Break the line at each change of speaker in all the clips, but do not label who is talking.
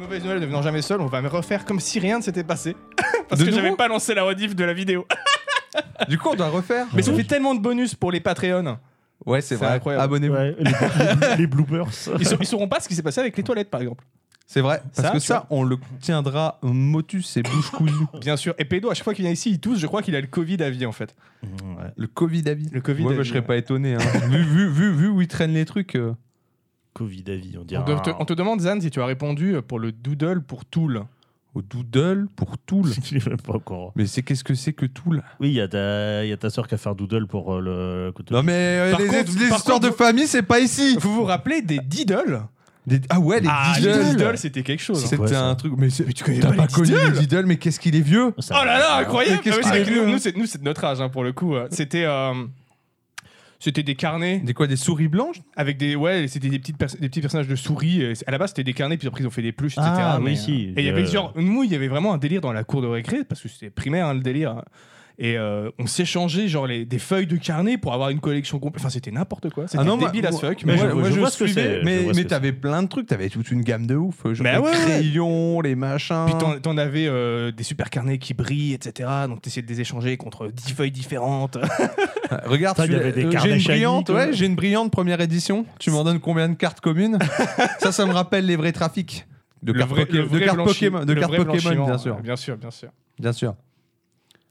mauvaise nouvelle devenant jamais seul, on va me refaire comme si rien ne s'était passé. Parce
De
que j'avais
nouveau
pas lancé la rediff de la vidéo.
Du coup, on doit refaire.
Mais ça fait tellement de bonus pour les Patreons.
Ouais, c'est
C'est
vrai.
incroyable.
Abonnez-vous.
Ouais, les, les bloopers.
Ils, sa- ils sauront pas ce qui s'est passé avec les toilettes, par exemple.
C'est vrai. Parce
Ça,
que
tu
ça, on le tiendra motus et bouche cousue.
Bien sûr. Et Pédo, à chaque fois qu'il vient ici, il tousse. Je crois qu'il a le Covid à vie, en fait.
Mm,
Le Covid à vie.
Le Covid
Ouais,
à
bah,
vie,
je serais
ouais.
pas étonné. hein. vu, vu, vu, vu où ils traînent les trucs. euh.
Covid à vie, on dirait.
On te, on te demande, Zan, si tu as répondu pour le doodle pour Tool.
Au Doodle pour Tool.
Je l'ai même pas encore.
Mais c'est qu'est-ce que c'est que Tool
Oui, il y, a ta- il y a ta soeur qui a fait un doodle pour euh, le côté.
Non mais euh,
Par
les,
contre-
les
par
histoires
contre,
de famille, c'est pas ici.
Vous vous rappelez des Diddle
Des- Ah ouais, les
Ah,
Diddle.
les Diddle, c'était quelque chose. hein.
C'était
quoi, ça
un truc. Mais, c'est-
Mais tu connais
t'as
pas
pas
les
connu
Diddle
les Diddle, mais qu'est-ce qu'il est vieux
Ça-
Oh là là,
Mais
incroyable
qu'est-ce
Ah oui, c'est
qu'il
vrai
a
que nous,
vu, hein
nous, c'est nous, c'est de notre âge, hein, pour le coup. C'était... euh, C'était des carnets
Des quoi Des souris blanches
avec des ouais c'était des petites pers- des petits personnages de souris et c'est- à la base c'était des carnets puis après ils ont fait des peluches etc
Ah,
mais-
oui, si.
et il y avait
Euh,
genre nous il y avait vraiment un délire dans la cour de récré parce que c'était primaire hein, le délire et euh, on s'échangeait genre les, des feuilles de carnet pour avoir une collection complète enfin c'était n'importe quoi c'était
Ah non, moi-
débile as
moi-
fuck
mais
mais
je
moi,
vois-
moi,
je
je
vois ce que
suivais,
c'est, je
mais
vois ce
mais
que
t'avais plein de trucs, t'avais toute une gamme de ouf, genre
Bah
les
ouais, ouais.
crayons, les machins.
puis t'en- t'en avais euh, des super carnets qui brillent etc donc t'essayais de les échanger contre 10 feuilles différentes
Ah, Regarde,
Ça, il y
celui-là,
avait des
euh,
carnets
j'ai une
shiny,
brillante,
quoi.
ouais, j'ai une brillante première édition. Tu m'en donnes combien de cartes communes Ça, ça me rappelle les vrais trafics de
Le
cartes,
vrai-
Poké-
le
de
vrai
cartes
blanchi-
Pokémon, de
le
cartes
vrai
Pokémon,
blanchiment,
bien sûr,
ouais, bien sûr bien sûr
bien sûr.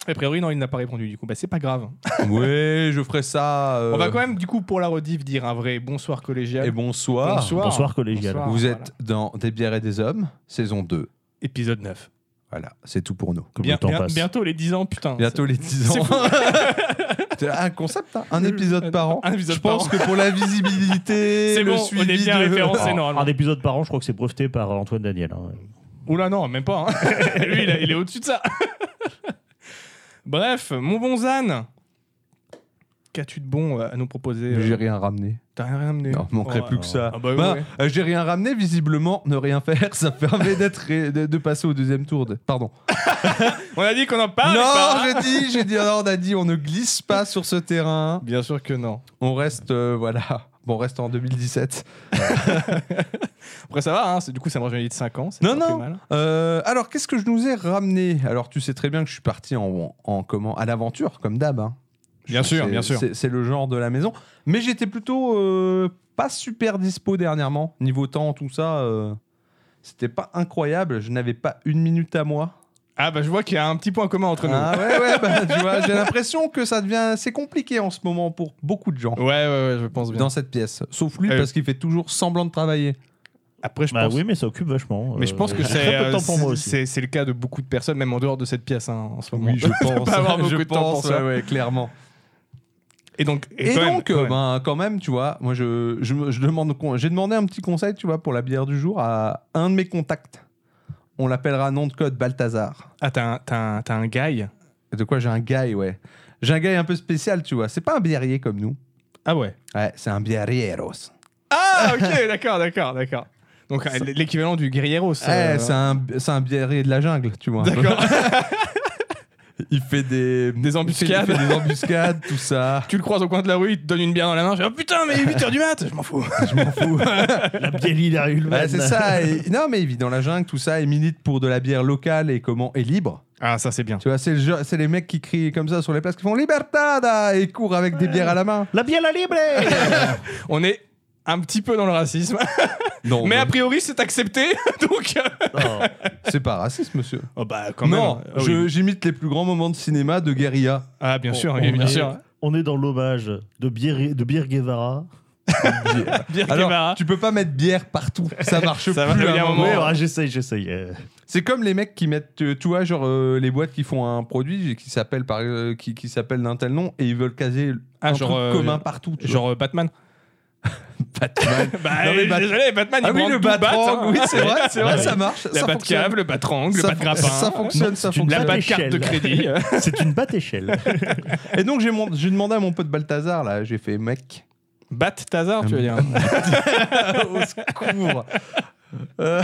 a priori non il n'a pas répondu du coup bah c'est pas grave
Euh. ouais, je ferai ça. euh,
on va quand même du coup pour la rediff dire un vrai bonsoir collégial
Et bonsoir.
Bonsoir.
Bonsoir, collégial.
Bonsoir.
Vous
Voilà.
êtes dans Des bières et des hommes, saison 2.
épisode 9
Voilà, c'est tout pour nous.
Comme
Bien-
le temps
bien-
passe.
Bientôt les 10 ans, putain.
Bientôt les 10
C'est
ans.
fou.
C'est un concept, hein, un épisode par an.
Un épisode
je pense
par
que pour la visibilité,
C'est
le
bon, on
suivi
est bien
de- Ah.
référencé
Alors,
normalement.
un épisode par an, je crois que c'est breveté par Antoine Daniel. hein.
Oula, non, même pas. hein. Lui, il, a- il est au-dessus de ça. Bref, mon bon Zan. Qu'as-tu de bon euh, à nous proposer euh,
J'ai rien ramené.
T'as rien amené
Non, manquerait
Oh,
plus que ça.
ah bah
Bah,
ouais.
euh, J'ai rien ramené, visiblement, ne rien faire, ça permet d'être ré- de, de passer au deuxième tour. de- Pardon.
On a dit qu'on en parle.
non,
pas, hein.
j'ai dit, j'ai dit, non, on a dit, on ne glisse pas sur ce terrain.
Bien sûr que non.
On reste, euh, voilà, bon, on reste en 2017.
Après, ça va, hein, c'est- du coup, ça me rajeunit de 5 ans. c'est
Non,
pas
non.
plus mal.
Euh, alors, qu'est-ce que je nous ai ramené Alors, tu sais très bien que je suis parti en, en comment à l'aventure, comme d'hab. hein.
Bien
Je-
sûr,
c'est-
bien sûr.
C'est c'est le genre de la maison. Mais j'étais plutôt euh, pas super dispo dernièrement. Niveau temps, tout ça, euh, c'était pas incroyable. Je n'avais pas une minute à moi.
Ah, bah, je vois qu'il y a un petit point commun entre
Ah ouais, ouais, bah, tu vois, j'ai l'impression que ça devient assez compliqué en ce moment pour beaucoup de gens
nous. Ouais, ouais, ouais, je pense bien.
dans cette pièce. Sauf lui,
Euh.
parce qu'il fait toujours semblant de travailler.
Après, je
Bah
pense.
oui, mais ça occupe vachement.
Mais je pense
Euh,
que
j'ai
c'est
très peu de
euh,
temps pour moi aussi.
c'est- c'est le cas de beaucoup de personnes, même en dehors de cette pièce hein, en ce moment.
je pense.
pas avoir
je
beaucoup de temps pour
pense,
ça.
ouais, ouais, clairement.
Et donc,
Et,
quand même,
donc,
quand
euh,
même.
ben, quand même, tu vois, moi, je, je, me- je demande, con- j'ai demandé un petit conseil, tu vois, pour la bière du jour à un de mes contacts. On l'appellera nom de code Balthazar.
Ah, t'as un, t'as un, t'as un guy
De quoi j'ai un guy, ouais. J'ai un guy un peu spécial, tu vois. C'est pas un biérier comme nous.
Ah ouais.
Ouais, c'est un biérieros.
Ah, ok, d'accord, d'accord, d'accord. Donc, euh,
Ça-
l'équivalent du euh, guerriero,
Ouais, c'est un, c'est un biérier de la jungle, tu vois.
D'accord.
Il fait des,
Des embuscades.
Il fait, il fait des embuscades, tout ça.
tu le croises au coin de la rue, il te donne une bière dans la main. Je dis, oh putain, mais 8h du mat, je m'en fous.
Je m'en fous.
La Bielli, la Hulman.
Ouais, c'est ça. et- non, mais il vit dans la jungle, tout ça. Il milite pour de la bière locale et comment est libre.
Ah, ça, c'est bien.
Tu vois, c'est le genre- c'est les mecs qui crient comme ça sur les places qui font Libertada et courent avec des bières à la main.
La Biella Libre
On est un petit peu dans le racisme,
Non,
mais a priori, c'est accepté. donc. euh,
Non.
c'est pas raciste, monsieur.
Oh, bah,
non,
Ah, oui.
je- j'imite les plus grands moments de cinéma de guérilla.
Ah, bien sûr,
On-
oui,
on
bien
est-
sûr.
On est dans l'hommage de Bier, de Bier Guevara.
Bière Guevara.
Alors, tu peux pas mettre bière partout, ça marche
Ça va,
plus.
il y a
à
un
un
moment.
moment.
Oui, ouais, ah, j'essaye, j'essaye. euh.
C'est comme les mecs qui mettent, euh, tu vois, genre euh, les boîtes qui font un produit qui s'appelle par, euh, qui, qui s'appelle d'un tel nom et ils veulent caser
Ah,
un
genre,
truc
euh,
commun partout. Tu
Genre euh, Batman.
vois. Batman.
Bah,
Non, mais
euh,
Bat-
désolé, Batman,
ah
il
oui,
branle
le
tout bat,
batrang,
hein.
oui, c'est vrai, c'est vrai,
Ouais.
ça marche,
La
ça fonctionne.
Batcave, le Batrangle, le
Ça, fon-
Batgrappin.
ça fonctionne, ça
une
fonctionne.
La
Bat
Batcarte de
échelle.
crédit.
C'est une batte échelle.
Et donc j'ai mon- j'ai demandé à mon pote Balthazar là, j'ai fait mec,
Bat Tazar, tu veux dire.
Euh, au secours. Euh,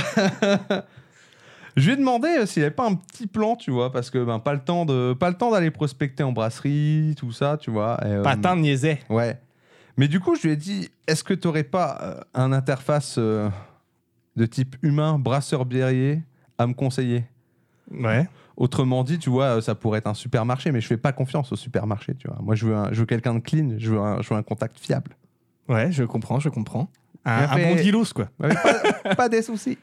Je lui ai demandé euh, s'il n'y avait pas un petit plan, tu vois, parce que ben pas le temps de pas le temps d'aller prospecter en brasserie, tout ça, tu vois. et, euh,
Patin niaisait.
Ouais. Mais du coup, je lui ai dit, est-ce que t'aurais pas euh, un interface euh, de type humain, brasseur biérier, à me conseiller.
Ouais.
Autrement dit, tu vois, euh, ça pourrait être un supermarché, mais je fais pas confiance au supermarché, tu vois. Moi, je veux, un- je veux quelqu'un de clean, je veux, un, je veux un contact fiable.
Ouais, je comprends, je comprends. Un,
Bien
un bon
fait.
dilos, quoi.
Ouais, pas, pas des soucis.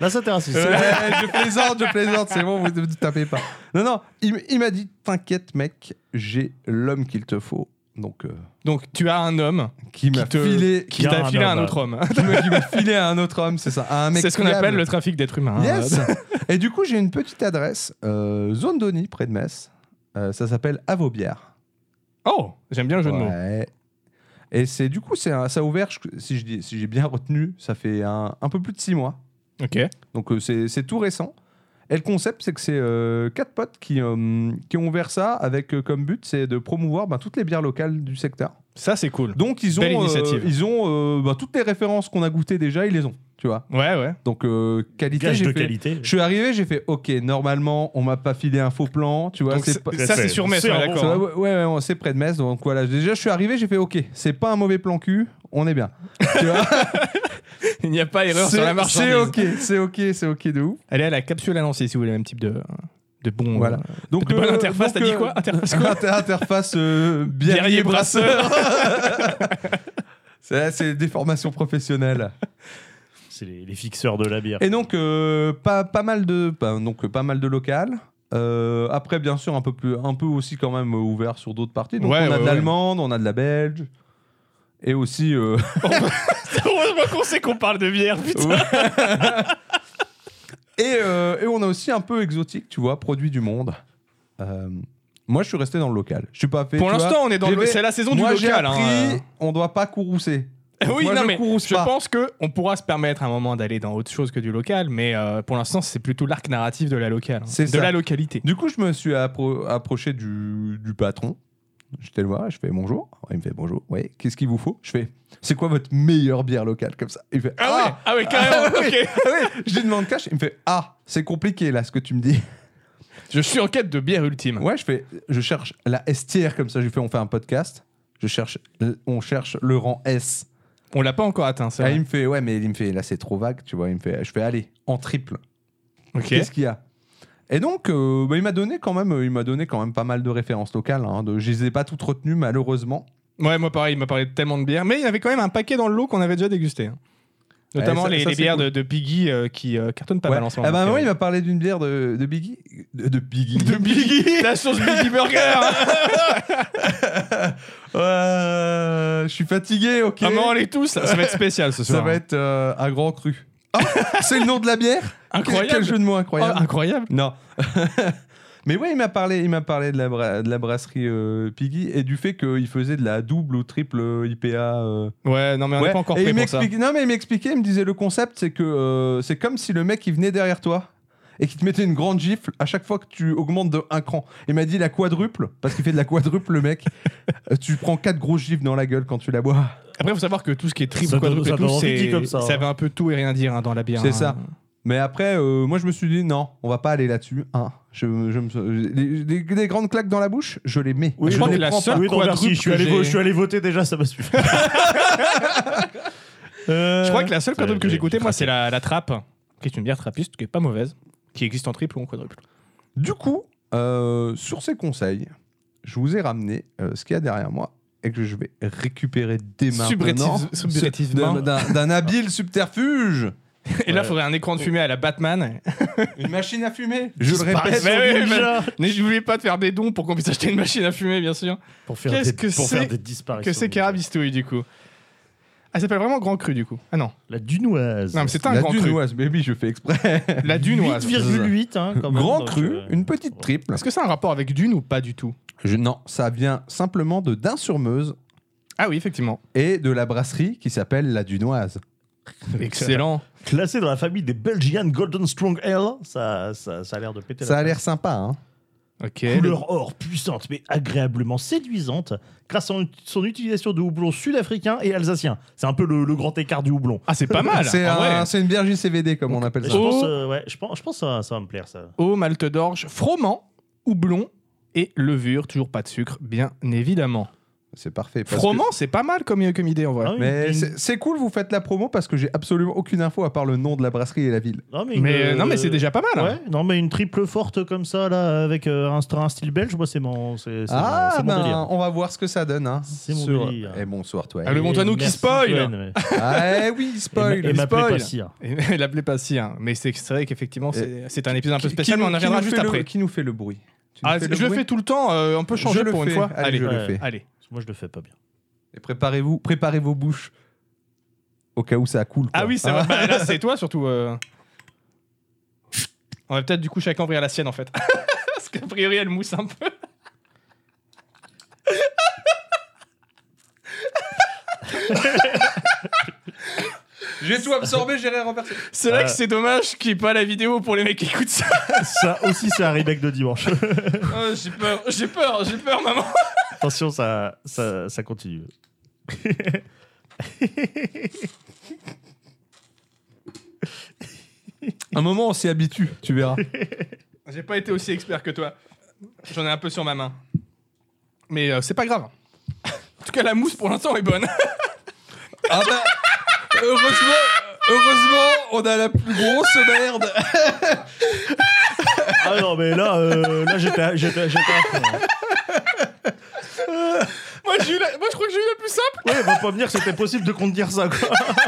Là, ça t'intéresse.
Ouais, je plaisante, je plaisante, c'est bon, vous ne tapez pas. Non, non, il, m- il m'a dit, t'inquiète, mec, j'ai l'homme qu'il te faut. Donc, euh,
Donc, tu as un homme
qui m'a
te-
filé,
qui
Il y a
t'a
un
filé à un
homme.
autre homme.
qui m'a- qui m'a filé à un autre homme, c'est ça, à un mec
C'est ce qu'on
fiable.
appelle le trafic d'êtres humains. hein.
Yes. Et du coup, j'ai une petite adresse, euh, Zone Doni, près de Metz. Euh, ça s'appelle Avobière.
Oh, j'aime bien le jeu de mots.
Ouais. Et c'est du coup, c'est un- ça a ouvert, je- si je dis- si j'ai bien retenu, ça fait un, un peu plus de six mois.
Ok.
Donc euh, c'est c'est tout récent. Et le concept, c'est que c'est euh, quatre potes qui, euh, qui ont ouvert ça avec euh, comme but, c'est de promouvoir ben, toutes les bières locales du secteur.
Ça, c'est cool.
Donc ils ont,
Belle
euh,
initiative.
ils ont euh, ben, toutes les références qu'on a goûtées déjà, ils les ont. Tu vois.
Ouais, ouais.
Donc euh, qualité,
Gage
j'ai
de
fait-
qualité.
Je suis arrivé, j'ai fait OK. Normalement, on m'a pas filé un faux plan, tu vois.
Donc,
c'est
c'est- hein.
pas-
ça, c'est sur Metz,
C'est
on est
un bon-
ça va,
d'accord.
ouais, ouais, ouais, on- c'est près de Metz, donc voilà. Déjà, je suis arrivé, j'ai fait OK. C'est pas un mauvais plan cul, on est bien. Tu vois
hein. Il n'y a pas erreur sur la
C'est
marchandise.
c'est OK, c'est OK, c'est OK de ouf.
Allez à la capsule annoncée si vous voulez le même type de, de bon.
Voilà.
euh,
Donc,
de bonne
euh,
interface,
donc,
t'as dit
euh,
quoi Interface quoi
Inter- interface euh, biérier brasseur. Ça, C'est des formations professionnelles.
C'est les, les fixeurs de la bière.
Et donc euh, pas, pas mal de pas, donc euh, pas mal de locales. Euh, après bien sûr un peu plus un peu aussi quand même euh, ouvert sur d'autres parties. Donc
Ouais,
on a
ouais,
de
ouais.
l'allemande, on a de la belge. Et aussi euh,
Heureusement qu'on sait qu'on parle de bière,
Oh,
putain.
et, euh, et on a aussi un peu exotique, tu vois, produits du monde. Euh, moi je suis resté dans le local. Je suis pas fait
Pour
tu vois,
l'instant, on est dans
j'ai
le.
fait-
C'est la saison
moi
du
j'ai
local. hein. euh.
appris, on doit pas courroucer. Donc,
Oui,
moi,
non,
je
mais
courrouce
je
pas.
pense que on pourra se permettre à un moment d'aller dans autre chose que du local, mais euh, pour l'instant, c'est plutôt l'arc narratif de la locale. hein.
C'est
de
ça.
la localité.
Du coup, je me suis appro- approché du, du patron. J'étais le voir, je fais bonjour. Il me fait bonjour. Oui, qu'est-ce qu'il vous faut Je fais c'est quoi votre meilleure bière locale comme ça Il fait
Ah,
ah,
ouais, ah ouais, carrément.
Ah oui.
ok.
oui. Je lui demande cash. Il me fait ah, c'est compliqué là ce que tu me dis.
Je suis en quête de bière ultime.
Ouais, je fais je cherche la S tier comme ça. Je lui fais on fait un podcast. Je cherche on cherche le rang S.
On l'a pas encore atteint, ça.
Ah, il me fait ouais, mais il me fait là c'est trop vague, tu vois. Il me fait je fais allez en triple.
Ok.
Qu'est-ce qu'il y a Et donc, euh, bah, il m'a donné quand même, il m'a donné quand même pas mal de références locales. hein, de, je les ai pas toutes retenues malheureusement.
Ouais, moi pareil, il m'a parlé de tellement de bières, mais il y avait quand même un paquet dans le lot qu'on avait déjà dégusté. hein. Notamment
Ouais, ça-
les,
ça,
les
c'est
bières
cool.
de, de Piggy euh, qui euh, cartonnent pas
Ouais.
mal en ce moment.
Ah bah
Donc,
moi,
euh,
il m'a parlé d'une bière de, de Biggie, de, de Biggie,
de Biggie, la sauce Biggie Burger.
Euh, je suis fatigué, ok.
Ah, mais on les tous, là. ça va être spécial ce soir.
Ça va être euh, un grand cru. Ah, c'est le nom de la bière.
incroyable.
Quel jeu de mots
Oh,
incroyable.
incroyable.
Non. Mais ouais, il m'a parlé, il m'a parlé de la, bra- de la brasserie euh, Piggy et du fait qu'il faisait de la double ou triple IPA. euh,
Ouais, non mais on n'est
Ouais,
pas encore
et
prêt
il
pour ça.
m'explique- Non, mais il m'expliquait, il me disait le concept, c'est que euh, c'est comme si le mec il venait derrière toi et qu'il te mettait une grande gifle à chaque fois que tu augmentes de un cran. Il m'a dit la quadruple, parce qu'il fait de la quadruple le mec. Euh, tu prends quatre grosses gifles dans la gueule quand tu la bois.
Après, faut savoir que tout ce qui est triple,
Ça donne-
quadruple, et
ça
tout,
donne envie de
c'est
dire comme ça,
ça
hein.
veut un peu tout et rien dire hein, dans la bière.
C'est
hein.
ça. Mais après, euh, moi je me suis dit non, on va pas aller là-dessus. Hein, je, je me- les, les- les grandes claques dans la bouche, je les mets.
Oui,
je
je
crois
les
que la
prends
seule-
pas.
Oui, non,
quadruple
merci. Je suis,
que
allé
j'ai-
vo- je suis allé voter déjà, ça m'a suffi. Euh,
Je crois que la seule
Euh,
quadruple que
j'ai-
j'ai goûtée,
j'ai
moi,
craqué.
c'est la, la trappe, qui est une bière trappiste qui est pas mauvaise, qui existe en triple ou en quadruple.
Du coup, euh, sur ces conseils, je vous ai ramené euh, ce qu'il y a derrière moi et que je vais récupérer dès
Subrétif-
maintenant
subrétivement.
D'un- d'un d'un habile subterfuge.
Et là,
Ouais.
faudrait un écran de fumée à la Batman.
Une machine à fumer. Je le
Disparaît.
répète.
Mais oui, mais-
Déjà,
Mais je voulais pas te faire des dons pour qu'on puisse acheter une machine à fumer, bien sûr.
Pour faire
Qu'est-ce
des,
que
pour faire
c'est
des disparitions.
Que c'est
de-
Carabistouille, du coup. Elle s'appelle vraiment Grand Cru, du coup. Ah non.
La dunoise.
Non, mais c'est un
La
Grand Cru.
dunoise, hein, mais oui, je fais exprès.
La Dunoise.
8,8 hein, quand même.
Grand
donc,
cru,
euh,
une petite triple.
Est-ce que ça a un rapport avec Dune ou pas du tout
Je- non, ça vient simplement de Dain-sur-Meuse
Ah oui, effectivement.
et de la brasserie qui s'appelle la Dunoise.
Excellent.
Classé dans la famille des Belgian Golden Strong Ale, ça, ça, ça a l'air de péter
Ça
la
a l'air sympa, hein.
Ok.
Couleur or puissante mais agréablement séduisante grâce à son utilisation de houblon sud-africain et alsacien. C'est un peu le, le grand écart du houblon.
Ah, c'est pas mal.
C'est
en vrai.
un- c'est une bière JCVD comme on appelle
Je
ça.
Oh.
pense, euh, ouais, je pense, je pense que ça, va- ça va me plaire ça.
eau, malte d'orge, froment, houblon et levure, toujours pas de sucre, bien évidemment.
C'est parfait. parce que-
Froment, c'est pas mal comme, comme idée en vrai.
Ah oui,
Mais
une-
c'est c'est cool, vous faites la promo parce que j'ai absolument aucune info à part le nom de la brasserie et la ville.
non, mais, une,
Mais euh,
euh,
non, mais c'est déjà pas mal. hein.
Ouais, non, mais une triple forte comme ça, là, avec euh, un, stra- un style belge, moi, c'est mon, c'est, c'est mon,
Ah,
c'est mon
ben,
délire.
on va voir ce que ça donne. Hein,
C'est mon
sur-
délire.
Eh, bonsoir, toi.
Ah, le
Et
Montoineau qui
merci,
spoil.
Johan, ouais.
ah, eh oui,
Et
spoil.
ma- Et m'appelez
spoil.
pas hein. Sire.
Et L'appelait pas si, hein. mais c'est c'est vrai qu'effectivement, c'est c'est un épisode un peu
Qui-
spécial,
qui
mais on
nous-
en reviendra
qui nous
juste
fait le-
après.
qui nous fait le bruit Tu nous
Ah,
fais
je le
bruit
fais tout le temps, euh, un peu
Je
changé
le
pour une
fais.
fois.
Allez, je
Allez.
le fais.
Allez.
Moi, je le fais pas bien.
Et préparez-vous, préparez vos bouches. Au cas où ça coule. quoi.
Ah oui, c'est vrai. Bah, là, c'est toi surtout. euh. On va peut-être du coup chacun ouvrir la sienne en fait. Parce qu'a priori, elle mousse un peu.
J'ai tout absorbé, j'ai rien renversé.
C'est là
Ah.
que c'est dommage qu'il n'y ait pas la vidéo pour les mecs qui écoutent ça.
ça aussi, c'est un remake de dimanche.
Oh, j'ai peur, j'ai peur, j'ai peur, maman.
Attention, ça, ça, ça continue.
Un moment, on s'y habitue, tu verras.
J'ai pas été aussi expert que toi. J'en ai un peu sur ma main. Mais euh, c'est pas grave. En tout cas, la mousse pour l'instant est bonne.
Ah bah, heureusement, heureusement, on a la plus Ah, grosse merde.
Ah non, mais là, euh, là j'étais à- j'étais j'étais à fond. hein.
moi, j'ai eu la- moi, je crois que j'ai eu la plus simple.
Ouais, va pas me dire que c'était possible de contredire ça, quoi.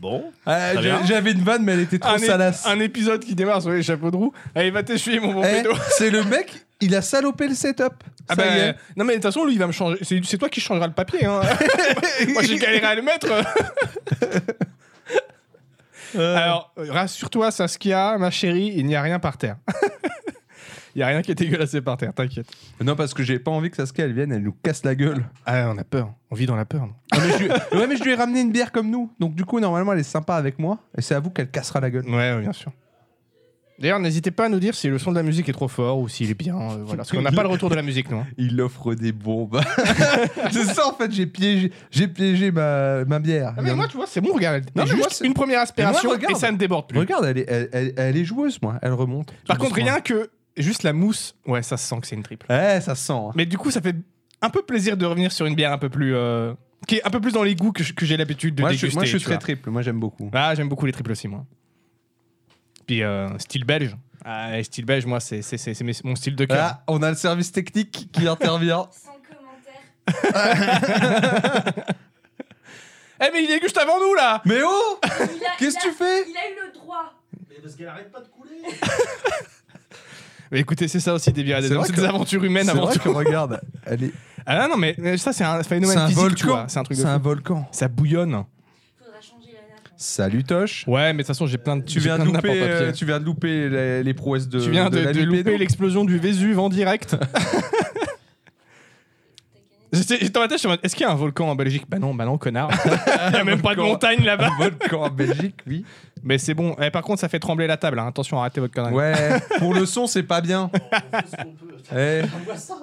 Bon.
Ah,
Très
j'ai-
bien.
J'avais une vanne, mais elle était trop
Un, é-
salace.
un épisode qui démarre sur les chapeaux de roue. Allez, va t'essuyer, mon bon
Eh,
pédo.
c'est le mec, il a salopé le setup.
Ah
Ça
bah,
y
euh,
est.
non mais de toute façon lui il va me changer c'est c'est toi qui changeras le papier hein. moi j'ai galéré à le mettre alors rassure-toi Saskia ma chérie il n'y a rien par terre il n'y a rien qui est dégueulassé par terre t'inquiète
Non, parce que j'ai pas envie que Saskia elle vienne, elle nous casse la gueule.
ah on a peur on vit dans la peur non
Ah, mais je lui- Ouais, mais je lui ai ramené une bière comme nous. Donc, du coup, normalement, elle est sympa avec moi. Et c'est à vous qu'elle cassera la gueule.
ouais, ouais, bien sûr D'ailleurs, n'hésitez pas à nous dire si le son de la musique est trop fort ou s'il est bien. euh, voilà. Parce qu'on n'a pas le retour de la musique, nous. hein.
Il offre des bombes. c'est ça, en fait, j'ai piégé, j'ai piégé ma, ma bière.
Ah, mais moi, tu vois, c'est bon, regarde.
mais
Juste
moi, c'est-
une première aspiration et,
regarde.
ça ne déborde plus.
Regarde, elle est, elle, elle- elle est joueuse, moi. Elle remonte.
Par
Tout
contre,
doucement.
rien que juste la mousse, ouais, ça se sent que c'est une triple.
Ouais, ça se sent. hein.
Mais du coup, ça fait un peu plaisir de revenir sur une bière un peu plus. euh, qui est un peu plus dans les goûts que, je- que j'ai l'habitude de
Moi, je,
déguster.
moi, je suis
tu
très
vois.
triple. Moi, j'aime beaucoup.
Ah, j'aime beaucoup les triples aussi, moi. Puis, euh, style belge. Ah, les styles belges, moi, c'est c'est- c'est- c'est mes- mon style de cœur.
Là, Ah, on a le service technique qui intervient.
Sans commentaire.
Eh, mais il est juste avant nous, là
Mais oh
Il a-
Qu'est-ce
il
que
a-
tu fais
Il a eu le droit.
Mais parce qu'elle arrête pas de couler.
Mais écoutez, c'est ça aussi, des bières.
C'est vrai
C'est
que-
des aventures humaines
C'est
avant
vrai
tout.
que regarde, elle est-
Ah non, mais, mais ça, c'est un phénomène
C'est un
physique, tu
volcan.
vois. C'est un truc de
c'est un
fou.
volcan.
Ça bouillonne.
Faudra changer la nappe.
Salut Toche.
Ouais, mais de toute façon, j'ai plein de
Tu
j'ai
viens,
plein
de
de nappes en
louper,
papier.
euh, tu viens de louper les, les prouesses de.
Tu viens de,
la
de
Lupédo.
louper l'explosion du Vésuve en direct. J'étais j'étais dans ma tête, je me est-ce qu'il y a un volcan en Belgique Bah non, bah non, connard. Il n'y a même pas de
volcan.
montagne là-bas.
Un volcan en Belgique, oui.
Mais c'est bon. Eh, par contre, ça fait trembler la table. hein. Attention, arrêtez votre connerie.
Ouais, pour le son, c'est pas bien.
On fait ce qu'on peut.
Eh,
On voit ça.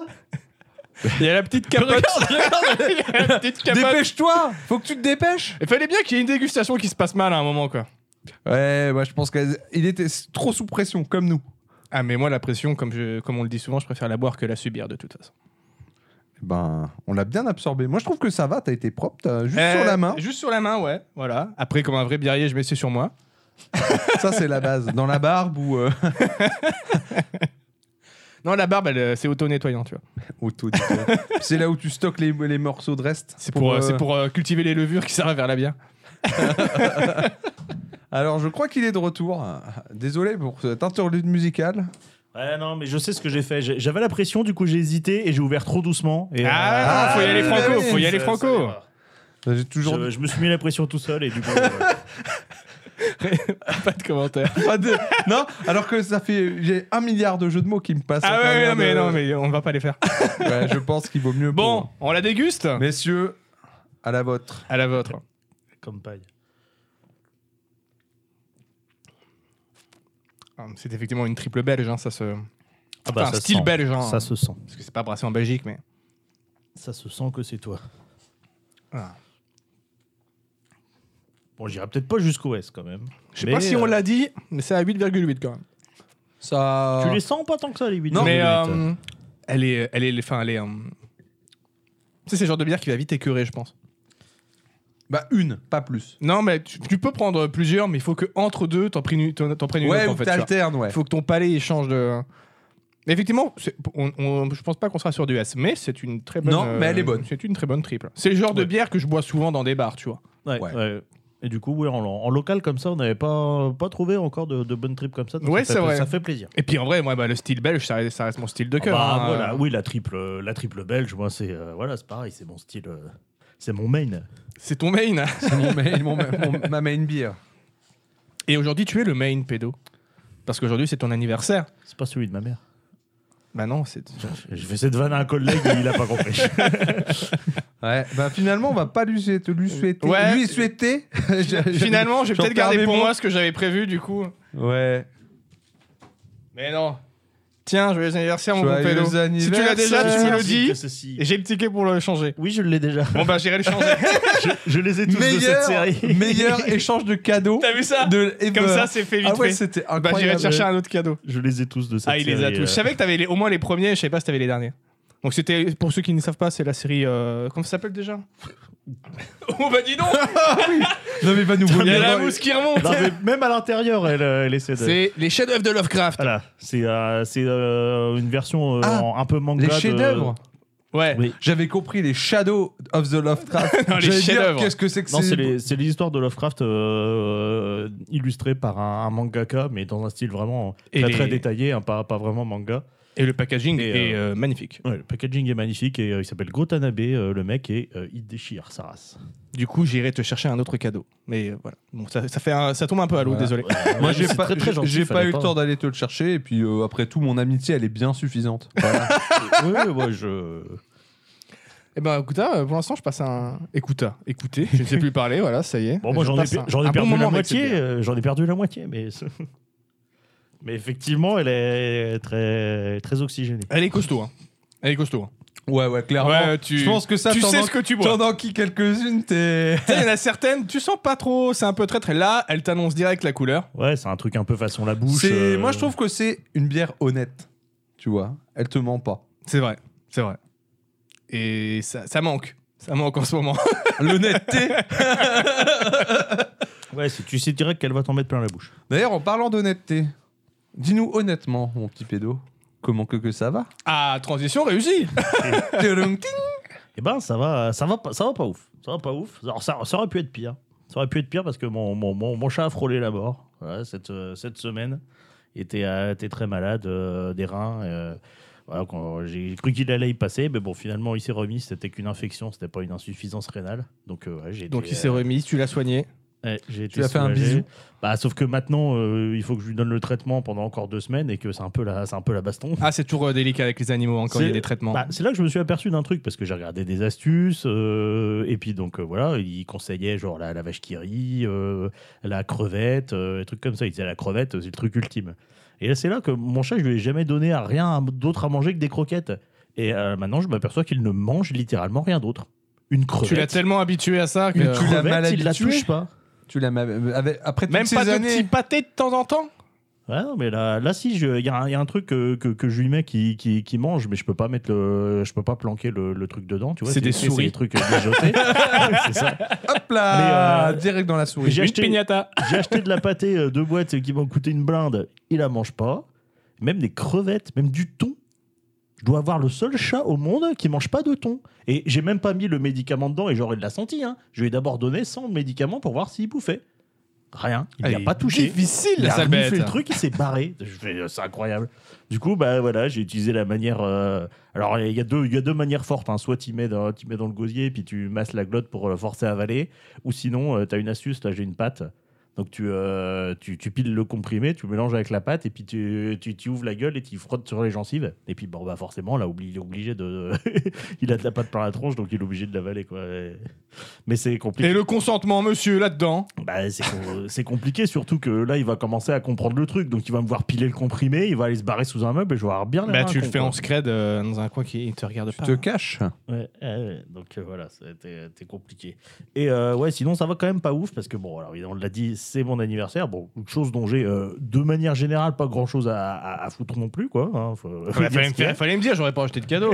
Il y a la petite capote. Il y a la petite capote.
Dépêche-toi Faut que tu te dépêches
Il fallait bien qu'il y ait une dégustation qui se passe mal à un moment, quoi.
Ouais, moi je pense qu'il était trop sous pression, comme nous.
Ah, mais moi, la pression, comme, je, comme on le dit souvent, je préfère la boire que la subir, de toute façon.
Ben, on l'a bien absorbé. Moi je trouve que ça va, t'as été propre, t'as- juste
Euh,
sur la main.
Juste sur la main, ouais. Voilà. Après, comme un vrai biarrier, je mets sur moi.
Ça, c'est la base. Dans la barbe ou. euh,
Non, la barbe, elle, euh, c'est auto-nettoyant, tu vois.
auto- c'est là où tu stockes les, les morceaux de reste.
C'est pour, euh,
euh,
c'est pour euh, cultiver les levures qui servent vers la bière.
Alors, je crois qu'il est de retour. Désolé pour cette interlude musicale.
Ouais, non, mais je sais ce que j'ai fait. J'ai- J'avais la pression, du coup, j'ai hésité et j'ai ouvert trop doucement. Et, euh,
Ah,
faut y aller franco,
faut y aller
ça-
franco.
ça va.
J'ai toujours
Je, je me suis mis la pression tout seul et du coup. euh,
Pas de commentaire.
pas de- non, alors que ça fait j'ai un milliard de jeux de mots qui me passent.
Ah
à
ouais, ouais,
travers
non, mais
de-
non, mais on va pas les faire.
Ouais, je pense qu'il vaut mieux.
Ah Bon, on la déguste
pour- messieurs, à la vôtre.
À la vôtre.
Comme paille.
Ah, C'est effectivement une triple belge, hein, ça se.
Ah
Enfin,
ça se
style
sent.
belge, hein.
Ça se sent.
Parce que c'est pas brassé en Belgique, mais.
Ça se sent que c'est toi.
Ah.
Bon, j'irai peut-être pas jusqu'au S quand même.
Je sais
Mais,
pas si
euh,
on l'a dit, mais c'est à 8,8 quand même.
Ça.
Tu les sens pas tant que ça, les 8
mais euh, elle est, elle est, enfin, elle est, euh, C'est ce genre de bière qui va vite écœurer, je pense.
Bah, une, pas plus.
Non, mais tu, tu peux prendre plusieurs, mais il faut que entre deux, t'en prennes une, t'en- t'en prennes une
Ouais,
autre,
ou
en fait. tu vois.
t'alternes, ouais.
Il faut que ton palais il change de. Mais Effectivement, c'est- on, on- je pense pas qu'on sera sur du S, mais c'est une très bonne. euh,
Non, mais elle est bonne.
C'est une très bonne triple. C'est le genre de
Ouais.
bière que je bois souvent dans des bars, tu vois.
Ouais,
Ouais.
ouais. Et du coup, ouais, en, en local comme ça, on n'avait pas, pas trouvé encore de, de bonnes tripes comme ça. donc
Ouais,
ça
c'est
fait-
vrai.
Ça fait plaisir.
Et puis en vrai, moi, bah, le style belge, ça reste, ça reste mon style de
Ah
cœur.
bah,
hein.
voilà, oui, la triple, la triple belge, moi, c'est euh, voilà, c'est pareil, c'est mon style, euh, c'est mon main.
C'est ton main.
C'est mon, main- mon ma- mon- ma main beer.
Et aujourd'hui, tu es le main pédo. Parce qu'aujourd'hui, c'est ton anniversaire.
C'est pas celui de ma mère.
Bah non, c'est.
Je vais cette vanne à un collègue, et il a pas compris.
Ouais, bah finalement, on va pas lui souhaiter. Lui souhaiter.
Ouais.
Lui souhaiter. J'ai-
Finalement, j'ai
j'en
peut-être
perds
gardé
mes
pour
mots.
moi ce que j'avais prévu, du coup.
Ouais.
Mais non. Tiens, joyeux anniversaire, mon bon
Joyeux
pédo. Si tu l'as déjà, tu me
anniversaire.
le dis. Et j'ai le ticket pour le changer.
Oui, je l'ai déjà.
Bon, bah, j'irai le changer.
je, je les ai tous de cette série.
Meilleur, meilleur échange de cadeaux
T'as vu ça
de
Comme
ever.
ça, c'est fait vite
Ah ouais,
fait.
c'était
Bah, j'irai
incroyable.
te chercher un autre cadeau.
Je les ai tous de cette
Ah, il
série.
les a tous. Je
euh,
savais que t'avais les- au moins les premiers, je savais pas si t'avais les derniers. Donc, c'était, pour ceux qui ne savent pas, c'est la série. euh, comment ça s'appelle déjà Oh, bah, dis donc
non mais va nous
Il y a la
vomir.
mousse qui remonte
euh. non, mais même à l'intérieur, elle, euh, elle essaie de.
C'est les chefs-d'œuvre de Lovecraft.
Voilà, c'est euh, c'est, euh, une version euh,
Ah,
en- un peu manga.
Les
de-
chefs-d'œuvre.
Ouais.
Oui.
J'avais compris les Shadows of the Lovecraft.
Non, les
J'allais dire,
chefs-d'œuvre.
Qu'est-ce que c'est que
Non, c'est les, c'est les histoires de Lovecraft euh, illustrées par un, un mangaka, mais dans un style vraiment
Et
très,
les-
très détaillé, hein, pas, pas vraiment manga.
Et le packaging
Et,
est euh, magnifique.
Ouais, le packaging est magnifique et euh, il s'appelle Gotanabe, euh, le mec, et euh, il déchire sa race.
Du coup, j'irai te chercher un autre cadeau. Mais euh, voilà. Bon, ça, ça fait un- ça tombe un peu à l'eau,
Voilà.
désolé.
Moi, j'ai
C'est
pas,
très, très
j'ai-
gentil,
j'ai pas
fallait
eu le
pas.
temps d'aller te le chercher. Et puis, euh, après tout, mon amitié, elle est bien suffisante. Voilà.
oui, oui, moi, je.
Eh ben, écoutez, euh, pour l'instant, je passe un. Écoutez, écoutez, je ne sais plus parler, voilà, ça y est.
Bon, moi,
Je
j'en ai,
passe
pe-
un-
j'en
un
ai
bon
perdu la
moment avec cette
moitié.
bière.
euh, j'en ai perdu la moitié, mais. ce- mais effectivement, elle est très, très oxygénée.
Elle est costaud, hein. Elle est costaud. hein.
ouais, ouais, clairement.
Ouais, tu-
Je pense que ça,
tu
t'en
sais
en-
ce que tu bois.
t'en enquilles quelques-unes, t'es.
Tu sais, Il y en a certaines, tu sens pas trop, c'est un peu traître. Là, elle t'annonce direct la couleur.
Ouais, c'est un truc un peu façon la bouche.
C'est-
euh,
Moi, je trouve que c'est une bière honnête. Tu vois, elle te ment pas.
C'est vrai, c'est vrai. Et ça, ça manque. Ça manque en ce moment.
L'honnêteté.
Ouais, c'est- tu sais direct qu'elle va t'en mettre plein la bouche.
D'ailleurs, en parlant d'honnêteté, dis-nous honnêtement, mon petit pédo, comment que, que ça va
Ah, transition réussie.
Tudum, ting.
Eh ben, ça va, ça va pas, ça va pas ouf. Ça va pas ouf. Alors, ça, ça aurait pu être pire. Ça aurait pu être pire parce que mon, mon, mon, mon chat a frôlé la mort voilà, cette, euh, cette semaine. Il était, euh, était très malade euh, des reins. euh, voilà, quand- J'ai cru qu'il allait y passer, mais bon, finalement, il s'est remis. C'était qu'une infection, c'était pas une insuffisance rénale. Donc, euh, ouais, j'ai
Donc
été,
il s'est
euh,
remis, tu l'as soigné.
ouais, j'ai été
lui as fait un
soulagé.
bisou.
Bah, sauf que maintenant, euh, il faut que je lui donne le traitement pendant encore deux semaines et que c'est un peu la, c'est un peu la baston.
Ah, c'est toujours euh, délicat avec les animaux, encore il y a
C'est-
des traitements.
Bah, c'est là que je me suis aperçu d'un truc parce que j'ai regardé des astuces euh, et puis donc euh, voilà, il conseillait genre la, la vache qui rit, euh, la crevette, euh, des trucs comme ça. Il disait la crevette, euh, c'est le truc ultime. Et là, c'est là que mon chat, je lui ai jamais donné à rien d'autre à manger que des croquettes. Et euh, maintenant, je m'aperçois qu'il ne mange littéralement rien d'autre. Une crevette.
tu l'as tellement habitué à ça que.
Mais tu l'as
crevette,
mal
il la
habitué.
touche pas.
Tu l'as ma- avec- après toutes
Même
ces
pas de
années.
petits pâtés de temps en temps
Ouais, non, mais là, là si, je- il y, a un- il y a un truc que, que, que je lui mets qui, qui, qui mange, mais je peux pas mettre le, je peux pas planquer le, le truc dedans, tu vois.
C'est des souris.
des trucs déjetés. c'est ça.
Hop là
Mais, euh,
Direct dans la souris.
J'ai
Une
acheté-
piñata.
J'ai acheté de la pâtée euh, deux boîtes euh, qui m'ont coûté une blinde. Il la mange pas. Même des crevettes, même du thon. Je dois avoir le seul chat au monde qui mange pas de thon. Et j'ai même pas mis le médicament dedans et j'aurais de la senti. hein. Je lui ai d'abord donné sans médicament pour voir s'il bouffait. Rien. Il n'y a
Elle
pas
est
touché.
Difficile
Il
la
a
sale
fait
bête.
le truc, il s'est barré. Je fais, euh, c'est incroyable. Du coup, bah voilà, j'ai utilisé la manière. euh, Alors il y a deux, il y a deux manières fortes. hein. Soit tu mets dans, tu mets dans le gosier, puis tu masses la glotte pour le forcer à avaler, ou sinon tu as une astuce. Là, j'ai une pâte. Donc tu, euh, tu, tu piles le comprimé, tu mélanges avec la pâte et puis tu, tu, tu ouvres la gueule et tu frottes sur les gencives. Et puis bon bah forcément là oublie- il est obligé de, il a de la pâte par la tronche donc il est obligé de l'avaler quoi. Et- Mais c'est compliqué.
Et le consentement, monsieur, là-dedans.
Bah, c'est com- c'est compliqué, surtout que là, il va commencer à comprendre le truc. Donc, il va me voir piler le comprimé, il va aller se barrer sous un meuble et je vais avoir bien la
Bah,
main
tu le
con,
fais
quoi.
en scred euh, dans un coin qui te regarde
Tu
pas.
te caches.
Ouais, ouais, ouais. donc euh, voilà, c'était c'était compliqué. Et euh, ouais, sinon, ça va quand même pas ouf parce que, bon, alors, on l'a dit, c'est mon anniversaire. Bon, une chose dont j'ai, euh, de manière générale, pas grand chose à, à- à foutre non plus, quoi. hein, faut- faut
Ouais,
dire
fallait,
ce
me
qu'il y a.
faire- fallait me dire, j'aurais pas acheté de cadeau.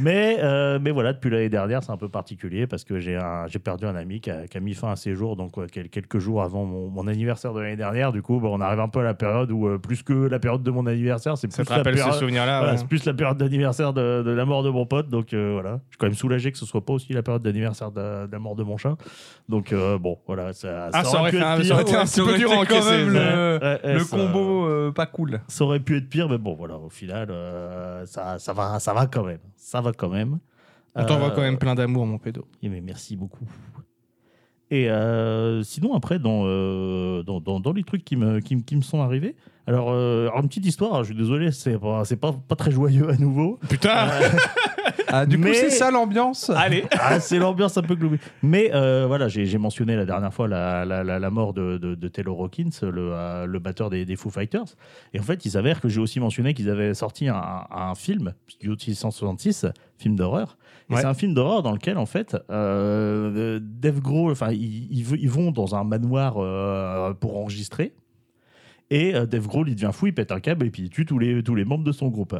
Mais, euh, mais voilà, depuis l'année dernière, c'est un peu particulier parce que j'ai un- j'ai perdu un ami qui a, qui a mis fin à ses jours, donc ouais, quel- quelques jours avant mon, mon anniversaire de l'année dernière. Du coup, bah, on arrive un peu à la période où, euh, plus que la période de mon anniversaire, c'est
Ça
plus,
te
la
rappelle ce
période-
souvenir-là
voilà,
ouais.
c'est plus la période d'anniversaire de, de la mort de mon pote. Donc euh, voilà, je suis quand même soulagé que ce soit pas aussi la période d'anniversaire de, de la mort de mon chat. Donc euh, bon, voilà, ça,
Ah, ça aurait
pu
fait
être
un-
pire.
ça aurait été un
Ouais,
petit
ça aurait
peu dur
été
à
quand
encaisser,
même
mais-
le,
Ouais, ouais,
le
Eh, ça-
combo euh, pas cool.
ça aurait pu être pire, mais bon, voilà, au final, euh, ça, ça, va, ça va quand même. Ça va quand même.
On t'envoie
Euh,
quand même plein d'amour, mon pédo.
eh bien, merci beaucoup. Et euh, sinon, après, dans, euh, dans, dans- dans les trucs qui me, qui, me- qui me sont arrivés, alors, euh, alors, une petite histoire, je suis désolé, c'est pas, c'est pas, pas très joyeux à nouveau.
Putain
Ah, du
Mais-
coup, c'est ça l'ambiance.
Euh, Allez
Ah, c'est l'ambiance un peu gloomy. Mais euh, voilà, j'ai j'ai mentionné la dernière fois la, la, la, la mort de, de, de Taylor Hawkins, le, euh, le batteur des, des Foo Fighters. Et en fait, il s'avère que j'ai aussi mentionné qu'ils avaient sorti un, un film, Studio 666, film d'horreur. Et
Ouais.
C'est un film d'horreur dans lequel, en fait, euh, Dave Grohl, enfin, ils, ils v- ils vont dans un manoir euh, pour enregistrer. Et euh, Dave Grohl, il devient fou, il pète un câble et puis il tue tous les, tous les membres de son groupe.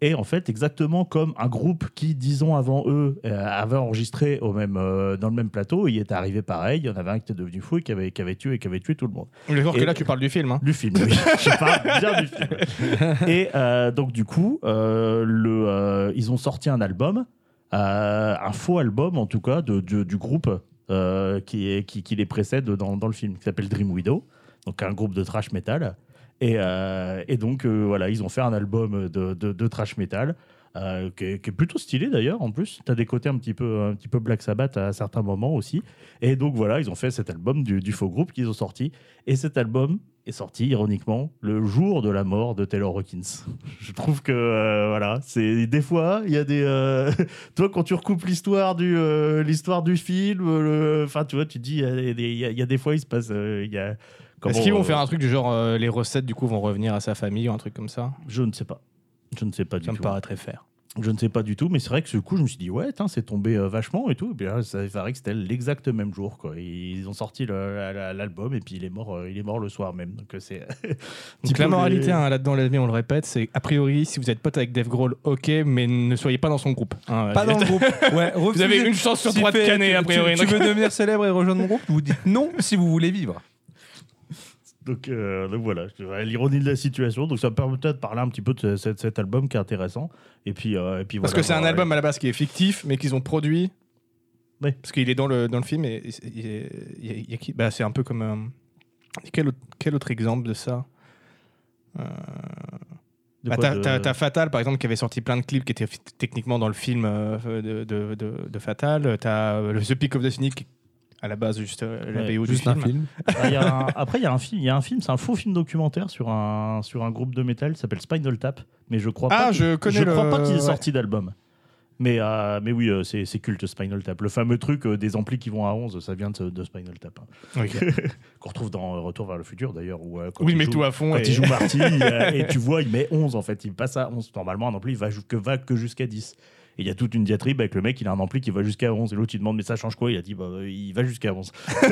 Et en fait, exactement comme un groupe qui, dix ans avant eux, euh, avait enregistré au même, euh, dans le même plateau, il est arrivé pareil. Il y en avait un qui était devenu fou et qui avait, qui avait tué et qui avait tué tout le monde.
On est d'accord que
Et-
là, tu parles du film. hein.
Du film, oui. Je parle bien du film. Et euh, donc, du coup, euh, le, euh, ils ont sorti un album, euh, un faux album en tout cas, de, de- du groupe euh, qui, est- qui, qui les précède dans, dans le film, qui s'appelle Dream Widow, donc un groupe de thrash metal. Et, euh, et donc, euh, voilà, ils ont fait un album de, de, de thrash metal. euh, qui, est, qui est plutôt stylé d'ailleurs en plus t'as des côtés un petit peu un petit peu Black Sabbath à certains moments aussi et donc voilà ils ont fait cet album du, du faux groupe qu'ils ont sorti et cet album est sorti, ironiquement, le jour de la mort de Taylor Hawkins. Je trouve que, euh, voilà, c'est des fois, il y a des... euh, toi, quand tu recoupes l'histoire du, euh, l'histoire du film, euh, le- enfin, tu vois, tu te dis, il y a des- il y, a- il y a des fois, il se passe... euh, il y a,
Est-ce qu'ils vont
euh,
faire un truc du genre euh, les recettes du coup vont revenir à sa famille ou un truc comme ça
Je ne sais pas. Je ne sais pas du
Ça me
tout.
paraît très faire.
Je ne sais pas du tout, mais c'est vrai que ce coup, je me suis dit, ouais, tain, c'est tombé euh, vachement et tout. Et puis là, ça paraît que c'était l'exact même jour. Quoi. Ils ont sorti le- la- la- l'album et puis il est, mort, euh, il est mort le soir même. Donc euh, c'est. un petit
Donc la
peu le-
moralité hein, là-dedans, les amis, on le répète, c'est a priori si vous êtes pote avec Dave Grohl, ok, mais ne soyez pas dans son groupe. hein.
Pas dans le groupe. Ouais,
Vous avez une chance sur trois de canner a priori.
Tu,
donc-
veux devenir célèbre et rejoindre mon groupe Vous dites non si vous voulez vivre.
Donc, euh, donc voilà, je- ouais, l'ironie de la situation. Donc ça me permet peut-être de parler un petit peu de ce- cet, cet album qui est intéressant. Et puis, euh, et puis
Parce
voilà,
que c'est un
voilà.
album à la base qui est fictif, mais qu'ils ont produit.
Oui.
Parce qu'il est dans le, dans le film et et- il est- il y a- il y a qui- bah, c'est un peu comme. euh, quel, autre, quel autre exemple de ça Euh,
De
bah,
quoi,
T'as
de-
t'as- t'as Fatal par exemple qui avait sorti plein de clips qui étaient fi- techniquement dans le film euh, de, de, de- de Fatal. T'as euh, le The Peak of the Cynic qui est à la base juste euh, la
Ouais,
BO du
Juste
film.
un film.
Ah, il y a un- Après, il y a un film, il y a un film, c'est un faux film documentaire sur un sur un groupe de métal qui s'appelle Spinal Tap. Mais je crois
Ah,
pas.
je connais le-
crois pas qu'il est
ouais.
sorti d'album. Mais, euh, mais oui, euh, c'est c'est culte Spinal Tap. Le fameux truc euh, des amplis qui vont à 11, ça vient de, ce- de Spinal Tap. hein. Qu'on retrouve dans euh, Retour vers le futur d'ailleurs. où, euh, quand
Oui,
ils
mais
jouent-
tout à fond.
Quand
et-
il joue Marty, euh, et tu vois, il met 11 en fait. Il passe à 11. Normalement, un ampli, il va ju- que, va que jusqu'à 10. Et il y a toute une diatribe avec le mec, il a un ampli qui va jusqu'à 11. Et l'autre, il demande, mais ça change quoi Il a dit, bah, euh, il va jusqu'à 11.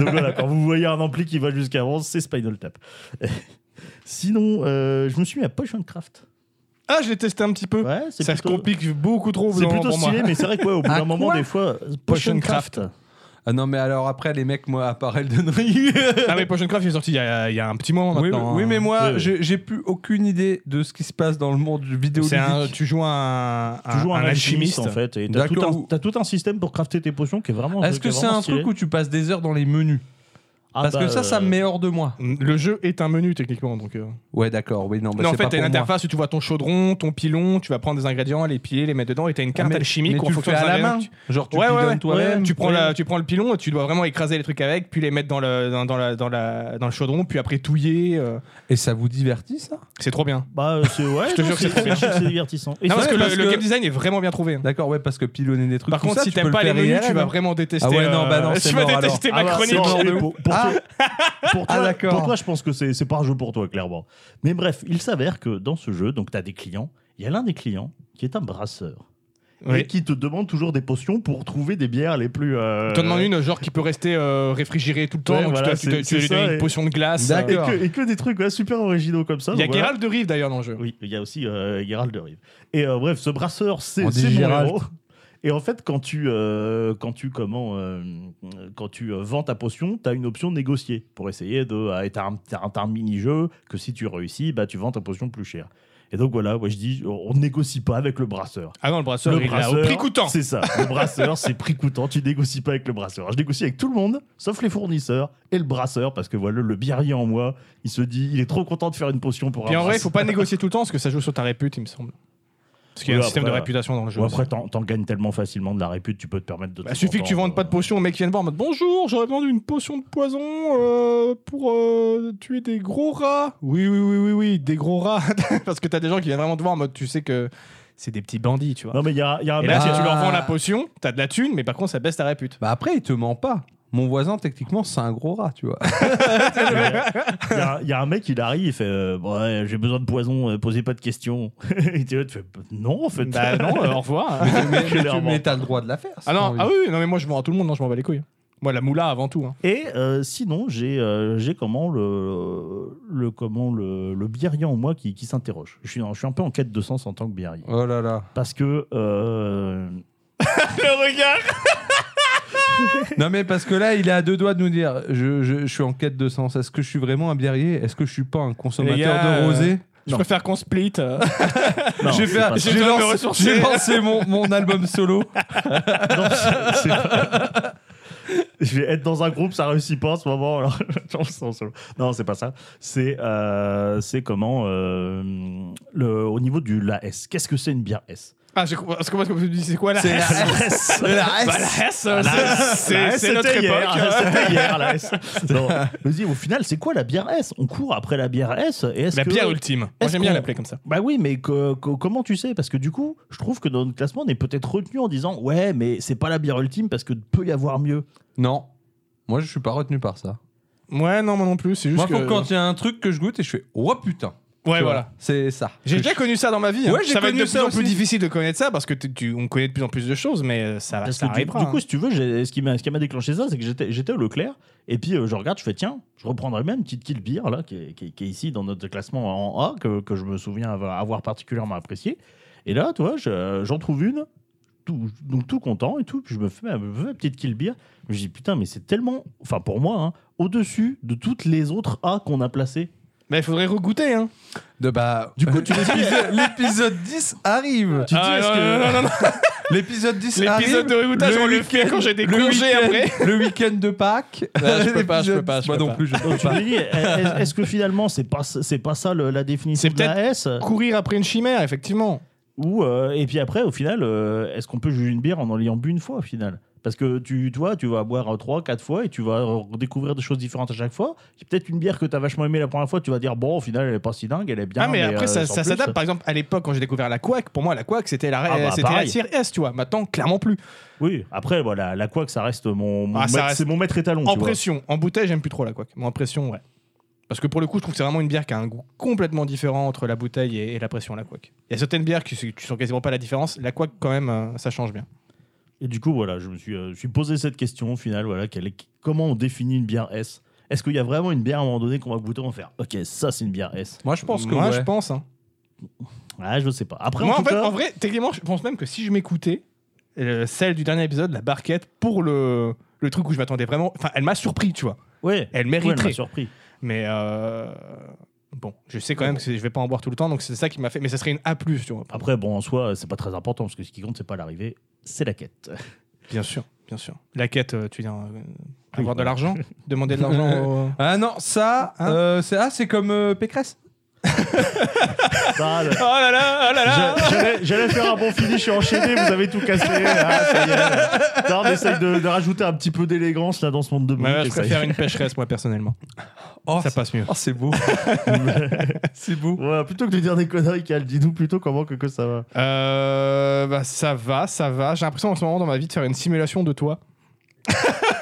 Donc voilà, quand vous voyez un ampli qui va jusqu'à 11, c'est Spinal Tap. Sinon, euh, je me suis mis à Potion Craft.
Ah, je l'ai testé un petit peu.
Ouais, c'est
Ça se
plutôt,
complique beaucoup trop
c'est
dans-
plutôt
pour moi.
stylé, mais c'est vrai que ouais, au bout
Ah,
d'un moment,
quoi
des fois, Potion
Potion
Craft.
Ah non, mais alors après, les mecs, moi, à part Elden Ring. hein.
Ah, mais Potion Craft il est sorti il y, a, il y a un petit moment
oui,
maintenant. hein.
oui, mais
Oui,
moi,
oui.
j'ai j'ai plus aucune idée de ce qui se passe dans le monde du vidéo.
C'est un- tu joues un, un,
Tu joues un, alchimiste, en
en fait.
fait. Et t'as tout,
D'accord.
un- t'as tout un système pour crafter tes potions qui est vraiment.
Est-ce que
qui est
c'est
vraiment
un
stylé.
truc où tu passes des heures dans les menus
Ah,
Parce
bah,
que ça, ça me
euh,
met hors de moi.
Le jeu est un menu techniquement donc. euh.
Ouais, d'accord. Oui, non, mais
Bah,
non, en
c'est
fait,
pas
t'as
pour
une
moi.
interface où tu vois ton chaudron, ton pilon, tu vas prendre des ingrédients, les piler, les mettre dedans, et t'as une
Ah,
carte
mais-
alchimique
mais
où en
tu le
fonction
fais
des
à la
ingrédients,
main.
tu-
Genre, tu
Ouais, ouais,
bidonnes
ouais.
toi-même.
Tu prends,
ouais.
la, tu prends le pilon et tu dois vraiment écraser les trucs avec, puis les mettre dans le, dans, dans la, dans, la, dans le chaudron, puis après touiller. euh.
Et ça vous divertit, ça
C'est trop bien.
Bah, euh, c'est ouais,
Je te
non,
jure que
c'est-
c'est très bien.
c'est divertissant. Et
Non,
c'est
parce
vrai,
que
parce
le, le
que-
game design est vraiment bien trouvé. hein.
D'accord, ouais, parce que pilonner des trucs.
Par
tout
contre,
ça,
si
tu peux
t'aimes pas
le
les
faire
menus,
IRL,
tu vas
hein.
vraiment détester. euh,
Ah ouais, non, bah non, c'est
tu vas
mort,
détester ma
Ah bah, c'est
chronique.
mort de
ouf.
pour, pour
Ah.
toi, pour toi-
Ah, d'accord.
pour toi, je pense que c'est c'est pas un jeu pour toi, clairement. Mais bref, il s'avère que dans ce jeu, donc tu as des clients. Il y a l'un des clients qui est un brasseur.
Oui.
et qui te demande toujours des potions pour trouver des bières les plus. euh,
T'en demandes une, genre qui peut rester euh, réfrigérée tout le temps,
Ouais,
donc tu
voilà,
dois- tu dois-
c'est-
tu dois lui
c'est
donner
ça,
une
et-
potion de glace. euh.
D'accord.
Et que, et que des trucs ouais, super originaux comme ça.
Il y a
donc voilà.
Geralt de Rive d'ailleurs dans le jeu.
Oui, il y a aussi euh, Gérald de Rive. Et euh, bref, ce brasseur, c'est
On dit
c'est mon
Gérald.
héros. Et en fait, quand tu, euh, quand tu, comment, euh, quand tu euh, vends ta potion, tu as une option négocier pour essayer de. euh, et t'as un, t'as un- t'as un mini-jeu que si tu réussis, bah, tu vends ta potion plus chère. Et donc voilà, moi je dis, on on négocie pas avec le brasseur.
Ah non, le brasseur,
Le
il est là, au prix coûtant.
C'est ça. Le brasseur, c'est prix coûtant. Tu négocies pas avec le brasseur. Je négocie avec tout le monde, sauf les fournisseurs et le brasseur, parce que voilà, le biarrier en moi, il se dit, il est trop content de faire une potion pour
Puis
un
en vrai, il
brasseur.
faut pas négocier tout le temps parce que ça joue sur ta répute, il me semble. Parce qu'il y a un
Oui,
système de
après, euh,
réputation dans le jeu.
Ou
aussi.
après, t'en t'en gagnes tellement facilement de la répute, tu peux te permettre de.
Bah,
te
suffit que tu vendes
contenter,
pas de potion, le mec vient de voir en mode bonjour, j'aurais vendu une potion de poison euh, pour euh, tuer des gros rats. Oui, oui, oui, oui, oui, des gros rats. Parce que t'as des gens qui viennent vraiment te voir en mode tu sais que c'est des petits bandits, tu vois.
Non, mais il y a, il y a un
Et
mec
là,
qui-
si tu leur vends
Ah.
la potion, t'as de la thune, mais par contre, ça baisse ta répute.
Bah après, il te ment pas. Mon voisin, techniquement, c'est un gros rat, tu vois.
il y a- il y a un mec, il arrive, il fait euh, Ouais, j'ai besoin de poison, euh, posez pas de questions. Et tu vois, tu fais Non, en fait.
Bah non, euh, au revoir.
mais mais tu
Clairement.
mais t'as le droit de la faire. si
ah
t'as
non,
envie.
ah oui, non, mais moi je vends à tout le monde, non, je m'en bats les couilles. Moi, la moula avant tout. hein.
Et euh, sinon, j'ai euh, j'ai comment le, le, comment le, le biarrien en moi qui, qui s'interroge. Je suis, en- je suis un peu en quête de sens en tant que biarrier.
Oh là là.
Parce que. euh,
Le regard
Non mais parce que là, il est à deux doigts de nous dire, je, je- je suis en quête de sens. Est-ce que je suis vraiment un biarrier Est-ce que je suis pas un consommateur
Les gars,
de rosé
Je
Non.
préfère qu'on split. euh.
non,
J'ai
c'est
fait-
pas ça.
J'ai
j'ai
besoin de me
lancé,
ressourcer.
j'ai lancé mon, mon album solo.
Non, c'est- c'est pas- Je vais être dans un groupe, ça réussit pas en ce moment. Alors, j'en sens solo. Non, c'est pas ça. C'est euh, c'est comment euh, le, au niveau de la S. Qu'est-ce que c'est une bière S
Ah, j'ai compris- parce que moi, comme tu dis, c'est quoi la
C'est
S
la
S.
La
Bah,
S.
la S,
La
c'est-
S, la
c'est
S,
c'est notre
c'était
époque.
hier, C'était hier, la S. Non, je dis, au final, c'est quoi la bière S On court après la bière S. Et est-ce
La
que-
bière ultime. Moi,
est-ce
j'aime bien
qu'on-
l'appeler comme ça.
Bah oui, mais co- co- comment tu sais Parce que du coup, je trouve que dans notre classement, on est peut-être retenu en disant Ouais, mais c'est pas la bière ultime parce que peut y avoir mieux.
Non, moi je suis pas retenu par ça.
Ouais, non, moi non plus. C'est juste
Moi,
que...
faut quand il y a un truc que je goûte et je fais, oh putain.
Ouais,
Tu
voilà.
vois, C'est ça.
J'ai
Que
déjà
je-
connu ça dans ma vie. hein.
Ouais, j'ai
ça va être
connu
de plus
ça
en plus
aussi.
difficile de connaître ça parce que tu- tu- on connaît de plus en plus de choses, mais euh, ça va.
Parce
Ça
que du,
arrivera.
du
hein.
coup, si tu veux, j'ai- ce qui m'a ce qui m'a déclenché ça, c'est que j'étais j'étais au Leclerc, et puis euh, je regarde, je fais tiens, je reprendrai même petite Kill Beer, là, qui est, qui est- qui est ici dans notre classement en A, que, que je me souviens avoir, avoir particulièrement apprécié. Et là, tu vois, je- j'en trouve une, tout- donc tout content et tout, puis je me fais ma me fais ma petite Kill Beer. Je me dis putain, mais c'est tellement, enfin pour moi, hein, au-dessus de toutes les autres A qu'on a placées.
Bah, il faudrait regoûter. Hein.
De bah.
Du coup, tu
l'épisode, l'épisode 10 arrive.
Tu te dis,
Ah,
est-ce
non,
que-
non, non, non, non.
L'épisode 10
L'épisode
arrive.
de régoûtage,
le
on le
week-end-
fait quand j'ai des
le
congés
week-end-
après.
Le week-end de Pâques.
Ah, je peux pas, je peux pas, je
Moi
peux
non
pas.
plus, je peux
Donc, tu
pas.
me dis, est- est-ce que finalement c'est pas c'est pas ça le- la définition
C'est
de la S
Courir après une chimère, effectivement.
Ou euh, et puis après, au final, euh, est-ce qu'on peut juger une bière en en l'ayant bu une fois au final Parce que tu, toi, tu vas boire euh, trois, quatre fois et tu vas euh, redécouvrir des choses différentes à chaque fois. C'est peut-être une bière que tu as vachement aimée la première fois, tu vas dire bon, au final, elle est pas si dingue, elle est bien.
ah, mais, après,
euh,
ça,
sans
ça
plus.
s'adapte. Par exemple, à l'époque, quand j'ai découvert la couac, pour moi, la couac, c'était la,
Ah, bah,
c'était la
pareil.
tier S, tu vois. Maintenant, clairement plus.
Oui. Après, voilà, la quoi que ça reste mon, mon
Ah, ça
maître-
reste-
c'est mon maître étalon.
En
tu vois.
pression, en bouteille, j'aime plus trop la couac. Mais en pression, ouais. Parce que pour le coup, je trouve que c'est vraiment une bière qui a un goût complètement différent entre la bouteille et, et la pression, la couac. Il y a certaines bières qui tu sens quasiment pas la différence. La couac, quand même, euh, ça change bien.
Et du coup, voilà, je me suis, euh, je me suis posé cette question au final, voilà, quelle est- comment on définit une bière S Est-ce qu'il y a vraiment une bière à un moment donné qu'on va goûter, on va faire, ok, ça c'est une bière S
Moi je pense que
Moi,
ouais.
je pense. hein.
Ah, je sais pas. Après,
Moi,
en,
en,
tout
fait,
cas,
en vrai, techniquement, je pense même que si je m'écoutais, euh, celle du dernier épisode, la barquette, pour le, le truc où je m'attendais vraiment. Enfin, elle m'a surpris, tu vois.
ouais,
Elle
ouais, elle m'a
mériterait.
surpris.
mais euh, bon, je sais quand
Ouais,
même
bon.
que c'est- je vais pas en boire tout le temps, donc c'est ça qui m'a fait. Mais ça serait une A, tu vois.
Après, bon, en soi, c'est pas très important parce que ce qui compte, c'est pas l'arrivée, c'est la quête.
Bien sûr, bien sûr. La quête, euh, tu viens euh, avoir
voilà.
de l'argent Demander de l'argent au.
Ah non, ça,
Hein
euh, c'est ah, c'est comme euh, Pécresse.
Ah, le-
Oh là là, oh là là
j'a- j'allais- J'allais faire un bon finish, je suis enchaîné, vous avez tout cassé. Ah, ça y est. Non, on essaye de, de rajouter un petit peu d'élégance là dans ce monde de
Ouais,
briques,
Je
et ça y
préfère
est.
une pêcheresse, moi, personnellement.
Oh,
ça
c'est-
passe mieux.
oh, c'est beau. c'est beau.
Ouais, plutôt que de dire des conneries, Cal, dis-nous plutôt comment que, que ça va.
Euh, bah, ça va, ça va. J'ai l'impression en ce moment dans ma vie de faire une simulation de toi.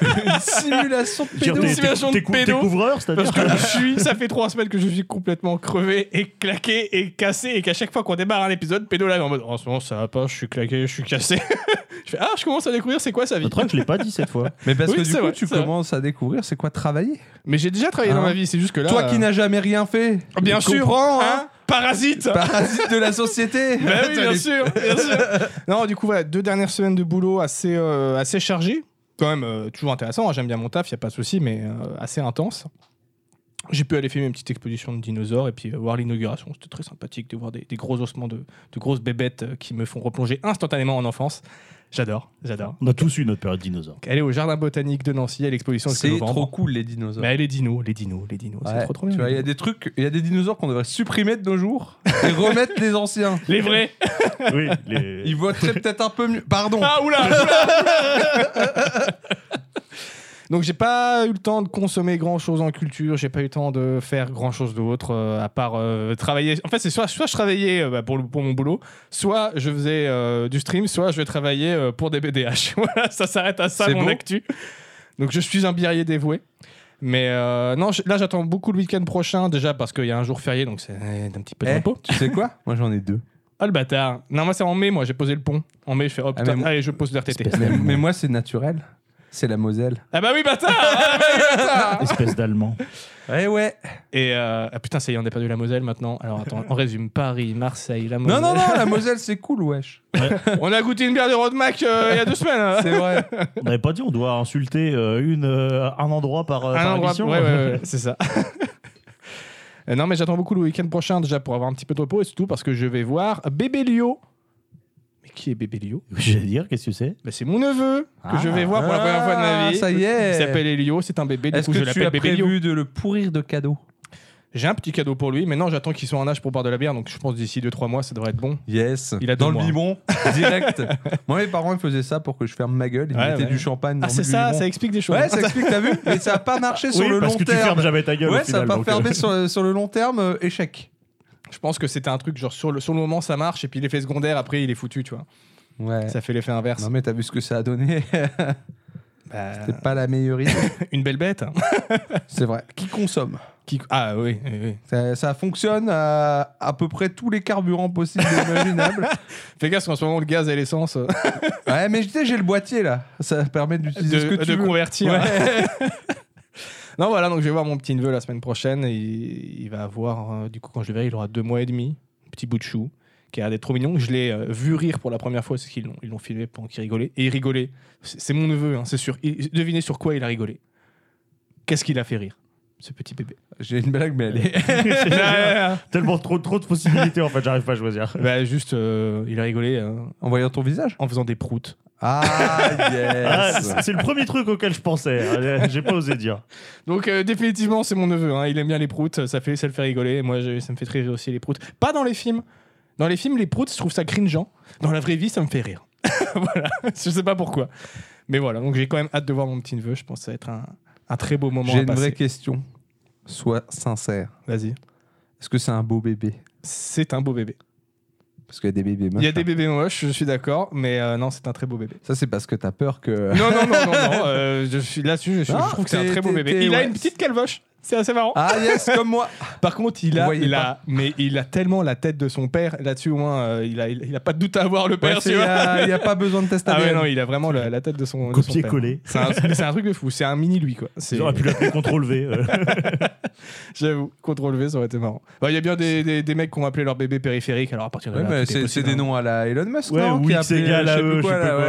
Une simulation de pédo.
Genre,
Une
t'es-
simulation de
t'es- t'es cou-
pédo.
T'es couvreur,
Parce
c'est-à-dire
que je suis, ça fait trois semaines que je suis complètement crevé et claqué et cassé et qu'à chaque fois qu'on démarre un épisode, pédo là est en mode oh, en ce moment ça va pas, je suis claqué, je suis cassé. je fais ah je commence à découvrir c'est quoi sa vie.
Le truc, je l'ai pas dit cette fois.
Mais parce
Oui,
que du
c'est
coup,
vrai,
tu
c'est vrai.
commences à découvrir c'est quoi travailler.
Mais j'ai déjà travaillé
Hein
dans ma vie, c'est juste que là.
Toi qui
euh,
n'as jamais rien fait.
Ah, bien
tu
sûr,
Comprends, hein
hein, parasite.
Parasite de la société.
Bah oui,
T'as
bien
les-
sûr, bien sûr. Non, du coup, voilà, deux dernières semaines de boulot assez, euh, assez chargées. Quand même, euh, toujours intéressant. hein, J'aime bien mon taf, il a pas de souci, mais euh, assez intense. J'ai pu aller filmer une petite exposition de dinosaures et puis euh, voir l'inauguration. C'était très sympathique de voir des, des gros ossements de, de grosses bébêtes euh, qui me font replonger instantanément en enfance. J'adore, j'adore.
On a tous eu notre période dinosaure.
Elle est au jardin botanique de Nancy, à l'exposition jusqu'à
C'est
novembre.
trop cool les dinosaures.
Mais les dinos, les dinos, les dinos,
Ouais,
c'est trop trop bien.
Tu vois, il y a des trucs, il y a des dinosaures qu'on devrait supprimer de nos jours et remettre les anciens.
Les vrais
Oui, les-
Ils voteraient peut-être un peu mieux. Pardon.
Ah oula, oula. Donc j'ai pas eu le temps de consommer grand chose en culture, j'ai pas eu le temps de faire grand chose d'autre euh, à part euh, travailler. En fait, c'est soit, soit je travaillais euh, bah, pour, le- pour mon boulot, soit je faisais euh, du stream, soit je vais travailler euh, pour des BDH. voilà, ça s'arrête à ça
C'est
mon
beau.
actu. Donc je suis un birrier dévoué. Mais euh, non, j- là j'attends beaucoup le week-end prochain déjà parce qu'il y a un jour férié donc c'est un petit peu de
Eh,
repos.
tu sais quoi Moi j'en ai deux.
Oh le bâtard Non, moi c'est en mai, moi j'ai posé le pont. En mai je fais oh
Ah,
putain,
mais moi-
allez je pose le RTT.
Espèce
Mais,
d'allemand.
mais moi c'est naturel. C'est la Moselle.
Ah bah oui, bâtard Ah bah oui, bâtard
Espèce d'allemand.
Eh
Ouais ouais.
Et euh, ah putain, ça y est, on a perdu la Moselle maintenant. Alors attends, on résume Paris, Marseille, la
Non
Moselle.
non non, la Moselle c'est cool wesh.
On a goûté une bière de Rodmac euh, il y a deux semaines.
C'est vrai.
On n'avait pas dit on doit insulter euh, une, euh, un endroit par, euh,
Un
par
endroit-
émission
ouais, ouais, ouais, c'est ça. Euh, non, mais j'attends beaucoup le week-end prochain déjà pour avoir un petit peu de repos et surtout parce que je vais voir Bébé Lio. Mais qui est Bébé Lio
J'allais dire, qu'est-ce que c'est
Bah, C'est mon neveu que je vais
Ah.
voir pour la première fois de ma
Ah,
vie.
ça y est.
Il s'appelle Elio, c'est un bébé, du
Est-ce
coup je
que tu
l'appelle
as
Bébé Lio.
prévu de le pourrir de cadeaux
J'ai un petit cadeau pour lui, mais non, j'attends qu'il soit en âge pour boire de la bière, donc je pense d'ici 2-3 mois ça devrait être bon.
Yes.
Il a
dans
deux
le
mois.
biberon direct. Moi mes parents ils faisaient ça pour que je ferme ma gueule. Ils
Ouais,
mettaient
ouais.
du champagne dans
Ah,
le
c'est ça,
biberon.
ça explique des choses.
Ouais, ça explique, t'as vu Mais ça a pas marché sur
oui,
le
parce
long
que tu
terme.
fermes jamais ta gueule. au
Ouais, ça
final,
va pas
donc,
fermé
euh,
sur, sur le long terme, euh, échec.
Je pense que c'était un truc genre sur le, sur le moment ça marche et puis l'effet secondaire après il est foutu, tu vois.
Ouais.
Ça fait l'effet inverse.
Non mais t'as vu ce que ça a donné
Bah,
C'est pas la meilleure idée.
une belle bête. hein.
C'est vrai. Qui consomme
Qui- Ah oui, oui, oui.
ça, ça fonctionne à à peu près tous les carburants possibles et imaginables.
Fais gaffe parce qu'en ce moment le gaz et l'essence euh,
ouais, mais je sais, j'ai le boîtier là. Ça permet d'utiliser ce
de,
que tu
de
veux.
convertir. non voilà, donc je vais voir mon petit neveu la semaine prochaine et il, il va avoir, euh, du coup quand je le verrai, il aura deux mois et demi, un petit bout de chou, qui a l'air d'être trop mignon. Je l'ai euh, vu rire pour la première fois, c'est qu'ils l'ont, ils l'ont filmé pendant qu'il rigolait. Et il rigolait. C'est, c'est mon neveu, hein, c'est sûr. Il- devinez sur quoi il a rigolé. Qu'est-ce qu'il a fait rire, ce petit bébé
J'ai une blague, mais elle est...
Tellement trop, trop de possibilités en fait, j'arrive pas à choisir.
Bah juste, euh, il a rigolé euh,
En voyant ton visage
en faisant des proutes.
Ah,
Ah,
yes
c'est c'est le premier truc auquel je pensais, hein, j'ai pas osé dire.
Donc euh, définitivement, c'est mon neveu. hein, il aime bien les proutes, ça, fait, ça le fait rigoler. Moi, je- ça me fait très rire aussi les proutes. Pas dans les films. Dans les films, les proutes, je trouve ça cringeant. Dans la vraie vie, ça me fait rire. voilà, je sais pas pourquoi. Mais voilà, donc j'ai quand même hâte de voir mon petit neveu. Je pense que ça va être un, un très beau moment
J'ai
à
une
passer.
vraie question. Sois sincère.
Vas-y.
Est-ce que c'est un beau bébé
C'est un beau bébé.
Parce qu'il y a des bébés
Il
moches.
y a des bébés moches, je suis d'accord, mais euh, non, c'est un très beau bébé.
Ça, c'est parce que t'as peur que...
Non, non, non, non, non. euh, je suis là-dessus, je, suis-
Non,
je trouve que c'est un
Ah, t'es-
très beau
t'es-
bébé.
t'es-
Il a
ouais.
une petite calvoche. C'est assez marrant.
Ah, yes, comme moi
Par contre, il
Vous
a,
voyez
il
pas.
a, mais il a tellement la tête de son père là-dessus au moins, euh, il, a, il, il a pas de doute à avoir le
Ouais,
père.
c'est-
tu
Il n'y
vois.
a, il y a pas besoin de test
ah ouais,
ADN.
non, il a vraiment la, la tête de son, de son père.
Copier-coller.
C'est un, c'est un truc de fou. C'est un mini lui quoi. C'est-
J'aurais pu l'appeler contrôle V. euh.
J'avoue, contrôle V, ça aurait été marrant. Bah, Il y a bien des, des, des mecs qui ont appelé leur bébé périphérique. Alors à partir de
Ouais,
là,
mais
tout est
c'est c'est
possible,
des
hein.
noms à la Elon Musk,
Ouais,
non
ou
Qui a
X
appelé, euh,
égale à
je sais plus
eux, je
quoi,
sais pas
là,
quoi.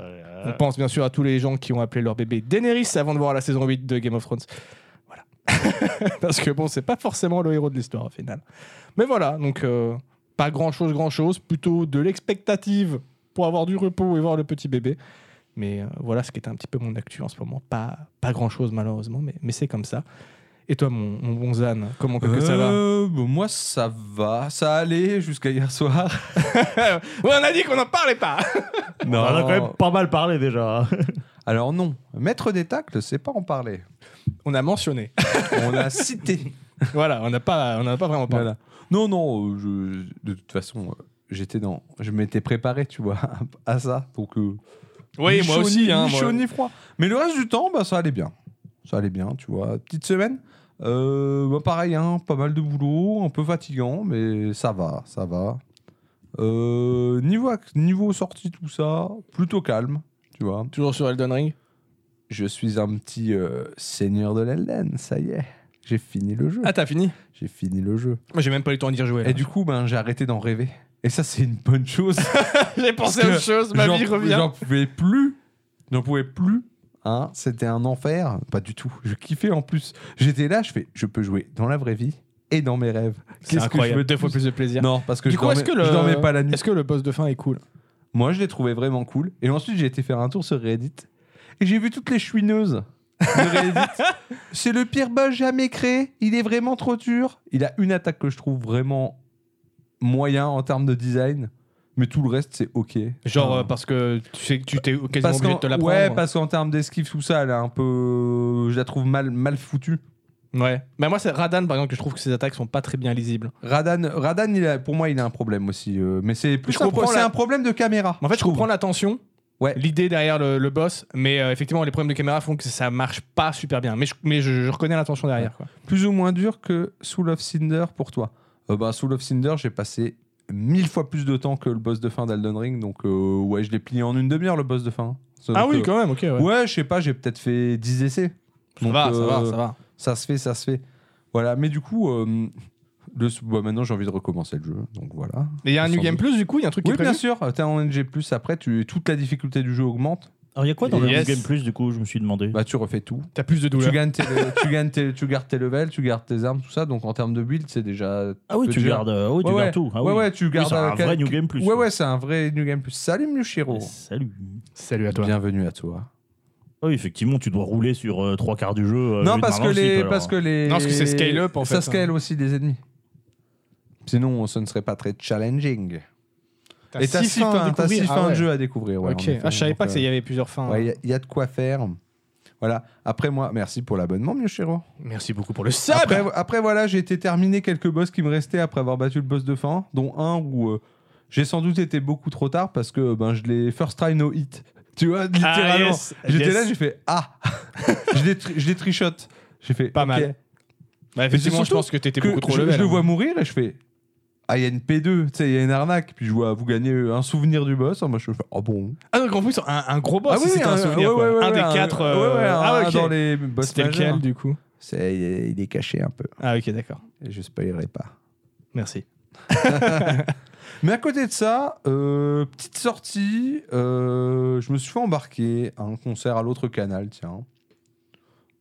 ouais.
On
euh,
pense bien sûr à tous les gens qui ont appelé leur bébé Daenerys avant de voir la saison 8 de Game of Thrones. Voilà. Parce que bon, c'est pas forcément le héros de l'histoire au final. Mais voilà, donc euh, pas grand chose, grand chose, plutôt de l'expectative pour avoir du repos et voir le petit bébé. Mais euh, voilà ce qui était un petit peu mon actu en ce moment. Pas, pas grand chose malheureusement, mais, mais c'est comme ça. Et toi, mon, mon bon Zan, comment que, que ça va
Euh, bon, Moi, ça va. Ça allait jusqu'à hier soir.
Ouais, On a dit qu'on n'en parlait pas
On en a quand même pas mal parlé déjà. hein.
Alors non, maître des tacles, c'est pas en parler.
On a mentionné.
On a cité.
voilà, on n'a pas, on n'a pas vraiment parlé.
Voilà. Non, non, euh, je- de toute façon, euh, j'étais dans... Je m'étais préparé, tu vois, à ça. Donc, euh,
Oui,
Ni
moi
chaud,
aussi.
ni-
hein,
ni
moi.
chaud ni froid. Mais le reste du temps, bah, ça allait bien. Ça allait bien, tu vois. Petite semaine. Euh, bah, pareil, hein, pas mal de boulot, un peu fatigant, mais ça va, ça va. Euh, niveau, ac- niveau sortie, tout ça, plutôt calme, tu vois.
Toujours sur Elden Ring.
Je suis un petit euh, seigneur de l'Elden, ça y est. J'ai fini le jeu.
Ah, t'as fini
J'ai fini le jeu.
Moi, j'ai même pas eu le temps d'y rejouer. là.
Et du coup, ben, j'ai arrêté d'en rêver. Et ça, c'est une bonne chose.
j'ai pensé à
que
autre chose, ma
J'en-
vie revient.
J'en pouvais plus. J'en pouvais plus. Hein, C'était un enfer. Pas du tout. Je kiffais en plus. J'étais là, je fais, je peux jouer dans la vraie vie et dans mes rêves.
C'est incroyable,
veux de
deux fois plus de plaisir.
Non, parce que,
Du
je,
coup,
dormais,
est-ce que le-
je dormais pas la nuit.
Est-ce que le boss de fin est cool
Moi, je l'ai trouvé vraiment cool. Et ensuite, j'ai été faire un tour sur Reddit. Et j'ai vu toutes les chouineuses de Reddit. C'est le pire bug jamais créé. Il est vraiment trop dur. Il a une attaque que je trouve vraiment moyen en termes de design. Mais tout le reste, c'est OK.
Genre
Enfin,
euh, parce que tu sais que tu t'es quasiment
parce
obligé
qu'en-
de te la prendre.
ouais, parce qu'en termes d'esquive, tout ça, elle est un peu. Je la trouve mal, mal foutue.
Ouais. Bah moi c'est Radan par exemple que je trouve que ses attaques sont pas très bien lisibles.
Radan, Radan il a, pour moi, il a un problème aussi. euh, mais c'est plus
Je
un,
comprends
pro- c'est
la-
un problème de caméra.
En fait je
trouve.
comprends l'attention,
Ouais.
l'idée derrière le, le boss, mais euh, effectivement les problèmes de caméra font que ça marche pas super bien. Mais je, mais je, je reconnais l'intention derrière. Quoi.
Plus ou moins dur que Soul of Cinder pour toi. Euh, bah, Soul of Cinder, j'ai passé mille fois plus de temps que le boss de fin d'Elden Ring. Donc, euh, ouais, je l'ai plié en une demi-heure, le boss de fin.
Ah
Donc,
oui
euh,
quand même, ok. Ouais.
Ouais, je sais pas, j'ai peut-être fait 10 essais.
ça,
Donc,
va, ça
euh,
va, ça va.
ça se fait, ça se fait. Voilà, mais du coup, euh, le, bah, maintenant j'ai envie de recommencer le jeu, donc voilà.
Et il y a un New
Sans
Game
doute.
Plus du coup, il y a un truc
Oui,
qui est
bien
prévu
sûr, t'es en NG+, après, tu, toute la difficulté du jeu augmente,
Alors, il y a quoi dans le
Yes.
New Game Plus, du coup, je me suis demandé
bah tu refais tout.
T'as plus de
Tu
douleur.
gagnes, tes, tu, gagnes tes- tu gardes tes levels, tu gardes tes armes, tout ça, donc en termes de build, c'est déjà...
Ah oui,
peux
tu
dire-
gardes, euh, ah oui, tu
Ouais,
gardes tout. Ah
ouais,
oui.
ouais, tu gardes...
c'est un
euh, quel-
vrai New Game Plus,
Ouais,
ouais.
ouais, c'est un vrai New Game Plus. Salut, Mushiro
Ah, Salut.
Salut à toi.
Bienvenue à toi.
Ah oui, effectivement, tu dois rouler sur euh, trois quarts du jeu. euh,
non,
vu
parce
de
que,
Marlon Slip,
les,
alors. hein.
parce que les...
Non, parce que c'est scale-up, en fait, hein.
Ça scale aussi des ennemis. Sinon, ce ne serait pas très challenging. Et t'as six fins, t'as six fins de jeu à découvrir. ouais, en
Ah ok.
effet.
Ah, je savais
Donc,
pas
euh,
qu'il y avait plusieurs fins.
Ouais, il y a- il y, a de quoi faire. Voilà. Après moi, merci pour l'abonnement, mieux chéro.
Merci beaucoup pour le sub.
Après, après voilà, j'ai été terminé quelques boss qui me restaient après avoir battu le boss de fin, dont un où euh, j'ai sans doute été beaucoup trop tard parce que ben je l'ai first try no hit. Tu vois,
Ah,
littéralement.
yes,
J'étais
yes.
là, j'ai fait ah, je l'ai tri- je l'ai trichote. J'ai fait
Pas
ok.
mal. Bah,
c'est
effectivement, je
surtout
pense que t'étais
Que
beaucoup trop
je,
level.
je le
hein.
vois mourir et je fais ah il y a une P2, tu sais il y a une arnaque. Puis je vois vous gagnez euh, un souvenir du boss. Moi je fais oh bon.
Ah donc en plus un, un gros boss,
Ah oui,
Oh, c'était un, souvenir.
ouais,
quoi.
ouais, ouais,
un des
ouais,
quatre.
ouais,
euh,
ouais, un
ah ok.
dans les boss
C'était lequel
majeurs.
du coup
C'est- il est- il est caché un peu.
Ah ok d'accord.
Je spoilerai pas.
Merci.
Mais à côté de ça, euh, petite sortie, euh, je me suis fait embarquer à un concert à l'autre canal, tiens.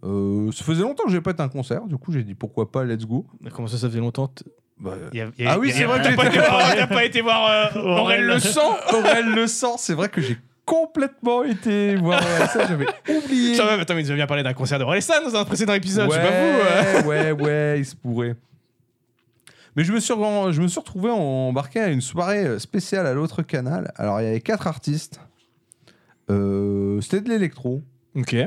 Euh, ça faisait longtemps que j'ai pas été à un concert, du coup j'ai dit pourquoi pas, let's go.
Comment ça, ça faisait longtemps t-
Bah,
Il y a- il y a-
ah oui,
il y a-
c'est vrai que
T'as
j'ai
pas,
été
été voir- t'as pas été voir euh,
Aurel.
Aurel Le Sang
Aurel le sang, c'est vrai que j'ai complètement été voir ça, j'avais oublié.
Ça va, mais attends, mais tu viens parler d'un concert d'Aurel San dans un précédent épisode, je sais pas vous. euh.
ouais, ouais, il se pourrait. Mais je me, suis, re- je me suis retrouvé embarqué à une soirée euh, spéciale à l'autre canal. Alors, il y avait quatre artistes. Euh, C'était de l'électro.
Ok, je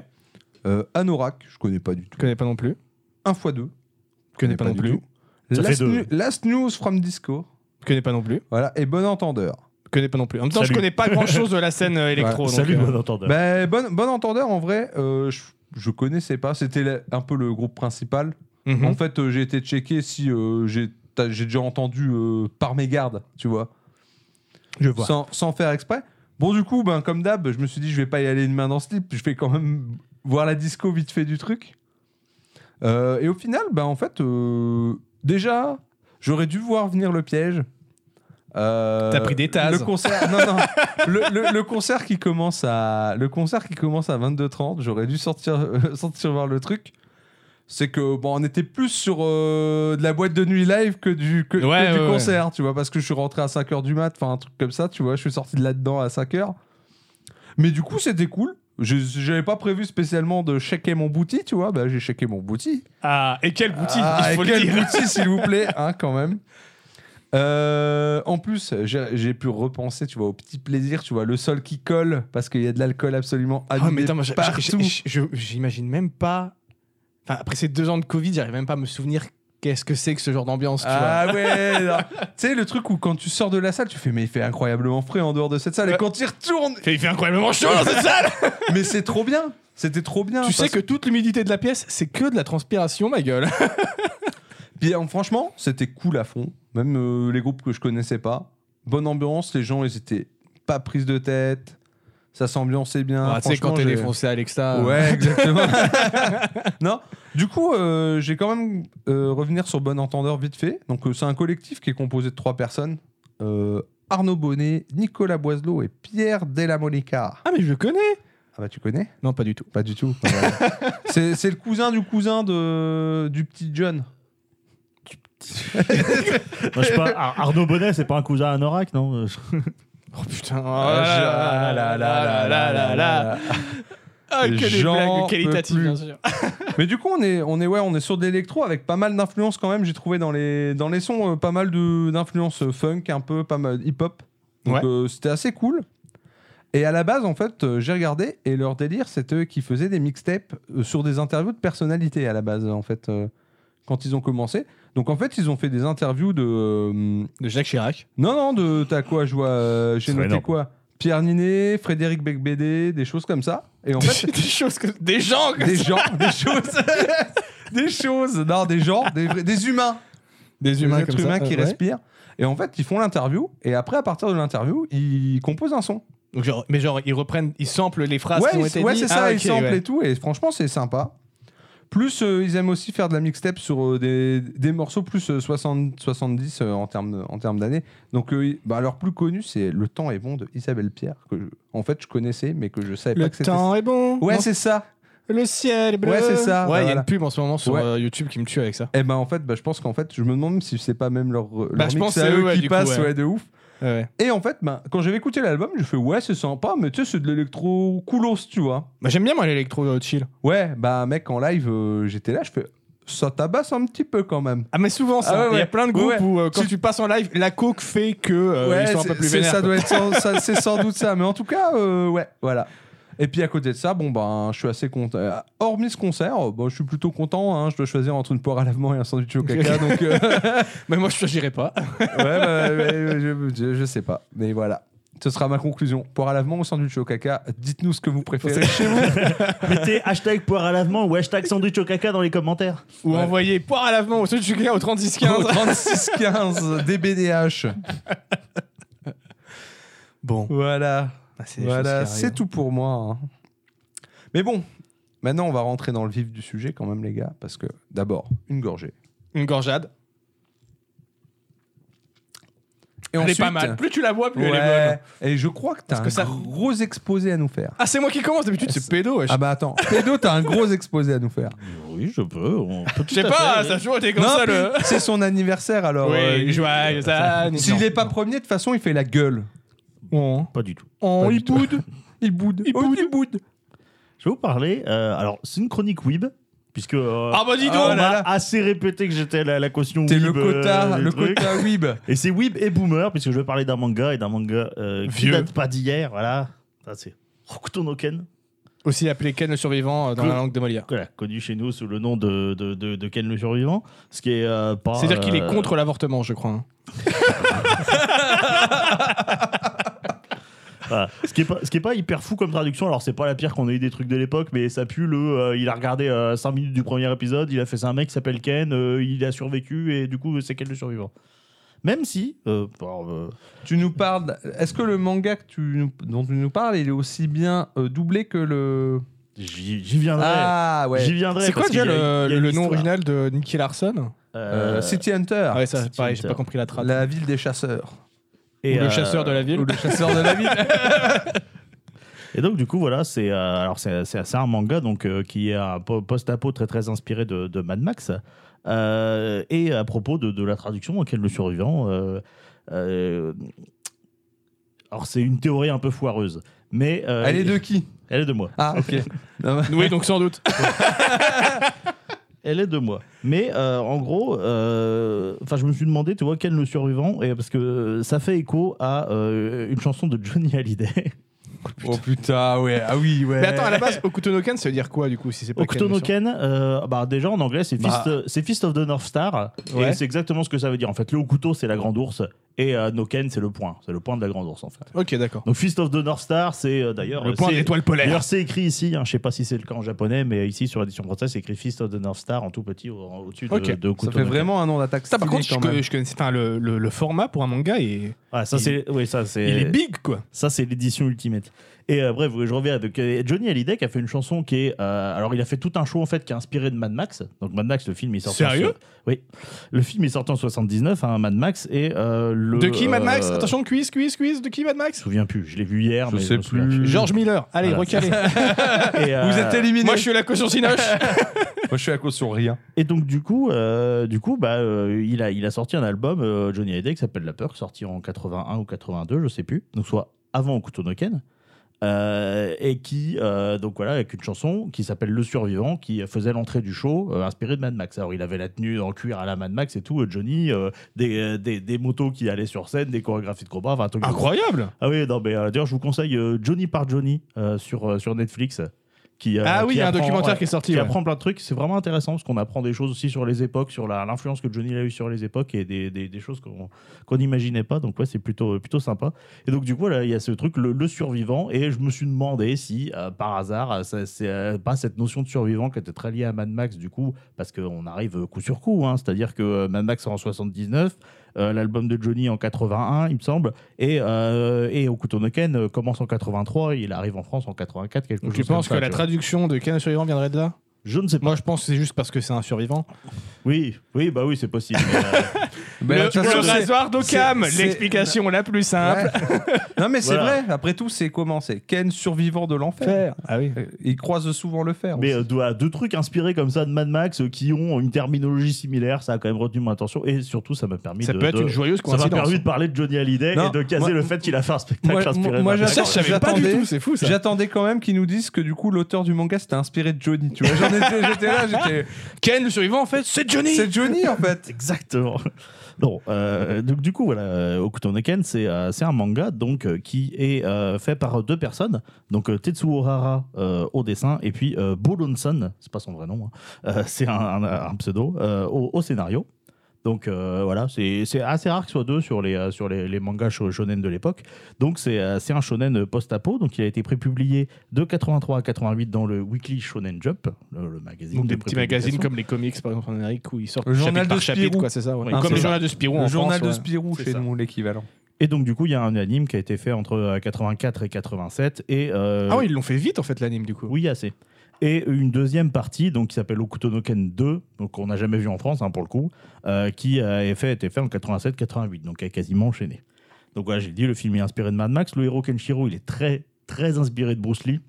Euh, Anorak, je connais pas du tout.
connais pas non plus.
Un fois deux.
Je connais pas non
du
plus.
tout.
Ça fait
Last,
deux.
Nu- Last News from Disco.
Je connais pas non plus.
Voilà, et Bon Entendeur.
Je connais pas non plus. En même temps, je
Salut.
connais pas grand chose de la scène euh, électro. donc,
Salut,
euh,
bon entendeur.
Ben, bon, Bon Entendeur, en vrai, euh, je, je connaissais pas. C'était la- un peu le groupe principal.
mhm.
En fait, euh, j'ai été checker si euh, j'ai t'as- j'ai déjà entendu euh, par mes gardes, tu vois.
Je vois.
sans, sans faire exprès. Bon, du coup, ben, comme d'hab, je me suis dit, je vais pas y aller une main dans ce slip. Je vais quand même voir la disco vite fait du truc. Euh, et au final, ben, en fait, euh, déjà, j'aurais dû voir venir le piège. Euh,
T'as pris des tases.
Le concert, non, non. le, le- le concert qui commence à le concert qui commence à 22h30, j'aurais dû sortir, sortir voir le truc. C'est que bon, on était plus sur euh, de la boîte de nuit live que du, que, que
Ouais,
du
ouais, ouais.
concert, tu vois, parce que je suis rentré à 5h du mat, enfin un truc comme ça, tu vois, je suis sorti de là-dedans à 5h. Mais du coup, c'était cool. Je- J'avais pas prévu spécialement de checker mon bouti, tu vois, bah j'ai checké mon bouti.
Ah, et quel boutique,
Ah,
il faut
et
le
quel
dire.
bouti, s'il vous plaît, hein, quand même. Euh, en plus, j'ai j'ai pu repenser, tu vois, au petit plaisir, tu vois, le sol qui colle parce qu'il y a de l'alcool absolument
Ah, mais
annulé
attends, moi, je- je-
partout.
je- je- je- j'imagine même pas. Enfin, après ces deux ans de Covid, j'arrive même pas à me souvenir Qu'est-ce que c'est que ce genre d'ambiance tu vois
Ah ouais, non. tu sais, le truc où quand tu sors de la salle, tu fais, mais il fait incroyablement frais en dehors de cette salle. Et quand tu y retournes,
Il fait incroyablement chaud dans cette salle
mais c'est trop bien. C'était trop bien.
Ah, Tu sais
parce-
que toute l'humidité de la pièce, c'est que de la transpiration, ma gueule.
Puis, euh, franchement, c'était cool à fond. Même euh, les groupes que je connaissais pas. Bonne ambiance, les gens, ils étaient pas prises de tête. Ça s'ambiançait bien.
Ah, tu sais, quand
Franchement,
t'es
j'ai-
défoncé Alexa.
Ouais, exactement. non, du coup, euh, j'ai quand même euh, revenir sur Bon Entendeur vite fait. Donc, euh, c'est un collectif qui est composé de trois personnes Euh, Arnaud Bonnet, Nicolas Boiselot et Pierre Delamonicard.
Ah, mais je le connais
Ah bah, tu connais
Non, pas du tout.
Pas du tout. c'est c'est le cousin du cousin de, du petit John.
Non, je sais pas, Ar- Arnaud Bonnet, c'est pas un cousin à Norak, non Euh,
Oh putain.
Ah, là, là, là, là, là, là.
Ah,
Les
que des
gens
blagues
peuvent
qualitatives,
plus.
bien sûr.
Mais du coup, on est, on est, ouais, on est sur de l'électro avec pas mal d'influences quand même. J'ai trouvé dans les, dans les sons euh, pas mal de- d'influences euh, funk, un peu pas mal hip-hop. Donc
Ouais.
euh, c'était assez cool. Et à la base, en fait, euh, j'ai regardé et leur délire, c'était eux qui faisaient des mixtapes euh, sur des interviews de personnalités à la base, en fait, euh, quand ils ont commencé. Donc en fait, ils ont fait des interviews de. euh,
De Jacques Chirac.
non, non, de t'as quoi Je vois. euh, J'ai
C'est
noté
énorme.
quoi Pierre Ninet, Frédéric Becbédé, des choses comme ça. Et en fait,
des choses que. Des gens que-
des gens, des choses, des choses, non, des gens, des, vrais- des humains,
Des humains
des
comme
êtres
ça. euh,
humains qui
ouais.
respirent. Et en fait, ils font l'interview, et après, à partir de l'interview, ils composent un son.
Donc, genre- mais genre, ils reprennent, ils samplent les phrases
ouais,
qui ont
ils-
été
ouais,
dites.
c'est ça,
Ah,
ils
ok,
samplent
ouais.
et tout, et franchement, c'est sympa. Plus euh, ils aiment aussi faire de la mixtape sur euh, des, des morceaux plus euh, 60, 70 euh, en termes de- en termes d'années. Donc, euh, ils- bah, leur plus connu, c'est Le temps est bon de Isabelle Pierre, que je- en fait, je connaissais, mais que je savais pas
Le
que c'était. ça.
temps est bon.
Ouais,
Non,
c'est ça.
le ciel est bleu.
Ouais, c'est ça,
Ouais, il y
bah
a
voilà.
une pub en ce moment sur
Ouais.
euh, YouTube qui me tue avec ça.
Eh ben en fait, bah, je pense qu'en fait, je me demande si c'est pas même leur, leur
Bah, je
mix
pense
à
que c'est
eux
eux, ouais,
qui
du coup,
passe,
ouais.
ouais, de ouf.
Ouais, ouais.
Et en fait, bah, quand j'avais écouté l'album, je fais ouais, c'est sympa, mais tu sais, c'est de l'électro coolos, tu vois.
Bah, J'aime bien, moi, l'électro euh, chill.
Ouais, bah mec, en live, euh, j'étais là, je fais ça tabasse un petit peu quand même.
Ah, mais souvent, ça.
Ah, ouais,
Il y a
ouais.
plein de groupes
Ouais.
où, euh, quand
Tu-
tu... passes en live, la coke fait que euh, ils sont un peu
c'est-
plus
c'est-
vénères.
ça
quoi.
doit être sans, ça- c'est sans doute ça, mais en tout cas, euh, ouais, voilà. Et puis à côté de ça, bon ben, je suis assez content. Euh, Hormis ce concert, euh, bon, je suis plutôt content. hein, je dois choisir entre une poire à lavement et un sandwich au caca, donc euh,
Mais moi, je choisirais pas.
ouais, bah, ouais, ouais, je, je- je sais pas. Mais voilà. Ce sera ma conclusion. Pour à lavement ou sandwich au caca, dites-nous ce que vous préférez chez vous.
Mettez hashtag poire à lavement ou hashtag sandwich au caca dans les commentaires.
Ou envoyer poire à lavement au sud du Caire au 3615.
Au 3615 DBDH.
Bon.
Voilà.
c'est des
Voilà,
choses qui arrivent.
c'est tout pour moi. hein. Mais bon, maintenant on va rentrer dans le vif du sujet quand même, les gars, parce que d'abord, une gorgée.
Une gorgeade.
Et
Elle est
ensuite-
pas mal. Plus tu la vois, plus elle est bonne.
Ouais. Et je crois que t'as
Parce
un
que ça-
gros exposé à nous faire.
Ah, c'est moi qui commence d'habitude, c'est pédo. wesh.
Ah bah attends, Pédo, t'as un gros exposé à nous faire.
Oui, je peux. on peut
Je
tout
sais
à
pas,
fait,
ça a
oui.
toujours été comme
Non,
ça le.
puis, c'est son anniversaire alors. euh,
Oui,
il-
joyeux anniversaire.
S'il n'est pas premier, de toute façon, il fait la gueule.
Bon.
Pas du tout.
Oh,
Pas
il
du tout.
boude.
Oh, Il boude.
Il boude. Il boude.
Je vais vous parler. euh, alors, c'est une chronique Weeb, puisque. euh,
Ah bah dis donc
on
Ah là
m'a
là.
assez répété que j'étais la, la caution
T'es
Weeb.
bah,
le quota,
euh, du
le
truc.
quota bah, Weeb.
Et c'est Weeb et Boomer, puisque je vais parler d'un manga et d'un manga euh, qui
Vieux.
date pas d'hier. Voilà. Ça, c'est Rokutonoken.
Aussi appelé Ken le survivant euh, dans
Cool.
la langue de Molière.
Voilà, connu chez nous sous le nom de, de, de, de Ken le survivant. Ce qui est euh, pas.
C'est-à-dire qu'il est
euh,
contre l'avortement, je crois. hein.
Voilà. Ce, qui est pas, ce qui est pas hyper fou comme traduction, alors c'est pas la pire qu'on ait eu des trucs de l'époque, mais ça pue le. euh, il a regardé 5 minutes du premier épisode, il a fait ça à un mec qui s'appelle Ken, euh, il a survécu et du coup c'est Ken le survivant. Même si. euh, bon, euh,
Tu nous parles. Est-ce que le manga que tu nous- dont tu nous parles, il est aussi bien euh, doublé que le.
J'y j'y viendrai.
Ah
J'y
ouais.
viendrai.
C'est quoi
parce
déjà
qu'il y a-
le,
il y a
le
une
nom
histoire.
original de Nicky Larson
Euh,
Euh,
City Hunter.
Ah ouais, ça,
c'est
pareil, j'ai
Twitter.
pas compris la trappe.
La ville des chasseurs.
Ou
et,
le
euh,
chasseur de la ville.
Ou le chasseur de la ville.
Et donc, du coup, voilà, c'est euh, alors c'est c'est- c'est un manga donc, euh, qui est un po- post-apo très très inspiré de, de Mad Max. Euh, et à propos de, de la traduction, auquel le survivant. euh, euh, alors, c'est une théorie un peu foireuse. Mais, euh,
Elle est de qui
Elle est de moi.
Ah ok. Non, mais-
Oui, donc sans doute.
Elle est de moi. Mais euh, en gros, euh, enfin, je me suis demandé, tu vois, quel le survivant et Parce que ça fait écho à euh, une chanson de Johnny Hallyday.
Oh putain, ouais. Ah oui, ouais.
Mais attends, à la base, Okutonoken, ça veut dire quoi du coup si c'est pas Kanosan
Octonoken, euh, bah déjà en anglais, c'est Fist, euh, c'est Fist of the North Star.
Ouais.
Et c'est exactement ce que ça veut dire. En fait, le Okuto, c'est la grande ours. Et euh, Noken, c'est le point. C'est le point de la grande ours, en fait.
Ok, d'accord.
Donc Fist of the North Star, c'est euh, d'ailleurs.
Le
euh,
point de
c'est-
l'étoile polaire.
D'ailleurs, c'est écrit ici, hein, je sais pas si c'est le cas en japonais, mais ici sur l'édition française, c'est écrit Fist of the North Star en tout petit au- au-dessus de-
Ok.
de,
Ça
Okuto
fait
Noken.
vraiment un nom d'attaque.
Ça, par
stylé
contre, je,
quand
co-
même.
je connaissais. Enfin, le, le- le format pour un manga, est,
Ah, ça,
Il-
c'est, oui, ça, c'est,
il est big, quoi.
ça, c'est l'édition ultimate. Et euh, bref, je reviens. Donc, euh, Johnny Hallyday qui a fait une chanson qui est. euh, alors, il a fait tout un show en fait qui est inspiré de Mad Max. Donc, Mad Max, le film est sorti. en-
Sérieux
Oui. Le film est sorti en 79, hein, Mad Max. Et, euh, le,
De qui, Mad Max
euh,
Attention, quiz, quiz, quiz. De qui, Mad
Je me
Max
souviens plus, je l'ai vu hier.
Je
mais
sais
me souviens
plus.
George Miller. Allez,
Voilà.
recalé.
Et, euh,
Vous êtes éliminé.
Moi, je suis la caution Sinoche.
Moi, je suis à cause sur rien.
Et donc du coup, euh, du coup, bah, euh, il a il a sorti un album euh, Johnny Hallyday qui s'appelle La Peur, sorti en 81 ou 82, je sais plus, donc soit avant Okutonoken, euh, et qui euh, donc voilà avec une chanson qui s'appelle Le Survivant, qui faisait l'entrée du show euh, inspiré de Mad Max. Alors il avait la tenue en cuir à la Mad Max et tout, euh, Johnny, euh, des, euh, des des motos qui allaient sur scène, des chorégraphies de combat, enfin un truc de-
Incroyable.
Ah oui, non mais euh, d'ailleurs je vous conseille euh, Johnny par Johnny euh, sur euh, sur Netflix. Qui, euh,
Ah oui,
qui
il y a un
apprend-
documentaire
ouais
qui est sorti.
qui
ouais.
apprend plein de trucs. C'est vraiment intéressant parce qu'on apprend des choses aussi sur les époques, sur la- l'influence que Johnny a eu sur les époques et des, des- des choses qu'on qu'on n'imaginait pas. Donc ouais, c'est plutôt, euh, plutôt sympa. Et donc du coup, là, il y a ce truc, le, le survivant. Et je me suis demandé si, euh, par hasard, euh, ça- c'est euh, pas cette notion de survivant qui était très liée à Mad Max du coup, parce qu'on arrive euh, coup sur coup. hein. C'est-à-dire que euh, Mad Max en 79, euh, l'album de Johnny en 81, il me semble, et, euh, et Okutonoken euh, commence en 83, et il arrive en France en 84, quelque
Donc,
chose
tu penses que
comme ça,
la
tu vois.
traduction de Ken survivant viendrait de là
Je ne sais pas.
Moi, je pense que c'est juste parce que c'est un survivant.
Oui, oui, bah oui, c'est possible. mais, euh,
Mais de toute façon, c'est-
d'Occam,
c'est- c'est-
la plus
Ouais. non, mais c'est
Voilà.
vrai. Après tout, c'est comment C'est Ken, survivant de l'enfer.
Faire. Ah oui.
Euh, Il croise souvent le fer.
mais
aussi.
euh, deux, ah, deux trucs inspirés comme ça de Mad Max euh, qui ont une terminologie similaire, ça a quand même retenu mon attention et surtout ça m'a permis
Ça
de,
peut être
de-
une joyeuse
ça m'a
coïncidence.
permis de parler de Johnny Hallyday
Non,
et de caser
moi-
le fait qu'il a fait un spectacle
moi-
inspiré
moi-
de
moi,
Mad Max.
Ça, je savais pas du
J'attendais-
tout, c'est fou ça.
J'attendais quand même qu'ils nous disent que du coup l'auteur du manga c'était inspiré de Johnny. Tu vois, j'en étais, j'étais là, j'étais.
Ken, le survivant, en fait, c'est Johnny
C'est Johnny en fait.
Exactement. Non, euh, donc du coup, voilà, euh, Okutonoken, c'est euh, c'est un manga donc euh, qui est euh, fait par deux personnes, donc euh, Tetsuo Hara euh, au dessin et puis euh, Bo Lonson, c'est pas son vrai nom, hein, euh, c'est un, un- un pseudo euh, au, au scénario. Donc euh, voilà, c'est c'est assez rare que ce soit deux sur les, euh, sur les, les mangas sho- shonen de l'époque. Donc c'est euh, c'est un shonen post-apo, donc il a été prépublié de 83 à 88 dans le Weekly Shonen Jump, le, le magazine.
Donc des
de
petits magazines
prépublication.
comme les comics par exemple en Amérique où ils sortent
Le journal
chapitre
de
par chapitre
Spirou.
quoi c'est ça ouais.
Oui,
comme
c'est
le
ça.
journal de Spirou en
Le journal
France,
de
ouais.
Spirou
C'est
chez
ça.
nous, l'équivalent.
Et donc, du coup, il y a un anime qui a été fait entre euh, 84 et 87. Et, euh,
Ah oui ils l'ont fait vite en fait l'anime du coup.
Oui, assez. Et une deuxième partie donc, qui s'appelle Okutonoken 2, donc qu'on n'a jamais vu en France hein, pour le coup, euh, qui a été fait, été fait en 87-88, donc qui a quasiment enchaîné. Donc voilà, j'ai dit, le film est inspiré de Mad Max. Le héros Kenshiro, il est très, très inspiré de Bruce Lee.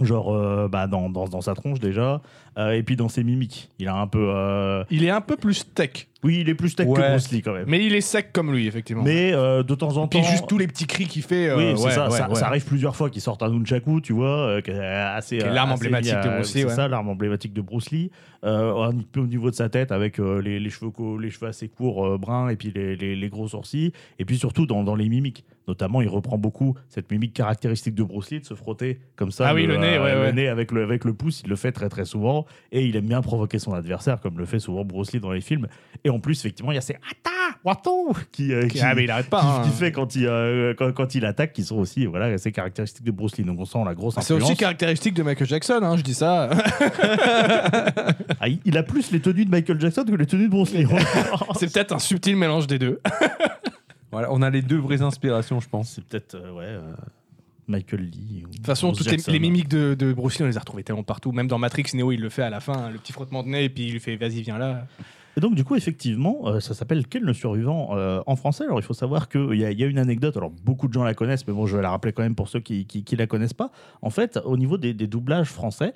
Genre euh, bah, dans, dans, dans sa tronche déjà, euh, et puis dans ses mimiques. Il a un peu. euh,
Il est un peu plus tech
Oui, il est plus tech que
Ouais.
Bruce Lee quand même.
mais il est sec comme lui effectivement.
Mais euh, de temps en temps.
Puis juste tous les petits cris qu'il fait euh,
Oui, c'est
ouais,
ça,
ouais,
ça,
ouais.
ça arrive plusieurs fois qu'ils sortent un nunchaku, tu vois, euh, qui est assez.
Qui est l'arme
assez
emblématique
lié à-
de Bruce Lee,
C'est
ouais.
ça, l'arme emblématique de Bruce Lee. Euh, un peu au niveau de sa tête, avec euh, les, les cheveux, co- les cheveux assez courts, euh, bruns, et puis les, les- les gros sourcils. Et puis surtout dans, dans les mimiques. Notamment, il reprend beaucoup cette mimique caractéristique de Bruce Lee, de se frotter comme ça.
Ah oui, le nez, ouais, ouais.
nez avec le, avec le pouce, il le fait très très souvent. Et il aime bien provoquer son adversaire, comme le fait souvent Bruce Lee dans les films. Et en plus, effectivement, il y a ces Ata, Wato qui, euh, qui-
Ah mais il arrête pas.
qui,
hein.
qui fait quand il, euh, quand, quand il attaque, qui sont aussi voilà, assez caractéristiques de Bruce Lee. Donc on sent la grosse
Ah, C'est
influence.
aussi caractéristique de Michael Jackson hein, je dis ça.
Ah, il- il a plus les tenues de Michael Jackson que les tenues de Bruce Lee.
c'est peut-être un subtil mélange des deux.
Voilà, on a les deux vraies inspirations, je pense.
C'est peut-être euh, ouais, euh, Michael Lee.
De toute façon, toutes les, les mimiques de, de Bruce Lee, on les a retrouvées tellement partout. Même dans Matrix, Neo, il le fait à la fin, hein, le petit frottement de nez, et puis il lui fait vas-y, viens là.
Et donc, du coup, effectivement, euh, ça s'appelle Quel le survivant euh, en français Alors, il faut savoir qu'il y, a- il y a une anecdote. Alors, beaucoup de gens la connaissent, mais bon, je vais la rappeler quand même pour ceux qui qui- qui la connaissent pas. En fait, au niveau des, des doublages français,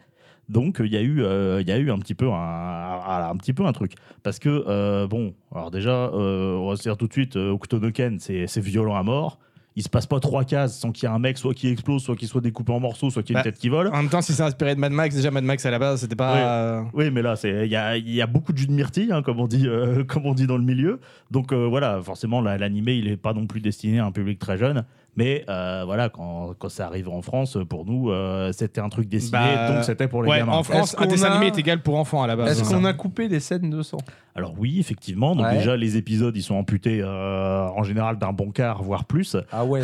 donc il y a eu, euh, il y a eu un petit peu un, un- un petit peu un truc parce que euh, bon, alors déjà, euh, on va se dire tout de suite, euh, Octonoken, c'est c'est violent à mort. il se passe pas trois cases sans qu'il y ait un mec soit qui explose, soit qui soit découpé en morceaux, soit qu'il y ait une
Bah.
tête qui vole.
En même temps, si c'est inspiré de Mad Max, déjà Mad Max à la base, c'était pas.
Ouais.
euh,
Oui, mais là, c'est- il y a, il y a beaucoup de jus de myrtille, hein, comme, on dit, euh, comme on dit dans le milieu. Donc euh, voilà, forcément, la- l'animé, il n'est pas non plus destiné à un public très jeune. Mais euh, voilà, quand, quand ça arrive en France, pour nous, euh, c'était un truc dessiné,
Bah,
donc c'était pour les
Ouais,
gamins.
en France,
Est-ce
un
qu'on
dessin
a-
animé est égal pour enfants à la base.
Est-ce
hein.
qu'on a coupé les scènes de sang
Alors oui, effectivement, donc
Ouais.
déjà, les épisodes, ils sont amputés euh, en général d'un bon quart, voire plus.
Ah ouais.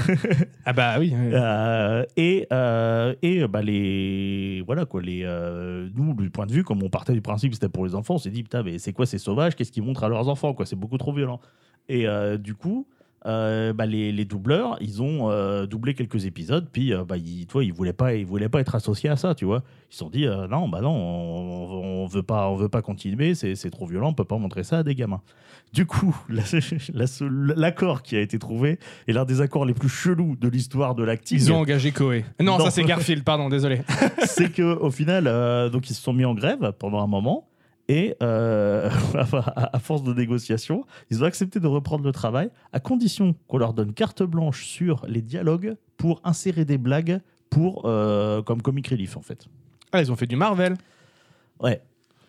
Ah bah oui. oui.
Euh, et euh, et euh, bah, les voilà quoi les euh, nous du point de vue comme on partait du principe que c'était pour les enfants on s'est dit putain mais c'est quoi ces sauvages qu'est-ce qu'ils montrent à leurs enfants quoi c'est beaucoup trop violent et euh, du coup euh, bah, les, les doubleurs ils ont euh, doublé quelques épisodes puis euh, bah ils, tu vois, ils voulaient pas ils voulaient pas être associés à ça tu vois ils se sont dit euh, non bah non on, on veut pas on veut pas continuer c'est c'est trop violent on peut pas montrer ça à des gamins du coup la- la- l'accord qui a été trouvé est l'un des accords les plus chelous de l'histoire de l'acting
Ils ont engagé Koei. Non,
Non.
ça c'est Garfield, pardon, désolé.
c'est que au final, euh, donc ils se sont mis en grève pendant un moment. Et euh, à à force de négociations, ils ont accepté de reprendre le travail à condition qu'on leur donne carte blanche sur les dialogues pour insérer des blagues pour euh, comme comic relief en fait.
Ah, ils ont fait du Marvel.
Ouais,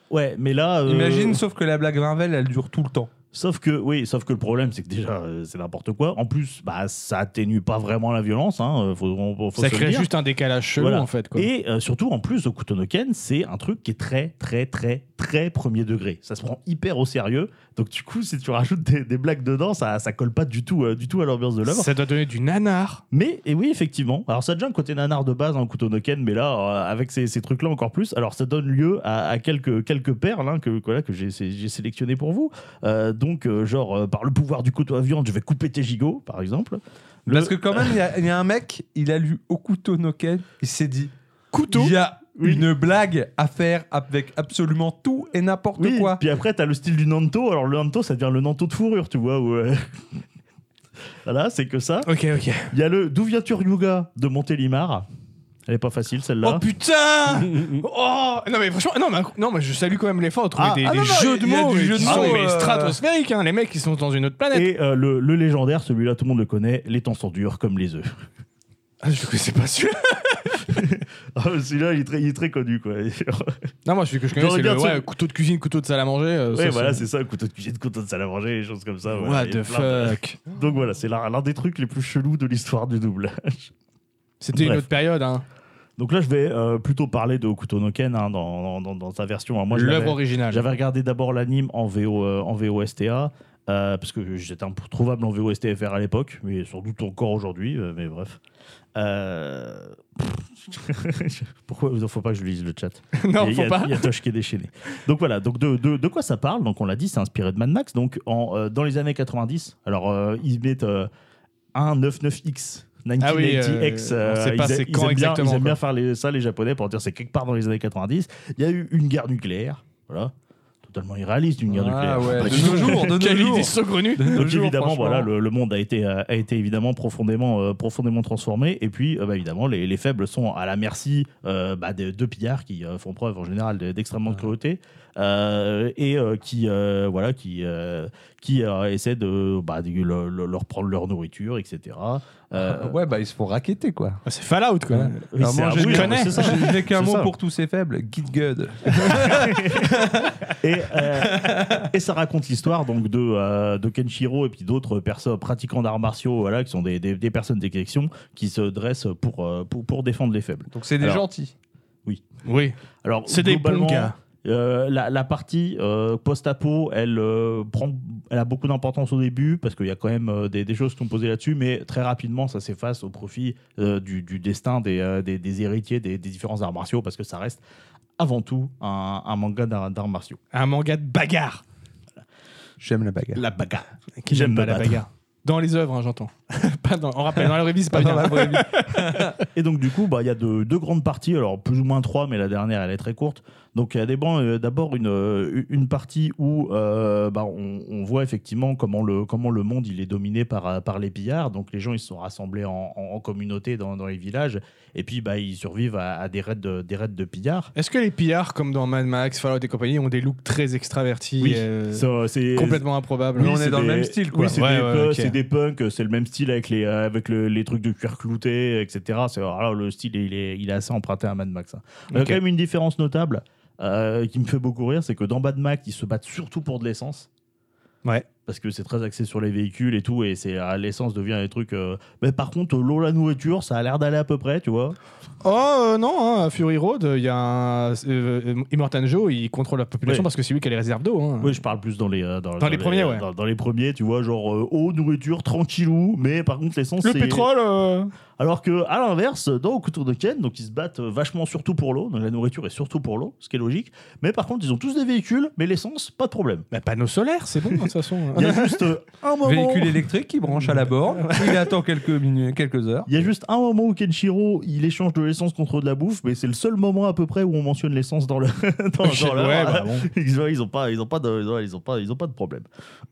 ouais, mais là, euh,
Imagine, sauf que la blague Marvel, elle dure tout le temps.
Sauf que, oui, sauf que le problème, c'est que déjà, euh, c'est n'importe quoi. En plus, bah, ça atténue pas vraiment la violence. Hein, euh, faut, on- faut
ça
se le
crée
dire.
juste un décalage chelou
Voilà.
en fait. Quoi.
Et euh, surtout, en plus, Okutonoken, c'est un truc qui est très, très, très, très premier degré. Ça se prend hyper au sérieux. Donc, du coup, si tu rajoutes des, des blagues dedans, ça, ça colle pas du tout, euh, du tout à l'ambiance de l'œuvre.
ça doit donner du nanar.
Mais, et oui, effectivement. Alors, ça a déjà un côté nanar de base, hein, en Okutonoken, mais là, euh, avec ces, ces trucs-là encore plus. Alors, ça donne lieu à, à quelques, quelques perles hein, que, voilà, que j'ai sé- j'ai sélectionnées pour vous. Euh, donc, euh, genre, euh, par le pouvoir du couteau à viande, je vais couper tes gigots, par exemple. Le-
Parce que quand même, il y a- il y, a un mec, il a lu Okuto no Ken, il s'est dit
Couteau.
il y a
Oui.
une blague à faire avec absolument tout et n'importe
Oui,
quoi.
puis après, t'as le style du Nanto. Alors, le Nanto, ça devient le Nanto de fourrure, tu vois. ouais. voilà, c'est que ça.
Ok, ok.
Il y a le D'où viens-tu, Ryuga de Montélimar. Elle est pas facile,
Oh
celle-là.
putain Oh Non mais franchement, non mais, non, mais je salue quand même l'effort de trouver
Ah,
des,
ah,
des
non, non,
jeux
il
de
y a
mots
du
mais
jeu
qui
de
sont
mots,
mais
euh,
stratosphériques, hein, les mecs qui sont dans une autre planète.
Et euh, le, le légendaire, celui-là, tout le monde le connaît. Les temps sont durs comme les œufs.
Ah, je connaissais pas celui-là.
Ah, celui-là, il est, très, il est très connu, quoi. euh, ouais,
Non, moi celui que je connais,
J'aurais
c'est
bien
le
sûr.
ouais, couteau de cuisine, couteau de salle à manger. euh, ça,
voilà,
c'est-
c'est ça. Couteau de cuisine, couteau de salle à manger, des choses comme ça. voilà,
What
il y a
the
plein de-
fuck
Donc voilà, c'est l'un l'un des trucs les plus chelous de l'histoire du double.
C'était une
Bref.
autre période, hein.
Donc là, je vais euh, plutôt parler de Okuto no Ken hein, dans, dans- dans- dans sa version. hein. Moi, je
l'œuvre
l'avais-
originale.
J'avais regardé d'abord l'anime en, VO, euh, en VOSTA, euh, parce que j'étais introuvable en VOSTFR à l'époque, mais sans doute encore aujourd'hui, euh, mais bref. Euh, Pourquoi Il ne faut pas que je lise le chat.
non,
Il y a-
faut pas.
Il y a Tosh qui est déchaîné. Donc voilà, donc de, de, de quoi ça parle Donc on l'a dit, c'est inspiré de Mad Max. Donc en, euh, dans les années 90, alors euh, ils mettent euh, un 99X. 1990X,
Ah oui, euh,
euh,
on sait pas
ils a-
c'est
ils
quand
aiment bien,
exactement,
ils aiment bien
quoi.
faire les- ça les Japonais pour dire c'est quelque part dans les années 90. Il y a eu une guerre nucléaire, voilà, totalement irréaliste une guerre
Ah
nucléaire.
ouais,
Pas
de
du
nos
tout.
jours, de nos
Quelle
jours.
idée saugrenue
De nos
Donc
jours,
évidemment,
franchement.
voilà, le, le monde a été, euh, a été évidemment profondément, euh, profondément transformé. Et puis, euh, bah, évidemment, les, les faibles sont à la merci euh, bah, de, de pillards qui euh, font preuve en général de- d'extrêmement de cruauté euh, et euh, qui, euh, voilà, qui, euh, qui euh, essaient de, bah, de le- le- leur prendre leur nourriture, etc. Euh,
Ouais, bah ils se font raqueter quoi.
Ah, C'est Fallout, quoi.
Ouais.
oui,
Alors
c'est
moi,
un-
je
oui,
connais.
c'est ça.
Je n'ai qu'un
C'est
mot
ça.
pour tous ces faibles, Git God.
et, euh, et ça raconte l'histoire donc de, euh, de Kenshiro et puis d'autres personnes pratiquants d'arts martiaux voilà, qui sont des, des, des personnes d'exception qui se dressent pour, euh, pour, pour défendre les faibles.
Donc c'est des
Alors,
gentils.
Oui,
Alors,
c'est des bons
globalement,
gars.
euh, la, la partie euh, post-apo, elle, euh, prend, elle a beaucoup d'importance au début parce qu'il y a quand même euh, des, des choses qui sont posées là-dessus, mais très rapidement, ça s'efface au profit euh, du, du destin des, euh, des- des héritiers des, des différents arts martiaux parce que ça reste avant tout un, un manga d'arts d'arts martiaux.
Un manga de bagarre.
J'aime la bagarre.
La bagarre.
Qui
J'aime
n'aime pas
me
la
battre.
bagarre. Dans les œuvres, hein, j'entends. pas dans, on rappelle, dans la vraie vie, c'est pas
Pas
bien.
dans la vraie vie.
Et donc, du coup, bah, il y a de- deux grandes parties, alors plus ou moins trois, mais la dernière, elle est très courte. Donc, il y a des bancs, euh, d'abord une, euh, une partie où euh, bah, on, on voit effectivement comment le, comment le monde il est dominé par, euh, par les pillards. Donc, les gens, ils se sont rassemblés en, en- en communauté dans, dans les villages. Et puis, bah, ils survivent à, à des, raids de, des raids de pillards.
Est-ce que les pillards, comme dans Mad Max, Fallout et compagnie, ont des looks très extravertis
Oui,
euh,
Ça, c'est
complètement improbables
Mais on
c'est
est dans le
des-
même style, quoi.
Oui, c'est
Ouais,
des,
ouais,
pu-
ok.
c'est des punks, c'est le même style avec les, euh, avec le- les trucs de cuir clouté, etc. C'est, alors, le style, il est, il est assez emprunté à Mad Max. hein. Il y a
Ok.
quand même une différence notable euh, qui me fait beaucoup rire, c'est que dans Mad Max, ils se battent surtout pour de l'essence.
Ouais.
Parce que c'est très axé sur les véhicules et tout, et c'est ah, l'essence devient des trucs. euh, Mais par contre, l'eau, la nourriture, ça a l'air d'aller à peu près, tu vois.
Oh euh, non, hein, à Fury Road, il y a un. euh, Immortan Joe, il contrôle la population
Ouais.
parce que c'est lui qui a les réserves d'eau. hein.
Oui, je parle plus dans les euh, dans,
les premiers, ouais.
Dans, dans les premiers, tu vois, genre euh, eau, nourriture, tranquillou, mais par contre l'essence.
Le
c'est-
pétrole. euh,
Alors que à l'inverse, dans Au Couteau de Ken, donc ils se battent euh, vachement surtout pour l'eau, donc la nourriture est surtout pour l'eau, ce qui est logique. Mais par contre, ils ont tous des véhicules, mais l'essence, pas de problème.
Bah, panneau solaire, c'est bon, de toute façon.
Il y a juste euh, un moment.
Véhicule électrique qui branche à la borne. Il attend quelques minutes, quelques heures.
Il y a juste un moment où Kenshiro il échange de l'essence contre de la bouffe, mais c'est le seul moment à peu près où on mentionne l'essence dans le. dans,
Ok,
dans l'œuvre.
ouais, bah, bon.
ils ont, ils ont pas, ils ont pas, de, ils ont- ils ont pas, ils ont pas de problème.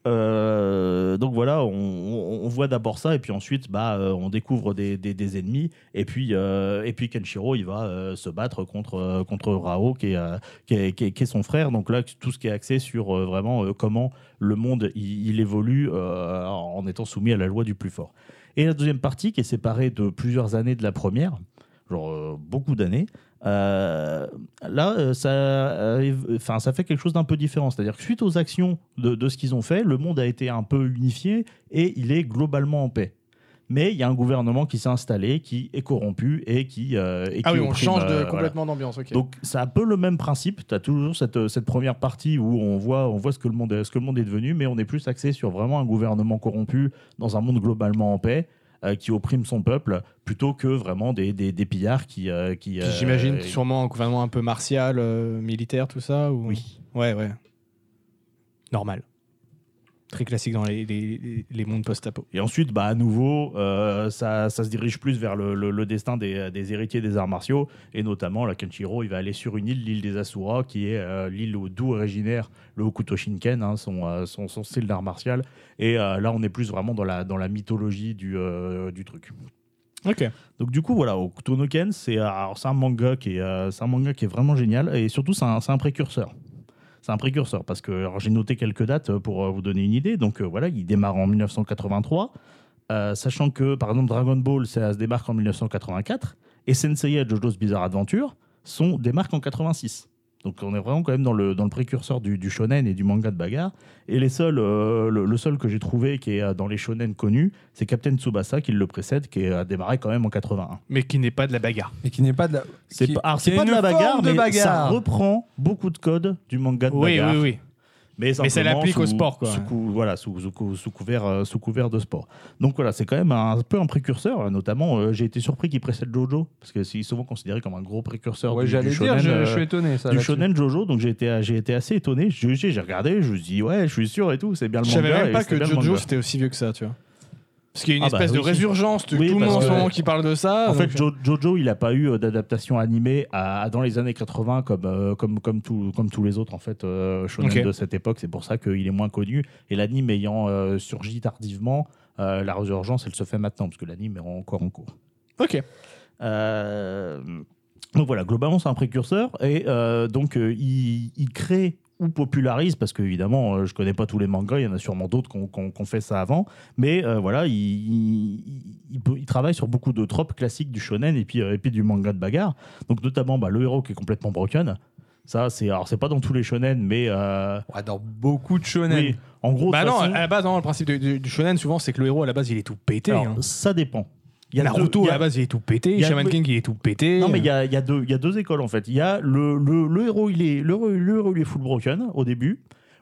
Euh, donc voilà, on, on- on voit d'abord ça et puis ensuite, bah, euh, on découvre des, des- des ennemis et puis euh, et puis Kenshiro, il va euh, se battre contre euh, contre Rao qui est, euh, qui est, qui est- qui est son frère. Donc là, tout ce qui est axé sur euh, vraiment euh, comment le monde il, il évolue euh, en étant soumis à la loi du plus fort. Et la deuxième partie, qui est séparée de plusieurs années de la première, genre euh, beaucoup d'années, euh, là, euh, ça, euh, év- enfin, ça fait quelque chose d'un peu différent. C'est-à-dire que suite aux actions de, de ce qu'ils ont fait, le monde a été un peu unifié et il est globalement en paix. Mais il y a un gouvernement qui s'est installé, qui est corrompu et qui. euh, et
Ah
qui
oui, on
opprime,
change de,
euh, voilà.
complètement d'ambiance. ok.
Donc c'est un peu le même principe. Tu as toujours cette, cette première partie où on voit, on voit ce, que le monde, est- ce que le monde est devenu, mais on est plus axé sur vraiment un gouvernement corrompu dans un monde globalement en paix. euh, qui opprime son peuple plutôt que vraiment des, des, des pillards qui. euh, qui
Puis
euh,
J'imagine sûrement un gouvernement un peu martial, euh, militaire, tout ça. Ou...
Oui.
Ouais, ouais. Normal. Très classique dans les, les- les- les mondes post-apo.
Et ensuite, bah, à nouveau, euh, ça, ça se dirige plus vers le, le- le destin des, des héritiers des arts martiaux. Et notamment, la Kenshiro, il va aller sur une île, l'île des Asura, qui est euh, l'île où- d'où originaire le Hokuto Shinken, hein, son, euh, son, son style d'art martial. Et euh, là, on est plus vraiment dans la, dans la mythologie du, euh, du truc.
Ok.
Donc du coup voilà, Hokuto no Ken, c'est euh, alors, c'est un manga qui est euh, c'est un manga qui est vraiment génial et surtout c'est un, c'est un précurseur. C'est un précurseur parce que alors, j'ai noté quelques dates euh, pour euh, vous donner une idée. Donc euh, voilà, il démarre en 1983, euh, sachant que par exemple Dragon Ball ça se démarque en 1984 et Sensei et JoJo's Bizarre Adventure sont démarquent en 86. Donc on est vraiment quand même dans le, dans le précurseur du, du shonen et du manga de bagarre. Et les seuls, euh, le, le seul que j'ai trouvé qui est euh, dans les shonen connus, c'est Captain Tsubasa qui le précède, qui a démarré quand même en 81.
Mais qui n'est pas de la bagarre.
Et qui n'est pas de la.
C'est
qui-
pas, alors,
qui
c'est
a
pas de
une
la bagarre,
forme de
mais ça
bagarre.
reprend beaucoup de codes du manga de
Oui,
bagarre.
oui, oui.
Mais,
ça
simplement
l'applique au sport, quoi.
Sous, cou- voilà, sous, sous cou- sous couvert, euh, sous couvert de sport. Donc voilà, c'est quand même un, peu un précurseur. euh, Notamment, euh, j'ai été surpris qu'il précède Jojo, parce que c'est souvent considéré comme un gros précurseur
Ouais,
du,
j'allais
du
dire,
shonen.
je,
euh,
je suis étonné. Ça,
du
là-dessus.
shonen Jojo, donc j'ai été, j'ai été assez étonné. J'ai j'ai regardé, je me suis dit, ouais, je suis sûr et tout, c'est bien le
Je
manga.
savais même
et
pas
c'est bien
que
le
Jojo
manga.
c'était aussi vieux que ça, tu vois. Parce qu'il y a une
Ah bah
espèce de
oui.
résurgence, de
Oui,
tout le monde en
parce
ce
que-
moment qui parle de ça.
En
donc-
fait, Jo- Jojo, il n'a pas eu euh, d'adaptation animée à, à- dans les années 80 comme, euh, comme, comme, tout- comme tous les autres en fait, euh, shonen
Ok.
de cette époque. C'est pour ça qu'il est moins connu. Et l'anime ayant euh, surgi tardivement, euh, la résurgence, elle se fait maintenant, parce que l'anime est encore en cours.
Ok.
Euh, donc voilà, globalement, c'est un précurseur. Et euh, donc, euh, il, il crée ou popularise, parce que évidemment, euh, je connais pas tous les mangas, il y en a sûrement d'autres qu'on qu'on- qu'on fait ça avant. Mais euh, voilà, il, il, il peut- il travaille sur beaucoup de tropes classiques du shonen et puis, euh, et puis du manga de bagarre. Donc, notamment, bah, le héros qui est complètement broken. Ça, c'est alors c'est pas dans tous les shonen, mais euh,
Ouais, dans beaucoup de shonen.
oui, en gros, de
Bah
toute
non,
façon-
à la base, non, le principe du, du- du shonen, souvent, c'est que le héros, à la base, il est tout pété.
alors,
hein.
ça dépend. Il y a
Naruto,
deux- il y
à
a-
la base, il est tout pété.
il y a-
Shaman King, il est tout pété.
Non, mais il y a, il y a deux- il y a deux écoles en fait. Il y a le, le, le héros, il est, le, héros- le héros, il est full broken au début,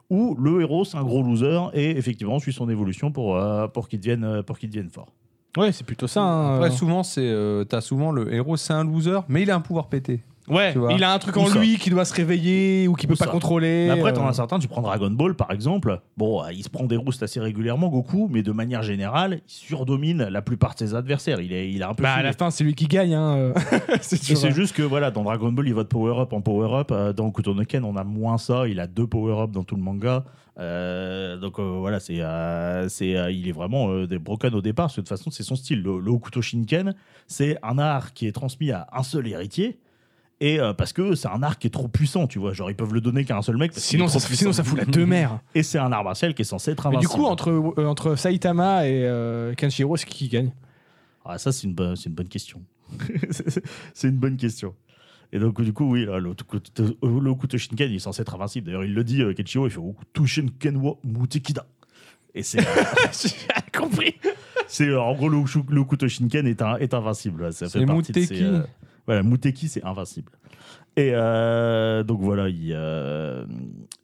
ou le héros, c'est un gros loser et effectivement, on suit son évolution pour, euh, pour qu'il devienne, euh, pour qu'il devienne fort.
Ouais, c'est plutôt ça. hein.
Après, souvent, c'est, euh, t'as souvent le héros, c'est un loser, mais il a un pouvoir pété.
Ouais,
tu vois.
il a un truc
Ou
en
ça.
lui qui doit se réveiller ou qui peut
Ou
pas
ça.
contrôler.
Mais après, t'en
euh,
as certains, tu prends Dragon Ball par exemple. Bon, euh, il se prend des roustes assez régulièrement, Goku, mais de manière générale, il surdomine la plupart de ses adversaires. Il est, il a un peu.
Bah, à
fini.
la fin, c'est lui qui gagne. Hein. euh. c'est
Et
toujours-
c'est juste que voilà, dans Dragon Ball, il va de power-up en power-up. Euh, dans Kutonoken, on a moins ça. Il a deux power-up dans tout le manga. Euh, donc euh, voilà, c'est, euh, c'est, euh, il est vraiment euh, des broken au départ. Parce que de toute façon, c'est son style. Le, le Hokuto Shinken, c'est un art qui est transmis à un seul héritier. Et euh, parce que c'est un arc qui est trop puissant, tu vois. Genre, ils peuvent le donner qu'à un seul mec. parce qu'il
Sinon,
est
ça,
trop puissant.
sinon, ça fout la deux mères.
Et c'est un art martial qui est censé être
Mais du
invincible.
coup, entre, euh, entre Saitama et euh, Kenshiro, c'est qui qui gagne
Ah, ça, c'est une, bonne- c'est une bonne question. C'est- c'est une bonne question. Et donc, du coup, oui, là, le, Okuto- le Okuto Shinken, il est censé être invincible. D'ailleurs, il le dit, euh, Kenshiro, il fait Okuto Shinken wa Mutekida. Et c'est. J'ai compris C'est euh, en gros, le, Ushu- le Okuto Shinken est, un, est invincible. ouais, Ça fait
C'est
partie de ses,
Muteki.
euh, voilà, Muteki, c'est invincible. Et euh, donc voilà, il, euh,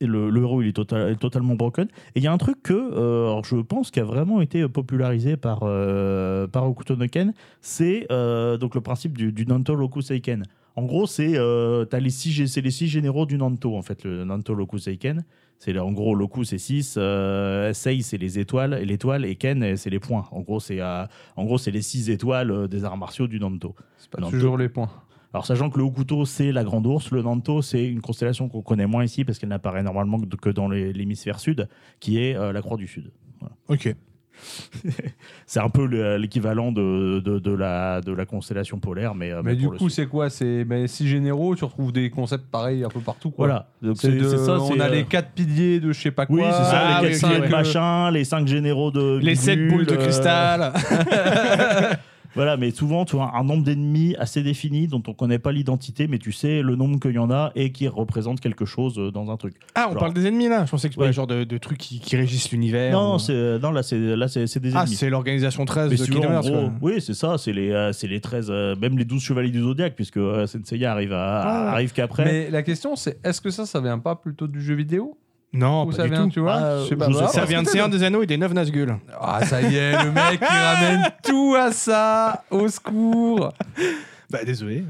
et le, le héros il est total- totalement broken. Et il y a un truc que euh, alors, je pense qui a vraiment été euh, popularisé par, euh, par Hokuto no Ken, c'est euh, donc le principe du, du Nanto Roku Seiken. En gros, c'est euh, t'as les six gé- c'est les six généraux du Nanto, en fait, le Nanto Roku Seiken. C'est là, en gros, Loku c'est 6, Sei c'est les étoiles, et l'étoile, et Ken euh, c'est les points. En gros, c'est euh, en gros, c'est les six étoiles euh, des arts martiaux du Nanto.
C'est pas
Non,
toujours les points.
Alors, sachant que le Hokuto, c'est la Grande Ourse, le Nanto, c'est une constellation qu'on connaît moins ici parce qu'elle n'apparaît normalement que- que dans les- l'hémisphère sud, qui est euh, la Croix du Sud.
Ok.
C'est un peu le- l'équivalent de, de, de la, de la constellation polaire, mais, euh,
Mais
mais
du
pour le
coup,
sud.
c'est quoi C'est mais six généraux, tu retrouves des concepts pareils un peu partout. Quoi.
Voilà. Donc,
C'est de- on
c'est,
a
euh,
les quatre piliers de je sais pas quoi.
Oui, c'est ça,
Ah,
les
oui,
quatre piliers
ok,
de
ouais.
machin, les cinq généraux de.
Les
bidule,
sept boules de
euh,
cristal.
Voilà, mais souvent, tu as un nombre d'ennemis assez défini dont on connaît pas l'identité, mais tu sais le nombre qu'il y en a et qui représente quelque chose euh, dans un truc.
Ah, on
Genre-
parle des ennemis là Je pensais que c'était
Ouais.
le genre de, de trucs qui, qui régissent l'univers.
non,
Ou-
c'est, euh, non, là, c'est, là, c'est, c'est des
hein. Ah,
ennemis.
c'est l'organisation 13
Mais
de
si tu veux,
Kingdom
en
Hearts,
gros,
quoi.
oui, c'est ça, c'est les, euh, c'est les 13, euh, même les 12 chevaliers du zodiaque, puisque euh, Senseiya arrive, à,
Ah.
arrive qu'après.
Mais la question, c'est est-ce que ça, ça vient pas plutôt du jeu vidéo
Non,
Ou
pas
ça
du
vient,
tout.
tu vois
Ah,
Je sais
je
pas.
sais
Bah,
pas.
Ça vient de Seigneur des Anneaux et des Neuf Nazgûl.
Ah, ça y est, le mec, il ramène tout à ça. Au secours.
Bah, désolé.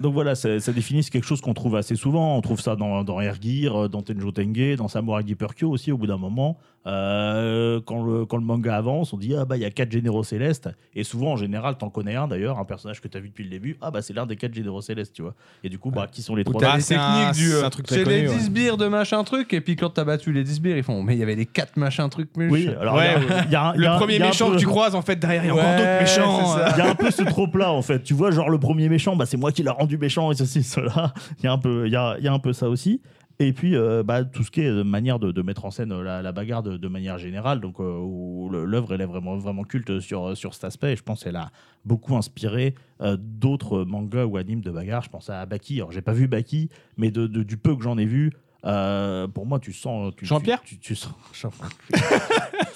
Donc voilà, ça, ça définit quelque chose qu'on trouve assez souvent. On trouve ça dans, dans Air Gear, euh, dans Tenjo Tenge, dans Samurai Gipperkyo aussi, au bout d'un moment. Euh, quand, le, quand le manga avance, on dit Ah bah il y a quatre généraux célestes. Et souvent, en général, t'en connais un d'ailleurs, un personnage que t'as vu depuis le début. Ah bah c'est l'un des quatre généraux célestes, tu vois. Et du coup, bah qui sont les
Où
trois
t'as
Ah,
les
c'est
techniques
un-
du.
c'est
euh,
un truc très
C'est les
connu, ouais.
10 bières de machin truc. Et puis quand t'as battu les 10 bières, ils font. Mais il y avait les 4 machins trucs. mais
Oui,
je-
alors
Ouais,
il y a- il y a un- il y
Le
a un-
premier
il y a un
méchant
peu-
que tu croises, en fait, derrière, il y a encore
Ouais,
d'autres méchants.
c'est ça.
euh.
Il y a un peu ce trop-plat en fait. Tu vois, genre le premier méchant, bah, c'est moi qui l'a rendu méchant et ceci, cela. Il y, a un peu- il y a, il y a un peu ça aussi. Et puis, euh, bah, tout ce qui est euh, manière de, de mettre en scène euh, la, la bagarre de, de manière générale. Donc, euh, où le- l'œuvre, elle est vraiment, vraiment culte sur, euh, sur cet aspect. Et je pense qu'elle a beaucoup inspiré euh, d'autres mangas ou animes de bagarre. Je pense à Baki. Alors, j'ai pas vu Baki, mais de, de- du peu que j'en ai vu, euh, pour moi, tu sens. tu-
Jean-Pierre
tu, tu sens.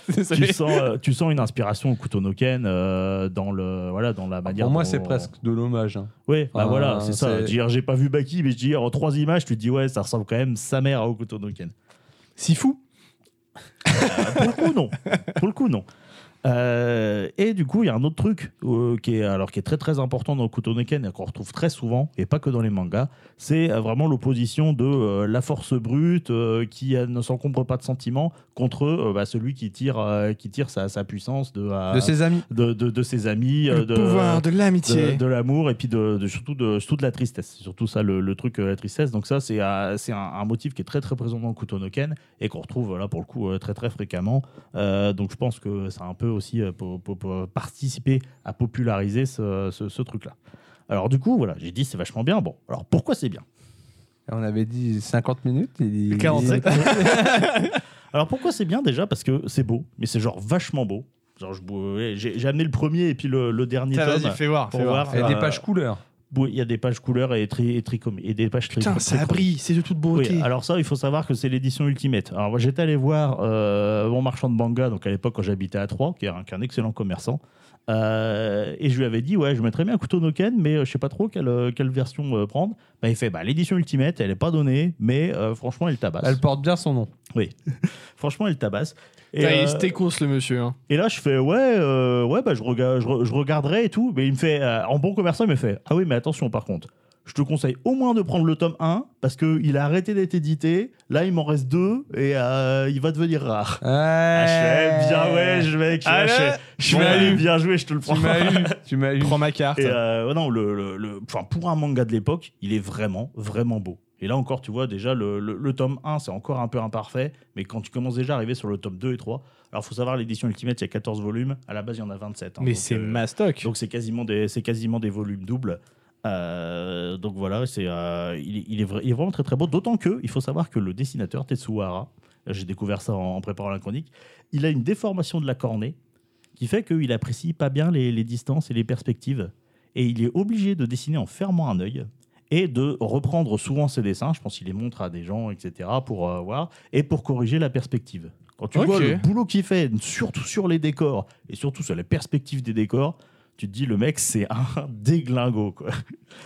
Désolé.
tu sens, euh, tu sens une inspiration au Kutonoken euh, dans le voilà dans la manière.
Ah, Pour moi,
dont-
c'est presque de l'hommage. hein.
Oui, bah
Enfin,
voilà, c'est ça.
c'est-
Je veux dire, J'ai pas vu Baki, mais je dis en trois images, tu te dis ouais, ça ressemble quand même sa mère à Okutonoken.
Si fou.
Euh, Pour le coup, non. Pour le coup, non. Euh, et du coup, il y a un autre truc euh, qui est alors qui est très très important dans Kutonoken et qu'on retrouve très souvent et pas que dans les mangas, c'est euh, vraiment l'opposition de euh, la force brute euh, qui euh, ne s'encombre pas de sentiments contre euh, bah, celui qui tire euh, qui tire sa, sa puissance de euh,
De ses amis.
de, de- de ses amis, euh,
Le
de,
pouvoir de
de,
l'amitié.
de l'amour et puis de, de- surtout, de, surtout de la tristesse. C'est surtout ça le, le truc, euh, la tristesse. Donc ça, c'est euh, c'est un, un motif qui est très très présent dans Kutonoken et qu'on retrouve là pour le coup euh, très très fréquemment. Euh, donc je pense que ça a un peu aussi euh, po- po- po- participé à populariser ce, ce- ce truc-là. Alors du coup, voilà, j'ai dit c'est vachement bien. Bon, alors pourquoi c'est bien
On avait dit 50 minutes. Il dit
45.
Alors pourquoi c'est bien déjà Parce que c'est beau, mais c'est genre vachement beau. Genre je bou- ouais, j'ai j'ai amené le premier et puis le, le dernier
Tiens,
tome.
Vas-y, fais voir.
pour
fais
voir.
voir.
Et des
Euh,
pages couleurs.
Oui, il y a des pages couleurs et, tri- et, tricom- et des pages
Putain,
tricom-
ça
tricom-
brille, c'est de toute
Oui,
beauté.
alors ça, il faut savoir que c'est l'édition Ultimate. Alors moi, j'étais allé voir euh, mon marchand de manga, donc à l'époque quand j'habitais à Troyes, qui est un, qui est un excellent commerçant, euh, et je lui avais dit, ouais, je mettrais bien Kutonoken, mais euh, je sais pas trop quelle, euh, quelle version euh, prendre. Bah, il fait, bah, l'édition Ultimate, elle est pas donnée, mais euh, franchement, elle tabasse.
Elle porte bien son nom.
Franchement, elle tabasse. Et,
Putain,
euh,
Il se décourse, le monsieur. hein.
et là, je fais ouais, euh, ouais, bah, je, rega- je, re- je regarderai et tout. Mais il me fait, euh, en bon commerçant, il me fait ah oui, mais attention, par contre, je te conseille au moins de prendre le tome 1 parce qu'il a arrêté d'être édité. Là, il m'en reste deux et euh, il va devenir rare. Ah, je fais, bien, ouais, je- mec, je-
Allez,
je- je
bon,
vais aller
allez.
bien jouer, je te le
Tu
prends.
m'as eu. Tu m'as eu.
Prends ma carte.
Et euh, ouais, non, le, le- le- enfin, pour un manga de l'époque, il est vraiment, vraiment beau. Et là encore, tu vois, déjà, le, le- le tome 1, c'est encore un peu imparfait, mais quand tu commences déjà à arriver sur le tome 2 et 3, alors faut savoir, l'édition Ultimate, il y a 14 volumes, à la base, il y en a 27. hein,
Mais
donc,
c'est
euh,
ma stock.
Donc c'est quasiment, des- c'est quasiment des volumes doubles. Euh, donc voilà, c'est, euh, il, est- il est vra- il est vraiment très très beau. D'autant que, il faut savoir que le dessinateur Tetsuhara, j'ai découvert ça en, en préparant la chronique, il a une déformation de la cornée qui fait qu'il apprécie pas bien les, les distances et les perspectives. Et il est obligé de dessiner en fermant un œil et de reprendre souvent ses dessins. Je pense qu'il les montre à des gens, etc., pour euh, voir et pour corriger la perspective. Quand tu
Ok.
vois le boulot qu'il fait, surtout sur les décors et surtout sur les perspectives des décors, tu te dis le mec c'est un déglingo quoi.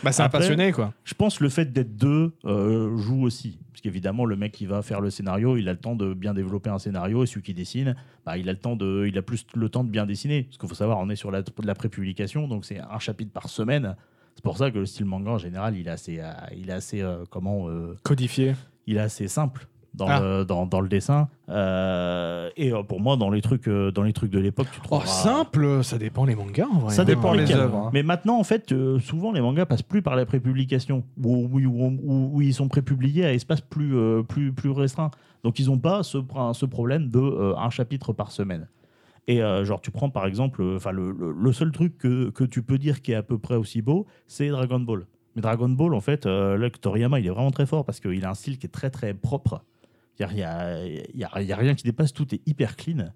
Bah, c'est un
Après-
passionné, quoi.
Je pense le fait d'être deux euh, joue aussi. Parce qu'évidemment, le mec qui va faire le scénario, il a le temps de bien développer un scénario. Et celui qui dessine, bah, il, a le temps de, il a plus le temps de bien dessiner. Parce qu'il faut savoir, on est sur la, de la prépublication, donc c'est un chapitre par semaine. C'est pour ça que le style manga, en général, il est assez, euh, il est assez, euh, comment, euh,
Codifié.
il est assez simple dans,
Ah.
le, dans, dans le dessin. Euh, et euh, pour moi, dans les trucs, euh, dans les trucs de l'époque, tu
Oh,
trouves
simple, ça dépend les mangas, en vrai.
Ça
hein.
dépend
les
lesquels.
œuvres. hein.
Mais maintenant, en fait, euh, souvent les mangas passent plus par la prépublication, ou, ou- ou- ou- ou ils sont prépubliés à espace plus, euh, plus, plus restreint. Donc ils n'ont pas ce, pr- ce problème de euh, un chapitre par semaine. Et euh, genre, tu prends par exemple, euh, enfin le, le- le seul truc que, que tu peux dire qui est à peu près aussi beau, c'est Dragon Ball. Mais Dragon Ball, en fait, euh, là, Toriyama, il est vraiment très fort parce qu'il a un style qui est très très propre. Il n'y a, y a- y a rien qui dépasse, tout est hyper clean.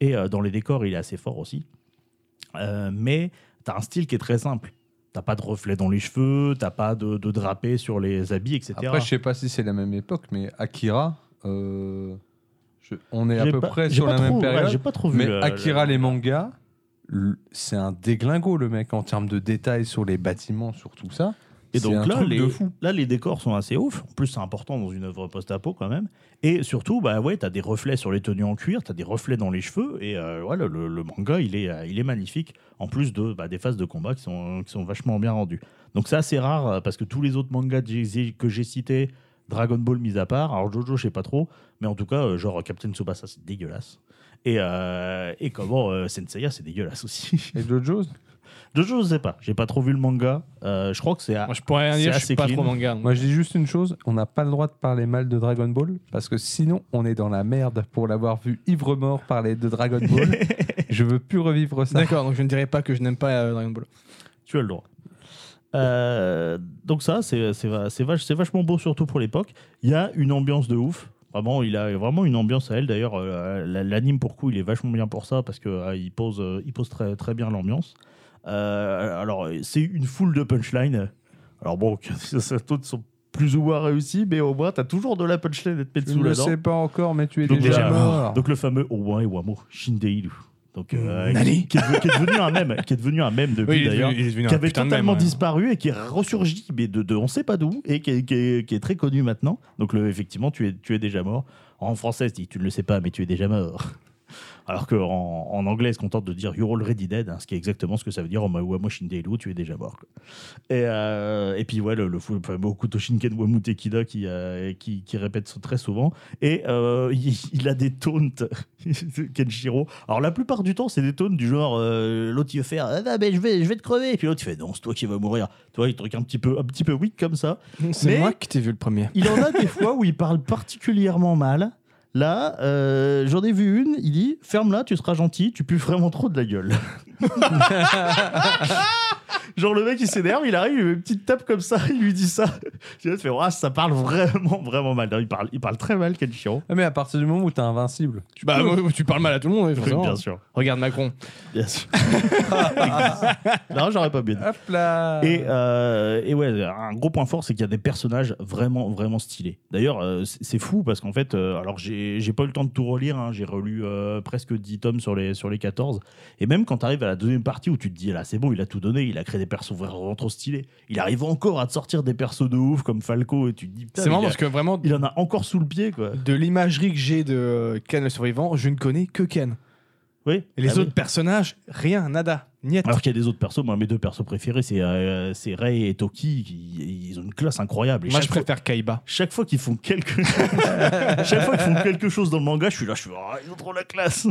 Et euh, dans les décors, il est assez fort aussi. Euh, mais t'as un style qui est très simple. T'as pas de reflets dans les cheveux, t'as pas de, de drapé sur les habits, etc.
Après, je sais pas si c'est la même époque, mais Akira, euh, je- on est à
J'ai
peu
pas-
près
j'ai
sur
pas
la
trop-
même
ouais,
période.
j'ai pas trop vu
mais
le-
Akira,
le-
les mangas, l- c'est un déglingo, le mec, en termes de détails sur les bâtiments, sur tout ça.
Et
C'est
donc
un
là,
truc
les,
de fou.
là, les décors sont assez ouf. En plus, c'est important dans une œuvre post-apo quand même. Et surtout, bah ouais, t'as des reflets sur les tenues en cuir, t'as des reflets dans les cheveux. Et euh, voilà, le, le manga, il est, euh, il est magnifique. En plus de bah, des phases de combat qui sont, qui sont vachement bien rendues. Donc c'est assez rare euh, parce que tous les autres mangas que j'ai- que j'ai cités, Dragon Ball mis à part, alors Jojo, je sais pas trop, mais en tout cas, euh, genre Captain Tsubasa, c'est dégueulasse. Et, euh, et comment euh, Senseiya, c'est dégueulasse aussi.
Et Jojo
Jojo, je sais pas, j'ai pas trop vu le manga. Euh, je crois que c'est à-
Moi, je pourrais rien
C'est
dire, je
assez
suis pas
clean.
trop manga. donc.
Moi, je dis juste une chose on n'a pas le droit de parler mal de Dragon Ball, parce que sinon, on est dans la merde pour l'avoir vu ivre-mort parler de Dragon Ball. je veux plus revivre ça.
D'accord, donc je ne dirais pas que je n'aime pas euh, Dragon Ball.
Tu as le droit. Euh, donc ça, c'est c'est va- c'est vache- c'est vachement beau, surtout pour l'époque. Il y a une ambiance de ouf. Vraiment, il a vraiment une ambiance à elle. D'ailleurs, euh, la- l'anime, pour coup, il est vachement bien pour ça, parce qu'il pose, euh, il pose très, très bien l'ambiance. Euh, alors, c'est une foule de punchlines. Alors bon, toutes sont plus ou moins réussies, mais au moins, t'as toujours de la punchline et de
Tu
Petsu
ne le
là-dedans.
sais pas encore, mais tu es
Donc
déjà,
déjà
mort.
Donc le fameux Owa et Wamo, Shindeiru. Donc, euh,
Nani
qui, est devenu- qui est devenu un mème, qui est devenu un mème depuis d'ailleurs qui avait totalement disparu et qui est ressurgi, mais de, de on sait pas d'où, et qui est, qui est- qui est très connu maintenant. Donc le, effectivement, tu es, tu es déjà mort. En français, c'est dit, tu ne le sais pas, mais tu es déjà mort. Alors qu'en en, en anglais, ils se contentent de dire You're already dead, hein, ce qui est exactement ce que ça veut dire en Wamo Shindeiru, tu es déjà mort. quoi. Et, euh, et puis, ouais, le, le fou- le fameux Okuto Shinken Wamu Tekida qui, euh, qui, qui répète ça très souvent. Et euh, il, il a des taunts, Kenshiro. Alors, la plupart du temps, c'est des taunts du genre euh, l'autre il veut faire ah, bah, je, vais, je vais te crever. Et puis l'autre il fait non, c'est toi qui vas mourir. Tu vois, il truc un petit peu, un petit peu weak comme ça.
C'est
Mais-
moi qui t'ai vu le premier.
Il en a des fois où il parle particulièrement mal. Là, euh, j'en ai vu une, il dit ferme-la, tu seras gentil, tu pues vraiment trop de la gueule. Genre le mec il s'énerve, il arrive, il lui met une petite tape comme ça, il lui dit ça. Tu vois, tu fais, Ouah, Ah, ça parle vraiment, vraiment mal. Non, il, parle, il parle très mal, Kenshiro.
Ah, mais à partir du moment où t'es invincible,
Tu, bah, moi, tu parles mal à tout le monde, oui, forcément.
Bien sûr.
Regarde Macron.
Bien sûr. non, j'aurais pas bien dit.
Hop là
Et, euh, et ouais, un gros point fort, c'est qu'il y a des personnages vraiment, vraiment stylés. D'ailleurs, euh, c'est c'est fou parce qu'en fait, euh, alors j'ai j'ai pas eu le temps de tout relire, hein, j'ai relu euh, presque 10 tomes sur les, sur les 14. Et même quand tu arrives à la deuxième partie où tu te dis, là, c'est bon, il a tout donné, il a créé des persos vraiment trop stylés, il arrive encore à te sortir des persos de ouf comme Falco et tu te dis, putain,
C'est marrant
il, a-
parce que vraiment,
il en a encore sous le pied, quoi.
de l'imagerie que j'ai de euh, Ken le survivant, je ne connais que Ken.
Oui.
Et les
Ah oui.
autres personnages, rien, nada, niette.
Alors qu'il y a des autres persos, moi mes deux persos préférés c'est euh, c'est Rei et Toki, qui- ils ont une classe incroyable. Et
moi,
chaque
je
fois-
préfère Kaiba.
Chaque fois qu'ils font quelque chaque fois qu'ils font quelque chose dans le manga, je suis là, je suis Ah, ils ont trop la classe. hein.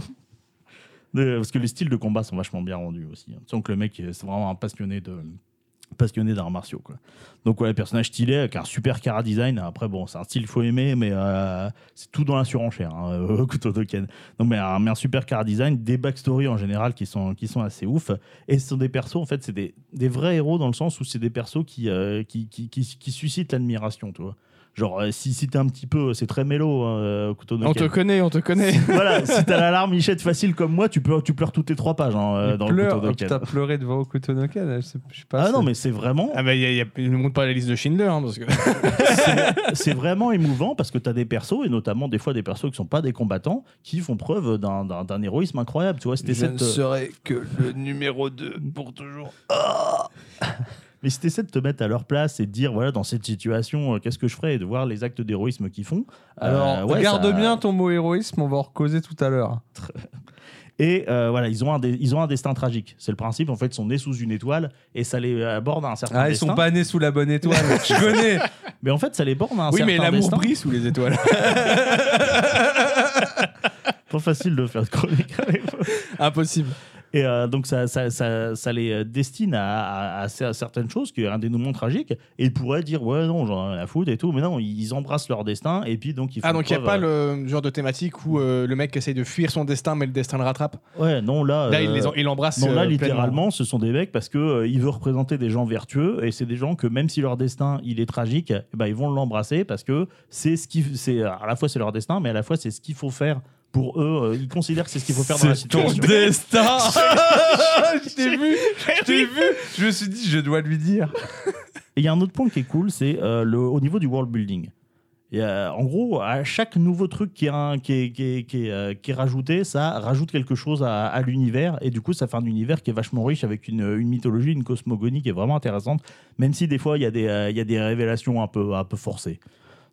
De- Parce que les styles de combat sont vachement bien rendus aussi. On sent que le mec, euh, c'est vraiment un passionné de, passionné d'arts martiaux. Quoi. Donc voilà, personnage stylé avec un super cara design. Après, bon, c'est un style qu'il faut aimer, mais euh, c'est tout dans la surenchère, hein, au couteau token. Donc, mais un, mais un super cara design, des backstories en général qui sont, qui sont assez ouf. Et ce sont des persos, en fait, c'est des, des vrais héros dans le sens où c'est des persos qui, euh, qui, qui, qui- qui suscitent l'admiration, tu vois. Genre, euh, si, si t'es un petit peu, c'est très mélo, hein, euh, couteau
On te
Token.
connaît, on te connaît.
voilà, si t'as la larme Michette facile comme moi, tu, peux, tu pleures toutes tes trois pages hein, euh,
Il
dans
pleure,
le couteau
hop,
Dokken.
T'as pleuré devant Okutonoken, je sais je sais pas.
Ah non,
c'est-
mais c'est vraiment,
Ah bah, y a- y a- il ne montre pas la liste de Schindler, hein, parce que...
Ah.
c'est vraiment émouvant parce que t'as des persos et notamment des fois des persos qui sont pas des combattants qui font preuve d'un- d'un d'un héroïsme incroyable. Tu vois, c'était cette, euh,
serai que le numéro 2 pour toujours.
mais si t'essaies de te mettre à leur place et de dire voilà dans cette situation euh, qu'est-ce que je ferais et de voir les actes d'héroïsme qu'ils font.
Alors,
euh, ouais,
garde
ça-
bien ton mot héroïsme, on va en recauser tout à l'heure.
Et euh, voilà, ils ont un dé- ils ont un destin tragique. C'est le principe en fait, ils sont nés sous une étoile et ça les aborde à un certain
Ah, ils
destin.
sont pas nés sous la bonne étoile, je connais.
Mais en fait, ça les borne à un
Oui,
certain
mais l'amour
destin.
brille sous les étoiles.
Pas facile de faire de chronique à l'époque.
Impossible.
Et euh, donc, ça, ça, ça, ça les euh, destine à, à- à cer- certaines choses, qui est un dénouement tragique. Et ils pourraient dire, ouais, non, j'en ai rien à foutre et tout. Mais non, ils embrassent leur destin. Et puis, donc, ils font
Ah, donc il n'y a
preuve,
pas
euh,
le genre de thématique où euh, le mec essaye de fuir son destin, mais le destin le rattrape
Ouais, non, là.
Là,
euh,
il les en- il l'embrasse.
non, là,
euh,
littéralement, ce sont des mecs parce que euh, il veut représenter des gens vertueux et c'est des gens que même si leur destin il est tragique, eh ben, ils vont l'embrasser parce que c'est ce qui c'est à la fois c'est leur destin mais à la fois c'est ce qu'il faut faire pour eux. euh, Ils considèrent que c'est ce qu'il faut faire dans la
C'est ton
situation.
destin. Je t'ai vu, je t'ai vu. Je me suis dit, je dois lui dire.
Et il y a un autre point qui est cool, c'est euh, le- au niveau du world building. Et, euh, en gros, à chaque nouveau truc qui est, un- qui est- qui est- qui est, euh, qui est rajouté, ça rajoute quelque chose à, à l'univers. Et du coup, ça fait un univers qui est vachement riche avec une, une mythologie, une cosmogonie qui est vraiment intéressante. Même si des fois, il y, a des, euh, il y a des révélations un peu, un peu forcées.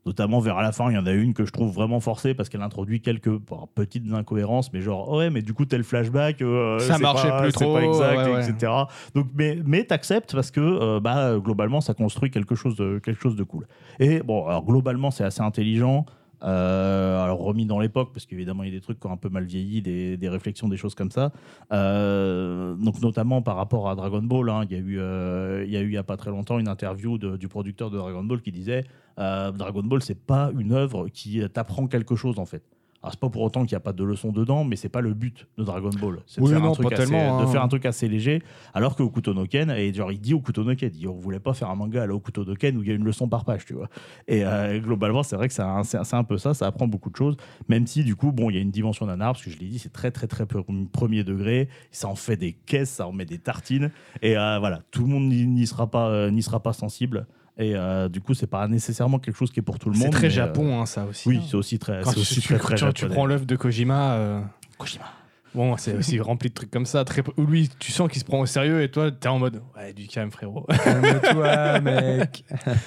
Notamment vers la fin, il y en a une que je trouve vraiment forcée parce qu'elle introduit quelques bon, petites incohérences, mais genre, ouais, mais du coup, tel flashback, euh,
Ça
c'est
marchait
pas-
plus
c'est
trop,
pas exact,
ouais, ouais.
etc. Donc, mais mais t'acceptes parce que euh, bah, globalement, ça construit quelque chose, de, quelque chose de cool. Et bon, alors globalement, c'est assez intelligent. Euh, alors remis dans l'époque, parce qu'évidemment il y a des trucs qui ont un peu mal vieilli, des, des réflexions, des choses comme ça. Euh, donc notamment par rapport à Dragon Ball, hein, il y a eu, euh, il y a eu il y a pas très longtemps une interview de- du producteur de Dragon Ball qui disait euh, Dragon Ball c'est pas une œuvre qui t'apprend quelque chose en fait. Alors c'est pas pour autant qu'il n'y a pas de leçon dedans, mais c'est pas le but de Dragon Ball, c'est de,
Oui,
faire,
non,
un truc
pas
assez,
tellement,
de
hein.
faire un truc assez léger. Alors que Okutonoken, et genre il dit Okutonoken, il dit on voulait pas faire un manga à la Okutonoken où il y a une leçon par page, tu vois. Et euh, globalement, c'est vrai que c'est un, c'est un- c'est un peu ça, ça apprend beaucoup de choses, même si du coup, bon, il y a une dimension d'un art, parce que je l'ai dit, c'est très, très, très peu- premier degré, ça en fait des caisses, ça en met des tartines, et euh, voilà, tout le monde n'y n'y sera, pas, euh, n'y sera pas sensible, et euh, du coup, c'est pas nécessairement quelque chose qui est pour tout le monde.
C'est très
mais, euh,
Japon, hein, ça aussi.
oui, c'est aussi très,
Quand
c'est
tu,
aussi
tu-
très, très
tu- tu
japonais.
prends l'œuvre de Kojima. euh, Bon, c'est aussi rempli de trucs comme ça. Très... Où lui, tu sens qu'il se prend au sérieux et toi, t'es en mode Ouais, du calme, frérot.
Calme-toi, mec.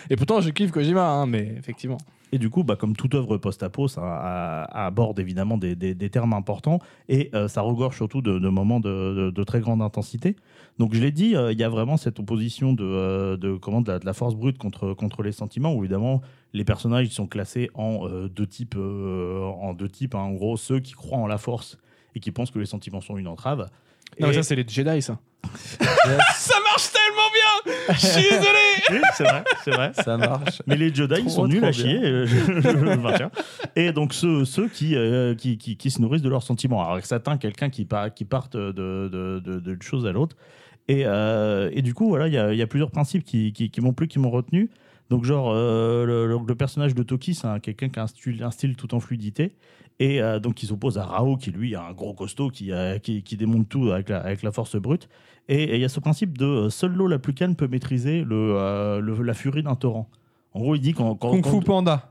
et pourtant, je kiffe Kojima, hein, mais effectivement.
Et du coup, bah, comme toute œuvre post-apo, ça a- a- aborde évidemment des, des- des termes importants et euh, ça regorge surtout de, de moments de, de- de très grande intensité. Donc, je l'ai dit, euh, il y a vraiment cette opposition de, euh, de, comment, de, la, de la force brute contre, contre les sentiments où évidemment les personnages ils sont classés en euh, deux types. euh, en, deux types hein. en gros, ceux qui croient en la force et qui pensent que les sentiments sont une entrave.
Non, mais
Et-
ça, c'est les Jedi, ça. ça marche tellement bien Je suis désolé
Oui, c'est vrai, c'est vrai.
Ça marche.
Mais les Jedi, ils
Trop,
sont nuls
trop
à
bien.
chier. euh, je- je- je- enfin, tiens. Et donc, ceux, ceux qui, euh, qui, qui, qui se nourrissent de leurs sentiments. Alors, que ça atteint quelqu'un qui, part, qui parte de, de, de, de chose à l'autre. Et, euh, et du coup, voilà, il y a, il y a plusieurs principes qui, qui, qui m'ont plu, qui m'ont retenu. Donc, genre, euh, le, le- le personnage de Toki, c'est un- quelqu'un qui a un style, un style tout en fluidité. Et euh, donc, il s'oppose à Rao, qui lui a un gros costaud qui, euh, qui, qui démonte tout avec la, avec la force brute. Et et il y a ce principe de euh, seule l'eau la plus calme peut maîtriser le, euh, le- la furie d'un torrent. En gros, il dit quand, quand,
Kung
quand-
Fu Panda.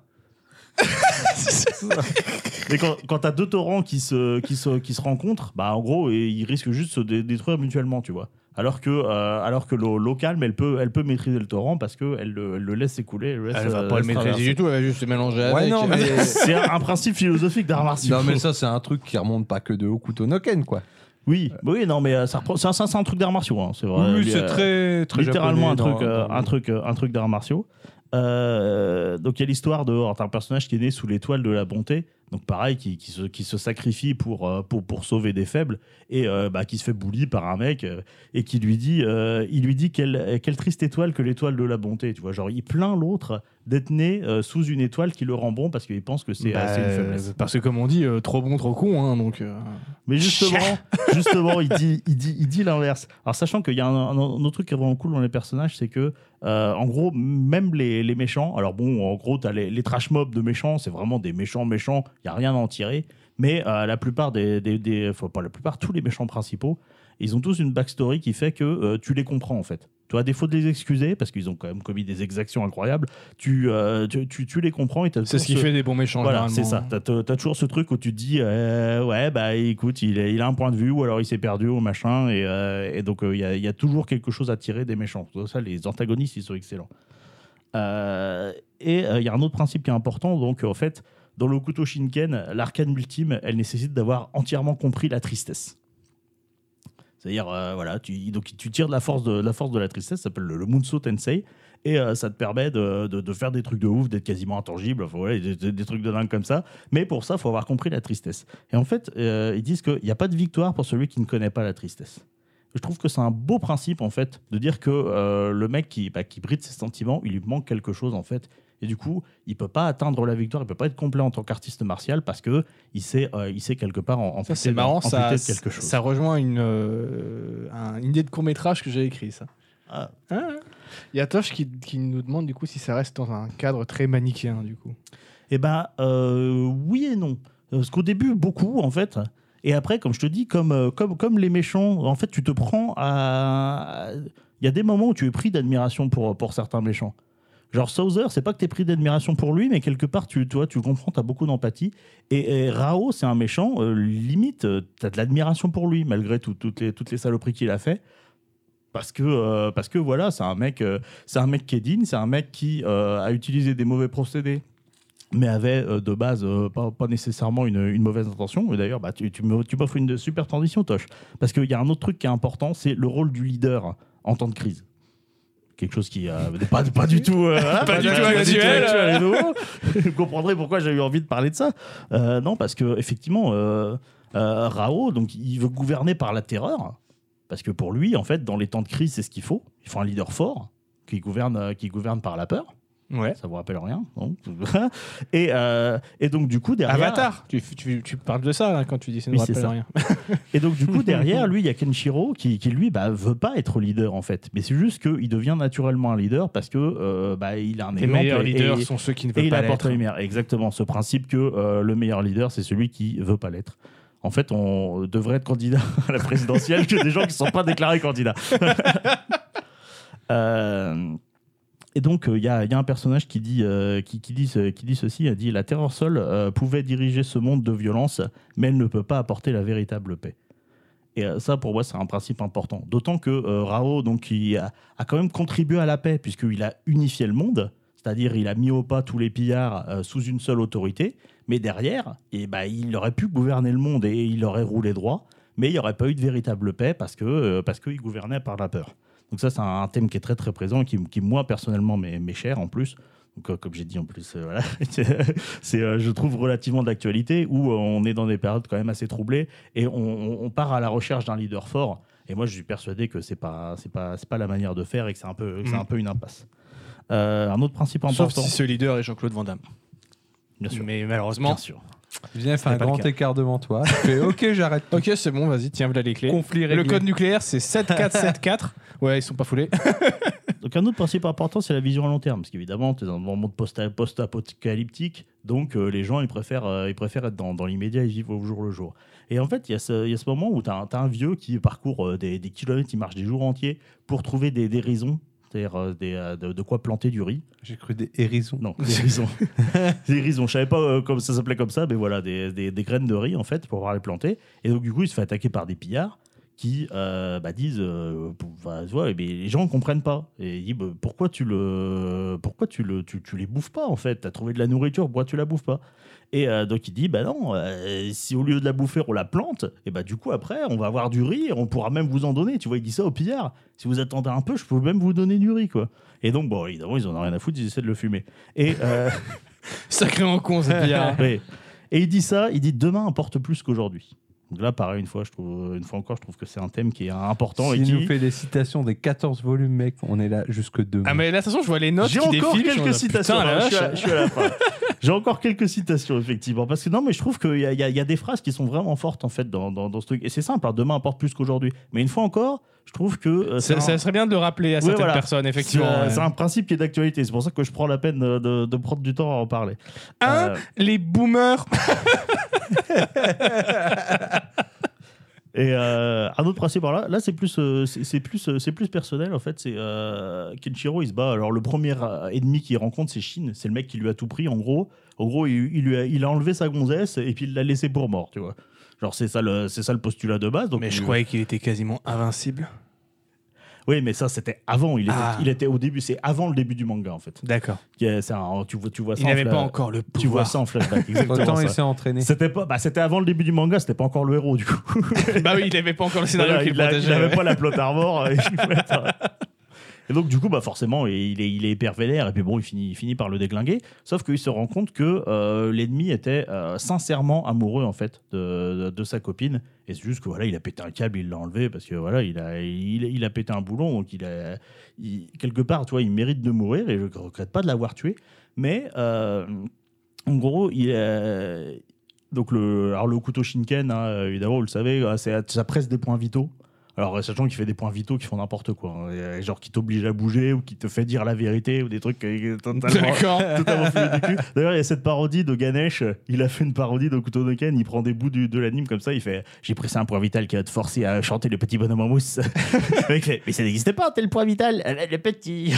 mais quand, quand t'as deux torrents qui se, qui, se, qui se rencontrent, bah en gros, et ils risquent juste de se dé- détruire mutuellement, tu vois. Alors que, euh, alors que l'eau l'eau calme, elle peut, elle peut maîtriser le torrent parce qu'elle le, elle le laisse s'écouler. Elle, le laisse,
Elle va
euh,
pas le
se traverser.
maîtriser du tout, elle va juste se mélanger avec.
Ouais,
euh,
non, mais.
C'est un, un principe philosophique d'art martiaux.
Bah euh, non, mais ça, c'est un truc qui remonte pas que de Okutonoken, quoi.
Oui, oui, non, mais euh, ça reprend- ça- ça- c'est un truc d'art martiaux, hein, c'est vrai. Mais, euh,
très,
littéralement un truc, euh, un truc, euh, un truc d'arts martiaux. Euh, donc il y a l'histoire de, alors, t'as un personnage qui est né sous l'étoile de la bonté, Donc pareil, qui, qui se, qui se sacrifie pour, euh, pour, pour sauver des faibles et euh, bah, qui se fait bully par un mec euh, et qui lui dit, euh, il lui dit quelle, quelle triste étoile que l'étoile de la bonté. Tu vois, genre il plaint l'autre d'être né euh, sous une étoile qui le rend bon parce qu'il pense que c'est
Bah,
euh, c'est une faiblesse.
parce que comme on dit, euh, trop bon, trop con, hein, donc. euh,
Mais justement, justement, il dit, il dit, il dit l'inverse. Alors sachant qu'il y a un, un- un autre truc qui est vraiment cool dans les personnages, c'est que euh, en gros, même les, les méchants. Alors bon, en gros, t'as les, les trash mobs de méchants, c'est vraiment des méchants méchants. Il y a rien à en tirer. Mais euh, la plupart des, des, des- enfin, pas la plupart, tous les méchants principaux, ils ont tous une backstory qui fait que euh, tu les comprends en fait. Tu vois, à défaut de les excuser, parce qu'ils ont quand même commis des exactions incroyables, tu, euh, tu, tu, tu les comprends et t'as
C'est ce qui
toujours ce-
fait des bons méchants.
voilà, c'est
généralement.
ça. T'as, t'as- t'as toujours ce truc où tu te dis, euh, ouais, bah écoute, il, est- il a un point de vue, ou alors il s'est perdu, ou machin, et, euh, et donc il y, a, y a toujours quelque chose à tirer des méchants. Pour Ça, les antagonistes, ils sont excellents. Euh, et il y a un autre principe qui est important, donc en fait, dans le couteau Shinken, l'arcane ultime, elle nécessite d'avoir entièrement compris la tristesse. C'est-à-dire, euh, voilà, tu, donc tu tires de la force de, de la, force de la tristesse, ça s'appelle le, le Munso Tensei, et euh, ça te permet de, de- de faire des trucs de ouf, d'être quasiment intangible, enfin, voilà, des, des- des trucs de dingue comme ça. Mais pour ça, il faut avoir compris la tristesse. Et en fait, euh, ils disent qu'il n'y a pas de victoire pour celui qui ne connaît pas la tristesse. Je trouve que c'est un beau principe, en fait, de dire que euh, le mec qui, bah, qui bride ses sentiments, il lui manque quelque chose, en fait. Et du coup, il peut pas atteindre la victoire, il peut pas être complet en tant qu'artiste martial parce que il sait, euh, il sait quelque part en,
Ça,
amputer-
c'est marrant, ça,
amputer de quelque chose.
ça rejoint une, euh, un- une idée de court-métrage que j'ai écrit, ça.
Ah.
Hein Il y a Tosh qui, qui nous demande du coup si ça reste dans un cadre très manichéen du coup.
Eh ben, euh, oui et non. Parce qu'au début, beaucoup, en fait. Et après, comme je te dis, comme, euh, comme, comme les méchants, en fait, tu te prends à... Il y a des moments où tu es pris d'admiration pour, pour certains méchants. Genre Sauzer, c'est pas que t'es pris d'admiration pour lui, mais quelque part, tu, toi, tu comprends, t'as beaucoup d'empathie. Et, et Rao, c'est un méchant, euh, limite, euh, t'as de l'admiration pour lui, malgré tout- toutes, les, toutes les saloperies qu'il a fait. Parce que, euh, parce que voilà, c'est un, mec, euh, c'est un mec qui est digne, c'est un mec qui euh, a utilisé des mauvais procédés mais avait euh, de base euh, pas, pas nécessairement une, une mauvaise intention. Et d'ailleurs, bah, tu, tu me- tu m'offres une super transition, Tosh. Parce qu'il y a un autre truc qui est important, c'est le rôle du leader en temps de crise. Quelque chose qui euh, n'est pas, pas du tout... euh, voilà,
Pas du tout actuel.
et tout. hein. Vous comprendrez pourquoi j'ai eu envie de parler de ça. Euh, non, parce que effectivement, euh, euh, Rao, donc, il veut gouverner par la terreur. Parce que pour lui, en fait, dans les temps de crise, c'est ce qu'il faut. Il faut un leader fort qui gouverne, euh, qui gouverne par la peur.
Ouais.
Ça vous rappelle rien non et, euh, et donc du coup derrière
Avatar, tu, tu- tu parles de ça là, quand tu dis ça ne
Oui,
me
c'est
rappelle
ça. hein,
rien.
et donc du coup derrière lui il y a Kenshiro qui, qui lui bah veut pas être leader en fait mais c'est juste qu'il devient naturellement un leader parce que euh, bah il a un
Les
exemple
meilleurs
et-
leaders
et-
sont ceux qui ne
et
veulent
il
pas
apporte
l'être.
la lumière. Exactement, ce principe que euh, le meilleur leader, c'est celui qui veut pas l'être. En fait, on devrait être candidat à la présidentielle que des gens qui ne sont pas déclarés candidats. Euh, et donc, euh, il y, a y a un personnage qui dit, euh, qui, qui dit, ce- qui dit ceci, il dit « La terreur seule euh, pouvait diriger ce monde de violence, mais elle ne peut pas apporter la véritable paix. » Et euh, ça, pour moi, c'est un principe important. D'autant que euh, Rao, donc, il a, a quand même contribué à la paix, puisqu'il a unifié le monde, c'est-à-dire il a mis au pas tous les pillards euh, sous une seule autorité, mais derrière, eh ben, il aurait pu gouverner le monde et il aurait roulé droit, mais il n'y aurait pas eu de véritable paix parce que euh, parce qu'il gouvernait par la peur. Donc ça, c'est un thème qui est très très présent, et qui, qui moi personnellement m'est m'est cher en plus. Donc, euh, comme j'ai dit en plus, euh, voilà, c'est, euh, je trouve relativement d'actualité où euh, on est dans des périodes quand même assez troublées et on, on- on part à la recherche d'un leader fort. Et moi, je suis persuadé que c'est pas c'est pas c'est pas la manière de faire et que c'est un peu que c'est
Mhm.
un peu une impasse. Euh, un autre principe important.
Sauf si ce leader est Jean-Claude Van Damme.
Bien sûr.
Mais
Bien
malheureusement.
sûr.
Viens faire un
pas le
grand
cas.
écart devant toi. Tu fais OK, j'arrête.
Ok, c'est bon, vas-y, tiens, voilà les clés.
Conflit réglé.
Le code nucléaire, c'est 7474. ouais, ils sont pas foulés.
Donc un autre principe important, c'est la vision à long terme, parce qu'évidemment, tu es dans un monde post- post-apocalyptique, donc euh, les gens, ils préfèrent, euh, ils préfèrent être dans, dans l'immédiat et vivre au jour le jour. Et en fait, il y, a ce- il y a ce moment où tu as, un vieux qui parcourt euh, des, des kilomètres, il marche des jours entiers pour trouver des, des raisons, c'est-à-dire euh, des, euh, de, de quoi planter du riz.
J'ai cru des hérissons.
Non, des raisons. des raisons, je savais pas euh, comme ça s'appelait comme ça, mais voilà, des, des- des graines de riz, en fait, pour pouvoir les planter. Et donc, du coup, il se fait attaquer par des pillards qui euh, bah, disent euh, pou- bah, tu vois, eh bien, les gens ne comprennent pas et ils disent bah, pourquoi tu le pourquoi tu le tu, tu les bouffes pas en fait t'as trouvé de la nourriture pourquoi tu la bouffes pas et euh, donc il dit bah non euh, si au lieu de la bouffer on la plante et bah du coup après on va avoir du riz et on pourra même vous en donner tu vois il dit ça aux pillards si vous attendez un peu je peux même vous donner du riz quoi et donc bon évidemment ils en ont rien à foutre ils essaient de le fumer et euh,
Sacrément con, c'est bien.
oui. Et il dit ça, il dit demain importe plus qu'aujourd'hui. Donc là, pareil, une fois, je trouve, une fois encore, je trouve que c'est un thème qui est important et
S'il
qui
nous fait des citations des 14 volumes, mec, on est là jusque demain.
Ah, mais là, de toute façon, je vois les notes.
J'ai
qui
encore
défilent, je suis en
quelques
mode,
citations.
putain, la
hein, je, suis à,
vache.
je suis à la fin. J'ai encore quelques citations, effectivement. Parce que non, mais je trouve qu'il y, a- il y a il y a des phrases qui sont vraiment fortes, en fait, dans, dans- dans ce truc. Et c'est simple, hein, demain importe plus qu'aujourd'hui. Mais une fois encore, je trouve que. euh,
Ça,
c'est
ça
un-
serait bien de le rappeler à
Ouais,
certaines
voilà.
personnes, effectivement.
c'est un-
ouais.
C'est un principe qui est d'actualité. C'est pour ça que je prends la peine euh, de, de prendre du temps à en parler.
Hein
Euh,
Les boomers.
Et euh, un autre principe, alors là, là c'est plus, euh, c'est c'est plus, euh, c'est plus personnel en fait. C'est euh, Kenshiro, il se bat. Alors le premier euh, ennemi qu'il rencontre, c'est Shin. C'est le mec qui lui a tout pris. En gros, en gros, il, il lui a, il a enlevé sa gonzesse et puis il l'a laissé pour mort. Tu vois. Genre c'est ça le, c'est ça le postulat de
Oh,
base. Donc, il-
qu'il était quasiment invincible.
Oui, mais ça c'était avant. Il était,
Ah.
il était au début. C'est avant le début du manga en fait.
D'accord.
Qui est- c'est un- oh, tu vois, tu vois ça.
Il
en
n'avait
fla-
pas encore le pouvoir.
Tu vois ça en flashback.
Autant
Exactement.
il
ça.
s'est entraîné.
C'était pas, bah, c'était avant le début du manga. C'était pas encore le héros du coup.
bah oui, il n'avait pas encore le scénario
Voilà,
qui le
il a- il
protégeait.
avait
ouais.
pas la plot armor. et, il voulait être- euh. Et donc, du coup, bah, forcément, il est, il est hyper vénère. Et puis, bon, il finit, il finit par le déglinguer. Sauf qu'il se rend compte que euh, l'ennemi était euh, sincèrement amoureux, en fait, de, de- de sa copine. Et c'est juste que, voilà, il a pété un câble, il l'a enlevé parce que, voilà, il a, il, il a pété un boulon. Donc, il a, il- quelque part, tu vois, il mérite de mourir. Et je ne regrette pas de l'avoir tué. Mais, euh, en gros, il, euh, donc le, alors le couteau Shinken, hein, évidemment, vous le savez, euh, c'est- ça presse des points vitaux. Alors, euh, sachant qu'il fait des points vitaux qui font n'importe quoi. hein, et, euh, genre qui t'oblige à bouger ou qui te fait dire la vérité ou des trucs euh, totalement,
D'accord.
totalement fumés du cul. D'ailleurs, il y a cette parodie de Ganesh. euh, Il a fait une parodie de couteau de Ken. Il prend des bouts du- de l'anime comme ça. Il fait J'ai pressé un point vital qui va te forcer à chanter le petit bonhomme en mousse. Le mec fait, Mais ça n'existe pas, tel point vital. euh, Le petit.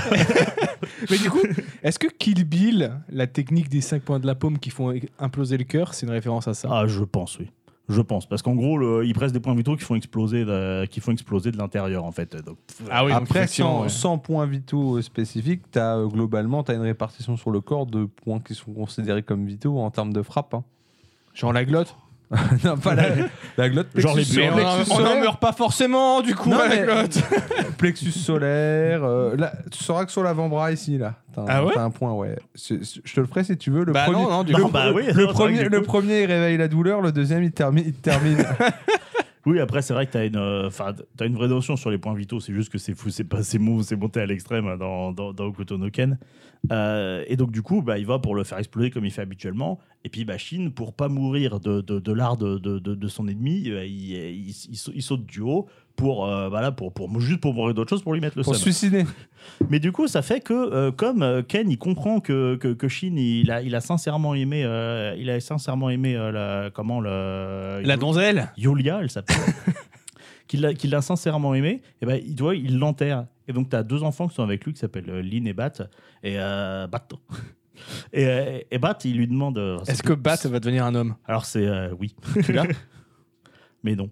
Mais du coup, est-ce que Kill Bill, la technique des 5 points de la paume qui font imploser le cœur, c'est une référence à ça
Ah, je pense, oui. Je pense, parce qu'en gros, le- ils pressent des points vitaux qui font exploser de, qui font exploser de l'intérieur, en fait. Donc,
Ah oui, donc
Après,
effectivement,
sans,
ouais.
sans points vitaux euh, spécifiques, t'as, euh, globalement, tu as une répartition sur le corps de points qui sont considérés comme vitaux en termes de frappe. hein.
Genre la glotte
non, pas la, la glotte.
Genre
plexus
les
Mais
solaire,
on
plexus
on n'en
solaire,
meurt pas forcément, du coup,
Non,
à la
mais-
glotte.
plexus solaire. euh, là, tu sauras que sur l'avant-bras ici, là, tu as,
Ah ouais
un point, ouais. C'est- c'est- je te le ferai si tu veux. Le
Bah
premier,
non, non, du
Non,
coup.
bah oui, c'est
le
vrai
premier,
que du
le
coup-
premier, il réveille la douleur. Le deuxième, il termine. Il termine.
Oui, après, c'est vrai que t'as une, euh, 'fin, t'as une vraie notion sur les points vitaux, c'est juste que c'est fou, c'est pas c'est mou, c'est monté à l'extrême hein, dans, dans, dans Hokuto no Ken. Euh, et donc, du coup, bah, il va pour le faire exploser comme il fait habituellement. Et puis, bah, Shin, pour pas mourir de, de, de l'art de, de, de- de son ennemi, euh, il, il, il sa- il saute du haut pour, euh, voilà, pour, pour, juste pour mourir d'autre chose, pour lui mettre le
pour
seum.
se suicider.
Mais du coup, ça fait que euh, comme euh, Ken, il comprend que, que, que Shin, il a, il a sincèrement aimé, euh, il a sincèrement aimé euh, la, comment le,
La donzelle
Yolia, elle s'appelle, qu'il l'a qu'il l'a sincèrement aimé. Et ben, il doit, il l'enterre. Et donc, tu as deux enfants qui sont avec lui, qui s'appellent euh, Lynn et Bat. Et euh, Bat. Et, euh, et Bat, il lui demande. euh,
Est-ce que Bat va devenir un homme
alors c'est euh, oui.
Tu l'as
Mais non.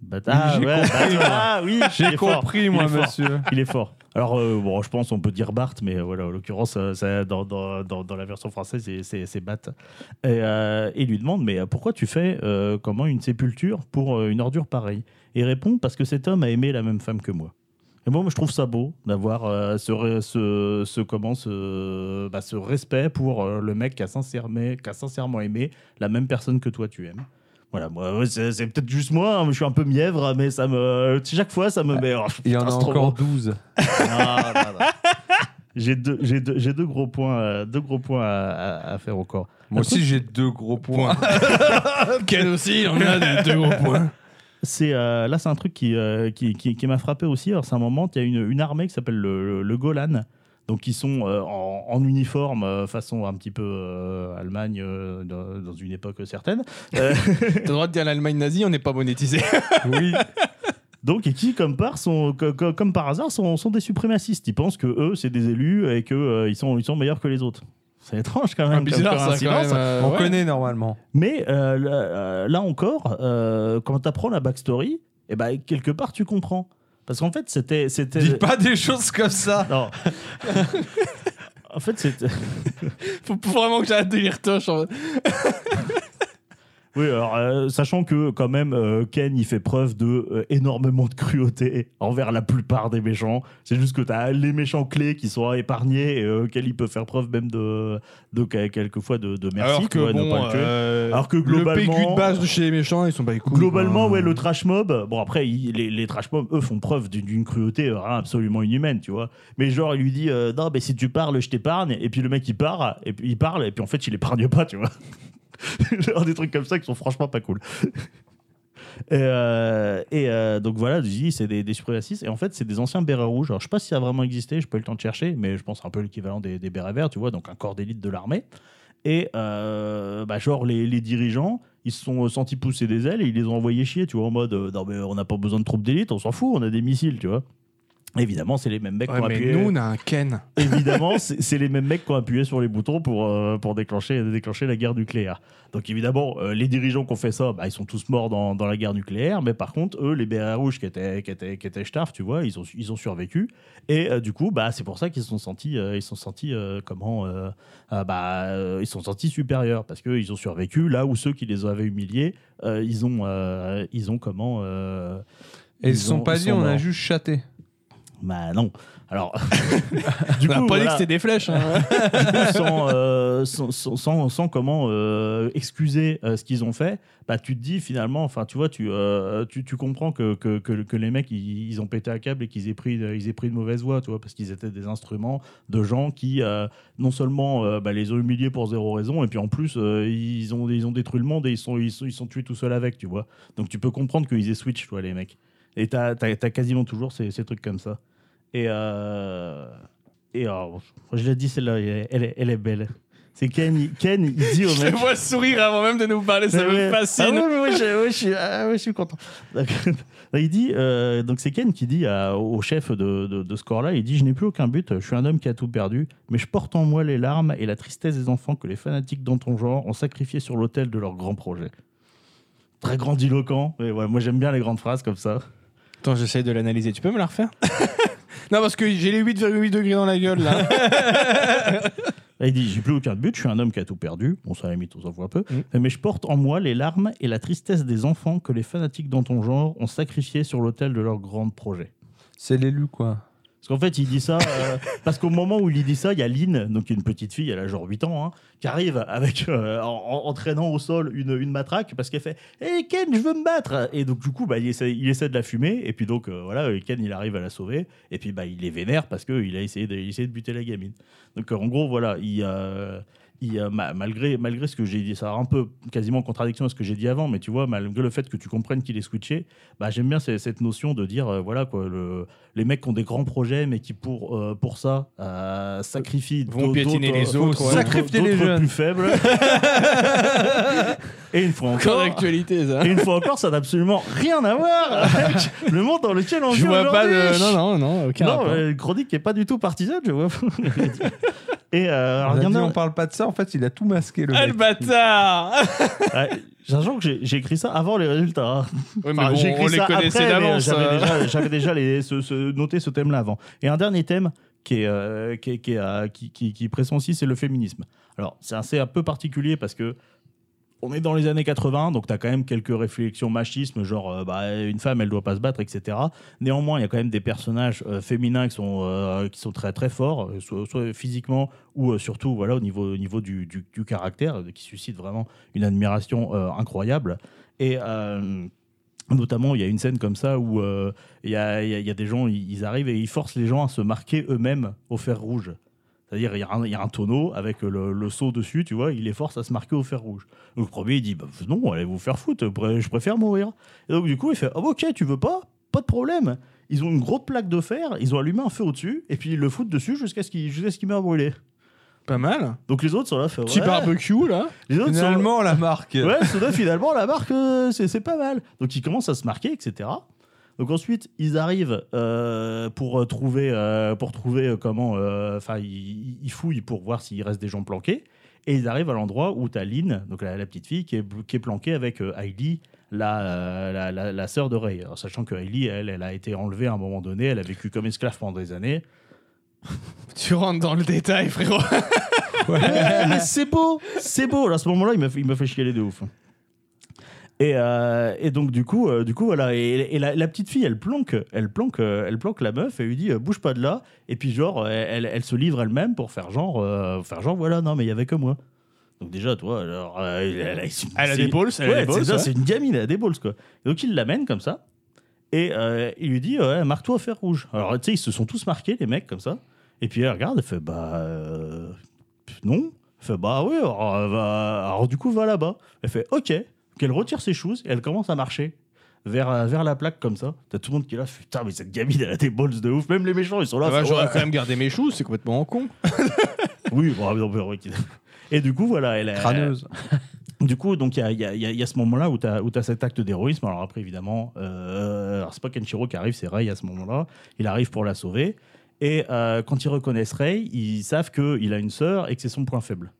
Bat-
J'ai
ouais,
compris,
Bat-
moi.
ah, oui, il
J'ai
est fort.
compris,
Il
moi,
est fort.
monsieur.
Il est fort. Alors, euh, bon, je pense on peut dire Bart, mais euh, voilà, en l'occurrence, euh, ça, dans, dans, dans, dans la version française, c'est- c'est c'est Bat. Et, euh, il lui demande, mais euh, pourquoi tu fais euh, comment une sépulture pour euh, une ordure pareille Et il répond, parce que cet homme a aimé la même femme que moi. Et moi, moi, je trouve ça beau d'avoir euh, ce, re- ce, ce, comment, ce, bah, ce respect pour euh, le mec qui a, sincèrement, qui a sincèrement aimé la même personne que toi tu aimes. Voilà, moi, ouais, c'est c'est peut-être juste moi, hein, je suis un peu mièvre, mais ça me. Chaque fois, ça me met. oh,
Ah, Il y en
putain,
a
c'est trop
encore
beau.
12.
Ah, là, là. J'ai deux, j'ai deux, j'ai deux gros points, euh, deux gros points à, à- à faire au corps.
Moi
Moi
aussi, j'ai deux gros points.
Ken aussi, il en a de- deux gros points.
C'est euh, là, c'est un truc qui, euh, qui, qui- qui m'a frappé aussi. Alors, c'est un moment, il y a une, une armée qui s'appelle le, le- le Golan, donc ils sont euh, en, en uniforme euh, façon un petit peu euh, Allemagne euh, dans, dans une époque certaine. Euh,
T'as le droit de dire l'Allemagne nazie, on n'est pas monétisé.
oui.
Donc, et qui, comme par, sont, co- co- comme par hasard, sont, sont des suprémacistes. Ils pensent que eux, c'est des élus et qu'ils sont, ils sont meilleurs que les autres. C'est étrange Ah, quand même. comme coïncidence.
euh,
On
ouais.
connaît normalement.
Mais euh, là, euh, là encore, euh, quand tu apprends la backstory, eh ben, quelque part, tu comprends. Parce qu'en fait, c'était. c'était...
Dis pas des choses comme ça.
Non. en fait, c'était.
Faut vraiment que j'arrête de lire Toche. en fait.
Oui, alors, euh, sachant que quand même, euh, Ken, il fait preuve de euh, énormément de cruauté envers la plupart des méchants. C'est juste que tu as les méchants clés qui sont épargnés et euh, auxquels il peut faire preuve même de, de que- quelquefois de, de merci.
Alors que
tu vois, de
bon,
pas le tuer.
euh,
Alors que
le PQ
globalement-
de base de chez les méchants, ils sont pas les couilles.
Globalement,
hein.
ouais, le trash mob. Bon, après, il- les, les trash mobs, eux, font preuve d'une- d'une cruauté euh, absolument inhumaine, tu vois. Mais genre, il lui dit euh, Non, mais si tu parles, je t'épargne. Et puis le mec, il part, et puis il parle, et puis en fait, il épargne pas, tu vois. genre des trucs comme ça qui sont franchement pas cool. Et, euh, et, euh, donc voilà, je dis, c'est des, des suprémacistes. Et en fait, c'est des anciens bérets rouges. Alors, je sais pas si ça a vraiment existé, j'ai pas eu le temps de chercher, mais je pense un peu l'équivalent des, des bérets verts, tu vois, donc un corps d'élite de l'armée. Et euh, bah, genre, les, les dirigeants, ils se sont sentis pousser des ailes et ils les ont envoyés chier, tu vois, en mode, euh, non, mais on n'a pas besoin de troupes d'élite, on s'en fout, on a des missiles, tu vois. Évidemment, c'est les mêmes mecs qui
Ouais,
ont
mais
appuyé-
nous, on a un Ken.
Évidemment, c'est c'est les mêmes mecs qui ont appuyé sur les boutons pour, euh, pour déclencher, déclencher la guerre nucléaire. Donc évidemment, euh, les dirigeants qui ont fait ça, bah, ils sont tous morts dans, dans la guerre nucléaire, mais par contre, eux, les bérets rouges qui étaient, qui étaient, qui étaient Starf, tu vois, ils ont, ils ont survécu. Et euh, du coup, bah, c'est pour ça qu'ils se sont sentis, euh, ils se sont sentis euh, comment, euh, ah, bah, euh, ils se sont sentis supérieurs, parce qu'ils ont survécu là où ceux qui les avaient humiliés, euh, ils, ont, euh, ils ont comment... euh,
Et ils se
ils
sont
ont-
pas
ils
dit,
sont
on a
morts.
juste châté.
Bah non. Alors, du
On a pas dit
voilà.
que c'était des flèches. hein.
sans, euh, sans, sans- sans- sans comment euh, excuser euh, ce qu'ils ont fait, bah, tu te dis finalement, enfin tu vois, tu, euh, tu, tu comprends que, que, que, que les mecs ils, ils ont pété à câble et qu'ils aient pris, ils aient pris de mauvaise voie, tu vois, parce qu'ils étaient des instruments de gens qui euh, non seulement euh, bah, les ont humiliés pour zéro raison, et puis en plus euh, ils, ont, ils ont détruit le monde et ils sont, ils sont, ils sont tués tout seuls avec, tu vois. Donc tu peux comprendre qu'ils aient switch, tu vois, les mecs. Et t'as as, quasiment toujours ces, ces trucs comme ça. Et euh, et alors, je l'ai dit, celle-là, elle, est- elle est- elle est belle. C'est Ken, Ken, il dit au
Je
mec.
le vois sourire avant même de nous parler, ça
Ouais, ouais.
me fascine.
Ah ouais, ouais, ouais, je, ouais, je suis, ah ouais, je suis content. Donc, il dit, euh, donc c'est Ken qui dit à- au chef de, de, de ce corps-là, il dit, je n'ai plus aucun but, je suis un homme qui a tout perdu, mais je porte en moi les larmes et la tristesse des enfants que les fanatiques dans ton genre ont sacrifiés sur l'autel de leur grand projet. Très grandiloquent. Et ouais, moi j'aime bien les grandes phrases comme ça.
Attends, j'essaie de l'analyser. Tu peux me la refaire Non, parce que j'ai les 8,8 degrés dans la gueule là.
Là, il dit J'ai plus aucun but, je suis un homme qui a tout perdu. Bon, ça, à la limite, on s'en voit peu. Mais je porte en moi les larmes et la tristesse des enfants que les fanatiques dans ton genre ont sacrifiés sur l'autel de leur grand projet.
C'est l'élu, quoi.
Parce qu'en fait, il dit ça euh, parce qu'au moment où il dit ça, il y a Lynn, donc une petite fille, elle a genre 8 ans, hein, qui arrive avec, euh, en, en- en traînant au sol une, une matraque parce qu'elle fait Hé Ken, je veux me battre Et donc, du coup, bah, il, essaie, il essaie de la fumer. Et puis, donc, euh, voilà, euh, Ken, il arrive à la sauver. Et puis, bah, il les vénère parce qu'il a essayé de, il a essayé de buter la gamine. Donc, euh, en gros, voilà, il. euh, il, euh, ma- malgré, malgré ce que j'ai dit, ça a un peu quasiment en contradiction à ce que j'ai dit avant, mais tu vois, malgré le fait que tu comprennes qu'il est switché, bah, j'aime bien ce- cette notion de dire, euh, voilà, quoi, le, les mecs qui ont des grands projets, mais qui pour, euh, pour ça euh, sacrifient
Vont
d'autres-
piétiner les
d'autres-
autres, ouais.
d'autres-
Sacrifier les
d'autres
jeunes.
plus faibles. et une fois
Encore
encore,
d'actualité ça.
et une fois encore, ça n'a absolument rien à voir avec le monde dans lequel on
Je
vit
vois pas de.
aujourd'hui.
Non, non, non, aucun.
Non,
rapport.
euh, chronique n'est pas du tout partisane, je vois. Et euh, alors,
on,
il y
a
en
dit,
a- bah,
on parle pas de ça, en fait, il a tout masqué, le
Ah,
mec.
le bâtard
Ouais, Sachant que j'ai- j'ai écrit ça avant les résultats. hein.
Ouais,
Enfin, j'ai écrit
on les
ça
connaissait
après, mais
d'avance.
J'avais
euh.
déjà, j'avais déjà les- ce- ce- noté ce thème-là avant. Et un dernier thème qui, est, euh, qui, est- qui, est, euh, qui, qui- qui pressent aussi, c'est le féminisme. Alors, c'est assez un peu particulier parce que on est dans les années 80, donc tu as quand même quelques réflexions machisme, genre euh, bah, une femme, elle doit pas se battre, etc. Néanmoins, il y a quand même des personnages euh, féminins qui sont, euh, qui sont très très forts, euh, soit, soit physiquement ou euh, surtout voilà, au niveau, au niveau du, du- du caractère, euh, qui suscite vraiment une admiration euh, incroyable. Et euh, notamment, il y a une scène comme ça où euh, il y, a, il y a- il y a des gens, ils ils arrivent et ils forcent les gens à se marquer eux-mêmes au fer rouge. C'est-à-dire, il y, a un- il y a un tonneau avec le, le seau dessus, tu vois, il les force à se marquer au fer rouge. Donc le premier, il dit bah, Non, allez vous faire foutre, pr- je préfère mourir. Et donc, du coup, il fait Ah, ok, tu veux pas Pas de problème. Ils ont une grosse plaque de fer, ils ont allumé un feu au-dessus, et puis ils le foutent dessus jusqu'à ce qu'il jusqu'à ce qu'il meure brûlé.
Pas mal.
Donc les autres sont là, fait,
Petit
Ouais.
barbecue là.
Les autres sont,
Finalement, la marque.
Ouais, Soda, finalement, la marque, euh, c'est c'est pas mal. Donc, ils commencent à se marquer, etc. Donc, ensuite, ils arrivent euh, pour euh, trouver, euh, pour trouver euh, comment. euh, Enfin, ils, ils fouillent pour voir s'il reste des gens planqués. Et ils arrivent à l'endroit où t'as Lynn, donc la, la petite fille, qui est, qui est planquée avec euh, Hailey, la, euh, la, la- la sœur de Ray. Alors, sachant que Hailey, elle, elle a été enlevée à un moment donné, elle a vécu comme esclave pendant des années.
Tu rentres dans le détail, frérot.
Ouais, mais c'est beau, c'est beau. Alors, à ce moment-là, il m'a fait, il m'a fait chialer de ouf. Et, euh, et donc du coup, euh, du coup voilà, et, et la, la petite fille, elle planque, elle planque, euh, elle planque la meuf et lui dit euh, bouge pas de là. Et puis genre, euh, elle, elle se livre elle-même pour faire genre, euh, faire genre voilà, non mais il y avait que moi. Donc déjà, toi, alors, euh, elle, elle
Elle
a-
a
c'est-
des balls, elle a
Ouais,
des balls,
c'est ça,
ouais.
c'est une gamine, elle a des balls quoi. Et donc il l'amène comme ça et euh, il lui dit ouais, marque-toi au fer rouge. Alors tu sais, ils se sont tous marqués les mecs comme ça. Et puis elle regarde, elle fait bah euh, non. Elle fait bah oui, alors, euh, va- alors du coup va là-bas. Elle fait ok. Qu'elle retire ses choses et elle commence à marcher vers, euh, vers la plaque comme ça. T'as tout le monde qui est là, putain, mais cette gamine elle a des balls de ouf. Même les méchants ils sont là.
Bah,
fait,
J'aurais
ouais.
quand même gardé mes choux, c'est complètement con.
Oui, bon, mais non, mais oui. Et du coup voilà, elle a-
Crâneuse.
Du coup, donc il y a, il y a- il y a- il y a ce moment-là où tu as, cet acte d'héroïsme. Alors après, évidemment, euh, alors c'est pas Kenshiro qui arrive, c'est Ray à ce moment-là. Il arrive pour la sauver. Et euh, quand ils reconnaissent Ray, ils savent qu'il a une sœur et que c'est son point faible.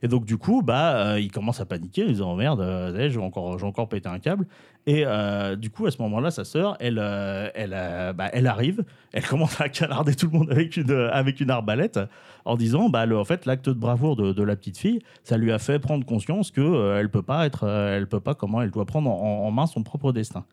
Et donc du coup, bah, euh, ils commencent à paniquer, ils disent oh merde, euh, ça y est, j'ai encore, j'ai encore pété un câble. Et euh, du coup, à ce moment-là, sa sœur, elle, euh, elle, euh, bah, elle arrive, elle commence à canarder tout le monde avec une, euh, avec une arbalète en disant bah le- en fait l'acte de bravoure de, de la petite fille ça lui a fait prendre conscience que euh, elle peut pas être euh, elle peut pas comment elle doit prendre en, en main son propre destin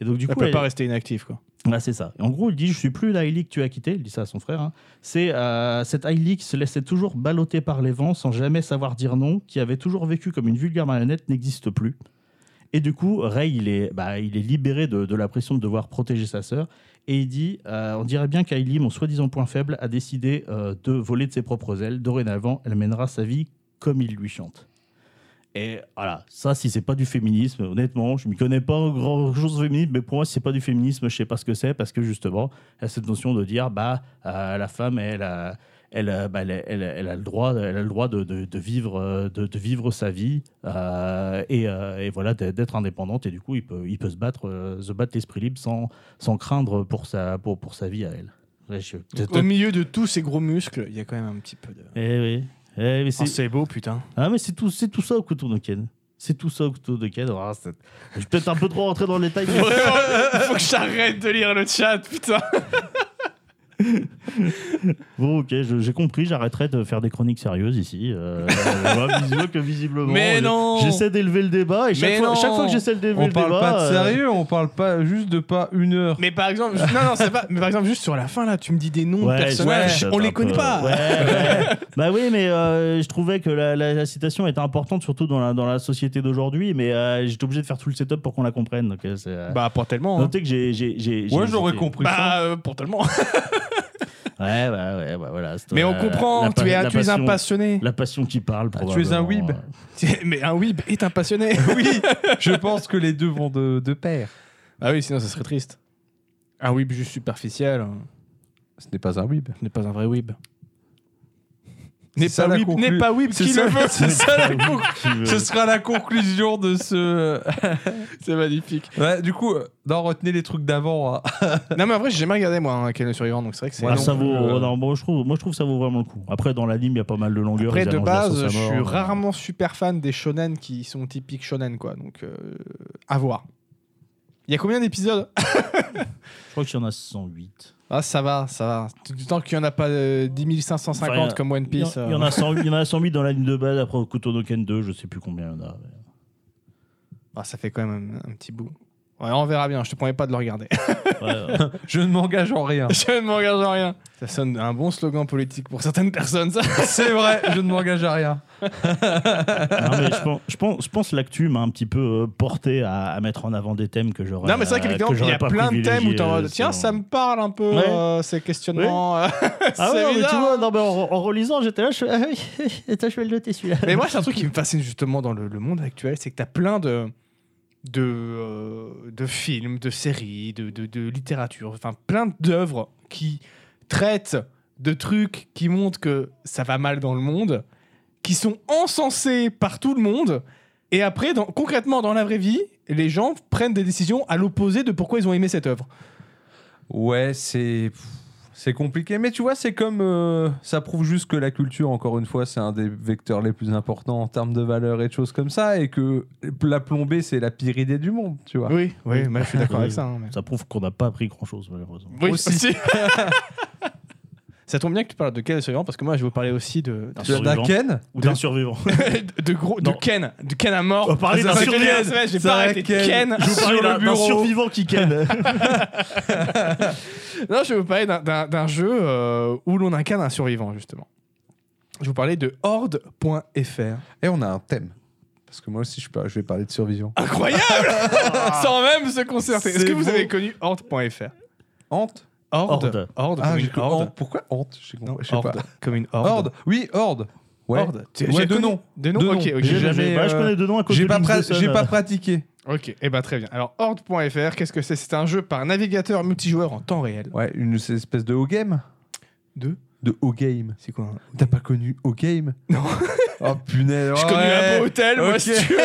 et donc du
Elle
coup
peut
elle-
pas rester inactive, quoi.
Ouais, c'est ça. Et en gros, il dit Je suis plus la Hailey que tu as quittée. Il dit ça à son frère. hein. C'est euh, cette Hailey qui se laissait toujours balloter par les vents sans jamais savoir dire non, qui avait toujours vécu comme une vulgaire marionnette, n'existe plus. Et du coup, Ray, il est, bah, il est libéré de, de la pression de devoir protéger sa sœur. Et il dit euh, On dirait bien qu'Hailey, mon soi-disant point faible, a décidé euh, de voler de ses propres ailes. Dorénavant, elle mènera sa vie comme il lui chante. Et voilà, ça, si c'est pas du féminisme, honnêtement, je m'y connais pas en grand chose au féminisme, mais pour moi, si c'est pas du féminisme, je sais pas ce que c'est, parce que justement, il y a cette notion de dire, bah, euh, la femme, elle a, elle, a- bah, elle, a- elle a- elle a le droit, elle a le droit de, de- de vivre, euh, de, de vivre sa vie, euh, et, euh, et voilà, d'être d'être indépendante, et du coup, il peut, il peut se battre, euh, se battre l'esprit libre sans, sans craindre pour sa, pour, pour sa vie à elle. Ouais, je-
Au milieu de tous ces gros muscles, il y a quand même un petit peu de.
Eh oui. Eh, mais c'est-
Oh, c'est beau, putain.
Ah, mais c'est tout, c'est tout ça au couteau de Ken. C'est tout ça au couteau de Ken. Alors, c'est- je suis peut-être un peu trop rentré dans le détail. mais-
Faut que j'arrête de lire le chat, putain.
Bon, ok, je- j'ai compris. J'arrêterai de faire des chroniques sérieuses ici. Euh, voilà, visio- que visiblement.
Mais
je-
non
J'essaie d'élever le débat et chaque
Mais
fois,
non
chaque fois que j'essaie d'élever
On
le
parle
débat.
pas de
euh,
sérieux, on parle pas juste de pas une heure.
Mais par exemple, ju- non, non, c'est pas. Mais par exemple, juste sur la fin là, tu me dis des noms
Ouais,
de personnages,
ouais,
on
c'est
les
un
connaît
peu-
pas.
Ouais, ouais. bah oui, mais euh, je trouvais que la, la- la citation était importante, surtout dans la, dans la société d'aujourd'hui. Mais euh, j'étais obligé de faire tout le setup pour qu'on la comprenne. Donc, euh, c'est, euh,
Bah pas tellement. hein.
notez que j'ai. j'ai- j'ai- j'ai
Ouais, j'aurais
hésité.
compris ça.
Bah euh, pour tellement.
Ouais, bah, ouais, bah, voilà. c'est-
Mais on
euh,
comprend.
la pa-
Tu es,
la
tu es un
passion-
passionné.
La passion qui parle,
Ah, tu es
probablement.
un weeb.
Mais un weeb est un passionné.
Oui, je pense que les deux vont de, de pair.
Ah oui, sinon ça serait triste. Un weeb juste superficiel euh,
Ce n'est pas un whip.
n'est pas un vrai weeb.
C'est
N'est
ça
pas
la
weeb,
conclu-
n'est pas weeb
C'est
qui
ça-
le veut.
c'est ça la conclusion.
Qui veut-
Ce sera la conclusion de ce.
C'est magnifique.
Ouais, du coup, euh, non, retenez les trucs d'avant. hein.
Non mais en vrai, j'ai jamais regardé moi hein, Ken le survivant, donc c'est vrai que c'est.
Voilà,
Ah,
non
ça
plus,
vaut,
euh,
non, bon, je trouve, moi je trouve que ça vaut vraiment le coup. Après, dans l'anime, il y a pas mal de longueur.
Après,
ils
de
allongent la sauce
base,
à
je
mort,
suis
mais-
rarement super fan des shonen qui sont typiques shonen, quoi. Donc, euh, à voir. Il y a combien d'épisodes
Je crois qu'il y en a 108.
Ah, ça va, ça va. Du temps qu'il n'y en a pas euh, 10 550
Enfin, il y en a-
comme One
Il y, en,
Piece.
il y en
euh,
a 108 il y en a 108 dans l'anime de base. Après, au Kutonoken 2, je sais plus combien il y en a. mais-
ah, ça fait quand même un, un petit bout. Ah. Ouais, on verra bien, je te promets pas de le regarder.
Ouais, ouais.
Je ne m'engage en rien.
je ne m'engage en rien. Ça sonne un bon slogan politique pour certaines personnes, ça.
C'est vrai, je ne m'engage à rien.
Non, mais je pense, je pense, je pense que l'actu m'a un petit peu euh, porté à, à mettre en avant des thèmes que j'aurais. euh,
non, mais c'est vrai qu'évidemment,
que
il y
j'aurais
a
pas euh,
plein de thèmes où t'es en
privilégiés,
mode tiens,
sinon.
ça me parle un peu,
Ouais.
euh, ces questionnements. euh,
Ah ouais,
c'est
non, mais tu
bizarre.
vois, non, mais en, en relisant, j'étais là, je fais, ah oui, attends, je vais le noter celui-là.
Mais moi, c'est un truc qui me fascine justement dans le, le monde actuel, c'est que t'as plein de de, euh, de films, de séries, de, de, de littérature, enfin plein d'œuvres qui traitent de trucs qui montrent que ça va mal dans le monde, qui sont encensés par tout le monde, et après, dans- concrètement, dans la vraie vie, les gens prennent des décisions à l'opposé de pourquoi ils ont aimé cette œuvre.
Ouais, c'est. pff, C'est compliqué, mais tu vois, c'est comme. euh, ça prouve juste que la culture, encore une fois, c'est un des vecteurs les plus importants en termes de valeur et de choses comme ça, et que la plombée, c'est la pire idée du monde, tu vois.
Oui, oui, moi, je suis d'accord
Oui.
avec ça. hein, mais-
Ça prouve qu'on n'a pas appris grand-chose, malheureusement.
Oui,
Aussi.
aussi. Ça tombe bien que tu parles de Ken le survivant parce que moi je veux parler aussi de
D'un
Tu as d'un
survivant.
Ken
Ou d'un survivant.
de, de gros de
Non.
Ken, de Ken à mort.
On parlait d'un
Ça fait
survivant.
quelques semaines, J'ai
Ça
pas
va,
arrêté de
Ken.
Ken.
Je vous parlais
sur
d'un
le
d'un
bureau.
survivant qui ken.
Non, je vais vous parler d'un- d'un d'un jeu euh, où l'on incarne un survivant, justement. Je vais vous parlais de Horde.fr.
Et on a un thème. Parce que moi aussi, je, peux- je vais parler de survivant.
Ah. Incroyable Sans même se concerter. Est-ce
C'est
que vous
beau.
avez connu Horde.fr
Hante
Horde.
Horde.
Horde,
Ah,
comme
j'ai
une
cru
horde.
Hante. Pourquoi Hante Je sais
Non,
je sais
horde,
pas.
Comme une horde.
Horde. Oui, Horde. Ouais.
Horde. Tu-
Ouais,
j'ai
de
connu-
nom.
De nom
De
Ok,
nom.
ok,
J'ai
j'ai
jamais-
jamais.
Bah, je
euh,
connais deux noms à cause
J'ai
de
pas,
Link's
pra-
Dyson.
j'ai pas pratiqué.
Ok, et bah très bien. Alors, Horde.fr, qu'est-ce que c'est C'est un jeu par navigateur multijoueur en temps réel.
Ouais, une c'est une espèce de O-game.
De
De O-game.
C'est quoi hein?
T'as pas connu O-game
Non.
Oh punaise.
Je
ouais.
connais un beau hôtel, moi,
Ok.
si tu veux.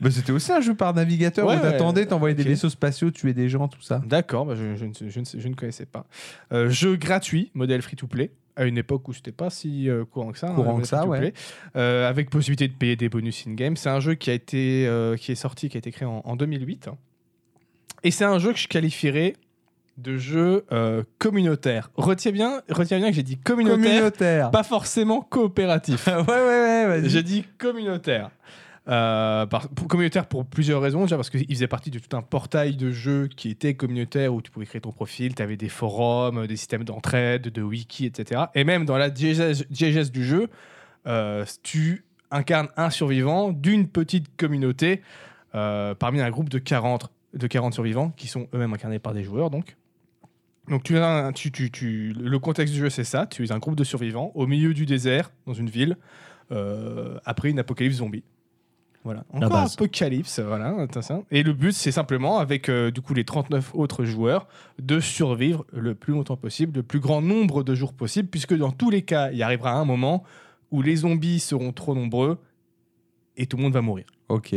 Bah, c'était aussi un jeu par navigateur
Ouais,
où t'attendais,
ouais,
t'envoyais
ok.
des vaisseaux spatiaux, tuer des gens, tout ça.
D'accord, bah, je, je ne sais- je ne sais- je ne connaissais pas. Euh, jeu gratuit, modèle free-to-play, à une époque où c'était pas si euh, courant que ça. hein,
Courant
le
que ça,
free-to-play. Euh, avec possibilité de payer des bonus in-game. C'est un jeu qui, a été, euh, qui est sorti, qui a été créé en, en 2008. hein. Et c'est un jeu que je qualifierais de jeu euh, communautaire. Retiens bien, retiens bien que j'ai dit communautaire,
Communautaire. Ah
pas forcément coopératif.
ouais, ouais, ouais. vas-y.
J'ai dit communautaire. Euh, par- pour- communautaire pour plusieurs raisons. Déjà parce qu'il faisait partie de tout un portail de jeux qui était communautaire où tu pouvais créer ton profil, tu avais des forums, euh, des systèmes d'entraide, de wiki, etc. Et même dans la diégèse diégèse du jeu, euh, tu incarnes un survivant d'une petite communauté euh, parmi un groupe de 40, de 40 survivants qui sont eux-mêmes incarnés par des joueurs. Donc, donc tu as un- tu- tu- tu- le contexte du jeu, c'est ça. Tu es un groupe de survivants au milieu du désert, dans une ville, euh, après une apocalypse zombie. Voilà.
La
Encore
base.
apocalypse, voilà. t'as ça. Et le but, c'est simplement, avec euh, du coup les 39 autres joueurs, de survivre le plus longtemps possible, le plus grand nombre de jours possible, puisque dans tous les cas, il arrivera un moment où les zombies seront trop nombreux et tout le monde va mourir.
Ok.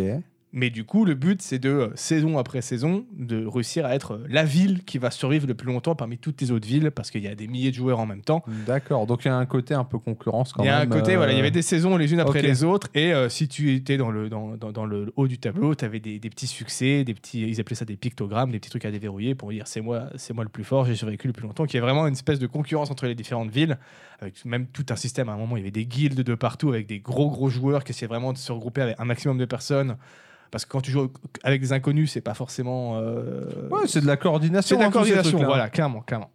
Mais du coup, le but, c'est de, euh, saison après saison, de réussir à être euh, la ville qui va survivre le plus longtemps parmi toutes les autres villes, parce qu'il y a des milliers de joueurs en même temps.
D'accord. Donc il y a un côté un peu concurrence quand
Il y
même.
a un côté,
euh,
voilà, il y avait des saisons les unes après
ok.
les autres, et euh, si tu étais dans le, dans, dans- dans le haut du tableau, tu avais des, des petits succès, des petits, ils appelaient ça des pictogrammes, des petits trucs à déverrouiller pour dire c'est moi, c'est moi le plus fort, j'ai survécu le plus longtemps, qu'il y a vraiment une espèce de concurrence entre les différentes villes, avec même tout un système. À un moment, il y avait des guildes de partout avec des gros gros joueurs qui essayaient vraiment de se regrouper avec un maximum de personnes. Parce que quand tu joues avec des inconnus, c'est pas forcément. euh,
Ouais, c'est de la
c'est
coordination.
de la
hein, tous ces
coordination,
trucs-là.
voilà, clairement, clairement.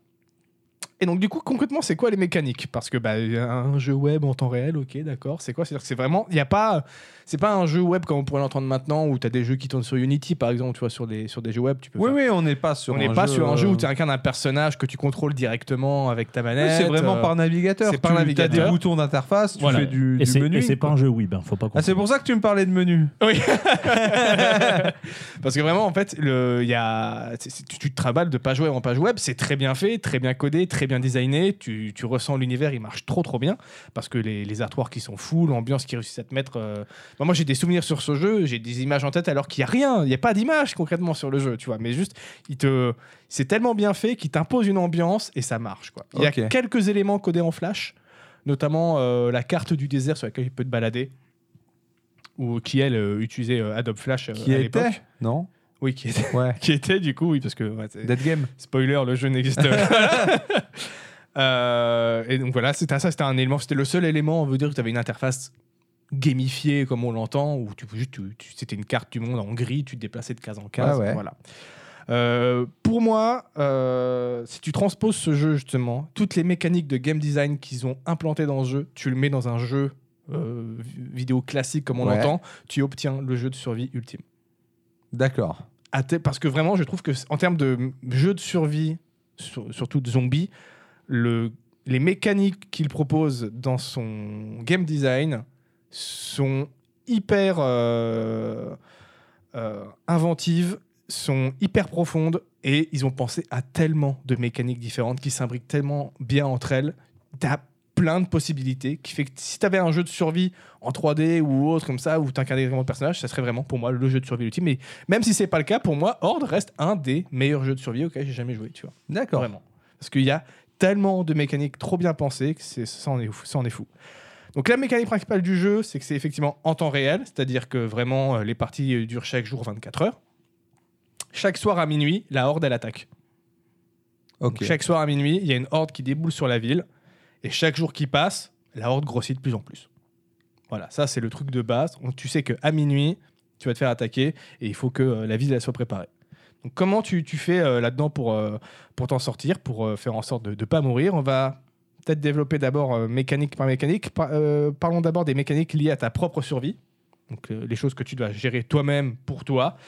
Et donc, du coup, concrètement, c'est quoi les mécaniques Parce que bah, un jeu web en temps réel, ok, d'accord, c'est quoi C'est-à-dire que c'est vraiment. Il n'y a pas. C'est pas un jeu web comme on pourrait l'entendre maintenant où tu as des jeux qui tournent sur Unity, par exemple, tu vois, sur des, sur des jeux web, tu peux.
Oui,
faire-
oui, on n'est pas sur.
on
un
n'est pas
jeu,
sur un jeu où
euh,
tu incarnes un personnage que tu contrôles directement avec ta
Oui,
manette.
c'est vraiment
euh,
par navigateur.
c'est par
Tu- T'as
navigateur.
des boutons d'interface, tu
Voilà.
fais du,
Et
du
c'est-
menu.
et c'est pas un jeu Wii, ben faut
Ah,
pas comprendre.
c'est pour ça que tu me parlais de menu.
Oui. Parce que vraiment, en fait, le, il y a, c'est- c'est- tu, tu te travailles de page web en page web. C'est très bien fait, très bien codé, très bien designé. Tu, tu ressens l'univers, il marche trop, trop bien. Parce que les, les artworks qui sont fous, l'ambiance qui réussissent à te mettre. euh, bah, moi, j'ai des souvenirs sur ce jeu, j'ai des images en tête alors qu'il n'y a rien. Il n'y a pas d'image concrètement sur le jeu, tu vois. Mais juste, il te, c'est tellement bien fait qu'il t'impose une ambiance et ça marche, quoi. Il y a
Ok.
quelques éléments codés en flash, notamment euh, la carte du désert sur laquelle il peut te balader. Ou qui elle euh, utilisait euh, Adobe Flash euh,
Qui
à
était
l'époque.
Non
Oui, qui était,
Ouais.
qui était du coup, oui, parce que ouais, c'est-
Dead Game.
Spoiler, le jeu n'existe pas. Euh, et donc voilà, c'était ça, c'était un élément, c'était le seul élément, on veut dire que tu avais une interface gamifiée comme on l'entend, où tu, tu- tu- tu- c'était une carte du monde en gris, tu te déplaçais de case en case.
Ouais, ouais.
Voilà. Euh, pour moi, euh, si tu transposes ce jeu justement, toutes les mécaniques de game design qu'ils ont implantées dans ce jeu, tu le mets dans un jeu euh, vi- vidéo classique comme on
Ouais.
l'entend, tu obtiens le jeu de survie ultime
D'accord.
à tel- parce que vraiment, je trouve que c- en termes de m- jeu de survie, sur- surtout de zombies, le, les mécaniques qu'il propose dans son game design sont hyper euh, euh, inventives, sont hyper profondes et ils ont pensé à tellement de mécaniques différentes qui s'imbriquent tellement bien entre elles. T'as plein de possibilités qui fait que si t'avais un jeu de survie en 3D ou autre comme ça où t'incarnais vraiment le personnage, ça serait vraiment pour moi le jeu de survie ultime. Mais même si c'est pas le cas, pour moi, Horde reste un des meilleurs jeux de survie auxquels j'ai jamais joué, tu vois.
D'accord.
Vraiment. Parce qu'il y a tellement de mécaniques trop bien pensées que c'est, ça, en est fou, ça en est fou. Donc la mécanique principale du jeu, c'est que c'est effectivement en temps réel, c'est-à-dire que vraiment euh, les parties euh, durent chaque jour 24 heures. Chaque soir à minuit, la Horde, elle attaque.
Ok.
Donc, chaque soir à minuit, il y a une horde qui déboule sur la ville. Et chaque jour qui passe, la horde grossit de plus en plus. Voilà, ça c'est le truc de base. On- tu sais qu'à minuit, tu vas te faire attaquer et il faut que euh, la ville elle soit préparée. Donc comment tu, tu fais euh, là-dedans pour, euh, pour t'en sortir, pour euh, faire en sorte de ne pas mourir On va peut-être développer d'abord euh, mécanique par mécanique. Par- euh, parlons d'abord des mécaniques liées à ta propre survie. Donc euh, les choses que tu dois gérer toi-même pour toi.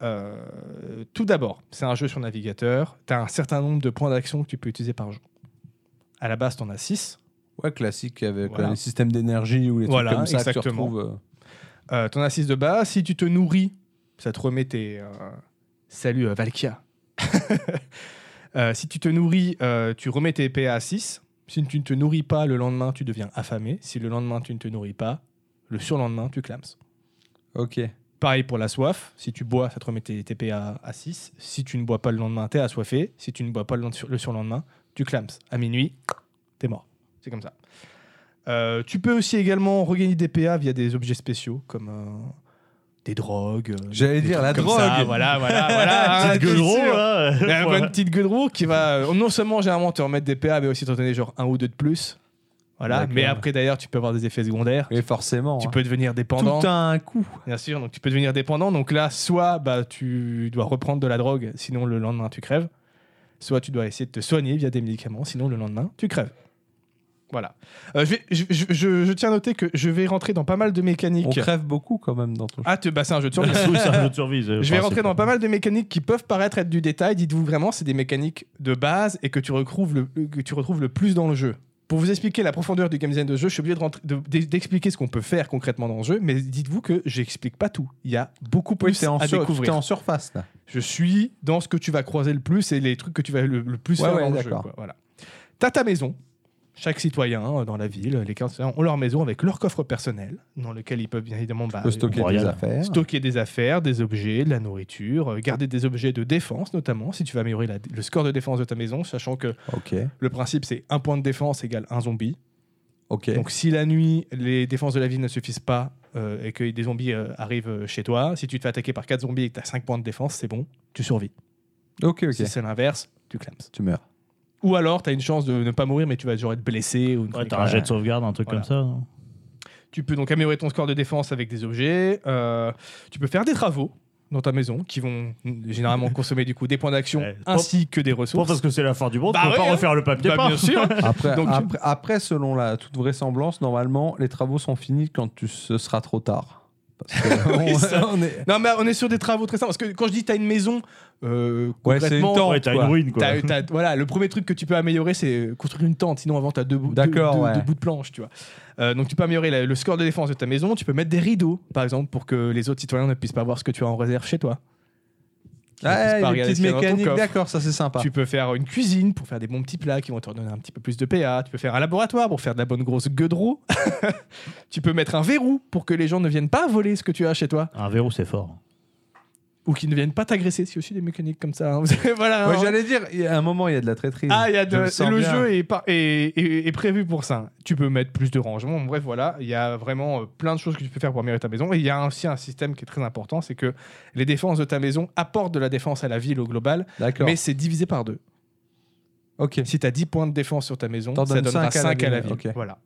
Euh, tout d'abord, c'est un jeu sur navigateur. Tu as un certain nombre de points d'action que tu peux utiliser par jour. À la base, tu en as 6.
Ouais, classique avec
Voilà.
euh, les systèmes d'énergie ou les
Voilà,
trucs comme ça que tu
exactement.
retrouves. euh.
Euh, t'en as 6 de base. Si tu te nourris, ça te remet tes. euh, Salut euh, Valkia. Euh, si tu te nourris, euh, tu remets tes PA à 6. Si tu ne te nourris pas, le lendemain, tu deviens affamé. Si le lendemain, tu ne te nourris pas, le surlendemain, tu clames.
Ok.
Pareil pour la soif. Si tu bois, ça te remet tes TP à, 6. Si tu ne bois pas le lendemain, t'es assoiffé. Si tu ne bois pas le, lend- sur- le surlendemain, tu clams. À minuit, t'es mort. C'est comme ça. Euh, tu peux aussi également regagner des PA via des objets spéciaux comme euh, des drogues. euh,
J'allais
des
dire,
trucs
la
comme
drogue.
ça, Voilà, voilà, voilà. hein,
Petite
t'es
gueuleron,
sûr.
là.
La
Ouais.
bonne petite gueulerou qui va euh, non seulement généralement te remettre des PA, mais aussi te donner genre un ou deux de plus. Voilà.
D'accord.
Mais après, d'ailleurs, tu peux avoir des effets secondaires.
Et forcément.
Tu
hein.
peux devenir dépendant.
Tout a un coût.
Bien sûr, donc tu peux devenir dépendant. Donc là, soit bah, tu dois reprendre de la drogue, sinon le lendemain tu crèves. Soit tu dois essayer de te soigner via des médicaments, sinon le lendemain tu crèves. Voilà. Euh, je, vais- je- je- je- je tiens à noter que je vais rentrer dans pas mal de mécaniques.
On crève beaucoup quand même dans ton
Ah, te- bah, c'est un jeu de survie.
Oui, c'est un jeu de survie, c'est-
Je vais
enfin,
rentrer
c'est-
dans pas mal de mécaniques qui peuvent paraître être du détail. Dites-vous vraiment, c'est des mécaniques de base et que tu, retrouves le, que tu retrouves le plus dans le jeu. Pour vous expliquer la profondeur du game design de jeu, je suis obligé de rentrer- de- d'e- d'expliquer ce qu'on peut faire concrètement dans le jeu, mais dites-vous que j'explique pas tout. Il y a beaucoup
Oui,
plus
t'es en,
à
sur-
découvrir.
t'es en surface là.
Je suis dans ce que tu vas croiser le plus et les trucs que tu vas le, le plus
Ouais,
faire
ouais,
dans le jeu.
d'accord.
quoi. Voilà. T'as ta maison. Chaque citoyen euh, dans la ville, les 15 citoyens ont leur maison avec leur coffre personnel, dans lequel ils peuvent bien évidemment bah,
Tu peux stocker
on
des
voit rien.
affaires.
stocker des affaires, des objets, de la nourriture, euh, garder des objets de défense notamment, si tu veux améliorer la- le score de défense de ta maison, sachant que
Ok.
le principe c'est un point de défense égale un zombie.
Ok.
Donc si la nuit les défenses de la ville ne suffisent pas euh, et que des zombies euh, arrivent euh, chez toi, si tu te fais attaquer par 4 zombies et que tu as 5 points de défense, c'est bon, tu survis.
ok, ok.
Si c'est l'inverse, tu clams.
Tu meurs.
Ou alors tu as une chance de ne pas mourir mais tu vas genre être blessé ou une
Ouais,
chronique
t'as un jet de sauvegarde, un truc
Voilà.
comme ça. non
Tu peux donc améliorer ton score de défense avec des objets. euh, tu peux faire des travaux dans ta maison qui vont mm, généralement consommer du coup des points d'action
Ouais, pas-
ainsi que des
Pas
ressources.
parce que c'est la fin du monde,
Bah
on peut
ouais,
pas
hein.
refaire le papier.
Bah,
peint.
bien sûr.
Après,
Donc, tu-
après, après, selon la toute vraisemblance, normalement, les travaux sont finis quand tu, ce sera trop tard. Parce que
Oui,
on-
ça.
on est-
non mais on est sur des travaux très simples parce que quand je dis t'as une maison, euh,
Ouais, c'est une
concrètement,
tente,
Ouais, t'as
quoi.
une ruine, quoi.
t'as- t'as- voilà, le premier truc que tu peux améliorer c'est construire une tente. Sinon avant t'as deux, bouts- deux-
D'accord,
deux-
ouais.
deux bouts de planche, tu vois. Euh, donc tu peux améliorer la- le score de défense de ta maison. Tu peux mettre des rideaux par exemple pour que les autres citoyens ne puissent pas voir ce que tu as en réserve chez toi. Qu'ils ne puissent
Ouais,
pas
les
regarder
petites
ce qu'il y a dans ton
mécaniques,
coffre.
d'accord, ça c'est sympa.
Tu peux faire une cuisine pour faire des bons petits plats qui vont te redonner un petit peu plus de PA. Tu peux faire un laboratoire pour faire de la bonne grosse gueudreau. tu peux mettre un verrou pour que les gens ne viennent pas voler ce que tu as chez toi
Un verrou, c'est fort.
ou qu'ils ne viennent pas t'agresser. C'est aussi des mécaniques comme ça. hein. Vous savez, voilà.
Ouais,
hein.
J'allais dire, il y a un moment, il y a de la traîtrise.
Ah, il y a de-
Je le
le,
sens bien.
jeu est, par- est- est- est prévu pour ça. Tu peux mettre plus de rangement. Bref, voilà, il y a vraiment euh, plein de choses que tu peux faire pour améliorer ta maison. Et il y a aussi un système qui est très important, c'est que les défenses de ta maison apportent de la défense à la ville au global,
D'accord.
mais c'est divisé par deux.
Ok.
Si tu as 10 points de défense sur ta maison,
T'en
ça
donnes
donnera 5
cinq à
à
la
la,
ville,
ville.
ok.
Voilà.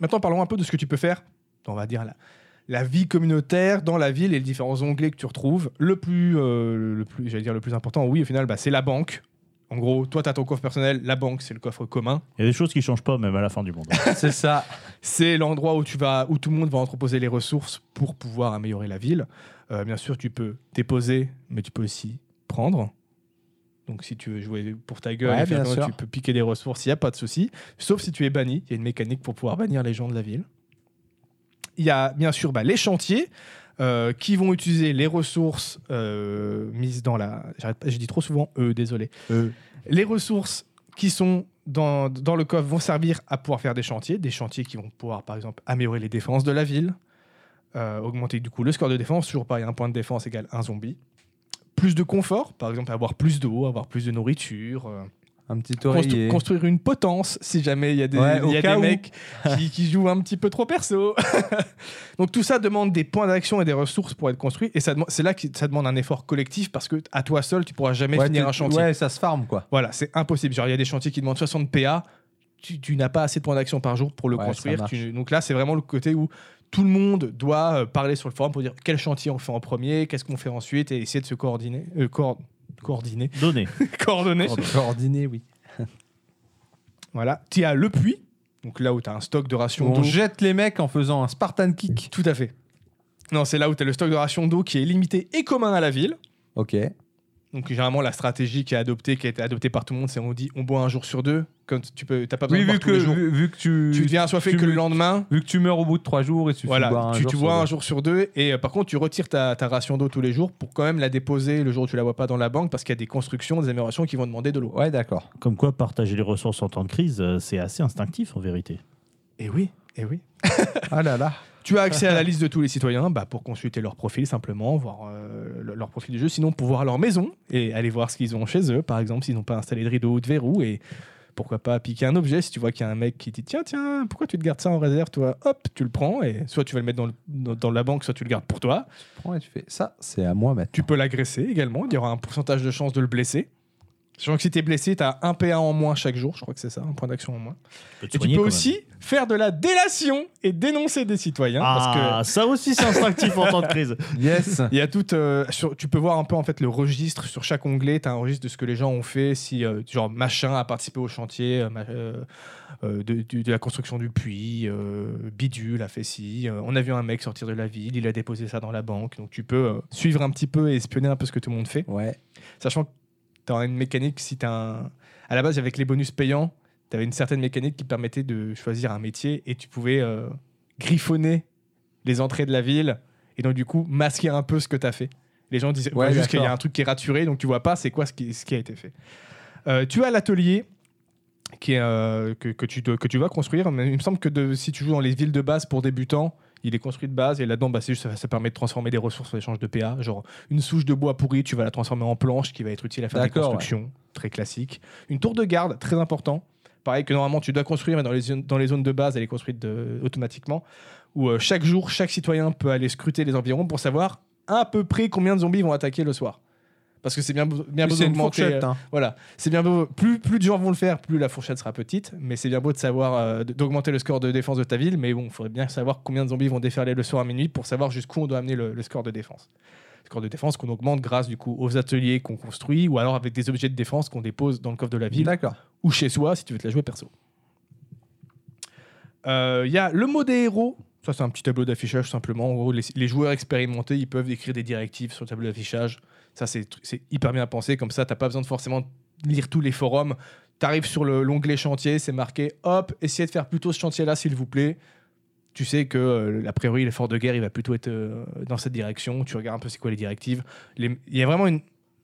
Maintenant, parlons un peu de ce que tu peux faire, on va dire la, la vie communautaire dans la ville et les différents onglets que tu retrouves. Le plus, euh, le plus j'allais dire le plus important, oui, au final, bah, c'est la banque. En gros, toi, tu as ton coffre personnel, la banque, c'est le coffre commun.
Il y a des choses qui changent pas, même à la fin du monde.
C'est ça.
C'est l'endroit où, tu vas, où tout le monde va entreposer les ressources pour pouvoir améliorer la ville. Euh, bien sûr, tu peux déposer, mais tu peux aussi prendre. Donc, si tu veux jouer pour ta gueule,
Ouais,
et faire
bien
comme ça,
sûr.
tu peux piquer des ressources, il n'y a pas de souci. Sauf si tu es banni, il y a une mécanique pour pouvoir bannir les gens de la ville. Il y a bien sûr bah, les chantiers euh, qui vont utiliser les ressources euh, mises dans la. j'arrête pas- Je dis trop souvent eux, désolé.
Euh,
Les ressources qui sont dans, dans le coffre vont servir à pouvoir faire des chantiers, des chantiers qui vont pouvoir, par exemple, améliorer les défenses de la ville, euh, augmenter du coup le score de défense, toujours pareil, un point de défense égale un zombie. Plus de confort, par exemple, avoir plus d'eau, avoir plus de nourriture. euh,
Un petit
Constru-
oreiller.
construire une potence si jamais il y a des,
Ouais,
il y
au
a
cas
des
où.
mecs qui, qui jouent un petit peu trop perso. Donc tout ça demande des points d'action et des ressources pour être construit. Et ça demande- c'est là que ça demande un effort collectif parce que à toi seul, tu pourras jamais
Ouais,
finir
t'es-
un chantier.
Ouais, ça se farme quoi.
Voilà, c'est impossible. Genre, il y a des chantiers qui demandent 60 PA. Tu, tu n'as pas assez de points d'action par jour pour le
Ouais, ça
construire.
marche.
Tu- donc là, c'est vraiment le côté où tout le monde doit euh, parler sur le forum pour dire quel chantier on fait en premier, qu'est-ce qu'on fait ensuite, et essayer de se coordonner. euh, coor- coordonner.
Donné.
coordonner.
Coordonné, oui.
Voilà. Tu as le puits, donc là où tu as un stock de rations
On
d'eau.
jette les mecs en faisant un Spartan kick.
Tout à fait. Non, c'est là où tu as le stock de rations d'eau qui est limité et commun à la ville.
Ok.
Donc généralement la stratégie qui est adoptée, qui a été adoptée par tout le monde, c'est on dit on boit un jour sur deux, comme tu peux, t'as pas besoin
Oui,
de boire
vu
tous
que,
les jours.
vu, vu que tu,
Tu deviens assoiffé
tu
que le
me-
lendemain.
vu que tu meurs au bout de trois jours, il suffit de boire
Voilà,
un
tu,
jour
tu
sur
bois
deux.
un jour sur deux et euh, par contre tu retires ta, ta ration d'eau tous les jours pour quand même la déposer le jour où tu la vois pas dans la banque parce qu'il y a des constructions, des améliorations qui vont demander de l'eau.
Ouais, d'accord.
Comme quoi, partager les ressources en temps de crise, euh, c'est assez instinctif en vérité.
Eh
Et oui, et oui.
Ah là là.
Tu as accès à la liste de tous les citoyens bah, pour consulter leur profil simplement, voir euh, le- leur profil du jeu, sinon pour voir leur maison et aller voir ce qu'ils ont chez eux, par exemple, s'ils n'ont pas installé de rideau ou de verrou et pourquoi pas piquer un objet si tu vois qu'il y a un mec qui dit tiens tiens pourquoi tu te gardes ça en réserve toi hop tu le prends et soit tu vas le mettre dans, le- dans- dans la banque soit tu le gardes pour toi
Tu prends et tu fais ça, c'est à moi maintenant.
tu peux l'agresser également il y aura un pourcentage de chance de le blesser sachant que si t'es blessé t'as un PA en moins chaque jour je crois que c'est ça un point d'action en moins et tu peux aussi faire de la délation et dénoncer des citoyens parce que
ah, ça aussi c'est instinctif en temps de crise.
Yes.
Il y a tout. euh, sur- tu peux voir un peu en fait le registre sur chaque onglet. Tu as un registre de ce que les gens ont fait. Si euh, genre machin a participé au chantier euh, ma- euh, euh, de, du- de la construction du puits, euh, bidule a fait ci. euh, on a vu un mec sortir de la ville. Il a déposé ça dans la banque. Donc tu peux euh, suivre un petit peu et espionner un peu ce que tout le monde fait.
Ouais.
Sachant que tu as une mécanique. Si t'as un... à la base avec les bonus payants, tu avais une certaine mécanique qui permettait de choisir un métier et tu pouvais euh, griffonner les entrées de la ville et donc du coup masquer un peu ce que tu as fait. Les gens disent
Ouais,
ouais, juste qu'il y a
d'accord.
un truc qui est raturé, donc tu vois pas c'est quoi ce qui, ce qui a été fait. Euh, tu as l'atelier qui est, euh, que, que tu dois- que tu vas construire. Mais il me semble que de- si tu joues dans les villes de base pour débutants, il est construit de base et là-dedans, bah, c'est juste, ça, ça permet de transformer des ressources en échange de PA. Genre une souche de bois pourri, tu vas la transformer en planche qui va être utile à faire des
D'accord, ouais.
constructions. Très classique. Une tour de garde, très important. Pareil que normalement tu dois construire, mais dans les, zones- dans les zones de base, elle est construite de- automatiquement. Où euh, chaque jour, chaque citoyen peut aller scruter les environs pour savoir à peu près combien de zombies vont attaquer le soir. Parce que c'est bien, beau- bien beau
C'est une
d'augmenter, euh,
fourchette. hein.
voilà, c'est bien beau. Plus, plus de gens vont le faire, plus la fourchette sera petite. Mais c'est bien beau de savoir euh, d- d'augmenter le score de défense de ta ville. Mais bon, il faudrait bien savoir combien de zombies vont déferler le soir à minuit pour savoir jusqu'où on doit amener le, le score de défense. Le score de défense qu'on augmente grâce du coup aux ateliers qu'on construit ou alors avec des objets de défense qu'on dépose dans le coffre de la ville
D'accord.
ou chez soi si tu veux te la jouer perso. Euh, Il y a le mot des héros. Ça, c'est un petit tableau d'affichage simplement. En gros, les, les joueurs expérimentés, ils peuvent écrire des directives sur le tableau d'affichage. Ça, c'est tr- c'est hyper bien pensé. Comme ça, t'as pas besoin de forcément lire tous les forums. T'arrives sur le- l'onglet chantier, c'est marqué hop, essayez de faire plutôt ce chantier-là, s'il vous plaît. Tu sais que, euh, a priori, l'effort de guerre, il va plutôt être euh, dans cette direction. Tu regardes un peu c'est quoi les directives. Les- Il y a vraiment une,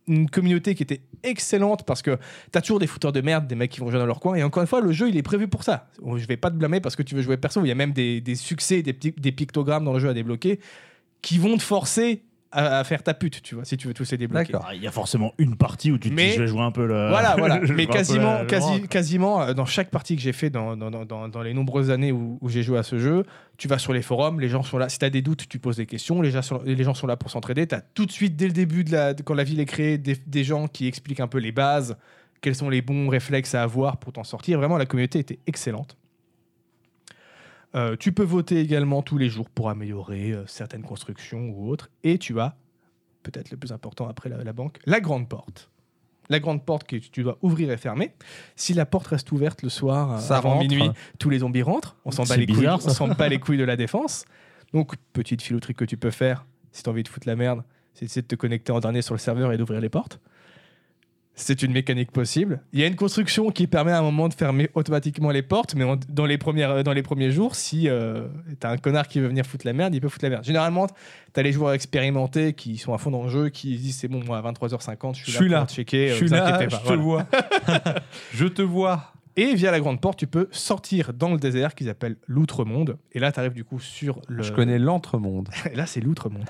une communauté qui était excellente parce que T'as toujours des fouteurs de merde, des mecs qui vont jouer dans leur coin. Et encore une fois, le jeu, il est prévu pour ça. Oh, Je vais pas te blâmer parce que tu veux jouer perso. Il y a même des, des succès, des, petits- des pictogrammes dans le jeu à débloquer qui vont te forcer à, à faire ta pute, tu vois, si tu veux tous les débloquer.
D'accord.
Ah, Il y a forcément une partie où tu te
Mais-
dis je vais jouer un peu le.
Voilà, voilà.
euh, je
Mais
vais jouer un peu
quasiment,
le- le
quasi-
rock.
quasiment, euh, dans chaque partie que j'ai fait dans, dans, dans- dans- dans les nombreuses années où, où j'ai joué à ce jeu, tu vas sur les forums, les gens sont là. Si tu as des doutes, tu poses des questions. Les gens sont, les gens sont là pour s'entraider. Tu as tout de suite, dès le début, de la, quand la ville est créée, des, des gens qui expliquent un peu les bases, quels sont les bons réflexes à avoir pour t'en sortir. Vraiment, la communauté était excellente. Euh, tu peux voter également tous les jours pour améliorer euh, certaines constructions ou autres. Et tu as, peut-être le plus important après la- la banque, la grande porte la grande porte que tu dois ouvrir et fermer. Si la porte reste ouverte le soir euh,
Ça
avant
rentre.
minuit, tous les zombies rentrent. On s'en bat
C'est
les couilles.
bizarre, ça.
on s'en bat les couilles de la défense. Donc petite filouterie que tu peux faire si tu as envie de foutre la merde, c'est d'essayer de te connecter en dernier sur le serveur et d'ouvrir les portes. C'est une mécanique possible. Il y a une construction qui permet à un moment de fermer automatiquement les portes, mais en- dans, les premières, euh, dans les premiers jours, si euh, t'as un connard qui veut venir foutre la merde, il peut foutre la merde. Généralement, t'as les joueurs expérimentés qui sont à fond dans le jeu, qui disent c'est bon, moi à 23h50, je suis
Je
là,
suis là.
pour checker,
Je
euh,
suis
vous
là,
inquiétez
je
pas.
te
Voilà.
vois. je te vois.
Et via la grande porte, tu peux sortir dans le désert qu'ils appellent l'outre-monde. Et là, tu arrives du coup sur le.
Je connais l'entremonde.
Et là, c'est l'outre-monde.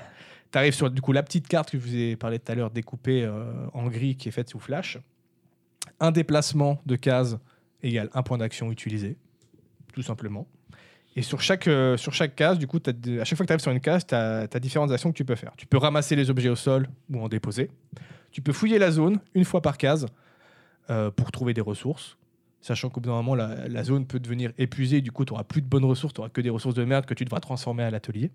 Tu arrives sur du coup la petite carte que je vous ai parlé tout à l'heure, découpée euh, en gris, qui est faite sous flash. un déplacement de case égale un point d'action utilisé, tout simplement. Et sur chaque, euh, sur chaque case, du coup, t'as de- à chaque fois que tu arrives sur une case, tu as, différentes actions que tu peux faire. Tu peux ramasser les objets au sol ou en déposer. Tu peux fouiller la zone une fois par case euh, pour trouver des ressources. Sachant qu'au bout d'un moment, la, la zone peut devenir épuisée. Du coup, tu n'auras plus de bonnes ressources, tu n'auras que des ressources de merde que tu devras transformer à l'atelier.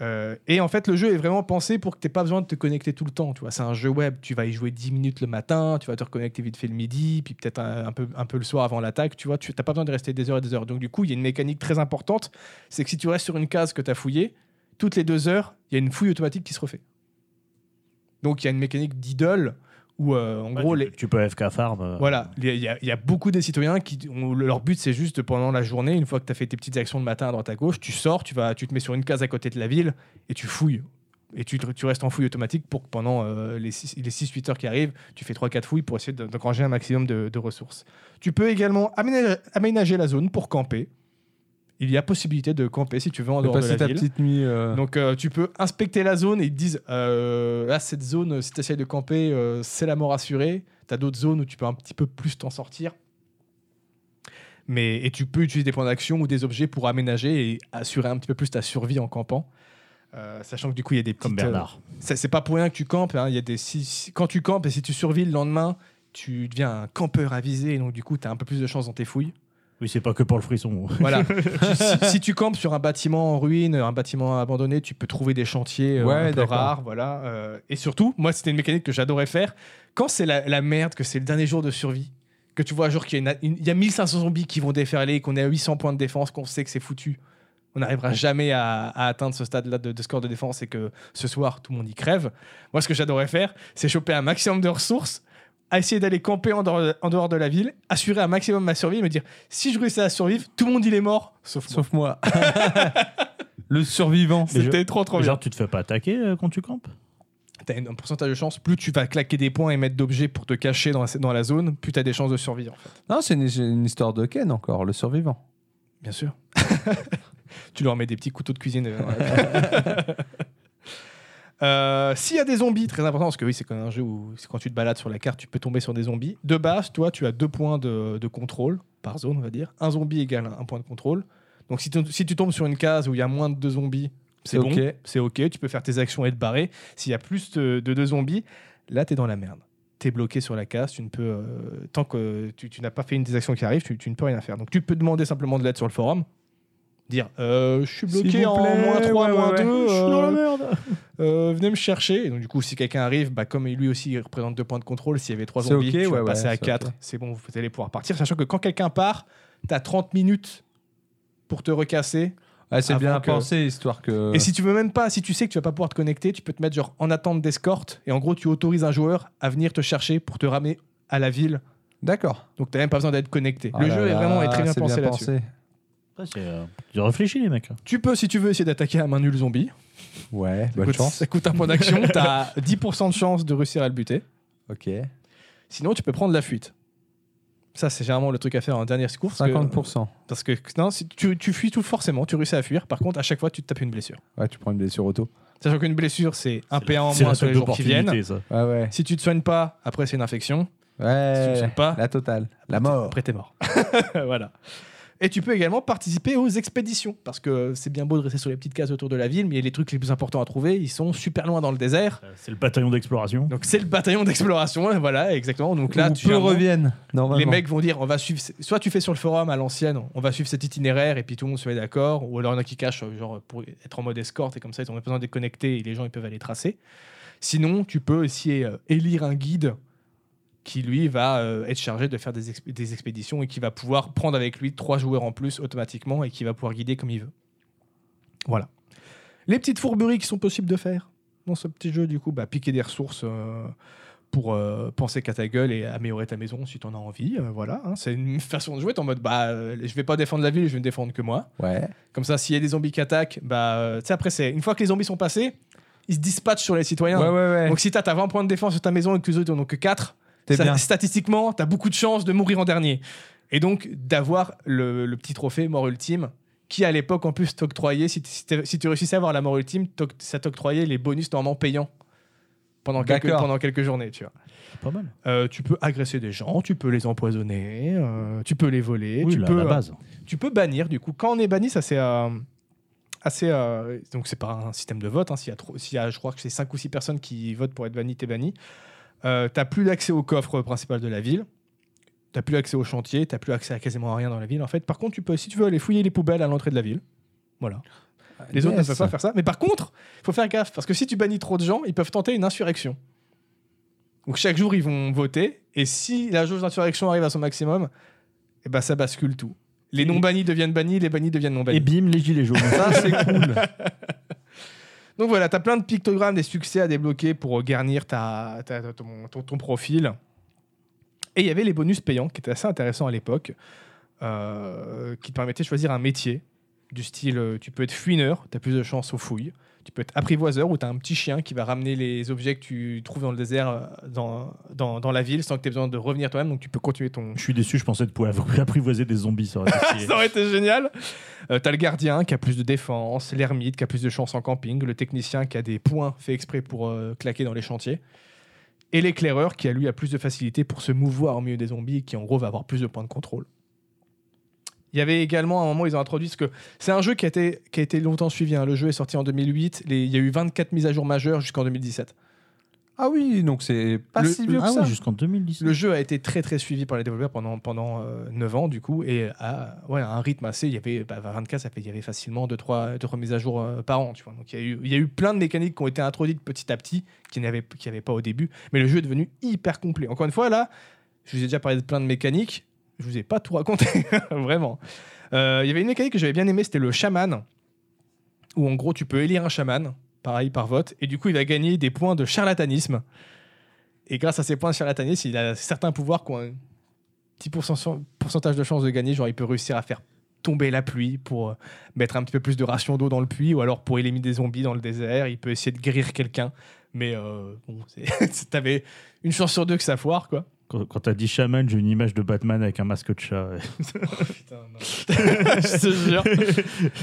Euh, et en fait, le jeu est vraiment pensé pour que tu n'aies pas besoin de te connecter tout le temps. Tu vois, c'est un jeu web. Tu vas y jouer 10 minutes le matin, tu vas te reconnecter vite fait le midi, puis peut-être un, un peu, un peu le soir avant l'attaque. Tu vois, tu n'as pas besoin de rester des heures et des heures. Donc, du coup, il y a une mécanique très importante c'est que si tu restes sur une case que tu as fouillée, toutes les deux heures, il y a une fouille automatique qui se refait. Donc, il y a une mécanique d'idole où, euh, en
Ouais,
gros,
tu,
les,
tu peux FK farm. euh,
voilà, il y, a- il y a- il y a beaucoup des citoyens qui ont- leur but c'est juste pendant la journée, une fois que tu as fait tes petites actions le matin à droite à gauche, tu sors, tu vas, tu te mets sur une case à côté de la ville et tu fouilles. Et tu, tu restes en fouille automatique pour que pendant euh, les 6-8 heures qui arrivent, tu fais 3-4 fouilles pour essayer de- d'engranger un maximum de, de ressources. Tu peux également aménager, aménager la zone pour camper. Il y a possibilité de camper si tu veux en
de
dehors de
passer
la
ta
ville.
petite nuit.
Ah.
euh,
Donc euh, tu peux inspecter la zone et ils te disent euh, là cette zone euh, si tu essayes de camper euh, c'est la mort assurée. T'as d'autres zones où tu peux un petit peu plus t'en sortir. Mais et tu peux utiliser des points d'action ou des objets pour aménager et assurer un petit peu plus ta survie en campant. Euh, sachant que du coup il y a des petites,
Comme Bernard.
euh, c'est c'est pas pour rien que tu campes. hein, il y a des si- si- quand tu campes et si tu survis le lendemain tu deviens un campeur avisé et donc du coup tu as un peu plus de chance dans tes fouilles.
Oui, c'est pas que pour le frisson.
Voilà. Tu- si, si tu campes sur un bâtiment en ruine, un bâtiment abandonné, tu peux trouver des chantiers euh,
Ouais,
un peu
d'accord.
rares, voilà. euh, et surtout, moi, c'était une mécanique que j'adorais faire. Quand c'est la, la merde, que c'est le dernier jour de survie, que tu vois genre qu'il y, a une- une- il y a 1500 zombies qui vont déferler, qu'on est à 800 points de défense, qu'on sait que c'est foutu. On n'arrivera jamais à, à atteindre ce stade-là de, de score de défense et que ce soir, tout le monde y crève. Moi, ce que j'adorais faire, c'est choper un maximum de ressources, à essayer d'aller camper en dehors, en dehors de la ville, assurer un maximum ma survie et me dire si je réussis à survivre, tout le monde il est mort, sauf moi.
Sauf moi. le survivant.
Mais
C'était trop trop bien.
Genre, tu te fais pas attaquer euh, quand tu campes
T'as un pourcentage de chance, plus tu vas claquer des points et mettre d'objets pour te cacher dans la, dans la zone, plus t'as des chances de survivre.
Non, c'est une, c'est une histoire de Ken encore, le survivant.
Bien sûr. tu leur mets des petits couteaux de cuisine. euh, dans la gueule. Euh, S'il y a des zombies, très important, parce que oui, c'est quand même un jeu où c'est quand tu te balades sur la carte, tu peux tomber sur des zombies. De base, toi, tu as deux points de, de contrôle par zone, on va dire. Un zombie égale un point de contrôle. Donc si, tu- si tu tombes sur une case où il y a moins de deux zombies, c'est
C'est
bon,
ok.
c'est ok, tu peux faire tes actions et te barrer. S'il y a plus de, de deux zombies, là, t'es dans la merde. T'es bloqué sur la case, tu ne peux, euh, tant que tu, tu n'as pas fait une des actions qui arrive, tu, tu ne peux rien faire. Donc tu peux demander simplement de l'aide sur le forum, dire euh, je suis
S'il
bloqué
vous
en
plaît,
moins 3,
ouais,
moins
ouais,
2,
ouais.
Je suis dans la merde
venez me chercher. Et donc du coup, si quelqu'un arrive, bah, comme lui aussi il représente deux points de contrôle, s'il y avait trois
C'est
zombies, tu
ok,
vas
ouais,
passer
ouais,
à
c'est
4,
ok.
c'est bon, vous allez pouvoir partir, sachant que quand quelqu'un part, t'as 30 minutes pour te recasser
Ah, c'est
Avant
bien
que-
pensé, histoire que.
et si tu veux même pas, si tu sais que tu vas pas pouvoir te connecter, tu peux te mettre genre en attente d'escorte et en gros tu autorises un joueur à venir te chercher pour te ramener à la ville.
D'accord.
Donc t'as même pas besoin d'être connecté.
Ah
le
là
jeu est
là,
vraiment est très bien
c'est
pensé là-dessus.
pensé.
Après, c'est, euh, Ils ont réfléchi, les mecs.
Tu peux si tu veux essayer d'attaquer à main nulle zombie.
Ouais,
Ça
bonne
coûte-
chance.
Ça coûte un point d'action, t'as 10% de chance de réussir à le buter.
Ok.
Sinon tu peux prendre la fuite. Ça c'est généralement le truc à faire en dernière course. que-
50%.
Parce que non, si tu, tu fuis tout forcément, tu réussis à fuir. Par contre à chaque fois tu te tapes une blessure.
Ouais, tu prends une blessure auto.
Sachant qu'une blessure c'est un
C'est
PA en
C'est
moins
la
sur
seule
les jours qui viennent.
opportunité, ça.
Ouais, ouais.
Si tu te soignes pas, après c'est une infection. Si tu te
Ouais.
soignes pas,
La totale. La mort.
après t'es mort. voilà. Et tu peux également participer aux expéditions, parce que c'est bien beau de rester sur les petites cases autour de la ville, mais les trucs les plus importants à trouver, ils sont super loin dans le désert.
Euh, C'est le bataillon d'exploration.
Donc c'est le bataillon d'exploration, et voilà, exactement. Donc là,
Où
tu
peu
viens-
reviennent.
les
normalement.
mecs vont dire, on va suivre, soit tu fais sur le forum à l'ancienne, on va suivre cet itinéraire et puis tout le monde se met d'accord, ou alors il y en a qui cachent, euh, genre pour être en mode escorte et comme ça ils ont pas besoin de déconnecter et les gens ils peuvent aller tracer. Sinon, tu peux essayer euh, élire un guide qui lui va euh, être chargé de faire des, exp- des expéditions et qui va pouvoir prendre avec lui trois joueurs en plus automatiquement et qui va pouvoir guider comme il veut. Voilà. Les petites fourberies qui sont possibles de faire dans ce petit jeu, du coup, bah, piquer des ressources. euh, pour euh, penser qu'à ta gueule et améliorer ta maison si t'en as envie. euh, voilà, hein. c'est une façon de jouer. T'es en mode, bah, euh, je vais pas défendre la ville, je vais me défendre que moi.
Ouais.
Comme ça, s'il y a des zombies qui attaquent, bah, euh, tu sais, après, c'est une fois que les zombies sont passés, ils se dispatchent sur les
Ouais,
citoyens.
ouais, ouais.
Donc si t'as t'as 20 points de défense sur ta maison et que les autres n'en ont que 4,
T'es bien.
statistiquement, t'as beaucoup de chances de mourir en dernier. Et donc d'avoir le, le petit trophée mort ultime qui à l'époque en plus t'octroyait, si, t- si t'es- si tu réussissais à avoir la mort ultime, t'oc- ça t'octroyait les bonus normalement payants. pendant quelques,
D'accord.
pendant quelques journées, tu vois.
Pas mal.
Euh, tu peux agresser des gens, tu peux les empoisonner, euh, tu peux les voler,
oui,
tu
la,
peux
la
euh,
base.
tu peux bannir du coup quand on est banni ça c'est euh, assez euh, donc c'est pas un système de vote hein, s'il y a trop s'il y a je crois que c'est 5 ou 6 personnes qui votent pour être banni t'es banni euh, t'as plus l'accès au coffre principal de la ville t'as plus accès au chantier t'as plus accès à quasiment rien dans la ville en fait par contre tu peux si tu veux aller fouiller les poubelles à l'entrée de la ville voilà les autres ne
yes.
peuvent pas faire ça mais par contre il faut faire gaffe parce que si tu bannis trop de gens ils peuvent tenter une insurrection donc chaque jour ils vont voter et si la jauge d'insurrection arrive à son maximum et ben ça bascule tout les non bannis deviennent bannis, les bannis deviennent non bannis.
Et bim, les gilets jaunes.
Ça, c'est cool.
Donc voilà, t'as plein de pictogrammes, des succès à débloquer pour euh, garnir ta, ta- ta- ton, ton- ton profil. Et il y avait les bonus payants qui étaient assez intéressants à l'époque, euh, qui te permettaient de choisir un métier du style euh, tu peux être fouineur, t'as plus de chance aux fouilles. Tu peux être apprivoiseur ou t'as un petit chien qui va ramener les objets que tu trouves dans le désert euh, dans, dans, dans la ville sans que t'aies besoin de revenir toi-même, donc tu peux continuer ton,
Je suis déçu, je pensais de pouvoir apprivoiser des zombies. Ça aurait été stylé.
ça aurait été génial. Euh, T'as le gardien qui a plus de défense, l'ermite qui a plus de chance en camping, le technicien qui a des points faits exprès pour euh, claquer dans les chantiers, et l'éclaireur qui a lui a plus de facilité pour se mouvoir au milieu des zombies et qui en gros va avoir plus de points de contrôle. Il y avait également à un moment, ils ont introduit ce que c'est un jeu qui a été, qui a été longtemps suivi. hein. Le jeu est sorti en 2008, les- il y a eu 24 mises à jour majeures jusqu'en 2017.
Ah oui, donc c'est pas
Le-
si vieux que
ah
ça.
ouais, jusqu'en 2010.
Le jeu a été très très suivi par les développeurs pendant, pendant 9 ans du coup et à, ouais, à un rythme assez, il y avait bah, 24, ça fait, il y avait facilement 2-3 mises à jour euh, par an. Tu vois. Donc il y, a eu, il y a eu plein de mécaniques qui ont été introduites petit à petit, qui n'avaient qui avaient pas au début, mais le jeu est devenu hyper complet. Encore une fois là, je vous ai déjà parlé de plein de mécaniques, je vous ai pas tout raconté, vraiment. Euh, Il y avait une mécanique que j'avais bien aimée, c'était le chaman, où en gros tu peux élire un chaman, pareil par vote, et du coup il va gagner des points de charlatanisme. Et grâce à ces points de charlatanisme, il a certains pouvoirs qui ont un petit pourcent- pourcentage de chance de gagner, genre il peut réussir à faire tomber la pluie pour euh, mettre un petit peu plus de ration d'eau dans le puits, ou alors pour éliminer des zombies dans le désert, il peut essayer de guérir quelqu'un, mais euh, bon, c'est- t'avais une chance sur deux que ça foire, quoi.
Quand, quand t'as dit chaman, j'ai une image de Batman avec un masque de chat.
Putain, non. je te jure.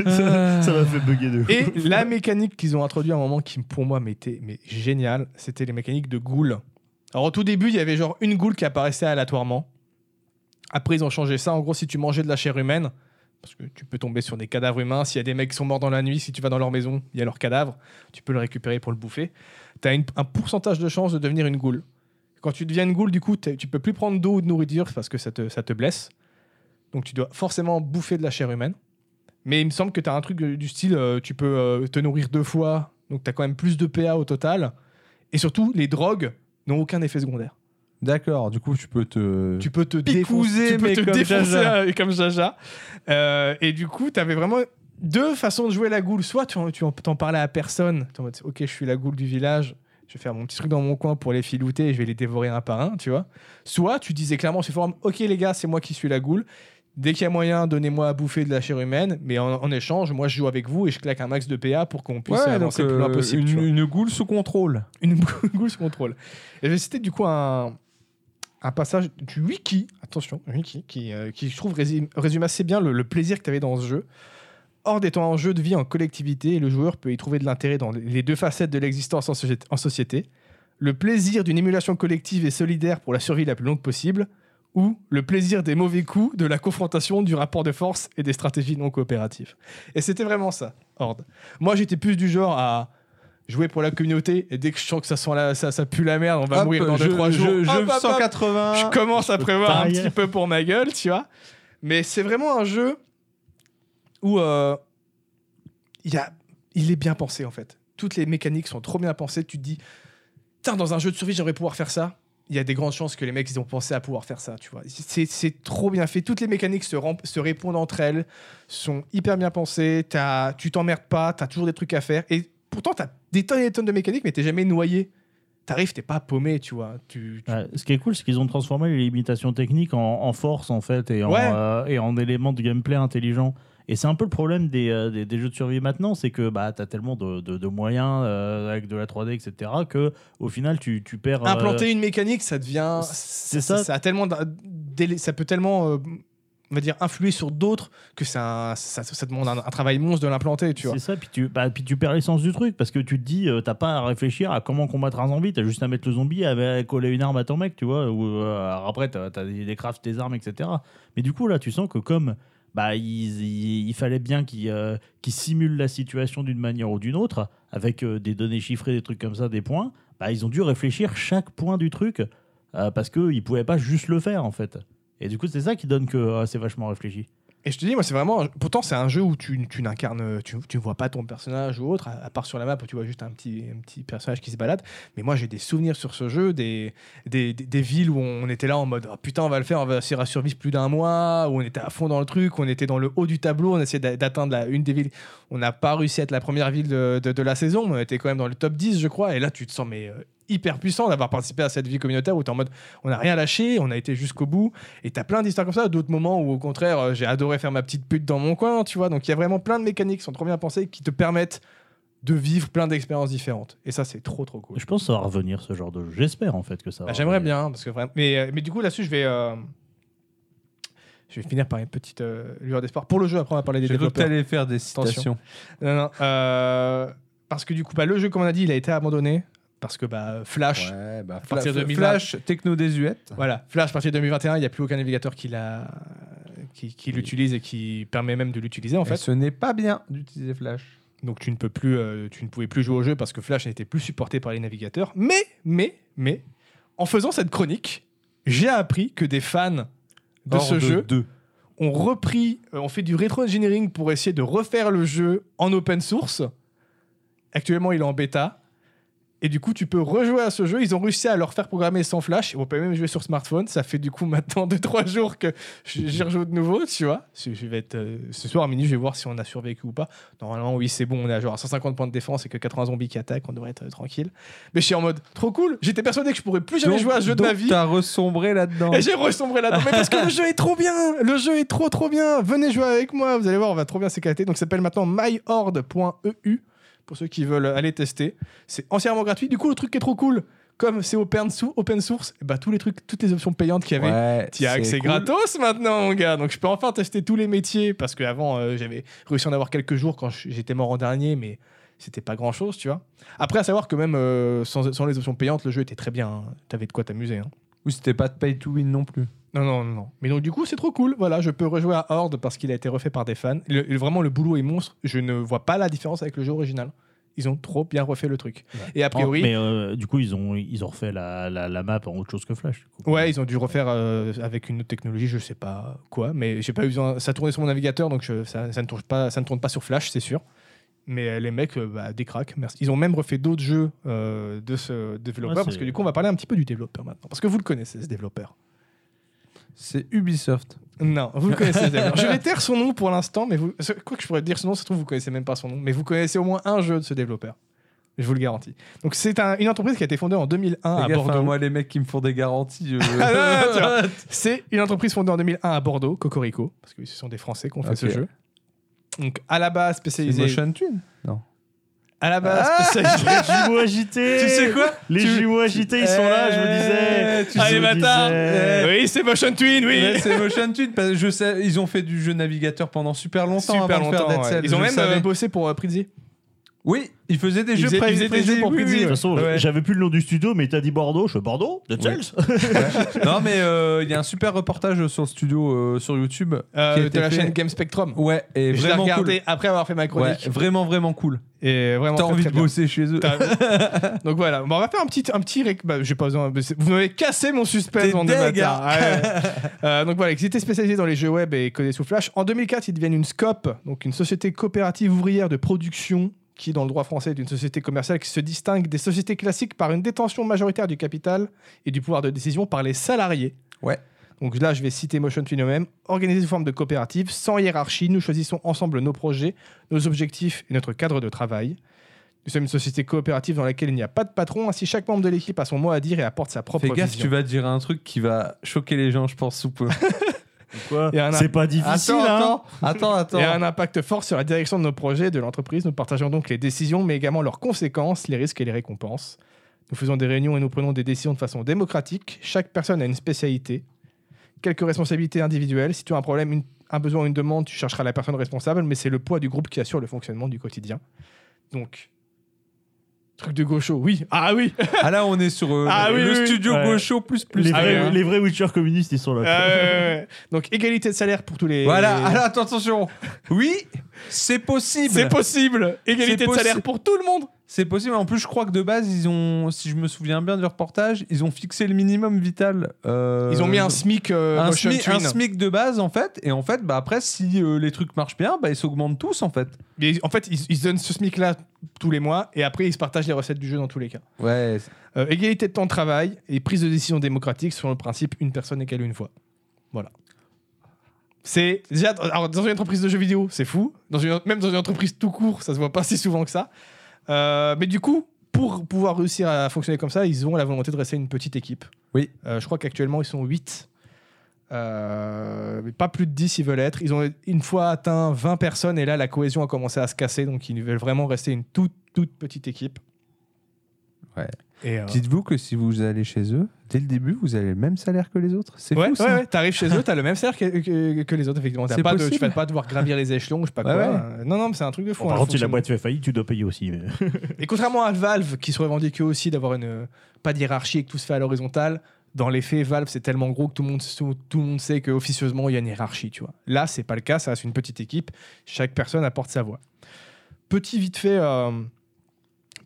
ça ça m'a fait bugger de ouf.
Et la mécanique qu'ils ont introduit à un moment qui, pour moi, m'était mais génial, c'était les mécaniques de goules. Alors, au tout début, il y avait genre une goule qui apparaissait aléatoirement. Après, ils ont changé ça. En gros, si tu mangeais de la chair humaine, parce que tu peux tomber sur des cadavres humains, s'il y a des mecs qui sont morts dans la nuit, si tu vas dans leur maison, il y a leur cadavre, tu peux le récupérer pour le bouffer. Tu as un pourcentage de chance de devenir une goule. Quand tu deviens une goule, du coup, t'es- tu peux plus prendre d'eau ou de nourriture parce que ça te, ça te blesse. Donc, tu dois forcément bouffer de la chair humaine. Mais il me semble que tu as un truc euh, du style, euh, tu peux euh, te nourrir deux fois, donc tu as quand même plus de PA au total. Et surtout, les drogues n'ont aucun effet secondaire.
D'accord, du coup, tu peux te.
Tu peux te
Picouser,
défoncer, tu peux
mais
te
comme
défoncer
Jaja.
euh, comme Jaja. Euh, et du coup, tu avais vraiment deux façons de jouer la goule. Soit tu en- tu en- t'en parlais à personne, t'es en mode, ok, je suis la goule du village, je vais faire mon petit truc dans mon coin pour les filouter et je vais les dévorer un par un, tu vois. Soit tu disais clairement sur le forum, ok les gars, c'est moi qui suis la goule. Dès qu'il y a moyen, donnez-moi à bouffer de la chair humaine, mais en, en échange, moi je joue avec vous et je claque un max de PA pour qu'on puisse
Ouais, donc,
avancer le plus loin
euh,
possible. tu
une,
vois
une goule sous contrôle.
une goule sous contrôle. Et je vais citer du coup un, un passage du wiki, attention, wiki, qui, euh, qui je trouve résume, résume assez bien le, le plaisir que tu avais dans ce jeu. Hors d'étant un jeu de vie en collectivité, le joueur peut y trouver de l'intérêt dans les deux facettes de l'existence en, soci- en société. Le plaisir d'une émulation collective et solidaire pour la survie la plus longue possible, ou le plaisir des mauvais coups, de la confrontation, du rapport de force et des stratégies non coopératives. Et c'était vraiment ça, Horde. Moi, j'étais plus du genre à jouer pour la communauté, et dès que je sens que ça, sent la- ça, ça pue la merde, on va
Hop,
mourir dans
je-
2-3 jours.
Je, je
Hop, hop, hop je
180.
commence à prévoir un
Pareil.
petit peu pour ma gueule, tu vois. Mais c'est vraiment un jeu où euh, il y a, il est bien pensé en fait. Toutes les mécaniques sont trop bien pensées. Tu te dis, tiens, dans un jeu de survie, j'aimerais pouvoir faire ça. Il y a des grandes chances que les mecs, ils ont pensé à pouvoir faire ça, tu vois. C'est- C'est trop bien fait. Toutes les mécaniques se, rem- se répondent entre elles, sont hyper bien pensées. T'as- tu t'emmerdes pas, tu as toujours des trucs à faire. Et pourtant, tu as des tonnes et des tonnes de mécaniques, mais t'es jamais noyé. T'arrives, t'es pas paumé, tu vois. Tu, tu-
Ouais, ce qui est cool, c'est qu'ils ont transformé les limitations techniques en, en force en fait et en,
Ouais.
euh, et en éléments de gameplay intelligent. Et c'est un peu le problème des, euh, des, des jeux de survie maintenant, c'est que bah, tu as tellement de, de- de moyens euh, avec de la 3D, etc., que au final tu, tu
Oh
perds. euh,
implanter une mécanique ça devient
c'est
ça,
ça.
ça a tellement d'un- d'élé- ça peut tellement euh, on va dire, influer sur d'autres, que ça, ça, ça demande un, un travail monstre de l'implanter, tu vois.
C'est ça, puis tu, bah, puis tu perds l'essence du truc parce que tu te dis, euh, t'as pas à réfléchir à comment combattre un zombie, t'as juste à mettre le zombie, à, à coller une arme à ton mec, tu vois. Ou, euh, alors après, t'as as des, des crafts, tes armes, etc. Mais du coup, là, tu sens que comme bah, ils- ils- il, fallait bien qu'ils euh, qu'ils simulent la situation d'une manière ou d'une autre, avec euh, des données chiffrées, des trucs comme ça, des points, bah, ils ont dû réfléchir chaque point du truc euh, parce qu'ils pouvaient pas juste le faire en fait. Et du coup, c'est ça qui donne que ah, c'est vachement réfléchi.
Et je te dis, moi, c'est vraiment. Pourtant, c'est un jeu où tu, tu n'incarnes. Tu, tu ne vois pas ton personnage ou autre, à, à part sur la map où tu vois juste un petit, un petit personnage qui se balade. Mais moi, j'ai des souvenirs sur ce jeu, des, des, des- des villes où on était là en mode Ah, putain, on va le faire, on va réussir à survivre plus d'un mois, où on était à fond dans le truc, où on était dans le haut du tableau, on essayait d'a- d'atteindre la- une des villes. On n'a pas réussi à être la première ville de, de- de la saison, mais on était quand même dans le top 10, je crois. Et là, tu te sens, mais. euh, hyper puissant d'avoir participé à cette vie communautaire où tu en mode on n'a rien lâché, on a été jusqu'au bout, et t'as plein d'histoires comme ça, d'autres moments où au contraire euh, j'ai adoré faire ma petite pute dans mon coin, tu vois. Donc il y a vraiment plein de mécaniques qui sont trop bien pensées qui te permettent de vivre plein d'expériences différentes. Et ça c'est trop trop cool.
Je pense que ça va revenir ce genre de jeu. J'espère en fait que ça va.
Bah, J'aimerais
revenir.
bien hein, parce que vraiment. Mais, euh, mais du coup là-dessus je vais euh, je vais finir par une petite euh, lueur d'espoir pour le jeu. Après on va parler des
J'ai cru que
développeurs.
t'allais faire des
Attention.
citations.
Non, non, euh, parce que du coup bah, le jeu comme on a dit il a été abandonné parce que bah Flash
Ouais, bah,
À partir de
Fla-
2020.
Flash, techno désuète.
Voilà, Flash, à partir de 2021, il n'y a plus aucun navigateur qui l'a- qui, qui l'utilise et qui permet même de l'utiliser en
Et
fait.
ce n'est pas bien d'utiliser Flash.
Donc tu ne peux plus, euh, tu ne pouvais plus jouer au jeu parce que Flash n'était plus supporté par les navigateurs. Mais, mais, mais, en faisant cette chronique, j'ai appris que des fans de
Hors
ce jeu
deux.
ont repris, euh, ont fait du rétro-engineering pour essayer de refaire le jeu en open source. Actuellement, il est en bêta. Et du coup, tu peux rejouer à ce jeu. Ils ont réussi à le refaire programmer sans flash. On peut même jouer sur smartphone. Ça fait du coup maintenant 2-3 jours que j- j'y rejoue de nouveau, tu vois. Je je vais être, euh, ce soir à minuit, je vais voir si on a survécu ou pas. Normalement, oui, c'est bon. On est à genre à 150 points de défense et que 80 zombies qui attaquent. On devrait être euh, tranquille. Mais je suis en mode trop cool. J'étais persuadé que je pourrais plus jamais
Donc-
jouer à ce jeu de
donc
ma vie.
T'as ressombré là-dedans.
Et j'ai ressombré là-dedans. Mais parce que le jeu est trop bien Le jeu est trop trop bien Venez jouer avec moi, vous allez voir, on va trop bien s'éclater. Donc ça s'appelle maintenant myhorde.eu pour ceux qui veulent aller tester. C'est entièrement gratuit. Du coup, le truc qui est trop cool, comme c'est open, sou- open source, et bah, tous les trucs, toutes les options payantes qu'il y avait.
Ouais,
T'y as accès
cool.
ah, gratos maintenant, mon gars. Donc, je peux enfin tester tous les métiers parce qu'avant, j'avais réussi à en avoir quelques jours quand je- j'étais mort en dernier, mais c'était pas grand chose, tu vois. Après, à savoir que même euh, sans, sans les options payantes, le jeu était très bien. hein. T'avais de quoi t'amuser. hein.
Ou c'était pas de pay to win non plus.
Non, non, non, non. Mais donc, du coup, c'est trop cool. Voilà, je peux rejouer à Horde parce qu'il a été refait par des fans. Le- le- vraiment, le boulot est monstre. Je ne vois pas la différence avec le jeu original. Ils ont trop bien refait le truc.
Ouais.
Et a priori,
Mais euh, du coup, ils ont, ils ont refait la, la, la map en autre chose que Flash. du coup.
ouais, ils ont dû refaire euh, avec une autre technologie, je sais pas quoi. Mais j'ai pas eu besoin. Ça tournait sur mon navigateur, donc je- ça, ça ne tourne pas, ça ne tourne pas sur Flash, c'est sûr. Mais euh, les mecs, euh, bah, des cracks, merci. Ils ont même refait d'autres jeux euh, de ce développeur
Ouais,
parce que
c'est-
du coup, on va parler un petit peu du développeur maintenant. Parce que vous le connaissez, ce développeur.
C'est Ubisoft.
Non, vous le connaissez ce développeur. Je vais taire son nom pour l'instant, mais vous... quoi que je pourrais dire son nom, ça se trouve, vous connaissez même pas son nom, mais vous connaissez au moins un jeu de ce développeur. Je vous le garantis. Donc, c'est un- une entreprise qui a été fondée en 2001
Fais
à
gaffe, hein,
Ah, Bordeaux.
moi, les mecs qui me font des garanties. euh,
Ah, non, non, tu vois. c'est une entreprise fondée en 2001 à Bordeaux, Cocorico, parce que ce sont des Français qui ont fait
Ok.
ce jeu. Donc, à la base
C'est
spécialisé.
Motion Twin.
À la base spécialisé.
Les jumeaux agités
Tu sais quoi
Les
Tu-
jumeaux agités, ils sont là, je
Eh,
vous disais.
tu
Je
sais-
vous
bâtards.
disais.
Oui, c'est Motion Twin, oui.
Ouais, c'est Motion Twin. Parce que je sais, ils ont fait du jeu navigateur pendant super longtemps.
Super
avant de faire
longtemps.
Dead
ouais.
Cell,
Ils ont
je
même
savais.
euh, bossé pour euh, Prizzy.
Oui, ils faisaient des
Ils
jeux
faisaient-
pré-
ils faisaient des jeux pour
oui, oui,
Prizzy,
oui.
De toute façon,
Eh, Ouais.
j'avais plus le nom du studio, mais t'as dit Bordeaux, je fais Bordeaux, de
Ouais.
Chelsea.
non, mais euh, il y a un super reportage sur le studio euh, sur YouTube.
Euh,
qui a
de
été
la
fait.
chaîne Game Spectrum.
Ouais, et
je l'ai
vraiment cool.
regardé après avoir fait ma
Ouais,
chronique.
vraiment, vraiment cool.
Et vraiment
T'as
très,
envie
très
de
bien.
bosser chez eux.
T'as- Donc voilà, Bon, on va faire un petit, un petit réc- bah, j'ai pas besoin. mais c'est- Vous m'avez cassé mon suspense
T'es
en deux
deg, hein.
matins. Ouais. Euh, donc voilà, ils étaient spécialisés dans les jeux web et codés sous Flash. En 2004, ils deviennent une SCOP, donc une société coopérative ouvrière de production qui, dans le droit français, est une société commerciale qui se distingue des sociétés classiques par une détention majoritaire du capital et du pouvoir de décision par les salariés.
Ouais.
Donc là, je vais citer Motion Twin eux-mêmes. Organisé sous forme de coopérative, sans hiérarchie, nous choisissons ensemble nos projets, nos objectifs et notre cadre de travail. Nous sommes une société coopérative dans laquelle il n'y a pas de patron, ainsi chaque membre de l'équipe a son mot à dire et apporte sa propre
Fais gaffe,
vision.
tu vas dire un truc qui va choquer les gens, je pense, sous peu.
Quoi
Il y en a-
C'est pas difficile,
attends,
hein.
attends, attends, attends.
Et a un impact fort sur la direction de nos projets et de l'entreprise. Nous partageons donc les décisions, mais également leurs conséquences, les risques et les récompenses. Nous faisons des réunions et nous prenons des décisions de façon démocratique. Chaque personne a une spécialité quelques responsabilités individuelles. Si tu as un problème, une- un besoin ou une demande, tu chercheras la personne responsable, mais c'est le poids du groupe qui assure le fonctionnement du quotidien. Donc, truc de gaucho, oui. Ah oui
Ah là, on est sur euh,
Ah oui,
le
oui, oui.
studio
Ouais.
Gaucho plus plus.
les,
Ah
vrais,
ouais.
les vrais Witcher communistes, ils sont là.
Ah ouais, ouais, ouais. Donc, égalité de salaire pour tous les.
Voilà, ah là, attends, attention. Oui, c'est possible.
C'est possible Égalité
C'est
de salaire
possi-
pour tout le monde
C'est possible. En plus, je crois que de base, ils ont, si je me souviens bien du reportage, ils ont fixé le minimum vital. euh,
Ils ont mis un SMIC euh,
un
motion
SMIC,
twin.
un SMIC de base en fait. Et en fait, bah après, si euh, les trucs marchent bien, bah ils s'augmentent tous en fait.
Mais en fait, ils, ils donnent ce SMIC-là tous les mois et après, ils se partagent les recettes du jeu dans tous les cas.
Ouais.
Euh, égalité de temps de travail et prise de décision démocratique sur le principe une personne égale une voix. Voilà. C'est déjà alors, dans une entreprise de jeux vidéo, c'est fou. Dans une, même dans une entreprise tout court, ça se voit pas si souvent que ça. Euh, mais du coup, pour pouvoir réussir à fonctionner comme ça, ils ont la volonté de rester une petite équipe.
Oui.
Euh, je crois qu'actuellement, ils sont 8. mais pas plus de 10 ils veulent être. Ils ont une fois atteint 20 personnes et là la cohésion a commencé à se casser donc ils veulent vraiment rester une toute toute petite équipe.
Ouais.
Et, euh,
Dites-vous que si vous allez chez eux, dès le début, vous avez le même salaire que les autres. C'est
Ouais,
fou ça.
ouais, ouais. T'arrives chez eux, t'as le même salaire que, que- que les autres, effectivement. T'as
C'est
pas de- tu
possible.
vas pas devoir gravir les échelons, je sais pas
Ouais,
quoi.
ouais.
Euh, Non, non, mais c'est un truc de fou. hein,
Bon, par
le
contre, si la
fonctionnement.
boîte fait faillite, tu dois payer aussi. mais-
Et contrairement à Valve, qui se revendique eux aussi d'avoir une euh, pas de hiérarchie et que tout se fait à l'horizontale, dans les faits, Valve c'est tellement gros que tout le monde, tout, tout le monde sait qu'officieusement il y a une hiérarchie, tu vois. Là, c'est pas le cas, ça reste une petite équipe, chaque personne apporte sa voix. Petit vite fait, euh,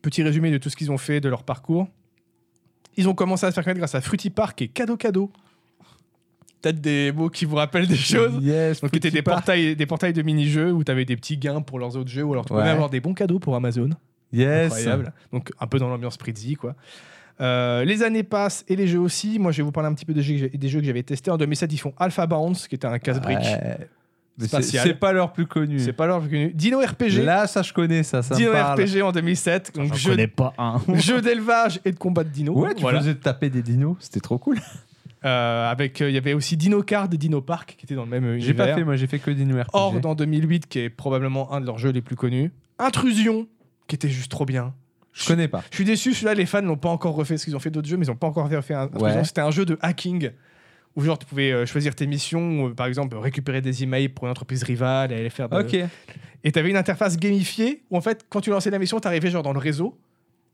petit résumé de tout ce qu'ils ont fait, de leur parcours. Ils ont commencé à se faire connaître grâce à Fruity Park et Cadeau Cadeau. Peut-être des mots qui vous rappellent des choses.
Yes,
Donc, c'était des
Fruity Park.
portails, des portails de mini-jeux où tu avais des petits gains pour leurs autres jeux, ou alors tu pouvais
Ouais.
avoir des bons cadeaux pour Amazon.
Yes.
Incroyable. Donc, un peu dans l'ambiance Prizzy, quoi. Euh, les années passent et les jeux aussi. Moi, je vais vous parler un petit peu des jeux, que j'ai- des jeux que j'avais testés. En 2007, ils font Alpha Bounce, qui était un casse-brique.
Ouais. Mais c'est-
Spatial.
C'est pas leur plus connu.
C'est pas leur connu. Dino RPG.
Là, ça je connais ça. ça me
Dino
parle.
RPG en 2007. Donc,
J'en
jeu,
connais pas un.
jeu d'élevage et de combat de dinos.
Ouais, tu
Voilà.
faisais taper des dinos, c'était trop cool.
Euh, avec, euh, il y avait aussi Dino Card et Dino Park, qui étaient dans le même
J'ai pas
univers.
fait, moi j'ai fait que Dino RPG.
Horde en 2008, qui est probablement un de leurs jeux les plus connus. Intrusion, qui était juste trop bien.
je connais pas.
Je suis déçu, celui-là, les fans n'ont pas encore refait parce qu'ils ont fait d'autres jeux, mais ils n'ont pas encore refait un.
Ouais.
Intrusion. C'était un jeu de hacking où, genre, tu pouvais euh, choisir tes missions, euh, par exemple, récupérer des emails pour une entreprise rivale, aller faire. de-
Ok.
Et tu avais une interface gamifiée où, en fait, quand tu lançais la mission, tu arrivais genre dans le réseau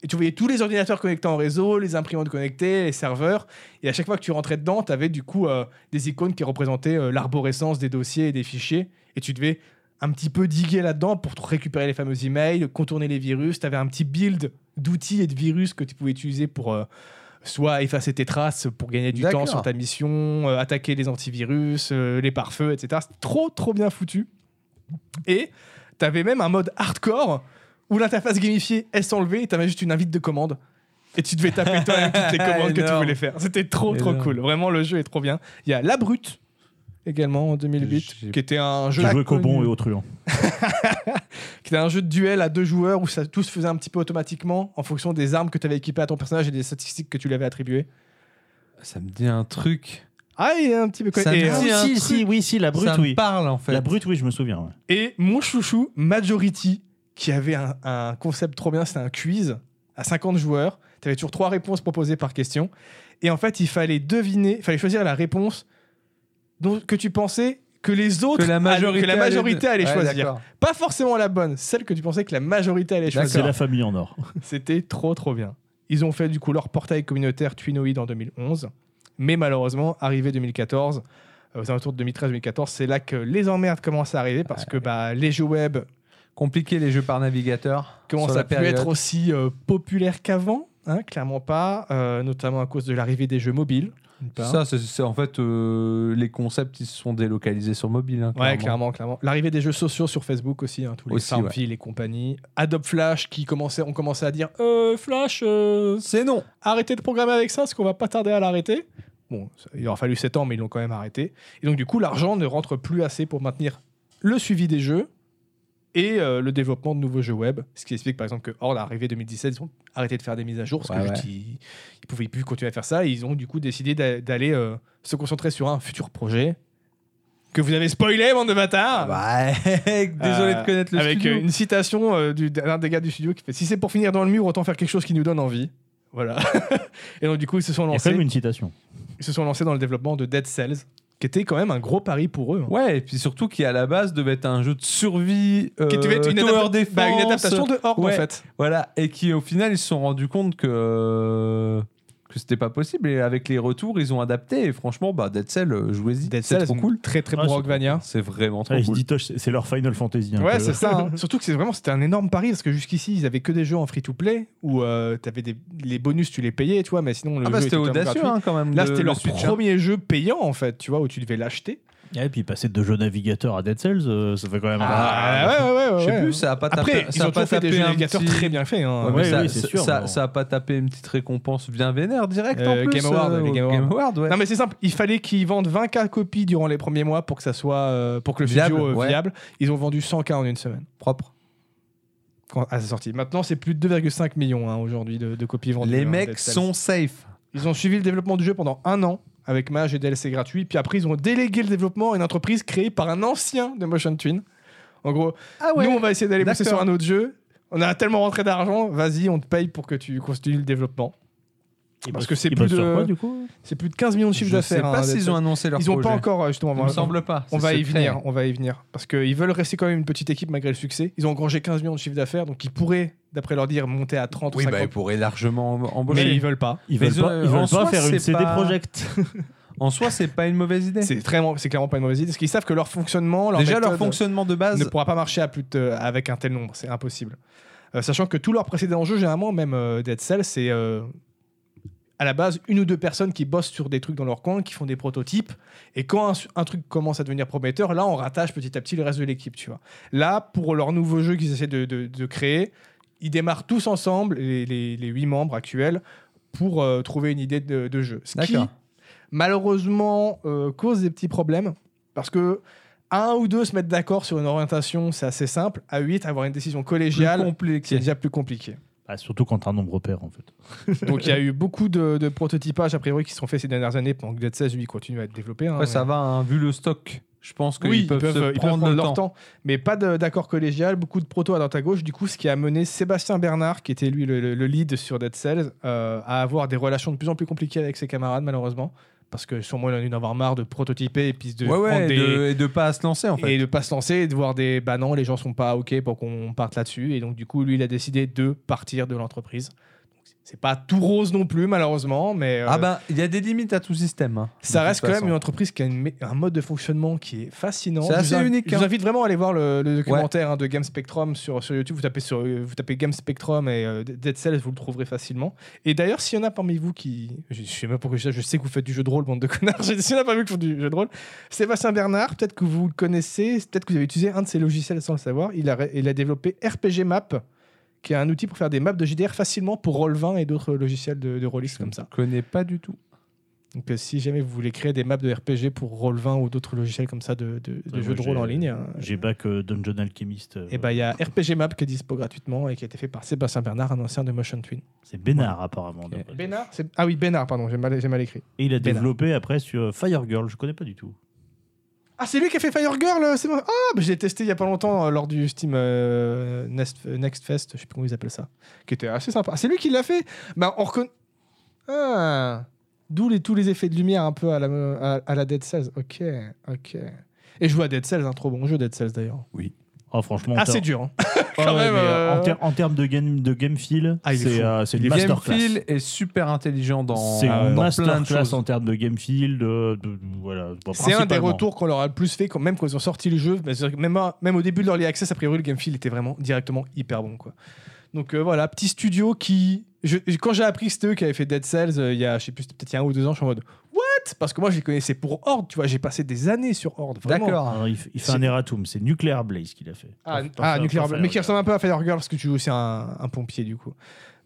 et tu voyais tous les ordinateurs connectés en réseau, les imprimantes connectées, les serveurs. Et à chaque fois que tu rentrais dedans, tu avais du coup euh, des icônes qui représentaient euh, l'arborescence des dossiers et des fichiers. Et tu devais un petit peu diguer là-dedans pour te récupérer les fameux emails, contourner les virus. Tu avais un petit build d'outils et de virus que tu pouvais utiliser pour euh, soit effacer tes traces pour gagner du temps
D'accord.
sur ta mission, euh, attaquer les antivirus, euh, les pare-feux, etc. C'est trop, trop bien foutu. Et tu avais même un mode hardcore où l'interface gamifiée, elle s'enlevait et tu avais juste une invite de commande. Et tu devais taper toi-même toutes les commandes que tu
Énorme.
voulais faire. C'était trop, trop
Énorme.
cool. Vraiment, le jeu est trop bien. Il y a La Brute également en 2008,
J'ai-
qui était un
Je
jeu
jouais qu'au bon
connu.
et au truand.
qui était un jeu de duel à deux joueurs où ça tout se faisait un petit peu automatiquement en fonction des armes que tu avais équipées à ton personnage et des statistiques que tu lui avais attribuées.
Ça me dit un truc.
Ah, il y a un petit peu.
Ça
et,
me
euh,
dit un
si,
truc.
si, oui, si, la brute,
ça me
oui.
parle en fait.
La brute, oui, je me souviens. ouais.
et mon chouchou, Majority, qui avait un, un concept trop bien, c'était un quiz à 50 joueurs. Tu avais toujours trois réponses proposées par question. Et en fait, il fallait deviner, il fallait choisir la réponse dont, que tu pensais que les autres,
que la majorité,
que la majorité allait
Ouais,
choisir.
d'accord.
Pas forcément la bonne, celle que tu pensais que la majorité allait
D'accord.
choisir.
C'est la famille en or.
C'était trop trop bien. Ils ont fait du coup leur portail communautaire Twinoid en 2011, mais malheureusement, arrivé 2014, euh, aux alentours de 2013-2014, c'est là que les emmerdes commencent à arriver parce que bah, les jeux web
Compliqué les jeux par navigateur.
commencent
sur la
à plus
période.
être aussi euh, populaires qu'avant, hein, clairement pas, euh, notamment à cause de l'arrivée des jeux mobiles. d'une part.
Ça, c'est- c'est en fait euh, les concepts ils se sont délocalisés sur mobile. hein,
Ouais, clairement, clairement. L'arrivée des jeux sociaux sur Facebook aussi, hein, tous les
Aussi,
Farmville et compagnie. Adobe Flash qui commençait, on commençait à dire euh, Flash, euh,
C'est non.
arrêtez de programmer avec ça, parce qu'on va pas tarder à l'arrêter. Bon, ça- il aura fallu 7 ans, mais ils l'ont quand même arrêté. Et donc, du coup, l'argent ne rentre plus assez pour maintenir le suivi des jeux et euh, le développement de nouveaux jeux web. Ce qui explique, par exemple, que Horde, arrivé 2017, ils ont arrêté de faire des mises à jour, parce
Ouais,
que
ouais.
juste, ils, ils pouvaient plus continuer à faire ça. Et ils ont, du coup, décidé d'a- d'aller euh, se concentrer sur un futur projet que vous avez spoilé, bande de
Ah bah,
bâtards
Ouais. Désolé
Euh,
de connaître le
avec
studio.
euh, une citation euh, du- d'un des gars du studio qui fait Si c'est pour finir dans le mur, autant faire quelque chose qui nous donne envie. Voilà. et donc, du coup, ils se sont
Il y a quand
lancés.
même une citation.
Ils se sont lancés dans le développement de Dead Cells, qui était quand même un gros pari pour eux. hein.
Ouais, et puis surtout qui à la base devait être un jeu de survie, euh,
Qui devait être une,
tower
adapta-
défense,
bah, une adaptation de Horde
Ouais.
en fait.
voilà, et qui au final ils se sont rendus compte que que c'était pas possible et avec les retours ils ont adapté et franchement bah Dead Cell euh, jouez-y,
Dead
c'est
Cells,
trop cool,
Très très
Ah,
bon
c'est-
Rockvania.
c'est vraiment trop
Ah, ils se
cool.
disent, Toche, c'est c'est leur Final Fantasy. un
Ouais,
peu.
c'est ça. hein. Surtout que c'est vraiment c'était un énorme pari parce que jusqu'ici ils avaient que des jeux en free to play où euh, t'avais des les bonus tu les payais, tu vois, mais sinon le
Ah bah
jeu
c'était
était totalement
audacieux
gratuit.
hein, quand même.
Là
de-
c'était
le
leur
Switch, hein.
premier jeu payant en fait, tu vois, où tu devais l'acheter.
Et puis passer de jeu navigateur à Dead Cells, euh, ça fait quand même.
Ah, ouais, ouais, ouais,
Je sais
ouais.
plus, ça a pas tapé.
Après, ils
ça a
ont
pas
toujours fait des
tapé
jeux
un
navigateurs
petit-
très bien faits. hein.
Ouais, mais
Ouais,
ça,
oui, c'est
ça-
sûr, hein.
ça-
mais bon.
ça a pas tapé une petite récompense bien vénère direct
Euh,
en plus.
Game Award,
euh,
les
au
Game Awards.
ouais.
Non mais c'est simple, il fallait qu'ils vendent 20K copies durant les premiers mois pour que ça soit euh, pour que le
Viable,
studio euh,
ouais.
viable. Ils ont vendu 100K en une semaine
propre.
quand- à sa sortie. Maintenant c'est plus de 2,5 millions hein, aujourd'hui de, de copies vendues.
Les
hein,
mecs
Dead Cells.
sont safe.
Ils ont suivi le développement du jeu pendant un an avec mage et DLC gratuit. Puis après ils ont délégué le développement à une entreprise créée par un ancien de Motion Twin. En gros,
Ah
nous on va essayer d'aller bosser
D'accord.
sur un autre jeu. On a tellement rentré d'argent, vas-y, on te paye pour que tu continues le développement. Parce que c'est plus de-
Sur quoi, du coup
C'est plus de 15 millions de chiffres
Je sais
d'affaires. hein,
pas
Dead
s'ils
Cells.
ont annoncé leur
Ils ont
projet.
pas encore euh, justement.
Il me
voilà.
semble pas.
On
c'est
va y
secret.
venir, on va y venir. Parce qu'ils veulent rester quand même une petite équipe malgré le succès. Ils ont engrangé 15 millions de chiffre d'affaires, donc ils pourraient, d'après leur dire, monter à 30
Oui,
ou
bah, ils
50.
pourraient largement em-
mais
embaucher.
ils veulent pas.
Ils
Mais
veulent
ils ont-
pas, ils
en
veulent
soi,
pas faire une
c'est
CD
pas-
Project.
En soi, c'est pas une mauvaise idée.
C'est vraiment- c'est clairement pas une mauvaise idée. Parce qu'ils savent que leur fonctionnement, leur
Déjà, leur
méthode,
fonctionnement de
ne
base.
pourra pas marcher à plus de- avec un tel nombre. C'est impossible. Euh, sachant que tous leurs précédents jeux, généralement, même euh, Dead Cell, c'est euh, à la base une ou deux personnes qui bossent sur des trucs dans leur coin, qui font des prototypes. Et quand un, su- un truc commence à devenir prometteur, là, on rattache petit à petit le reste de l'équipe. Tu vois. Là, pour leur nouveau jeu qu'ils essaient de, de- de créer, ils démarrent tous ensemble, les, les, les huit membres actuels, pour euh, trouver une idée de, de jeu. Ce qui,
D'accord.
malheureusement, euh, cause des petits problèmes. Parce que un ou deux se mettre d'accord sur une orientation, c'est assez simple. À 8, avoir une décision
plus
collégiale,
complexe.
c'est déjà plus compliqué.
Ah, surtout quand un nombre pair, en fait.
Donc il y a eu beaucoup de, de prototypages, a priori, qui sont faits ces dernières années, pendant que Dead 16, lui, continue à être développé. hein,
Après,
mais-
ça va, hein, vu le stock. Je pense qu'ils
oui,
peuvent, se
euh, ils
prendre, le
leur
temps.
temps. Mais pas de- d'accord collégial, beaucoup de proto à droite à gauche. Du coup, ce qui a amené Sébastien Bernard, qui était lui le, le- le lead sur Dead Cells, euh, à avoir des relations de plus en plus compliquées avec ses camarades, malheureusement. Parce que sûrement, il en a dû en avoir marre de prototyper et puis de
ouais,
prendre
ouais, et
des,
de, et de pas se lancer, en fait.
et de pas se lancer et de voir des bah non les gens sont pas ok pour qu'on parte là-dessus et donc du coup lui il a décidé de partir de l'entreprise Donc, c'est pas tout rose non plus malheureusement mais euh,
Ah ben, il y a des limites à tout système. hein,
ça
de toute
reste quand même
façon.
une entreprise qui a une mé- un mode de fonctionnement qui est fascinant Je
C'est
vous
assez
invi-
unique,
je vous
hein.
invite vraiment à aller voir le, le documentaire hein, de Game Spectrum sur, sur YouTube vous tapez sur euh, vous tapez Game Spectrum et euh, Dead Cells vous le trouverez facilement et d'ailleurs s'il y en a parmi vous qui je, je sais même pas pourquoi je, dis ça, je sais que vous faites du jeu de rôle bande de connards s'il y en a parmi vous qui font du jeu de rôle Sébastien Bernard, peut-être que vous le connaissez, peut-être que vous avez utilisé un de ses logiciels sans le savoir. Il a, ré- il a développé RPG Map, qui est un outil pour faire des maps de JDR facilement pour Roll20 et d'autres logiciels de, de rôlistes comme ça.
Je connais pas du tout.
Donc euh, si jamais vous voulez créer des maps de RPG pour Roll20 ou d'autres logiciels comme ça de, de- de
Ouais,
jeux de
j'ai-
rôle en ligne,
J'ai back euh, Dungeon Alchemist.
Eh
euh,
et
ben,
bah il y a RPG Map qui est dispo gratuitement et qui a été fait par Sébastien Bernard, un ancien de Motion Twin.
C'est Bénard, apparemment.
Ok.
d'après.
Bénard c'est- Ah oui, Bénard, pardon, j'ai mal, j'ai mal écrit.
Et il a
Bénard.
développé après sur euh, Fire Girl, je connais pas du tout.
Ah, c'est lui qui a fait Fire Girl euh, c'est moi. Ah, bah, je l'ai testé il y a pas longtemps euh, lors du Steam euh, Nest- euh, Next Fest, je sais plus comment ils appellent ça, qui était assez sympa. Ah, C'est lui qui l'a fait Bah, on reconnaît. Ah D'où les, tous les effets de lumière un peu à la, me- à, à la Dead Cells. Ok, ok. Et je joue à Dead Cells, un trop bon jeu, Dead Cells d'ailleurs.
Oh, franchement, en
Assez
ter-
dur. hein.
Ah
quand
ouais,
même,
mais,
euh,
en, ter- en termes de game, de game feel,
Ah, il est
c'est
fou.
euh, c'est une
Game
masterclass.
Feel est super intelligent dans,
C'est une
dans plein de
masterclass
choses.
en termes de game feel. de- de- de- voilà, bon,
C'est un des
principalement.
retours qu'on leur a le plus fait, quand, même quand ils ont sorti le jeu. mais c'est-à-dire que Même, à- même au début de l'Early Access, a priori, le game feel était vraiment directement hyper bon. Quoi. Donc euh, voilà, petit studio qui. je- quand j'ai appris que c'était eux qui avaient fait Dead Cells, euh, il y a, je sais plus, c'était peut-être il y a un ou deux ans, je suis en mode What Parce que moi, je les connaissais pour Horde, tu vois, j'ai passé des années sur Horde. vraiment.
D'accord.
Ah, il, f- il fait
C'est-
un Eratum, c'est Nuclear Blaze qu'il a fait.
Ah,
Pas-
ah,
pas-
Nuclear Blade,
pas Fire
mais qui
Girl.
ressemble un peu à Fire Girl parce que tu joues aussi un, un pompier du coup.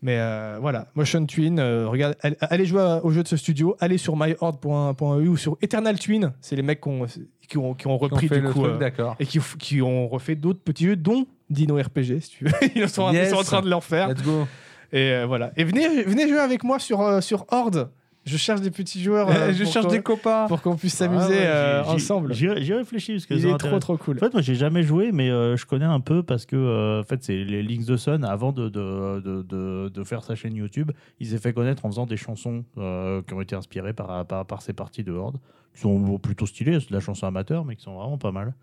Mais euh, voilà, Motion Twin, euh, regarde, allez- allez jouer à- au jeu de ce studio, allez sur myhorde.eu E ou sur Eternal Twin, c'est les mecs qui ont, qui ont, qui ont
Ils ont
repris
fait
du
le
coup.
truc,
euh,
d'accord.
et qui, f- qui ont refait d'autres petits jeux, dont Dino RPG, si tu veux. Ils sont, ils
Yes.
sont en train de leur faire.
Let's go.
Et euh, voilà. Et venez, venez jouer avec moi sur, euh, sur Horde. Je cherche des petits joueurs. euh,
je
pour
cherche
qu'on-
des copains.
pour qu'on puisse
Ah ouais,
s'amuser
j'ai-
euh,
j'ai-
ensemble.
J'y j'y ai réfléchi parce que
Il
ça
est trop
m'intéresse.
trop cool.
En fait, moi, j'ai jamais joué, mais euh, je connais un peu parce que, euh, en fait, c'est les Links de Sun, avant de, de, de, de- de faire sa chaîne YouTube, il s'est fait connaître en faisant des chansons euh, qui ont été inspirées par, par, par ces parties de Horde, qui sont plutôt stylées, c'est de la chanson amateur, mais qui sont vraiment pas mal,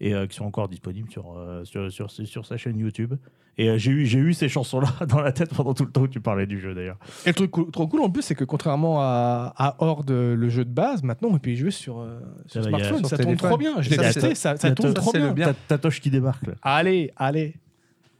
et euh, qui sont encore disponibles sur, euh, sur, sur, sur sa chaîne YouTube. Et euh, j'ai eu, j'ai eu ces chansons-là dans la tête pendant tout le temps où tu parlais du jeu, d'ailleurs.
Et le truc cou- trop cool en plus, c'est que contrairement à, à Horde, euh, le jeu de base, maintenant on peut y jouer sur, euh, sur
Ça va, il y a-
smartphone. ça
sur
tombe
téléphone.
trop bien. Je l'ai
Et ça,
testé,
c'est-
ça, ça
il y a
tombe
te-
trop
c'est le
bien.
Bien.
Ta- Tatoche qui débarque, là.
Allez, allez.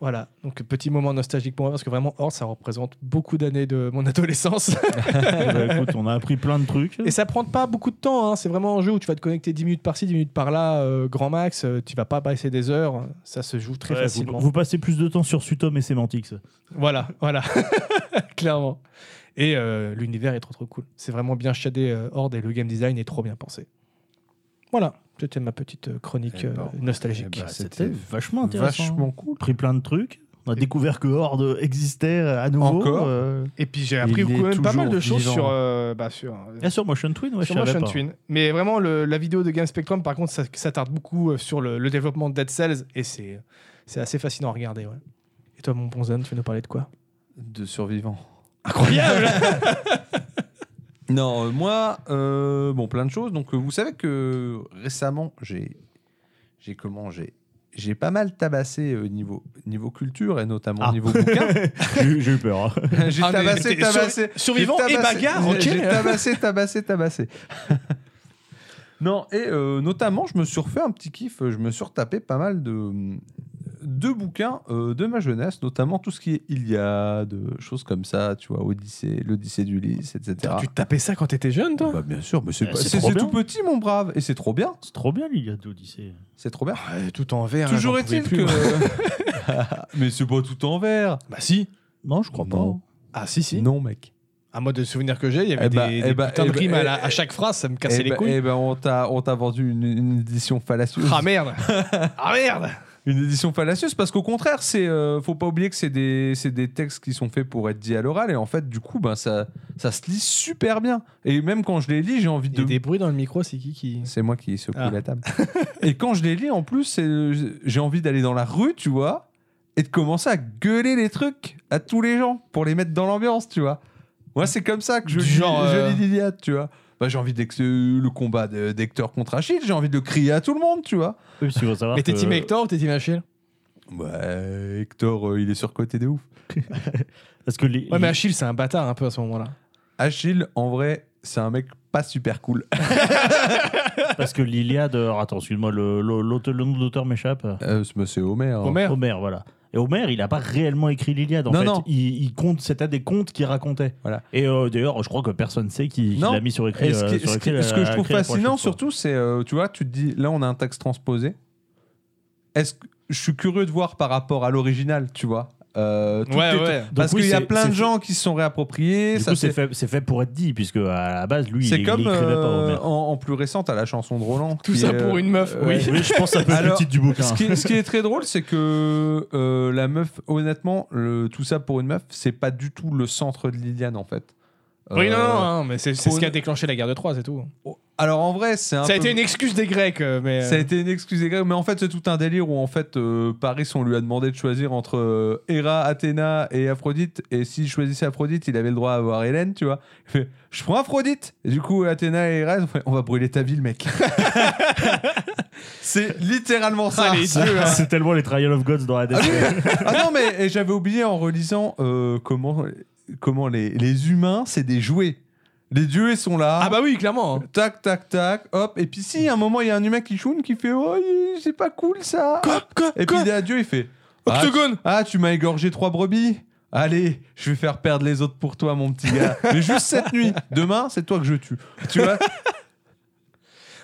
Voilà, donc petit moment nostalgique pour moi parce que vraiment Horde, ça représente beaucoup d'années de mon adolescence.
Bah, écoute, on a appris plein de trucs.
Et ça prend pas beaucoup de temps, hein. c'est vraiment un jeu où tu vas te connecter 10 minutes par-ci, 10 minutes par-là, euh, grand max, euh, tu vas pas passer des heures, ça se joue très
Ouais, vous-
facilement.
vous, passez plus de temps sur Sutom et Semantics.
Voilà, voilà, clairement. Et euh, l'univers est trop trop cool. C'est vraiment bien shadé euh, Horde et le game design est trop bien pensé. Voilà, c'était ma petite euh, chronique
Eh
euh,
ben,
nostalgique.
eh ben,
Bah, C'était
C'était
vachement intéressant.
Vachement cool.
Pris plein de trucs. On a découvert que Horde existait à nouveau.
Encore.
euh,
Et puis j'ai
appris Il est quand même pas mal de toujours choses vivant. sur,
sur, euh,
ah, sur Motion Twin, ouais,
sur
je savais
Motion
pas.
Twin. Mais vraiment, le- la vidéo de Game Spectrum, par contre, ça s'attarde beaucoup euh, sur le, le développement de Dead Cells et c'est c'est assez fascinant à regarder. ouais. Et toi, mon bon Zan, tu veux nous parler de quoi
De survivants.
Incroyable
Non, euh, moi, euh, bon, plein de choses. Donc, euh, vous savez que récemment, j'ai, j'ai comment, j'ai, j'ai pas mal tabassé euh, niveau niveau culture et notamment
Ah.
niveau bouquin.
J'ai eu- J'ai eu peur. hein.
j'ai
Ah, mais
tabassé,
t'es sur-
tabassé.
survivant
J'ai
et
tabassé-
bagarre,
j'ai-
ok.
J'ai tabassé, tabassé, tabassé. non, et euh, notamment, je me suis refait un petit kiff. Je me suis retapé pas mal de, de bouquins euh, de ma jeunesse, notamment tout ce qui est Iliade, euh, choses comme ça, tu vois, Odyssée, l'Odyssée d'Ulysse, etc.
Ah, Tu tapais ça quand t'étais jeune, toi
Bah, bien sûr, mais c'est
Euh,
pas-
c'est
c'est
trop
c'est
bien.
tout petit, mon brave. Et c'est trop bien.
C'est trop bien, l'Iliade d'Odyssée.
C'est trop bien.
Tout en verre.
Toujours est-il que. mais c'est pas tout en verre.
Bah si
Non, je crois
Non.
pas.
Ah si, si.
Non, mec.
À moi, de souvenirs que j'ai, il y avait
Eh
des,
bah,
des
eh bah,
putains
eh
de
bah,
rimes à,
eh-
la- à chaque phrase, ça me cassait
Eh
les
ben-
couilles.
eh ben, on t'a on t'a vendu une, une édition fallacieuse.
Ah merde Ah merde
Une édition fallacieuse parce qu'au contraire, c'est euh, faut pas oublier que c'est des, c'est des textes qui sont faits pour être dit à l'oral et en fait, du coup, ben, ça, ça se lit super bien. Et même quand je les lis, j'ai envie
Il y
de.
a des bruits dans le micro, c'est qui qui...
C'est moi qui secoue
Ah.
la table. et quand je les lis, en plus, c'est- j'ai envie d'aller dans la rue, tu vois, et de commencer à gueuler les trucs à tous les gens pour les mettre dans l'ambiance, tu vois. Moi, c'est comme ça que je,
Du
lis-
genre,
je
euh,
lis l'Iliade, tu vois. Bah, j'ai envie de le combat de- d'Hector contre Achille, j'ai envie de le crier à tout le monde, tu vois.
Oui, parce qu'il faut savoir
Mais t'es
que-
Team Hector ou t'es Team Achille
Ouais, Hector, euh, il est surcoté de ouf.
Parce que les-
Ouais, mais
les-
Achille, c'est un bâtard un peu à ce moment-là.
Achille, en vrai, c'est un mec pas super cool.
parce que l'Iliade. alors, attends, excuse-moi, le, le- l'auteur- le nom de l'auteur m'échappe.
Euh, mais c'est Homer. hein.
Homer
bah, Homer, voilà. Et Homer, il n'a pas réellement écrit l'Iliade. En
Non,
fait,
non.
Il, il compte, c'était des contes qu'il racontait.
Voilà.
Et euh, d'ailleurs, je crois que personne ne sait qui, qui
Non.
l'a mis sur écrit.
Et ce,
euh,
qui-
sur
ce qui-
écrit,
ce que
euh,
je trouve
écrit la prochaine
fascinant
fois.
surtout, c'est, euh, tu vois, tu te dis, là on a un texte transposé. Est-ce que je suis curieux de voir par rapport à l'original, tu vois euh, tout est-
Donc
Parce
oui,
qu'il y a
c'est-
plein de
c'est-
gens qui se sont réappropriés.
Du
ça
coup, c'est
fait-
fait, c'est fait pour être dit, puisque à la base, lui, il,
C'est
il
comme
écrivait
euh,
pas Homer.
en, en plus récente à la chanson de Roland.
Tout
qui
ça
est,
pour
euh,
une meuf,
euh,
oui.
Oui, je pense que ça peut être le
Alors,
titre du bouquin.
Ce qui, est- ce qui est très drôle, c'est que euh, la meuf, honnêtement, le, tout ça pour une meuf, c'est pas du tout le centre de Liliane en fait.
Oui,
Euh,
non, non, hein, mais c'est c'est ce
pour
qui a
une-
déclenché la guerre de Troie, c'est tout.
Oh, Alors en vrai, c'est un
Ça a
peu-
été une excuse des Grecs, euh, mais...
Ça a
euh,
été une excuse grecque, mais en fait c'est tout un délire où en fait euh, Paris on lui a demandé de choisir entre euh, Héra, Athéna et Aphrodite et s'il choisissait Aphrodite il avait le droit à avoir Hélène tu vois. Il fait, je prends Aphrodite et du coup Athéna et Héra ils ont fait, on va brûler ta ville mec. c'est littéralement ça.
Ah, les
C'est-
dieux, hein.
C'est tellement les Trial of Gods dans la
ah,
décennie.
oui. Ah non mais et j'avais oublié en relisant euh, comment comment les, les humains c'est des jouets. Les dieux ils sont là.
Ah bah oui, clairement.
Tac, tac, tac, hop. Et puis si, à un moment, il y a un humain qui choune, qui fait Oh, c'est pas cool ça. Et puis il dit à Dieu, il fait ah, tu-
Octogone
ah, tu m'as égorgé trois brebis Allez, je vais faire perdre les autres pour toi, mon petit gars. Mais juste cette nuit. Demain, c'est toi que je tue. Tu vois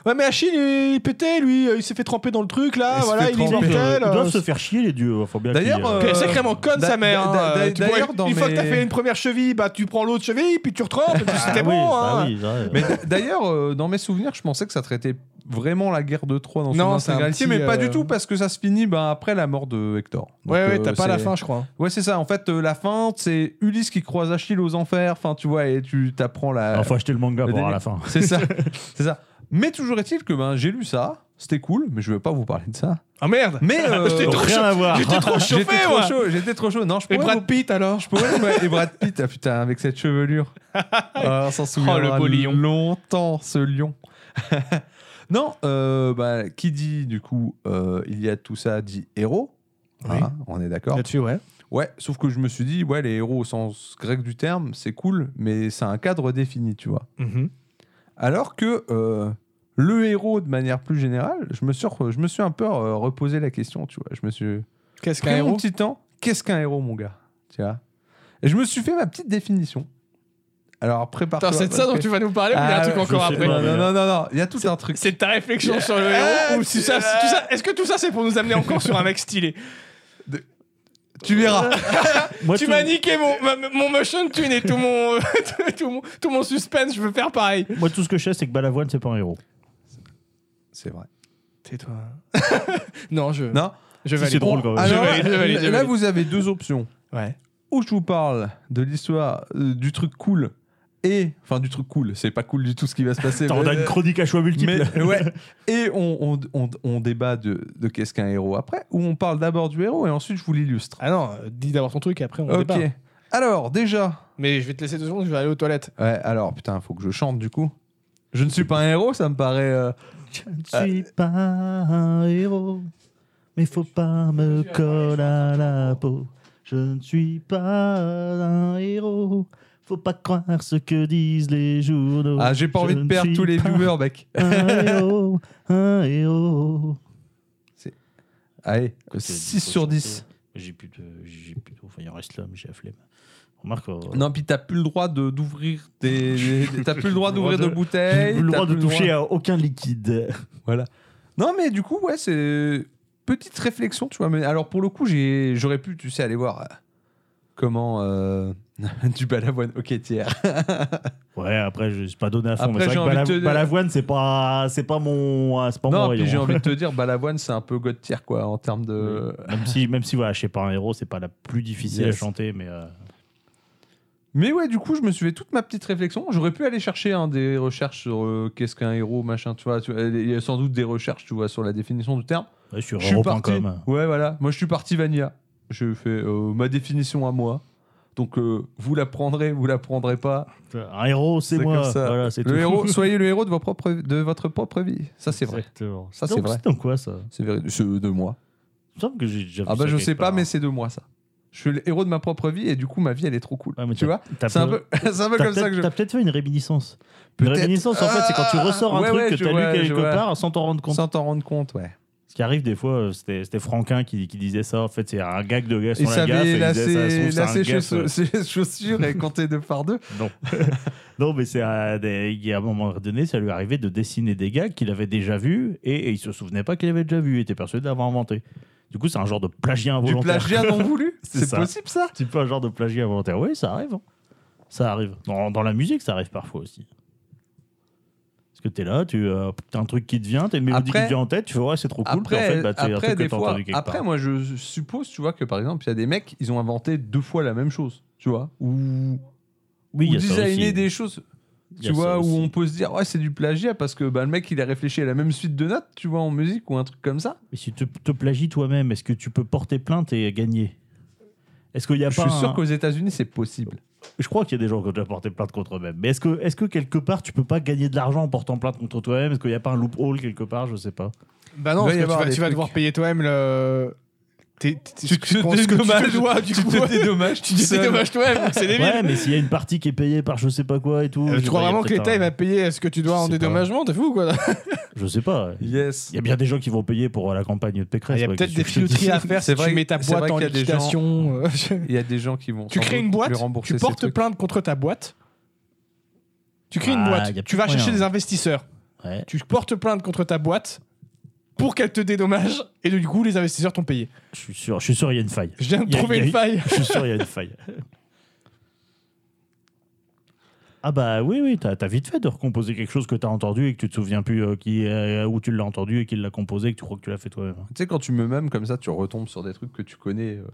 Ouais, mais Achille, il il pétait, lui, euh, il s'est fait tremper dans le truc, là,
Il s'est
voilà,
fait
il est
Ils doivent,
tremper.
mortel.
ils doivent
euh,
se faire chier, les dieux. Faut bien
D'ailleurs,
qu'ils,
euh,
Quelle sacrément conne
d'a-
sa mère.
d'a-
hein,
d'a-
euh, tu pourrais-
d'ailleurs, dans
Une fois que t'as
mes-
fait une première cheville, bah tu prends l'autre cheville, puis tu retrempes, et puis
Ah
c'était
oui,
bon.
bah
hein.
oui, ouais.
Mais d- d'ailleurs, euh, dans mes souvenirs, je pensais que ça traitait vraiment la guerre de Troie dans
Non,
son
c'est un
intégralité,
petit,
mais pas
euh,
du tout parce que ça se finit ben, après la mort de Hector. Donc,
ouais, ouais,
euh,
t'as pas la
c'est-
fin, je crois.
Ouais, c'est ça. En fait, euh, la fin, c'est Ulysse qui croise Achille aux enfers. Enfin, tu vois, et tu t'apprends la.
faut acheter le manga
le
pour avoir
délire.
la fin.
C'est ça. c'est ça. Mais toujours est-il que ben, j'ai lu ça. C'était cool, mais je veux pas vous parler de ça.
Ah merde
Mais euh,
j'étais
Donc,
trop
rien
chaud.
à voir.
J'étais trop chauffé,
j'étais trop
moi
chaud. J'étais trop chaud. Non, je
Et
pourrais.
Brad
vous-
Pitt, alors
Je pourrais. ouais, et Brad Pitt, ah, putain, avec cette chevelure. Ah, on s'en souvient.
Oh, le beau lion.
Longtemps, ce lion. non, euh, bah, qui dit du coup, euh, il y a tout ça dit héros.
Oui.
Hein, on est d'accord.
Là-dessus, ouais.
Ouais, sauf que je me suis dit, ouais, les héros au sens grec du terme, c'est cool, mais c'est un cadre défini, tu vois.
Mhm.
Alors que euh, le héros, de manière plus générale, je me suis, re- je me suis un peu euh, reposé la question, tu vois. Je me suis
Qu'est-ce
pris
qu'un
mon
héros
petit temps. Qu'est-ce qu'un héros, mon gars Tu vois Et je me suis fait ma petite définition. Alors, prépare-toi.
Putain, c'est de ça
parce
dont
que-
tu vas nous parler ou il y a un
Ah,
truc encore
sais
après
pas.
Non, non, non, non, non, il y a tout un truc.
C'est ta réflexion sur le héros ou si ça, c'est- tout ça- Est-ce que tout ça c'est pour nous amener encore sur un mec stylé
Tu verras.
Moi,
Tu
tout-
m'as niqué mon, ma- mon motion tune et tout mon, tout, mon, tout mon suspense, je veux faire pareil.
Moi, tout ce que je sais, c'est que Balavoine, c'est pas un héros.
C'est vrai.
Tais-toi. non, je,
Non
je
Si,
valide.
c'est drôle quand même.
Je
Alors,
valide, je valide, je
là,
valide.
vous avez deux options.
Ouais.
où je vous parle de l'histoire euh, du truc cool et enfin du truc cool c'est pas cool du tout ce qui va se passer
Attends, on a une chronique à choix multiples.
mais- ouais et on, on- on- on débat de, de qu'est-ce qu'un héros après ou on parle d'abord du héros et ensuite je vous l'illustre
Ah non, euh, dis d'abord ton truc et après on
ok
débat.
alors déjà
Mais je vais te laisser deux secondes, je vais aller aux toilettes.
ouais alors putain faut que je chante du coup je ne suis pas un héros ça me paraît euh,
Je ne suis pas un héros, mais faut pas me coller à la peau. Je ne suis pas un héros, faut pas croire ce que disent les journaux.
ah j'ai pas envie
Je
de
ne
perdre
suis
tous les
pas
viewers mec
Un héros, un héros.
allez 6 sur 10
J'ai plus de. J'ai plus de. Enfin, il en reste l'homme, j'ai la flemme. Remarque. euh,
non puis t'as plus le droit de d'ouvrir des des- t'as plus le droit d'ouvrir de
J'ai
bouteilles
plus le
t'as
droit de
plus le
toucher à aucun liquide.
Voilà. Non, mais du coup, ouais, c'est petite réflexion, tu vois. Mais alors pour le coup, j'ai, j'aurais pu, tu sais, aller voir euh, comment euh, du balavoine. Ok, tiers.
Ouais, après, je suis pas donné à fond.
Après,
mais c'est
j'ai
vrai que
envie de
Bala-
te-
Balavoine, c'est pas, c'est pas mon, ah, c'est pas mon
Oh, Non, puis
rayon.
j'ai envie de te dire, balavoine, c'est un peu God tiers quoi, en termes de.
Même si, même si voilà, je sais pas un héros, c'est pas la plus difficile
Yes.
à chanter, mais euh,
Mais ouais, du coup, je me suis fait toute ma petite réflexion. J'aurais pu aller chercher hein, des recherches sur euh, qu'est-ce qu'un héros, machin, tu vois. tu vois. Il y a sans doute des recherches, tu vois, sur la définition du terme.
ouais, sur
Je suis parti.
euro.com.
Ouais, voilà. Moi, je suis parti Vanilla. Je fais euh, ma définition à moi. Donc, euh, vous la prendrez, vous la prendrez pas.
Un héros, c'est
C'est
moi.
comme ça.
Voilà, c'est
Le
tout.
héros, soyez le héros de, vos propres- de votre propre vie. Ça, c'est vrai.
Exactement.
Ça, c'est
Donc,
vrai.
C'est dans quoi ça
C'est vrai. C'est euh, de moi.
Il me semble que j'ai déjà vu
Ah bah,
ça
je
quelque
sais pas,
part. hein.
mais c'est de moi, ça. Je suis le héros de ma propre vie et du coup, ma vie, elle est trop cool.
Ouais, mais
tu vois
T'as
C'est un
peut-
peu, c'est un peu
t'as
comme ça que
peut-être
je.
t'as peut-être fait une réminiscence. Une
Peut-être.
réminiscence, en fait, c'est quand tu
Ah
ressors un
Ouais,
truc
ouais,
que
je
t'as
vois,
lu quelque
je vois.
part sans t'en rendre compte.
Sans t'en rendre compte, ouais.
Ce qui arrive des fois, euh, c'était c'était Franquin qui, qui disait ça. En fait, c'est un gag de gars
Il
sur la gaffe.
savait
et il disait, ça se
lasser
trouve, c'est un
lasser
gaffe, euh.
chaussures- ses chaussures et compter deux par deux.
Non. non, mais c'est à, des- il y a un moment donné, ça lui arrivait de dessiner des gags qu'il avait déjà vus et, et il se souvenait pas qu'il avait déjà vu. Il était persuadé d'avoir inventé. Du coup, c'est un genre de plagiat
Du
involontaire.
plagiat non voulu.
C'est
C'est
ça.
possible, ça
Un petit peu un genre de plagiat involontaire. Oui, ça arrive. hein. Ça arrive. Dans, dans la musique, ça arrive parfois aussi. Parce que t'es là, tu euh, t'as un truc qui te vient, t'as une mélodie
Après-
qui te vient en tête, tu fais ouais, c'est trop cool. puis en
Après,
fait, bah, c'est un
après,
truc que
des
t'as
fois,
entendu quelque
après
part.
moi, je suppose, tu vois, que par exemple, il y a des mecs, ils ont inventé deux fois la même chose, tu vois, ou,
Oui,
ou
il y a ça
designé
aussi.
des choses,
Il y
tu
a
vois,
ça
où
aussi.
on peut se dire, ouais, c'est du plagiat parce que bah, le mec, il a réfléchi à la même suite de notes, tu vois, en musique ou un truc comme ça.
Mais si tu te te plagies toi-même, est-ce que tu peux porter plainte et gagner Est-ce qu'il y a
Je
pas
suis sûr
un-
qu'aux États-Unis, c'est possible.
Je crois qu'il y a des gens qui ont déjà porté plainte contre eux-mêmes. Mais est-ce que, est que quelque part, tu peux pas gagner de l'argent en portant plainte contre toi-même Est-ce qu'il n'y a pas un loophole quelque part Je sais pas.
Bah non,
Il va
parce
y
que tu vas,
avoir des
tu vas
trucs.
devoir payer toi-même le. T'es- t'es- ce que- ce que- ce que
dédommages,
tu te dois, du
tu
coup.
te dédommages, tu
Tu te dédommages toi-même, donc c'est débile.
Ouais, mais s'il y a une partie qui est payée par je sais pas quoi et tout.
Euh,
je
tu
sais
crois
pas, il y a
vraiment que
peut-être
l'État
un-
il va payer euh, ce que tu dois
Je
en
sais pas.
dédommagement T'es fou ou quoi
Je sais pas. Il
Yes.
y a bien des gens qui vont payer pour euh, la campagne de Pécresse.
Ah, Il y a
ouais,
peut-être
qu'est-ce
des
que je te dis
filouteries à faire
C'est
si
vrai-
tu mets ta
c'est vrai
boîte en
qu'il y a des
liquidation. euh,
Il y a des gens qui vont.
Tu
sans
crées
doute
une boîte,
lui rembourser
tu
ses
portes
trucs.
plainte contre ta boîte. Tu crées une
Ah, y a
boîte, tu vas
peut-être
chercher
moyen.
des investisseurs.
Ouais.
Tu portes plainte contre ta boîte pour qu'elle te dédommage et du coup les investisseurs t'ont payé.
Je suis sûr, je suis sûr, il y a une faille.
Je viens
Il
de
y a-
trouver
il y a-
une faille.
Je suis sûr, il y a une faille. Ah bah oui, oui, t'as as vite fait de recomposer quelque chose que t'as entendu et que tu te souviens plus euh, qui, euh, où tu l'as entendu et qui l'a composé et que tu crois que tu l'as fait toi-même.
Tu sais, quand tu me mèmes comme ça, tu retombes sur des trucs que tu connais euh,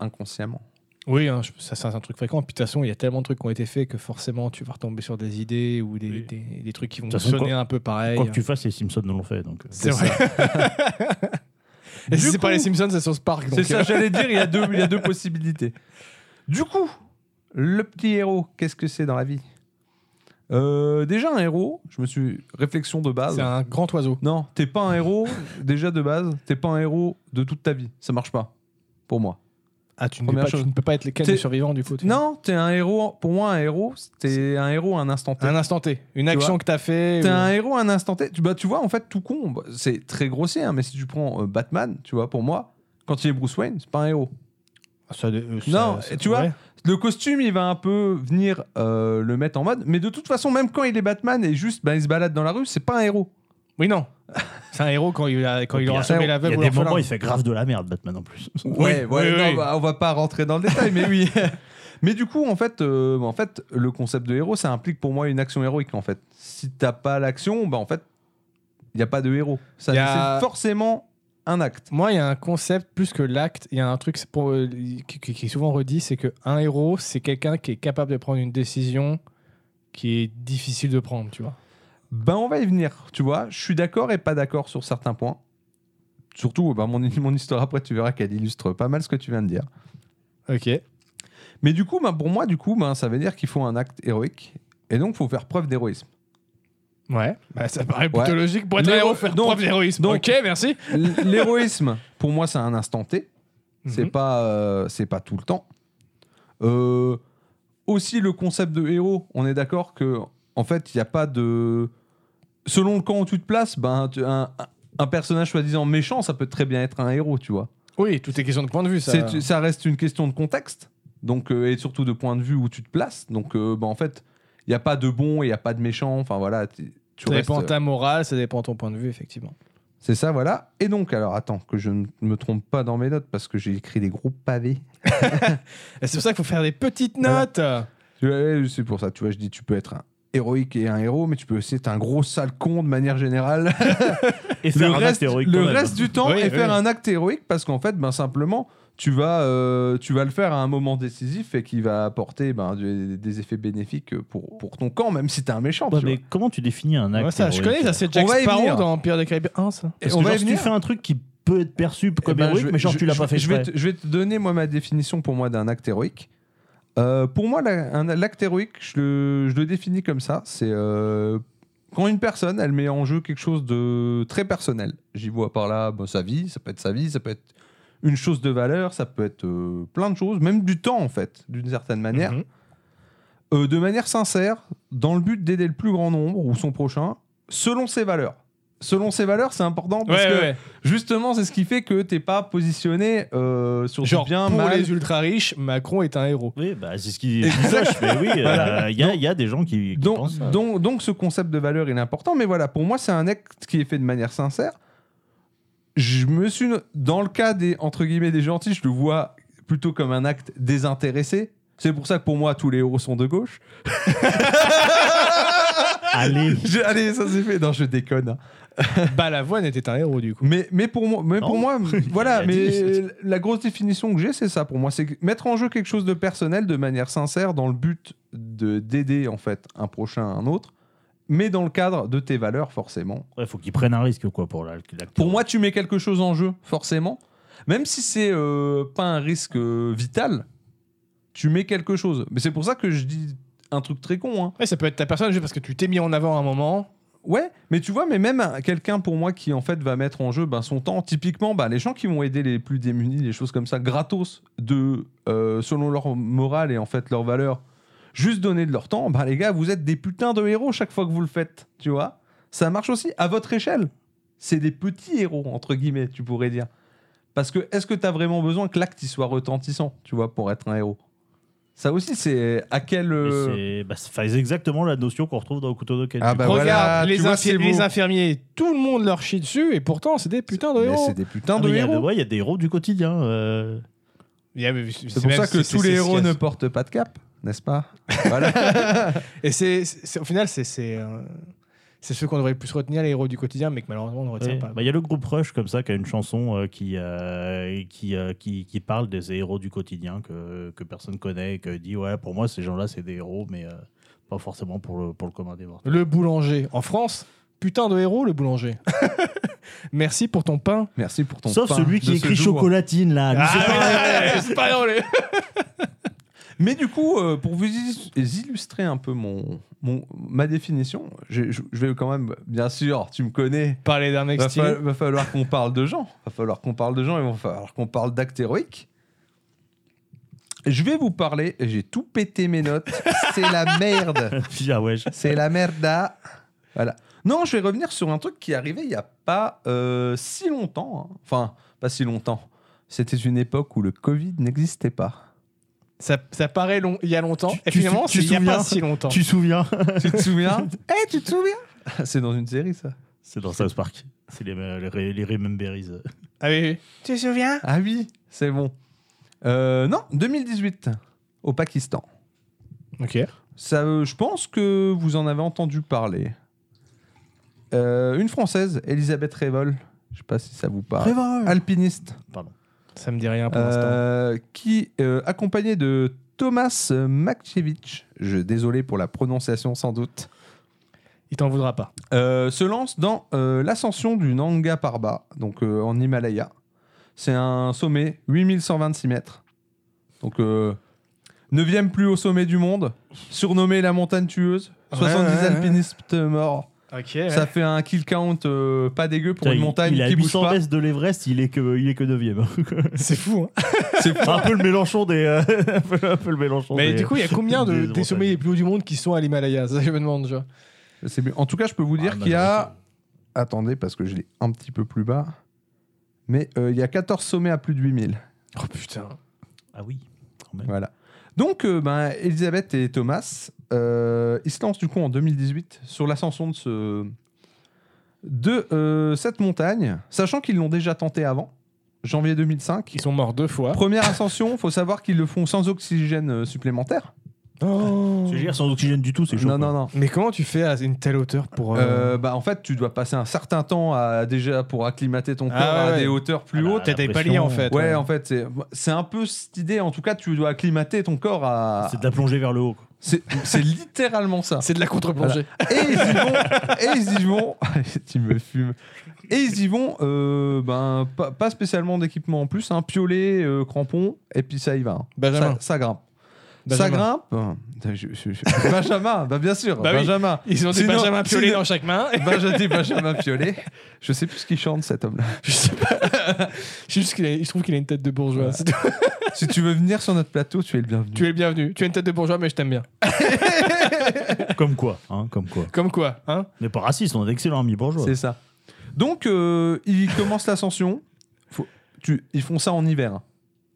inconsciemment.
Oui, hein, je- ça c'est un truc fréquent. Puis de toute façon, il y a tellement de trucs qui ont été faits que forcément, tu vas retomber sur des idées ou des,
Oui.
des, des trucs qui vont
De toute façon,
sonner
quoi-
un peu pareil.
Quoi que tu fasses, les Simpsons nous l'ont fait. Donc, euh,
C'est vrai. Et si
Du
c'est pas
coup-
les Simpsons, c'est sur Spark. donc, euh,
C'est ça, j'allais dire, il y, a deux, il y a deux possibilités. Du coup, le petit héros, qu'est-ce que c'est dans la vie Euh, Déjà, un héros, je me suis. Réflexion de
euh,
base.
C'est un grand oiseau.
Non, t'es pas un héros, déjà de base, t'es pas un héros de toute ta vie. Ça marche pas, pour moi.
Ah, tu ne, peux
Première
pas, tu
chose.
ne peux pas être les
T'es-
cadres survivants du coup. tu-
Non, t'es un héros, pour moi, un héros, t'es un héros à un instant T.
Un instant T. Une
Tu
action
vois.
que t'as fait.
T'es
ou-
un héros à un instant T. Tu, bah, tu vois, en fait, tout con, bah, c'est très grossier, hein, mais si tu prends euh, Batman, tu vois, pour moi, quand il est Bruce Wayne, c'est pas un héros.
Ça, euh, ça-
Non,
ça-
et tu vois,
ouais.
Le costume, il va un peu venir euh, le mettre en mode, mais de toute façon, même quand il est Batman et juste bah, il se balade dans la rue, c'est pas un héros.
Oui, non. C'est un héros quand il, a- quand il
il y
aura
a-
sauvé la
il y
veuve
a
ou
des moments,
l'orphelin.
il fait grave de la merde, Batman en plus.
Ouais, ouais,
oui,
non,
oui.
bah, on va pas rentrer dans le détail, mais oui. mais du coup, en fait, euh, en fait, le concept de héros, ça implique pour moi une action héroïque. En fait, si t'as pas l'action, bah en fait, il y a pas de héros. Ça
Y a-
c'est forcément un acte.
Moi, il y a un concept plus que l'acte. Il y a un truc c'est pour, euh, qui, qui- qui est souvent redit c'est que un héros, c'est quelqu'un qui est capable de prendre une décision qui est difficile de prendre, tu vois.
Ben on va y venir, tu vois. Je suis d'accord et pas d'accord sur certains points. Surtout, ben, mon, mon histoire après, tu verras qu'elle illustre pas mal ce que tu viens de dire.
Ok.
Mais du coup, ben, pour moi, du coup, ben, ça veut dire qu'il faut un acte héroïque. Et donc, faut faire preuve d'héroïsme.
Ouais. Bah, ça paraît
Ouais.
plutôt logique pour être un
L'héro-
héros, faire
donc-
preuve d'héroïsme.
donc-
Ok, merci.
L- L'héroïsme, pour moi, c'est un instant T. C'est
Mhm.
pas, euh, c'est pas tout le temps. Euh, aussi le concept de héros, on est d'accord que en fait il n'y a pas de selon le camp où tu te places, ben tu- un, un personnage soi-disant méchant, ça peut très bien être un héros, tu vois.
Oui, tout est question de point de vue. Ça...
C'est- tu- Ça reste une question de contexte, donc euh, et surtout de point de vue où tu te places. Donc euh, ben, en fait il n'y a pas de bon et il n'y a pas de méchant. Enfin voilà, tu, tu
Ça dépend
restes- euh,
ta morale, ça dépend ton point de vue, effectivement.
c'est ça, voilà. Et donc, alors attends, que je ne me trompe pas dans mes notes parce que j'ai écrit des gros pavés.
Et C'est pour ça qu'il faut faire des petites
Voilà.
notes.
Tu vois, C'est pour ça, tu vois, je dis tu peux être un héroïque et un héros, mais tu peux aussi être un gros sale con de manière générale.
Et
le
faire un acte
reste,
héroïque
le
quand même.
reste du temps
Oui,
et
oui.
faire un acte héroïque parce qu'en fait, ben, simplement, tu vas, euh, tu vas le faire à un moment décisif et qui va apporter ben, du- des effets bénéfiques pour, pour ton camp, même si t'es un méchant.
Ouais,
tu
mais
vois.
comment tu définis un acte
Ouais, ça, je
héroïque,
connais, ça
euh,
c'est Jack
On va y
Sparrow
venir.
dans Empire des Caraïbes 1, ça.
Et
Parce
on
que
va
genre,
y
si tu
venir.
fais un truc qui peut être perçu
Eh
comme
ben,
héroïque,
je-
mais genre
je-
tu l'as
je-
pas fait
je vais,
exprès.
te, je vais te donner moi ma définition pour moi d'un acte héroïque. Euh, pour moi, la- un- l'acte héroïque, je le, je le définis comme ça. C'est euh, quand une personne, elle met en jeu quelque chose de très personnel. J'y vois par là bon, sa vie, ça peut être sa vie, ça peut être une chose de valeur, ça peut être euh, plein de choses, même du temps en fait, d'une certaine manière.
Mhm.
Euh, de manière sincère, dans le but d'aider le plus grand nombre ou son prochain, selon ses valeurs. Selon ses valeurs, c'est important parce
Ouais,
que
ouais, ouais.
Justement, c'est ce qui fait que t'es pas positionné euh, sur
Genre,
du bien
pour
mal.
les ultra riches, Macron est un héros.
Oui, bah, c'est ce qui sache, mais oui, euh, il
Voilà.
y, a, y a des gens qui, qui
Donc,
euh.
pensent euh, ça.
donc, donc ce concept de valeur il est important, mais voilà, pour moi c'est un acte qui est fait de manière sincère. Je me suis dans le cas des entre guillemets des gentils, je le vois plutôt comme un acte désintéressé. C'est pour ça que pour moi tous les héros sont de gauche.
Allez,
Je- allez, ça c'est fait. Non, je déconne. hein.
Balavoine était un héros du coup.
Mais, mais pour moi, mais
Non.
pour moi voilà,
Il a dit.
mais la grosse définition que j'ai, c'est ça pour moi. C'est que mettre en jeu quelque chose de personnel de manière sincère dans le but de d'aider en fait un prochain à un autre, mais dans le cadre de tes valeurs forcément.
il faut qu'ils prennent un risque quoi pour la- l'acte.
Pour moi, tu mets quelque chose en jeu forcément, même si c'est euh, pas un risque euh, vital, tu mets quelque chose. Mais c'est pour ça que je dis un truc très con. hein.
Ouais, ça peut être ta personne juste parce que tu t'es mis en avant à un moment.
Ouais, mais tu vois, mais même un- quelqu'un pour moi qui en fait va mettre en jeu ben, son temps, typiquement ben, les gens qui vont aider les plus démunis, les choses comme ça, gratos, de, euh, selon leur morale et en fait leur valeur, juste donner de leur temps, ben, les gars, vous êtes des putains de héros chaque fois que vous le faites, tu vois. Ça marche aussi à votre échelle. C'est des petits héros, entre guillemets, tu pourrais dire. Parce que est-ce que tu as vraiment besoin que l'acte il soit retentissant, tu vois, pour être un héros Ça aussi, c'est à quel...
Mais
euh,
c'est bah, c'est- enfin, c'est exactement la notion qu'on retrouve dans le couteau de Ken.
Ah bah
Regarde,
voilà,
les,
tu vois,
infi-
c'est
les
beau.
infirmiers, tout le monde leur chie dessus et pourtant c'est des putains de
mais
héros.
c'est des putains
Ah,
de
mais il y a
héros.
ouais, il y a des héros du quotidien. euh.
Il y a- C'est
C'est pour
même-
ça que
c'est-
tous
c'est-
les
c'est
héros
ce
ne
qu'il y a-
portent pas de cap. n'est-ce pas Voilà.
Et c'est, c'est- c'est- au final, c'est, c'est, euh, c'est ceux qu'on devrait le plus retenir, les héros du quotidien, mais que malheureusement, on ne
Bah, Il
retient pas.
y a le groupe Rush comme ça qui a une chanson euh, qui, euh, qui, euh, qui, qui parle des héros du quotidien que, que personne connaît et que dit ouais pour moi ces gens-là c'est des héros mais euh, pas forcément pour le, pour le commun des mortels.
Le boulanger. En France, putain de héros, le boulanger. Merci pour ton pain.
Merci pour ton
Sauf
pain
celui
de
qui
ce
écrit
jour. Ah
chocolatine là. lui, Ah,
Ah,
c'est pas-
Mais du coup, euh, pour vous is- illustrer un peu mon, mon- ma définition, je, je- je vais quand même, bien sûr, tu me connais,
Parler d'un mec
va,
stylé.
fa- va falloir qu'on parle de gens, va falloir qu'on parle de gens et va falloir qu'on parle d'actes héroïques. Je vais vous parler, j'ai tout pété mes notes, c'est la merde,
Puis, ah ouais, je-
c'est la merda. Voilà. Non, je vais revenir sur un truc qui est arrivé il n'y a pas euh, si longtemps, hein. enfin, pas si longtemps. C'était une époque où le Covid n'existait pas.
Ça, ça paraît long, il y a longtemps.
Tu-
et
tu-
finalement,
tu
c'est il n'y a
souviens-
pas si longtemps.
tu te souviens
Tu te souviens Eh, tu te souviens C'est dans une série, ça.
C'est dans South Park. C'est les, euh, les, les, les Rememberies.
Ah oui, oui. Tu te souviens
Ah oui, c'est bon. Euh, non, 2018, au Pakistan.
Ok.
Ça, euh, je pense que vous en avez entendu parler. Euh, une Française, Elisabeth Révol, je sais pas si ça vous parle, alpiniste,
Ça me dit rien pour l'instant.
euh, qui, euh, accompagnée de Thomas Makchevich, je désolé pour la prononciation sans doute,
Il t'en voudra pas.
Euh, se lance dans euh, l'ascension du Nanga Parbat, donc euh, en Himalaya. C'est un sommet, 8126 mètres. Donc, euh, neuvième plus haut sommet du monde, surnommé la montagne tueuse.
Ouais,
70
ouais, ouais.
alpinistes morts.
Ok.
Ça fait un kill count euh, pas dégueu pour
Putain,
une
il-
montagne
il a
qui bouge
800
pas.
baisses de l'Everest, il est que il est que 9e.
C'est fou. hein.
un peu le Mélenchon des euh, un, peu, un peu le Mélenchon
Mais
des-
du coup, il y a combien de,
Oh, des
des,
montagnes.
sommets les plus hauts du monde qui sont à l'Himalaya Ça, je me demande, tu vois.
C'est mieux. En tout cas, je peux vous dire
Ah,
qu'il y a. Attendez, parce que je l'ai un petit peu plus bas. Mais euh, il y a 14 sommets à plus de 8000.
Oh putain.
Ah oui. quand même.
Voilà. Donc, euh, ben, Elisabeth et Thomas, euh, ils se lancent du coup en 2018 sur l'ascension de, ce... de euh, cette montagne, sachant qu'ils l'ont déjà tenté avant, janvier 2005.
Ils sont morts deux fois.
Première ascension, faut savoir qu'ils le font sans oxygène euh, supplémentaire.
Oh.
Je veux dire, sans oxygène du tout, c'est chaud.
non,
quoi.
non, non.
Mais comment tu fais à une telle hauteur pour. euh,
Euh, bah, en fait, tu dois passer un certain temps à, déjà pour acclimater ton corps
Ah ouais,
à des
ouais.
hauteurs plus
Ah bah,
hautes.
Oh, T'as des
la
paliers
pression,
en fait.
Ouais, en fait, c'est- c'est un peu cette idée. En tout cas, tu dois acclimater ton corps à.
C'est de la plongée vers le haut. quoi.
C'est c'est littéralement ça.
C'est de la contre-plongée.
Et ils y vont. et ils y vont. tu me fumes. Et ils y vont. euh, ben, pas, pas spécialement d'équipement en plus. Un piolet, euh, crampon, et puis ça y va. hein.
Benjamin.
Ça, ça grimpe.
Benjamin.
Ça grimpe. Euh, je- je- je- Benjamin, bah bien sûr.
Bah oui.
Benjamin.
Ils ont des
Sinon-
Benjamin Piolet
sinon-
dans chaque main.
Benjamin, dit Benjamin Piolet. Je sais plus ce qu'il chante cet homme-là.
Je sais pas. C'est juste qu'il a- je trouve qu'il a une tête de bourgeois.
Ouais.
c'est tout.
Si tu veux venir sur notre plateau, tu es le bienvenu.
Tu es le bienvenu. Tu as une tête de bourgeois, mais je t'aime bien.
Comme quoi, hein, comme quoi.
Comme quoi, hein
On n'est pas raciste, on est d'excellents amis bourgeois.
C'est ça. Donc, euh, ils commencent l'ascension. Faut- tu- Ils font ça en hiver. hein.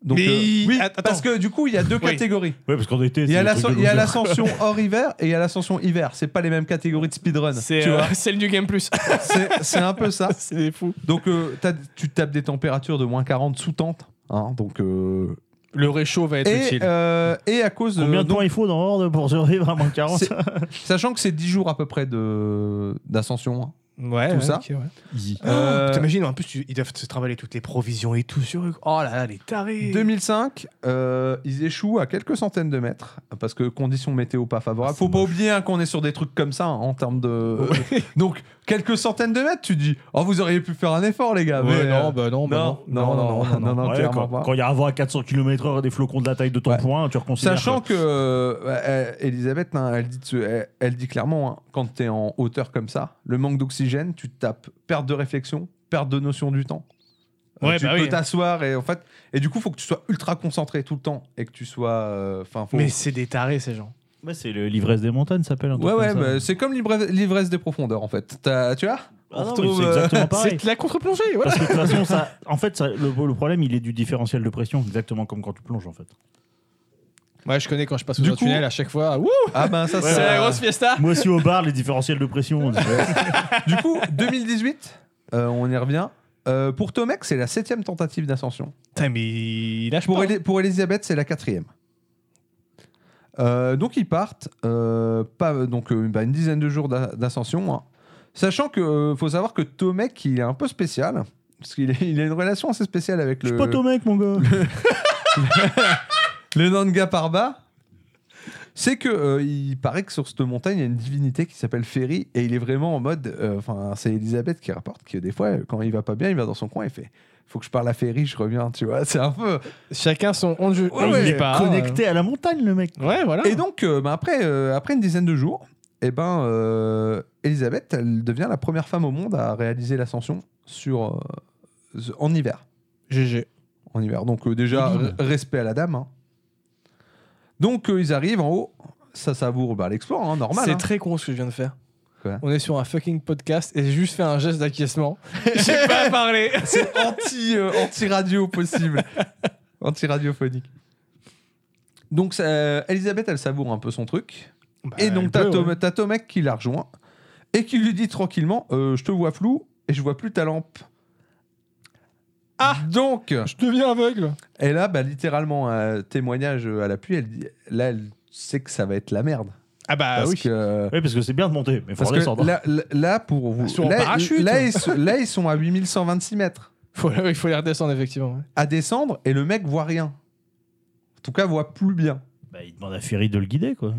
Donc,
Mais
euh,
ils-
oui,
attends.
parce que du coup, il y a deux
Oui.
catégories.
Ouais, parce qu'en été,
Il y
c'est
a
le
l'asc-
truc de
il y a
loser.
l'ascension hors hiver et il y a l'ascension hiver. C'est pas les mêmes catégories de speedrun.
C'est
tu
euh,
vois.
celle du Game Plus.
C'est c'est un peu ça.
c'est des fous.
Donc euh, t'as- tu tapes des températures de moins 40 sous tente. hein, donc, euh,
Le réchaud va être
et,
utile.
euh, et à cause de.
Combien de
donc,
temps il faut dans Horde pour survivre à moins 40
C'est- sachant que c'est 10 jours à peu près de- d'ascension. hein.
ouais,
tout
ouais,
ça.
ok, ouais.
Easy.
Euh,
Ah, T'imagines, en plus, tu- ils doivent se travailler toutes les provisions et tout sur eux. Oh là là, les tarés.
2005, euh, ils échouent à quelques centaines de mètres parce que conditions météo pas favorables.
Ah, c'est
Faut pas oublier hein, qu'on est sur des trucs comme ça hein, en termes de. Donc quelques centaines de mètres, tu dis. Oh, vous auriez pu faire un effort, les gars. mais,
Ouais,
euh,
non, bah non, bah
non, non, non, non, non,
Ouais,
clairement
quand
pas.
quand il y a un vent à 400 km/h et des flocons de la taille de ton
Ouais.
poing, tu reconsidères.
Sachant que euh, euh, Elisabeth, hein, elle, dit, elle, elle dit clairement, hein, quand tu es en hauteur comme ça, le manque d'oxygène, tu te tapes perte de réflexion, perte de notion du temps. Euh,
Ouais,
tu
bah
peux
oui.
t'asseoir et en fait, et du coup, faut que tu sois ultra concentré tout le temps et que tu sois, euh, enfin, faut-
Mais c'est des tarés, ces gens.
Ouais, c'est le- l'ivresse des montagnes, ça s'appelle un truc
ouais,
comme
ouais,
ça.
bah, c'est comme l'ivresse l'ivresse des profondeurs en fait. T'as- tu vois
Ah non, mais
retrouve,
c'est
euh,
exactement pareil.
C'est de la contre-plongée, ouais.
Parce que de toute façon, ça, en fait, ça- le, le problème, il est du différentiel de pression, exactement comme quand tu plonges, en fait.
Ouais, je connais quand je passe
Du
sous un
coup-
tunnel à chaque fois. Wouh,
Ah ben ça,
Ouais,
c'est
c'est
la grosse fiesta.
Moi aussi, au bar, les différentiels de pression. on dit-
Du coup, 2018, euh, on y revient. Euh, pour Tomek, c'est la septième tentative d'ascension.
Putain, mais lâche
Pour,
pas.
Eli- pour Elisabeth, c'est la quatrième. Euh, donc ils partent, euh, pas, donc euh, bah, une dizaine de jours d'a- d'ascension. hein. Sachant que euh, faut savoir que Tomek, il est un peu spécial, parce qu'il est- il a une relation assez spéciale avec
Je
le,
suis pas ton mec, mon gars.
le Nanga Parba. C'est que euh, il paraît que sur cette montagne, il y a une divinité qui s'appelle Ferry, et il est vraiment en mode, euh, enfin, c'est Elisabeth qui rapporte que des fois, quand il va pas bien, il va dans son coin et fait. Faut que je parle à Ferry, je reviens, tu vois. C'est un peu.
Chacun son. On ne ju-
Ouais,
on ne
ouais,
dit pas.
Connecté à la montagne, le mec.
euh. Ouais, voilà.
Et donc, euh, bah, après, euh, après une dizaine de jours, eh ben, euh, Elisabeth, elle devient la première femme au monde à réaliser l'ascension sur euh, ce- en hiver.
GG.
En hiver. Donc euh, déjà,
Bim.
r- respect à la dame. hein. Donc euh, ils arrivent en haut, ça savoure bah, l'exploit, hein, normal.
C'est
hein.
très con ce que je viens de faire.
Quoi
on est sur un fucking podcast et j'ai juste fait un geste d'acquiescement. j'ai pas parlé.
C'est anti, euh, anti-radio possible. Anti-radiophonique. Donc ça- euh, Elisabeth, elle savoure un peu son truc.
Bah,
Et donc t'as Tom- t'as Tomek qui la rejoint et qui lui dit tranquillement euh, Je te vois flou et je vois plus ta lampe. Ah Donc
Je deviens aveugle.
Et là, bah, littéralement, euh, témoignage à l'appui, elle dit Là, elle sait que ça va être la merde.
Ah bah
parce
oui.
que.
Oui, parce que c'est bien de monter, mais faut
Parce que
redescendre.
là, là- là, pour vous.
Sur un
là,
parachute.
là, ils sont, là, ils sont à 8126 mètres
Faut- il faut les redescendre effectivement. ouais.
à descendre et le mec voit rien. En tout cas, voit plus bien.
Bah, il demande à Ferry de le guider, quoi.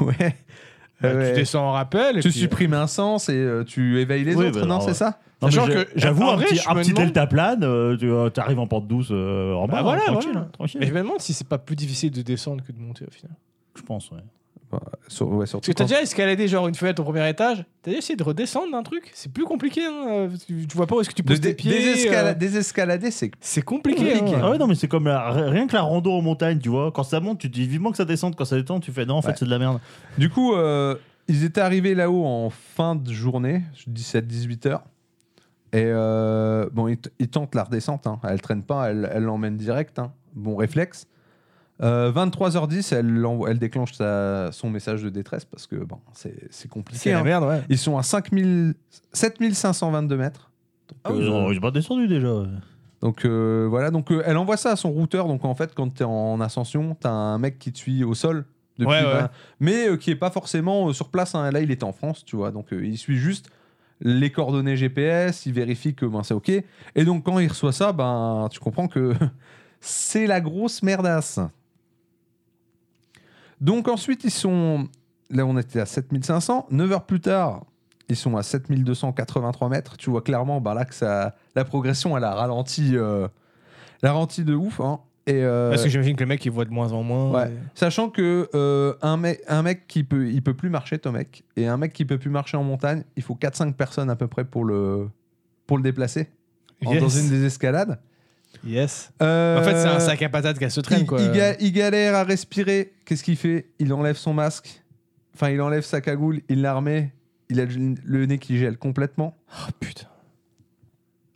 Ouais.
Bah,
Ouais.
Tu descends en rappel. Et
Tu
puis-
supprimes un sens et euh, tu éveilles les
Oui,
autres, non,
bah, alors,
c'est
ouais.
ça
Non, mais
Sachant
je-
que-
J'avoue,
en
un
vrai,
petit,
je
un
me
petit
demande-
deltaplane, euh, tu euh, t'arrives en porte douce euh, en
Bah
bas.
voilà,
hein, tranquille,
voilà.
hein, tranquille.
Mais je me demande si c'est pas plus difficile de descendre que de monter au final.
Je pense, ouais.
Sur- ouais,
Parce
surtout
que t'as
quand-
déjà escaladé genre une fenêtre au premier étage, t'as déjà essayé de redescendre d'un truc, c'est plus compliqué. hein, parce que Tu vois pas où est-ce que tu
de
poses tes
dé-
pieds.
désescala-
euh,
Désescalader, c'est
C'est compliqué. hein.
Ah ouais, non, mais c'est comme la- rien que la rando en montagne, tu vois. Quand ça monte, tu te dis vivement que ça descende. Quand ça descend, tu fais non, en
Ouais.
fait, c'est de la merde.
Du coup, euh, ils étaient arrivés là-haut en fin de journée, 17-18 heures. Et euh, bon, ils, t- ils tentent la redescente. Hein. Elle traîne pas, elle elle l'emmène direct. hein. Bon réflexe. Euh, 23h10, elle, l'envoie- elle déclenche sa- son message de détresse parce que bon, c'est c'est
C'est
compliqué.
la
hein.
merde, ouais.
Ils sont à 5000 7522 mètres. Donc,
Ah, ils
euh,
ont- ils ont pas descendu déjà. ouais.
donc euh, voilà, donc euh, elle envoie ça à son routeur. Donc en fait, quand t'es en ascension, t'as un mec qui te suit au sol. Depuis,
Ouais, ouais.
bah, mais euh, qui est pas forcément euh, sur place. hein. Là, il était en France, tu vois. Donc euh, il suit juste les coordonnées GPS, il vérifie que ben, c'est OK. Et donc quand il reçoit ça, ben tu comprends que c'est la grosse merdasse. Donc ensuite, ils sont. Là, on était à 7500. 9 heures plus tard, ils sont à 7283 mètres. Tu vois clairement bah, là que ça... la progression, elle a ralenti, euh, la ralenti de ouf. hein. Et, euh,
Parce que j'imagine que le mec il voit de moins en moins.
Ouais. Sachant que euh, un, mec, un mec qui peut, il peut plus marcher, ton mec, et un mec qui peut plus marcher en montagne, il faut 4-5 personnes à peu près pour le, pour le déplacer en-
Yes.
dans une des escalades.
Yes.
Euh,
En fait, c'est un sac à patates qui se traîne
il,
quoi.
il ga- il galère à respirer. Qu'est-ce qu'il fait Il enlève son masque. Enfin, il enlève sa cagoule, il la remet. Il a le le nez qui gèle complètement.
Oh putain.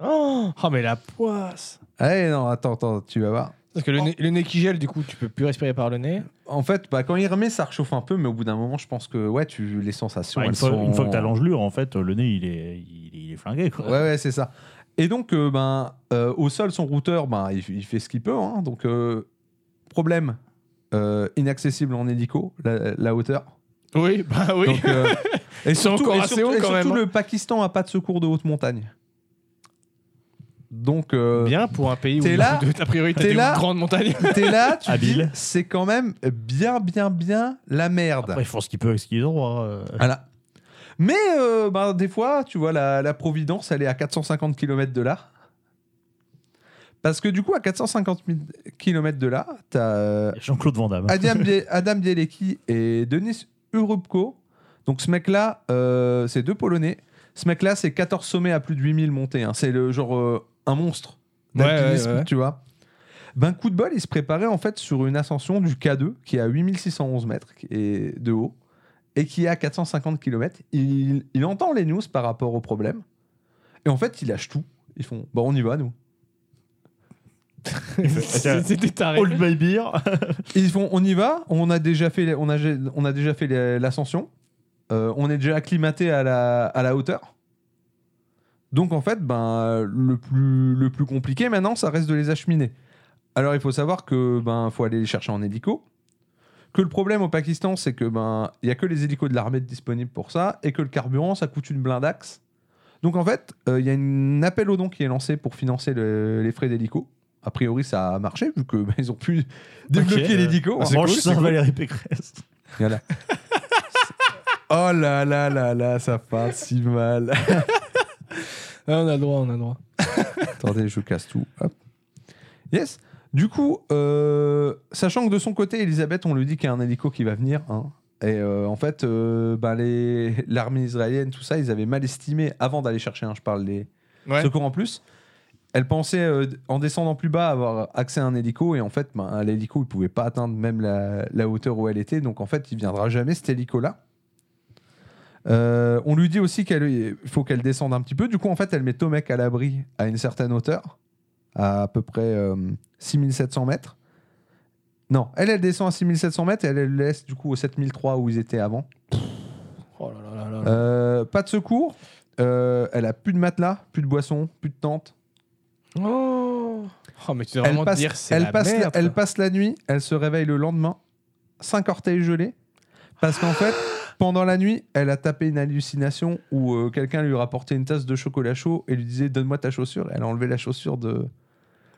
Oh, oh, mais la poisse.
Eh non, attends, attends, tu vas voir.
Parce que le, nez, le nez qui gèle, du coup, tu peux plus respirer par le nez.
En fait, bah, quand il remet, ça réchauffe un peu, mais au bout d'un moment, je pense que ouais, tu les sensations.
Bah, une,
elles
fois,
sont-
une fois que t'as l'engelure, en fait, le nez, il est, il, est- il est flingué, quoi.
Ouais, ouais, c'est ça. Et donc, euh, ben, euh, au sol, son routeur, ben, il, il fait ce qu'il peut. hein. donc, euh, problème, euh, inaccessible en hélico, la, la hauteur.
Oui, bah oui.
Donc, euh, et
C'est encore
et
assez
surtout-
haut
et
quand
surtout,
même, hein.
le Pakistan a pas de secours de haute montagne. Donc, euh,
Bien pour un pays où
t'es là,
a priori t'as
t'es
des
là.
grandes montagnes.
t'es là, tu dis,
Habile.
c'est quand même bien, bien, bien la merde.
Après, ils font ce qu'ils peuvent avec ce qu'ils ont. hein, euh.
Voilà. Mais euh, ben, des fois, tu vois, la, la Providence, elle est à 450 km de là. Parce que du coup, à 450 km de là, t'as euh,
Jean-Claude Van Damme.
Adam, Bie- Adam Bielecki et Denis Urubko. Donc ce mec-là, euh, c'est deux Polonais. Ce mec-là, c'est 14 sommets à plus de 8000 montées. hein. C'est le genre euh, un monstre
Ouais, ouais,
d'alpinisme,
ouais.
tu vois. Ben coup de bol, il se préparait en fait sur une ascension du K2 qui est à 8611 mètres qui est de haut et qui est à 450 km. Il, il entend les news par rapport au problème. Et en fait, il lâche tout. Ils font, bon, on y va, nous.
C'est- C'était taré.
Oh,
Old Bay Beer.
Ils font on y va, on a déjà fait, les- on a, gé- on a déjà fait les- l'ascension, Euh, on est déjà acclimaté à la, à la hauteur. Donc en fait, ben, le, plus, le plus compliqué maintenant, ça reste de les acheminer. Alors il faut savoir que ben faut aller les chercher en hélico. Que le problème au Pakistan, c'est que ben il y a que les hélicos de l'armée disponibles pour ça et que le carburant, ça coûte une blindaxe. Donc en fait, euh, il y a un appel aux dons qui est lancé pour financer le- les frais d'hélico. A priori, ça a marché vu que ben, ils ont pu débloquer Ah,
euh,
l'hélico.
On mange ça, Valérie Pécresse.
Voilà. oh là là là là, ça part si mal.
Ah, on a le droit, on a le droit.
Attendez, je casse tout. Hop. Yes. Du coup, euh, sachant que de son côté, Elisabeth, on lui dit qu'il y a un hélico qui va venir. hein. Et euh, en fait, euh, bah, les- l'armée israélienne, tout ça, ils avaient mal estimé avant d'aller chercher, hein, je parle des
Ouais.
secours en plus. Elle pensait, euh, d- en descendant plus bas, avoir accès à un hélico. Et en fait, bah, l'hélico, il pouvait pas atteindre même la, la hauteur où elle était. Donc en fait, il viendra jamais cet hélico-là. Euh, on lui dit aussi qu'il faut qu'elle descende un petit peu. Du coup, en fait, elle met Tomek à l'abri à une certaine hauteur, à à peu près euh, 6700 mètres. Non, elle, elle descend à 6700 mètres et elle, elle le laisse du coup au 7003 où ils étaient avant.
Oh là là là là.
Euh, pas de secours. Euh, elle a plus de matelas, plus de boisson, plus de tente.
Oh. Oh, mais tu dois
Elle
vraiment te
passe,
dire, c'est
elle,
la
passe la,
merde.
elle passe la nuit, elle se réveille le lendemain, cinq orteils gelés, parce qu'en fait, pendant la nuit, elle a tapé une hallucination où euh, quelqu'un lui rapportait une tasse de chocolat chaud et lui disait Donne-moi ta chaussure. Elle a enlevé la chaussure de.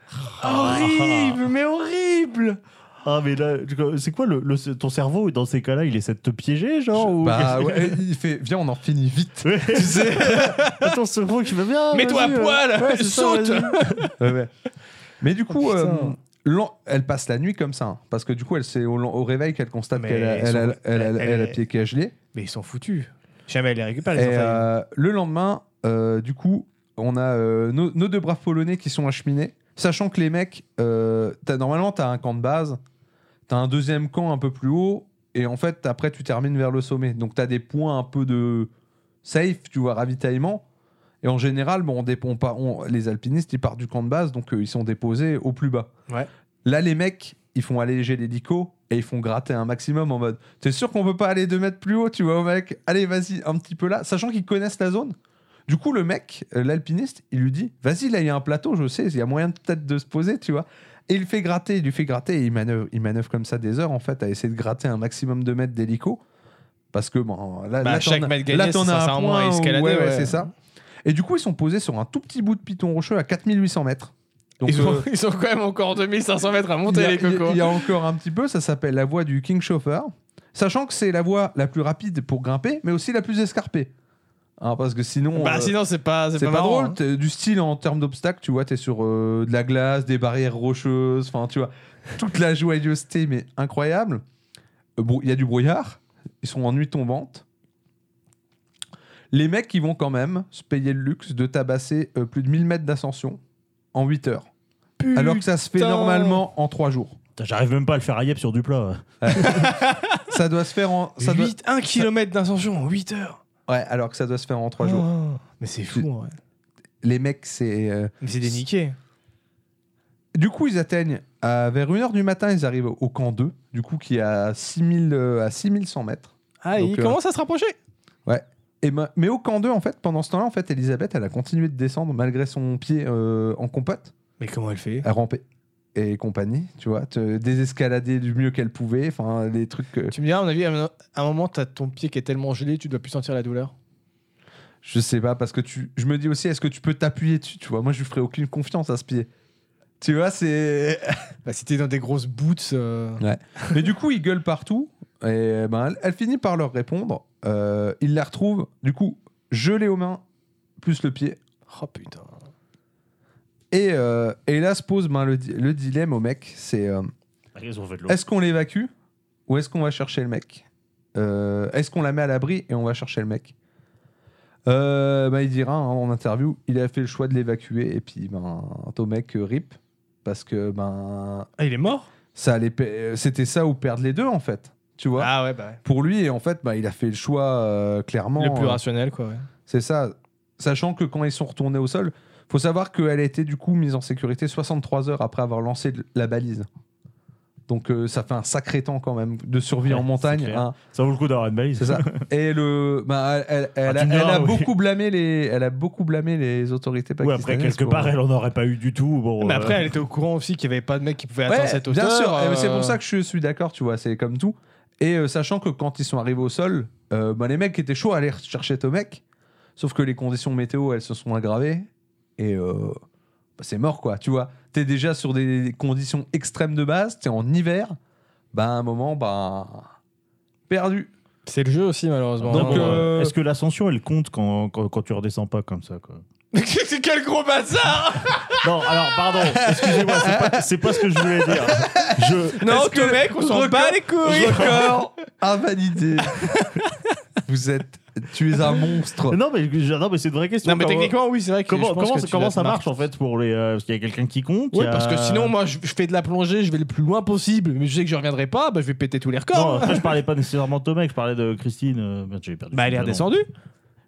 Horrible, mais horrible
Ah, mais là, c'est quoi le, le- ton cerveau dans ces cas-là Il essaie de te piéger, genre ou-
Bah ouais, il fait Viens, on en finit vite.
Ouais.
tu sais
ton cerveau qui va bien.
Mets-toi à
vas-y, euh,
poil
ouais, c'est ça,
Saute
vas-y.
Ouais, ouais. Mais du coup,
Oh, putain.
euh, l'en- elle passe la nuit comme ça, hein, parce que du coup, elle c'est au, au réveil qu'elle constate
Mais
qu'elle a,
elles
elle a-
sont-
elle a-
elle-
elle a
elle-
pied qui est gelé.
Mais ils sont foutus. Jamais elle les récupère,
Et
les enfants.
euh, le lendemain, euh, du coup, on a euh, nos, nos deux braves Polonais qui sont acheminés, sachant que les mecs, euh, t'as- normalement, t'as un camp de base, t'as un deuxième camp un peu plus haut, et en fait, après, tu termines vers le sommet. Donc, t'as des points un peu de safe, tu vois, ravitaillement. Et en général, bon, on dép- on part- on- les alpinistes, ils partent du camp de base, donc euh, ils sont déposés au plus bas.
Ouais.
Là, les mecs, ils font alléger l'hélico et ils font gratter un maximum en mode T'es sûr qu'on peut pas aller deux mètres plus haut, tu vois, mec Allez, vas-y, un petit peu là, sachant qu'ils connaissent la zone. Du coup, le mec, euh, l'alpiniste, il lui dit Vas-y, là, il y a un plateau, je sais, il y a moyen de- peut-être de se poser, tu vois. Et il fait gratter, il lui fait gratter, et il manœuvre, il manœuvre comme ça des heures, en fait, à essayer de gratter un maximum de mètres d'hélico. Parce que, bon, là,
Bah,
là,
chaque
t'en as-
mètre gagné,
là, t'en
ça
as
sert
un
à moins à
point où-
escalader,
ouais, ouais,
ouais.
c'est ça. Et du coup, ils sont posés sur un tout petit bout de piton rocheux à 4800 mètres. Donc,
ils,
euh,
sont, ils sont quand même encore 2500 mètres à monter,
il y a-
les cocos.
Il y a encore un petit peu, ça s'appelle la voie du King Chauffeur. Sachant que c'est la voie la plus rapide pour grimper, mais aussi la plus escarpée. Hein, parce que sinon.
Bah
euh,
sinon c'est pas
c'est pas,
marrant,
drôle,
hein.
t'es du style en termes d'obstacles, tu vois, t'es sur euh, de la glace, des barrières rocheuses, enfin tu vois, toute la joyeuseté, mais incroyable. Euh, brou- Il y a du brouillard, ils sont en nuit tombante. Les mecs, ils vont quand même se payer le luxe de tabasser euh, plus de 1000 mètres d'ascension en 8 heures. Alors que ça se fait
Putain.
normalement en 3 jours.
Putain, J'arrive même pas à le faire à Yep sur du plat.
Ça doit se faire en. Ça doit-
8, 1 km d'ascension en 8 heures.
Ouais, alors que ça doit se faire en 3 jours.
Oh, Mais c'est fou, en vrai.
Les mecs, c'est. euh,
Mais c'est déniqué.
Du coup, ils atteignent à- vers 1h du matin, ils arrivent au camp 2, du coup, qui est à 6000, euh, à 6100 mètres.
Ah,
Donc,
ils
euh,
commencent à se rapprocher.
Et ma- mais au camp 2, en fait, pendant ce temps-là, en fait, Elisabeth, elle a continué de descendre malgré son pied euh, en compote,
Mais comment elle fait
à ramper et compagnie, tu vois, te désescalader du mieux qu'elle pouvait, enfin, les trucs. que-
Tu me diras, à mon avis, à un- à un moment, t'as ton pied qui est tellement gelé, tu dois plus sentir la douleur.
je sais pas, parce que tu. Je me dis aussi, est-ce que tu peux t'appuyer dessus, tu vois Moi, je lui ferai aucune confiance à ce pied. Tu vois, c'est.
Bah, si t'es dans des grosses boots. euh,
Mais du coup, ils gueulent partout. Et ben, elle, elle finit par leur répondre. Euh, ils la retrouvent, du coup, gelée aux mains, plus le pied.
Oh putain.
Et, euh, et là se pose ben, le, di- le dilemme au mec c'est euh,
Ils ont fait de l'eau.
est-ce qu'on l'évacue ou est-ce qu'on va chercher le mec Euh, Est-ce qu'on la met à l'abri et on va chercher le mec Euh, ben, Il dira hein, en interview il a fait le choix de l'évacuer. Et puis, ben, au mec, euh, rip. Parce que ben,
Ah, il est mort
ça allait pa- euh, c'était ça ou perdre les deux, en fait. Tu vois
Ah ouais, bah ouais.
pour lui, et en fait, bah, il a fait le choix euh, clairement.
Le plus
euh,
rationnel, quoi. ouais.
c'est ça. Sachant que quand ils sont retournés au sol, faut savoir qu'elle a été du coup mise en sécurité 63 heures après avoir lancé de- la balise. Donc euh, ça fait un sacré temps quand même de survie
Ouais,
en montagne.
c'est clair.
hein.
Ça vaut le coup d'avoir une balise.
C'est ça. Et le, bah, elle, elle- elle
Ah,
a,
tu me diras,
elle a
oui.
beaucoup blâmé les, elle a beaucoup blâmé les autorités
Ou
pakistanaises.
après, quelque
pour- euh,
part, elle en aurait pas eu du tout. Bon,
Mais
euh,
après, elle était au courant aussi qu'il n'y avait pas de mec qui pouvait
Ouais,
atteindre cette hauteur.
bien sûr. Eh, mais C'est
euh,
pour ça que je suis d'accord, tu vois. C'est comme tout. Et euh, sachant que quand ils sont arrivés au sol, euh, bah, les mecs étaient chauds à aller chercher Tomek. Sauf que les conditions météo, elles se sont aggravées. Et euh, bah, c'est mort, quoi. Tu vois, t'es déjà sur des conditions extrêmes de base. T'es en hiver. Bah, à un moment, bah, perdu.
C'est le jeu aussi, malheureusement.
Donc,
Hein.
euh, est-ce que l'ascension, elle compte quand, quand, quand tu redescends pas comme ça quoi
C'est quel gros bazar
Non, alors, pardon, excusez-moi, c'est pas, c'est pas ce que je voulais dire. Je,
Non,
Est-ce
que
que-
mec, on s'en
Record-
bat les couilles
Record invalidé. Vous êtes. Tu es un monstre.
non, mais, je- non, mais c'est une vraie question.
Non, mais
Comment-
techniquement, oui, c'est vrai que.
Comment,
je pense
comment,
que tu
comment
la
ça marche
marques.
en fait pour les. euh, parce qu'il y a quelqu'un qui compte il
Oui,
y a-
parce que sinon, moi, je, je fais de la plongée, je vais le plus loin possible, mais je sais que je reviendrai pas, bah, je vais péter tous les
Non,
records.
après, je parlais pas nécessairement de Tomek, je parlais de Christine. euh, merde, j'ai perdu
bah,
son
elle est
prénom.
redescendue.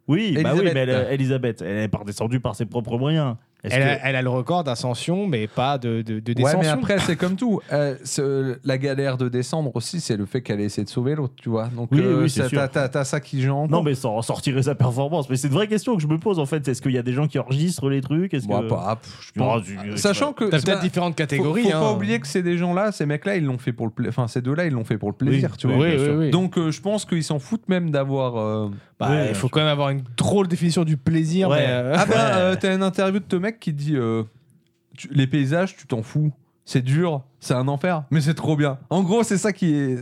Oui, bah oui,
Elisabeth.
mais elle, euh, Elisabeth, elle est pas redescendue par ses propres moyens. Est-ce
Elle,
que-
a, elle a le record d'ascension, mais pas de, de, de
Ouais,
descension.
mais après, c'est comme tout. Euh, ce- la galère de descendre aussi, c'est le fait qu'elle ait essayé de sauver l'autre, tu vois. Donc,
Oui,
euh,
oui,
ça-
c'est sûr.
t'as- t'as t'as ça qui gêne.
Non, mais ça en sortirait sa performance. Mais c'est une vraie question que je me pose en fait. Est-ce qu'il y a des gens qui enregistrent les trucs Est-ce
Bon,
que...
bah, ah, pff, je
Oh,
pense-
du- euh,
Sachant que.
T'as
c'est
peut-être
pas-
différentes catégories.
Faut, faut
hein.
pas oublier que ces des gens-là, ces mecs-là, ils l'ont fait pour le plaisir. Enfin, ces deux-là, ils l'ont fait pour le
Oui,
plaisir, tu
Oui,
vois.
bien
oui,
sûr.
oui.
Donc, euh, je pense qu'ils s'en foutent même d'avoir. euh,
Bah,
Oui,
il
bien
faut
sûr.
quand même avoir une drôle de définition du plaisir.
Ouais.
mais, euh,
Ah bah, euh, t'as une interview de ce mec qui dit euh, tu- les paysages, tu t'en fous. C'est dur, c'est un enfer, mais c'est trop bien. En gros, c'est ça qui est.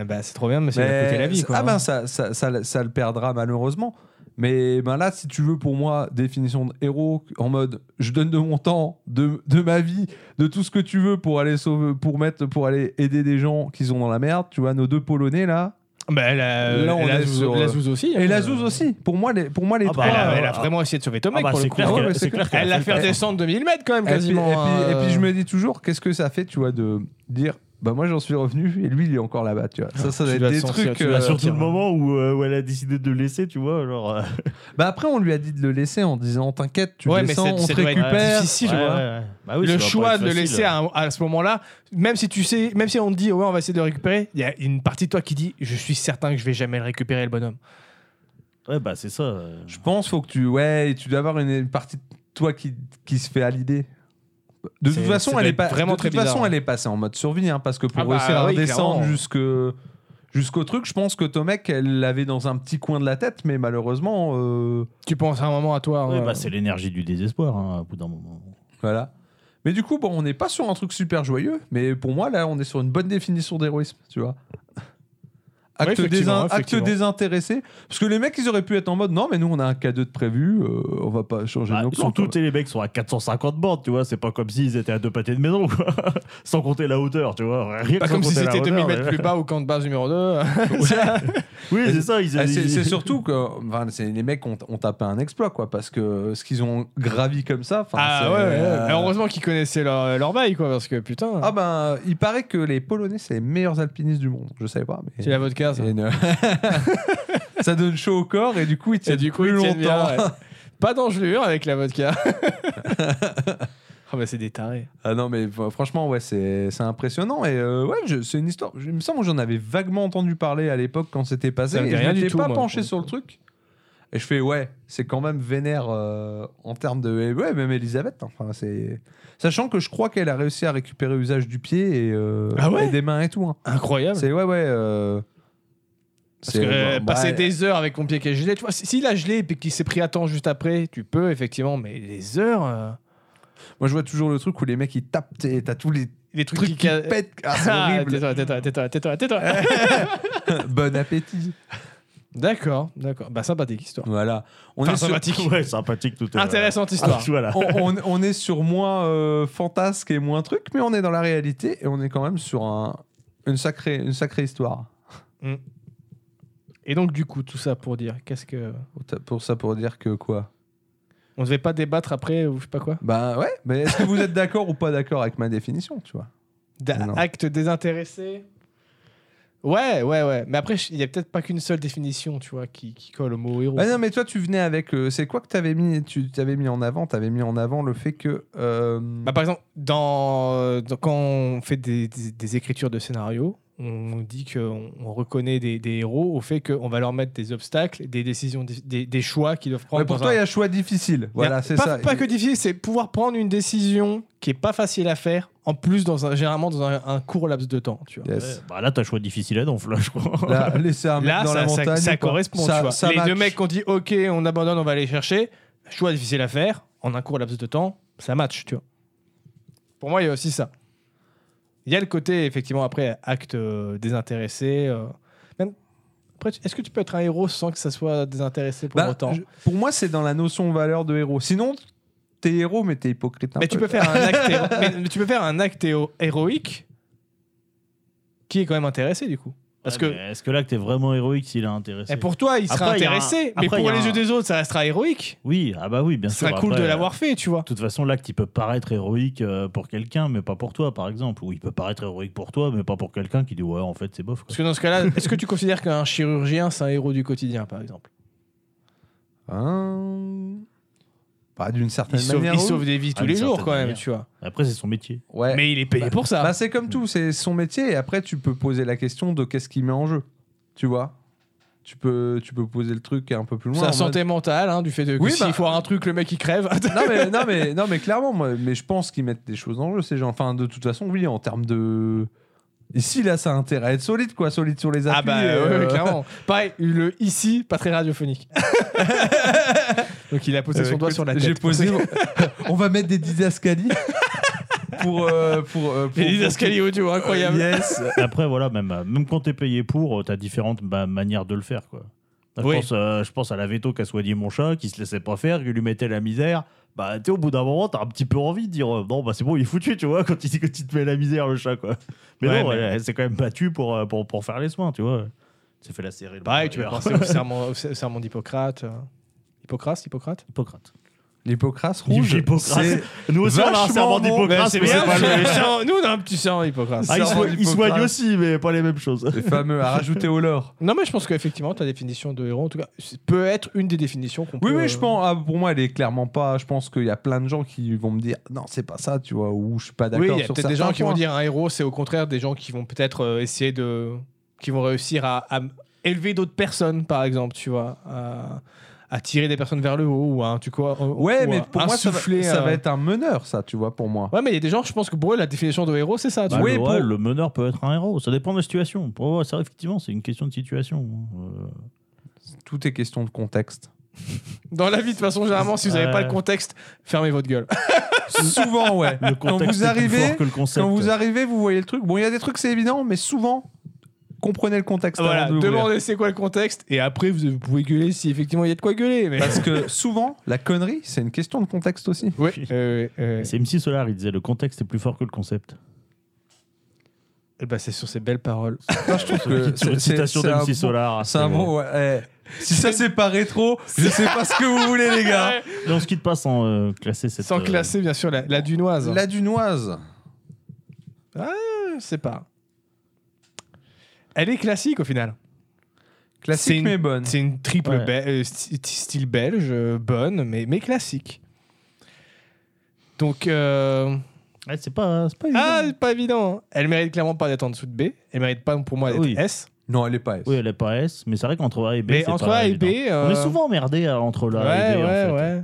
eh bah, c'est trop bien, mais c'est
Mais-
à côté la vie. Quoi,
ah ben,
hein.
ça, ça, ça- ça le perdra malheureusement. Mais ben là, si tu veux, pour moi, définition de héros en mode je donne de mon temps, de, de ma vie, de tout ce que tu veux pour aller sauver, pour mettre, pour aller aider des gens qui sont dans la merde. Tu vois, nos deux Polonais là.
Bah, la,
Là, on
la
est
Zouz-
sur, euh,
la Zouz aussi. hein.
Et la Zouz aussi. Pour moi, les, pour moi, les
Ah bah,
trois.
Elle a,
Ouais,
elle a
ouais.
vraiment essayé de sauver
Ah
Tomec
bah,
pour le
c'est
coup. hein.
clair
Ouais,
qu'elle-
mais
c'est
c'est
clair qu'elle
Elle l'a
a fait
fait
le taf.
redescendre de 1000 mètres quand même,
Et puis,
quasiment.
et puis- et
euh.
puis je me dis toujours, qu'est-ce que ça fait, tu vois, de dire, bah moi j'en suis revenu et lui il est encore là-bas, tu vois. Ça, ça
Tu
doit
dois
être des
sentir-
trucs.
tu dois
euh,
sentir-
Surtout le moment où, euh, où elle a décidé de le laisser, tu vois. Alors, euh,
Bah après on lui a dit de le laisser en disant, t'inquiète, tu
Ouais, mais
descends,
c'est-
on
ça
te
doit être
récupère.
difficile, hein.
tu
ouais.
vois.
bah
le
oui, ça doit pas
choix
être
de le
facile.
laisser hein. à, un- à ce moment-là, même si tu sais, même si on te dit ouais on va essayer de le récupérer, il y a une partie de toi qui dit je suis certain que je vais jamais le récupérer le bonhomme.
Ouais, bah c'est ça. euh.
Je pense faut que tu ouais, tu dois avoir une, une partie de toi qui, qui se fait à l'idée. De
C'est-
toute
ça
façon,
doit
elle est
être
pas
vraiment
de
très
toute façon,
bizarre.
elle est passée en mode survie hein, parce que pour
Ah bah,
réussir à
oui,
descendre
clairement.
jusque jusqu'au truc, je pense que Tomek elle l'avait dans un petit coin de la tête mais malheureusement euh,
Tu penses à un moment à toi.
Ouais,
hein.
bah, c'est l'énergie du désespoir, hein, au bout d'un moment.
Voilà. Mais du coup, bon, on n'est pas sur un truc super joyeux, mais pour moi, là, on est sur une bonne définition d'héroïsme, tu vois. Acte,
effectivement,
désin- acte
effectivement.
désintéressé. Parce que les mecs, ils auraient pu être en mode non, mais nous, on a un K2 de prévu, euh, on va pas changer
Bah,
nos plans.
surtout,
quoi.
t'es les mecs sont à 450 bornes, tu vois. C'est pas comme s'ils étaient à deux pâtés de maison, quoi. Sans compter la hauteur, tu vois. Rien que
Pas
sans
comme si
compter la Ah,
c'était 2000
hauteur,
mètres
mais-
plus bas au camp de base numéro 2.
Oui, c'est ça. Ils,
Ah, c'est
ils-
c'est surtout que enfin, c'est- les mecs ont, ont tapé un exploit, quoi, parce que ce qu'ils ont gravi comme ça. enfin,
ah
c'est-
ouais, ouais.
euh,
Alors, heureusement qu'ils connaissaient leur, leur bail quoi parce que putain.
Ah ben, il paraît que les Polonais, c'est les meilleurs alpinistes du monde. Je savais pas, mais.
c'est la vodka ça.
Et ne- ça donne chaud au corps et du coup, ils
Et
tiennent
du coup
plus
ils tiennent
longtemps.
bien, ouais. Pas d'engelure avec la vodka. Ah bah c'est des tarés.
Ah non, mais f- franchement, ouais, c'est c'est impressionnant. Et euh, ouais, je- c'est une histoire. je- Il me semble que j'en avais vaguement entendu parler à l'époque quand c'était passé.
Ça me
et
dit
je
rien du
m'étais
tout,
pas
moi,
penché
pour
sur
le
le truc. Et je fais, ouais, c'est quand même vénère euh, en termes de. et Ouais, même Elisabeth. hein, Enfin, c'est Sachant que je crois qu'elle a réussi à récupérer usage du pied et, euh,
Ah ouais
et des mains et tout. hein.
Incroyable.
C'est ouais, ouais. euh,
Parce
c'est-
que euh,
bah,
passer
bah,
des heures avec mon pied qui est gelé, tu vois, si- s'il a gelé et puis qu'il s'est pris à temps juste après, tu peux effectivement, mais les heures, euh,
Moi, je vois toujours le truc où les mecs ils tapent et t'as tous les
les trucs,
trucs
qui,
qui,
ca-
pètent. Ah, c'est
Ah,
horrible.
tais-toi, tais-toi, tais-toi, tais-toi, tais-toi.
bon appétit.
D'accord, d'accord. Bah sympathique histoire.
Voilà. On
Enfin,
est sur-
sympathique.
Ouais, sympathique tout à
euh,
l'heure.
Intéressante
Ah,
histoire.
voilà.
on, on- on est sur moins euh, fantasque et moins truc, mais on est dans la réalité et on est quand même sur un, une, sacrée, une sacrée histoire.
Et donc du coup, tout ça pour dire, qu'est-ce que
Pour ta- Pour ça, pour dire que quoi
on devait pas débattre après ou je sais pas quoi.
Ben ouais, mais est-ce que vous êtes d'accord ou pas d'accord avec ma définition, tu vois
D'a-
Non.
Acte désintéressé. Ouais, ouais, ouais. Mais après, il n'y a peut-être pas qu'une seule définition, tu vois, qui, qui colle au mot héros.
Ah non, mais toi, tu venais avec. euh, c'est quoi que t'avais mis Tu t'avais mis en avant T'avais mis en avant le fait que. euh,
Bah, par exemple, dans, euh, dans- quand on fait des, des- des écritures de scénarios, on dit qu'on on reconnaît des, des héros au fait qu'on va leur mettre des obstacles, des décisions, dif- des, des choix qu'ils doivent prendre.
ouais, pour
dans
toi,
un-
il y a choix difficile. Voilà,
Pas-
c'est
pas,
ça.
Pas que difficile, c'est pouvoir prendre une décision qui est pas facile à faire, en plus, dans un, généralement, dans un, un court laps de temps, tu vois.
Yes.
Ouais, bah là, t'as le choix difficile à donf, là, je crois.
Là, laisser un mec
Là,
dans
ça,
la
ça-
montagne.
ça
ou pas.
correspond,
Ça-
tu vois.
ça
les
match.
deux mecs qui ont dit, OK, on abandonne, on va aller chercher, choix difficile à faire, en un court laps de temps, ça match, tu vois. Pour moi, il y a aussi ça. Il y a le côté, effectivement, après, acte euh, désintéressé. euh, même- Après, tu- est-ce que tu peux être un héros sans que ça soit désintéressé pour
Bah,
autant
je- pour moi, c'est dans la notion valeur de héros. Sinon, t'es héros, mais t'es hypocrite. un
Mais tu
peu.
peux faire un acte, héro- mais- mais tu peux faire un acte héro- héroïque qui est quand même intéressé du coup. Parce
Ouais,
que
mais Est-ce que là, que t'es vraiment héroïque s'il est intéressé
et pour toi, il sera
Après, il y a un-
intéressé, mais
après,
pour
il y a
les
un-
yeux des autres, ça restera héroïque.
Oui, ah bah oui, bien
Ce
sûr.
sera cool
après,
de
euh,
l'avoir fait, tu vois.
De toute façon, l'acte, il peut paraître héroïque euh, pour quelqu'un, mais pas pour toi, par exemple. Ou il peut paraître héroïque pour toi, mais pas pour quelqu'un qui dit Ouais, en fait, c'est bof. quoi.
Parce que dans ce cas-là, est-ce que tu considères qu'un chirurgien, c'est un héros du quotidien, par exemple
Hein Bah, d'une
Il
certaine
sauve,
manière.
il
oui.
sauve des vies tous
Ah,
les
d'une
jours,
certaine
quand même,
manière.
tu vois.
Après, c'est son métier.
Ouais.
Mais il est payé pour ça.
Bah, c'est comme tout, c'est son métier. Et après, tu peux poser la question de qu'est-ce qu'il met en jeu. Tu vois tu peux, tu peux poser le truc un peu plus loin. en
Sa
mode-
santé mentale, hein, du fait de que
Oui,
s'il
bah-
faut un truc, le mec il crève.
non, mais, non, mais, non, mais clairement, moi, mais je pense qu'ils mettent des choses en jeu, ces gens. Enfin, de toute façon, oui, en termes de. Ici, là, ça a intérêt à être solide, quoi. Solide sur les appuis.
Ah bah
euh,
ouais, ouais, clairement. Pareil, le ici, pas très radiophonique. Donc il a posé
euh,
son doigt
écoute,
sur la tête.
J'ai posé. On va mettre des didascalies pour. euh, pour, euh, pour-
Et les
pour-
escaliers audio, incroyable.
Yes.
Après, voilà, même, euh, même quand t'es payé pour, euh, t'as différentes bah, manières de le faire. Quoi. Là,
Oui.
je, pense, euh, je pense à la veto qui a soigné mon chat, qui se laissait pas faire, qui lui mettait la misère. Bah, tu sais, au bout d'un moment, t'as un petit peu envie de dire euh, Non, bah, c'est bon, il est foutu, tu vois, quand il, quand il te met la misère, le chat, quoi. Mais
Ouais,
non,
mais-
elle, elle s'est quand même battue pour, euh, pour, pour faire les soins, tu vois. C'est fait la série.
Pareil, tu vas penser au serment, au serment d'Hippocrate. euh, Hippocrate, Hippocrate
Hippocrate.
L'hypocrase rouge.
L'hypocrase.
c'est-
Nous aussi, on a un
Vachement bon.
serment d'Hippocrate, mais c'est pas le-
Nous, on a un petit serment d'Hippocrate.
Ah, il,
serment
soigne, il soigne
d'Hippocrate.
aussi, mais pas les mêmes choses.
Les fameux à rajouter au lore.
Non, mais je pense qu'effectivement, ta définition de héros, en tout cas, c'est- peut être une des définitions qu'on peut.
Oui, oui,
euh,
je pense. ah, pour moi, elle est clairement pas. Je pense qu'il y a plein de gens qui vont me dire non, c'est pas ça, tu vois, ou je suis pas
Oui,
d'accord
il y a
sur
peut-être des gens
certains
qui vont
points.
dire un héros, c'est au contraire des gens qui vont peut-être euh, essayer de. qui vont réussir à, à élever d'autres personnes, par exemple, tu vois. À, à tirer des personnes vers le haut ou à. Tu vois,
Ouais,
ou
mais
à
pour moi, ça va,
insuffler,
ça
euh,
va être un meneur, ça, tu vois, pour moi.
Ouais, mais il y a des gens, je pense que pour eux, la définition de héros, c'est ça. tu
Bah,
vois.
Oui,
le,
pour-
ouais, le meneur peut être un héros, ça dépend de la situation. Pour moi, ça, effectivement, c'est une question de situation. Euh,
Tout est question de contexte.
Dans la vie, de toute façon, généralement, si vous n'avez pas
Euh.
le contexte, fermez votre gueule.
souvent, ouais.
le
Quand
contexte
vous
est plus
arrivez,
fort que le concept.
quand vous arrivez, vous voyez le truc. Bon, il y a des trucs, c'est évident, mais souvent, comprenez le contexte.
Voilà,
avant de vous ouvrir.
demandez c'est quoi le contexte, et après, vous, vous pouvez gueuler si effectivement il y a de quoi gueuler. Mais...
Parce que souvent, la connerie, c'est une question de contexte aussi.
Oui, euh, euh,
C'est MC Solar, il disait le contexte est plus fort que le concept.
Ah, eh ben, c'est sur ces belles paroles.
Putain, je trouve que
C'est une citation
c'est
de
un
MC
bon-
Solar.
C'est un bon. ouais, eh, Si ça, c'est pas rétro, je sais pas ce que vous voulez, les gars.
Et on se quitte pas sans euh, classer cette.
Sans
euh,
classer, bien sûr, la, la dunoise.
La Dunoise.
Je sais pas. Elle est classique au final. C'est
Classique
une-
mais bonne.
C'est une triple
Ouais.
be- euh, sti- style belge, euh, bonne, mais, mais classique. Donc, euh,
ouais, c'est pas, c'est pas évident.
ah, c'est pas évident. hein. Elle mérite clairement pas d'être en dessous de B. Elle mérite pas pour moi d'être
Oui.
S.
Non, elle est pas S.
Oui, elle est pas S, mais c'est vrai qu'entre A et B.
Mais
c'est
entre
pas
A et B,
évident. On est
euh,
souvent emmerdé euh, entre
Ouais,
là et B. en
ouais,
fait.
ouais.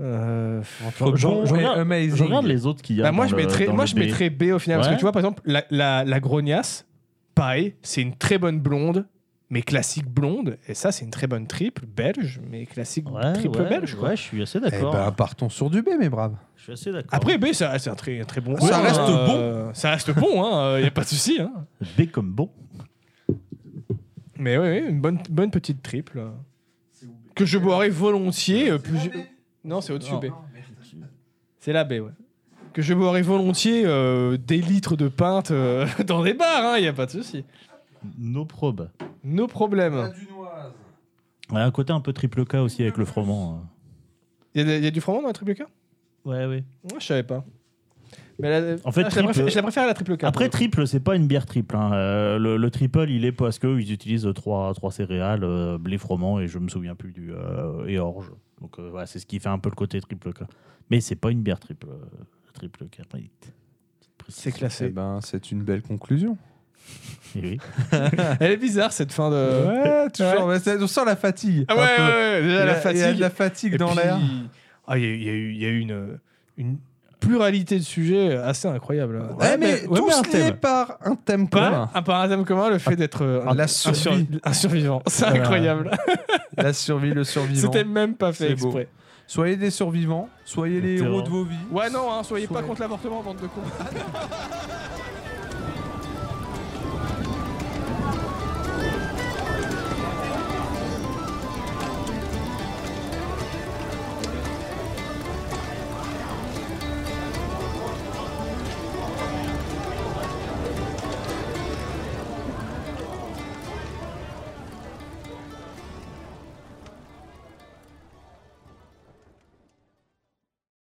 Euh,
Entre
Je-
bon
je
et
regarde-
amazing.
Je regarde les autres qu'il y a.
Bah, moi,
dans
je
le-
mettrais,
dans
moi,
le
je
B.
mettrais B au final. Parce
Ouais.
que tu vois, par exemple, la, la, la grognasse, pareil, c'est une très bonne blonde, mais classique blonde. Et ça, c'est une très bonne triple belge, mais classique
Ouais,
triple
ouais,
belge. Quoi.
Ouais, je suis assez
Eh
d'accord.
ben, partons sur du B, mes braves.
Je suis assez d'accord.
Après, B, ça- c'est un très, un très bon.
Ça
rang,
reste
hein, euh, Ça reste bon, il hein, n'y a pas de souci. Hein.
B comme bon.
Mais oui, oui, une bonne, bonne petite triple. euh, Que je boirais volontiers. euh, plusieurs- Non, c'est au-dessus
Non.
B. C'est la B, ouais. Que je boirais volontiers euh, des litres de pinte euh, dans des bars, il n'y a pas de souci.
No probe.
Nos problèmes.
Ouais, un côté un peu triple K aussi avec le froment. hein.
Il y, a du- y a du fromage dans la triple K
Ouais, ouais.
Moi, je savais pas. Mais la-
En
Ah, je,
fait,
la
triple-
préfère, je la préfère à la triple K.
Après, triple, c'est pas une bière triple. hein. Euh, le, le triple, il est parce qu'ils utilisent trois, trois céréales, euh, blé, froment et je me souviens plus du. euh, et orge. Donc euh, voilà, c'est ce qui fait un peu le côté triple K. Mais c'est pas une bière triple, euh, triple K. Petite
c'est
précision.
Eh
classé.
ben, c'est une belle conclusion.
Eh oui.
Elle est bizarre cette fin de.
Ouais, toujours. mais c'est- on sent la fatigue.
Euh, Ah ouais,
un peu.
ouais, ouais,
Il y
déjà
a-
la
Il y a
fatigue.
de la fatigue
Et
dans
puis,
l'air.
Ah, il y a eu- il y a eu, il y a eu une, une pluralité de sujets assez incroyable.
Ouais,
ouais,
mais tous
un
liés
thème.
par un thème commun.
Pas un, par un thème commun, le fait d'être euh, un,
Ah, La
un
survie.
survi- un survivant. C'est
Voilà.
incroyable.
La survie, le survivant.
C'était même pas fait
C'est beau.
exprès.
Soyez des survivants, soyez les
Terror.
héros de vos vies.
Ouais, non, hein, soyez pas
Soyez-
contre l'avortement, bande de cons.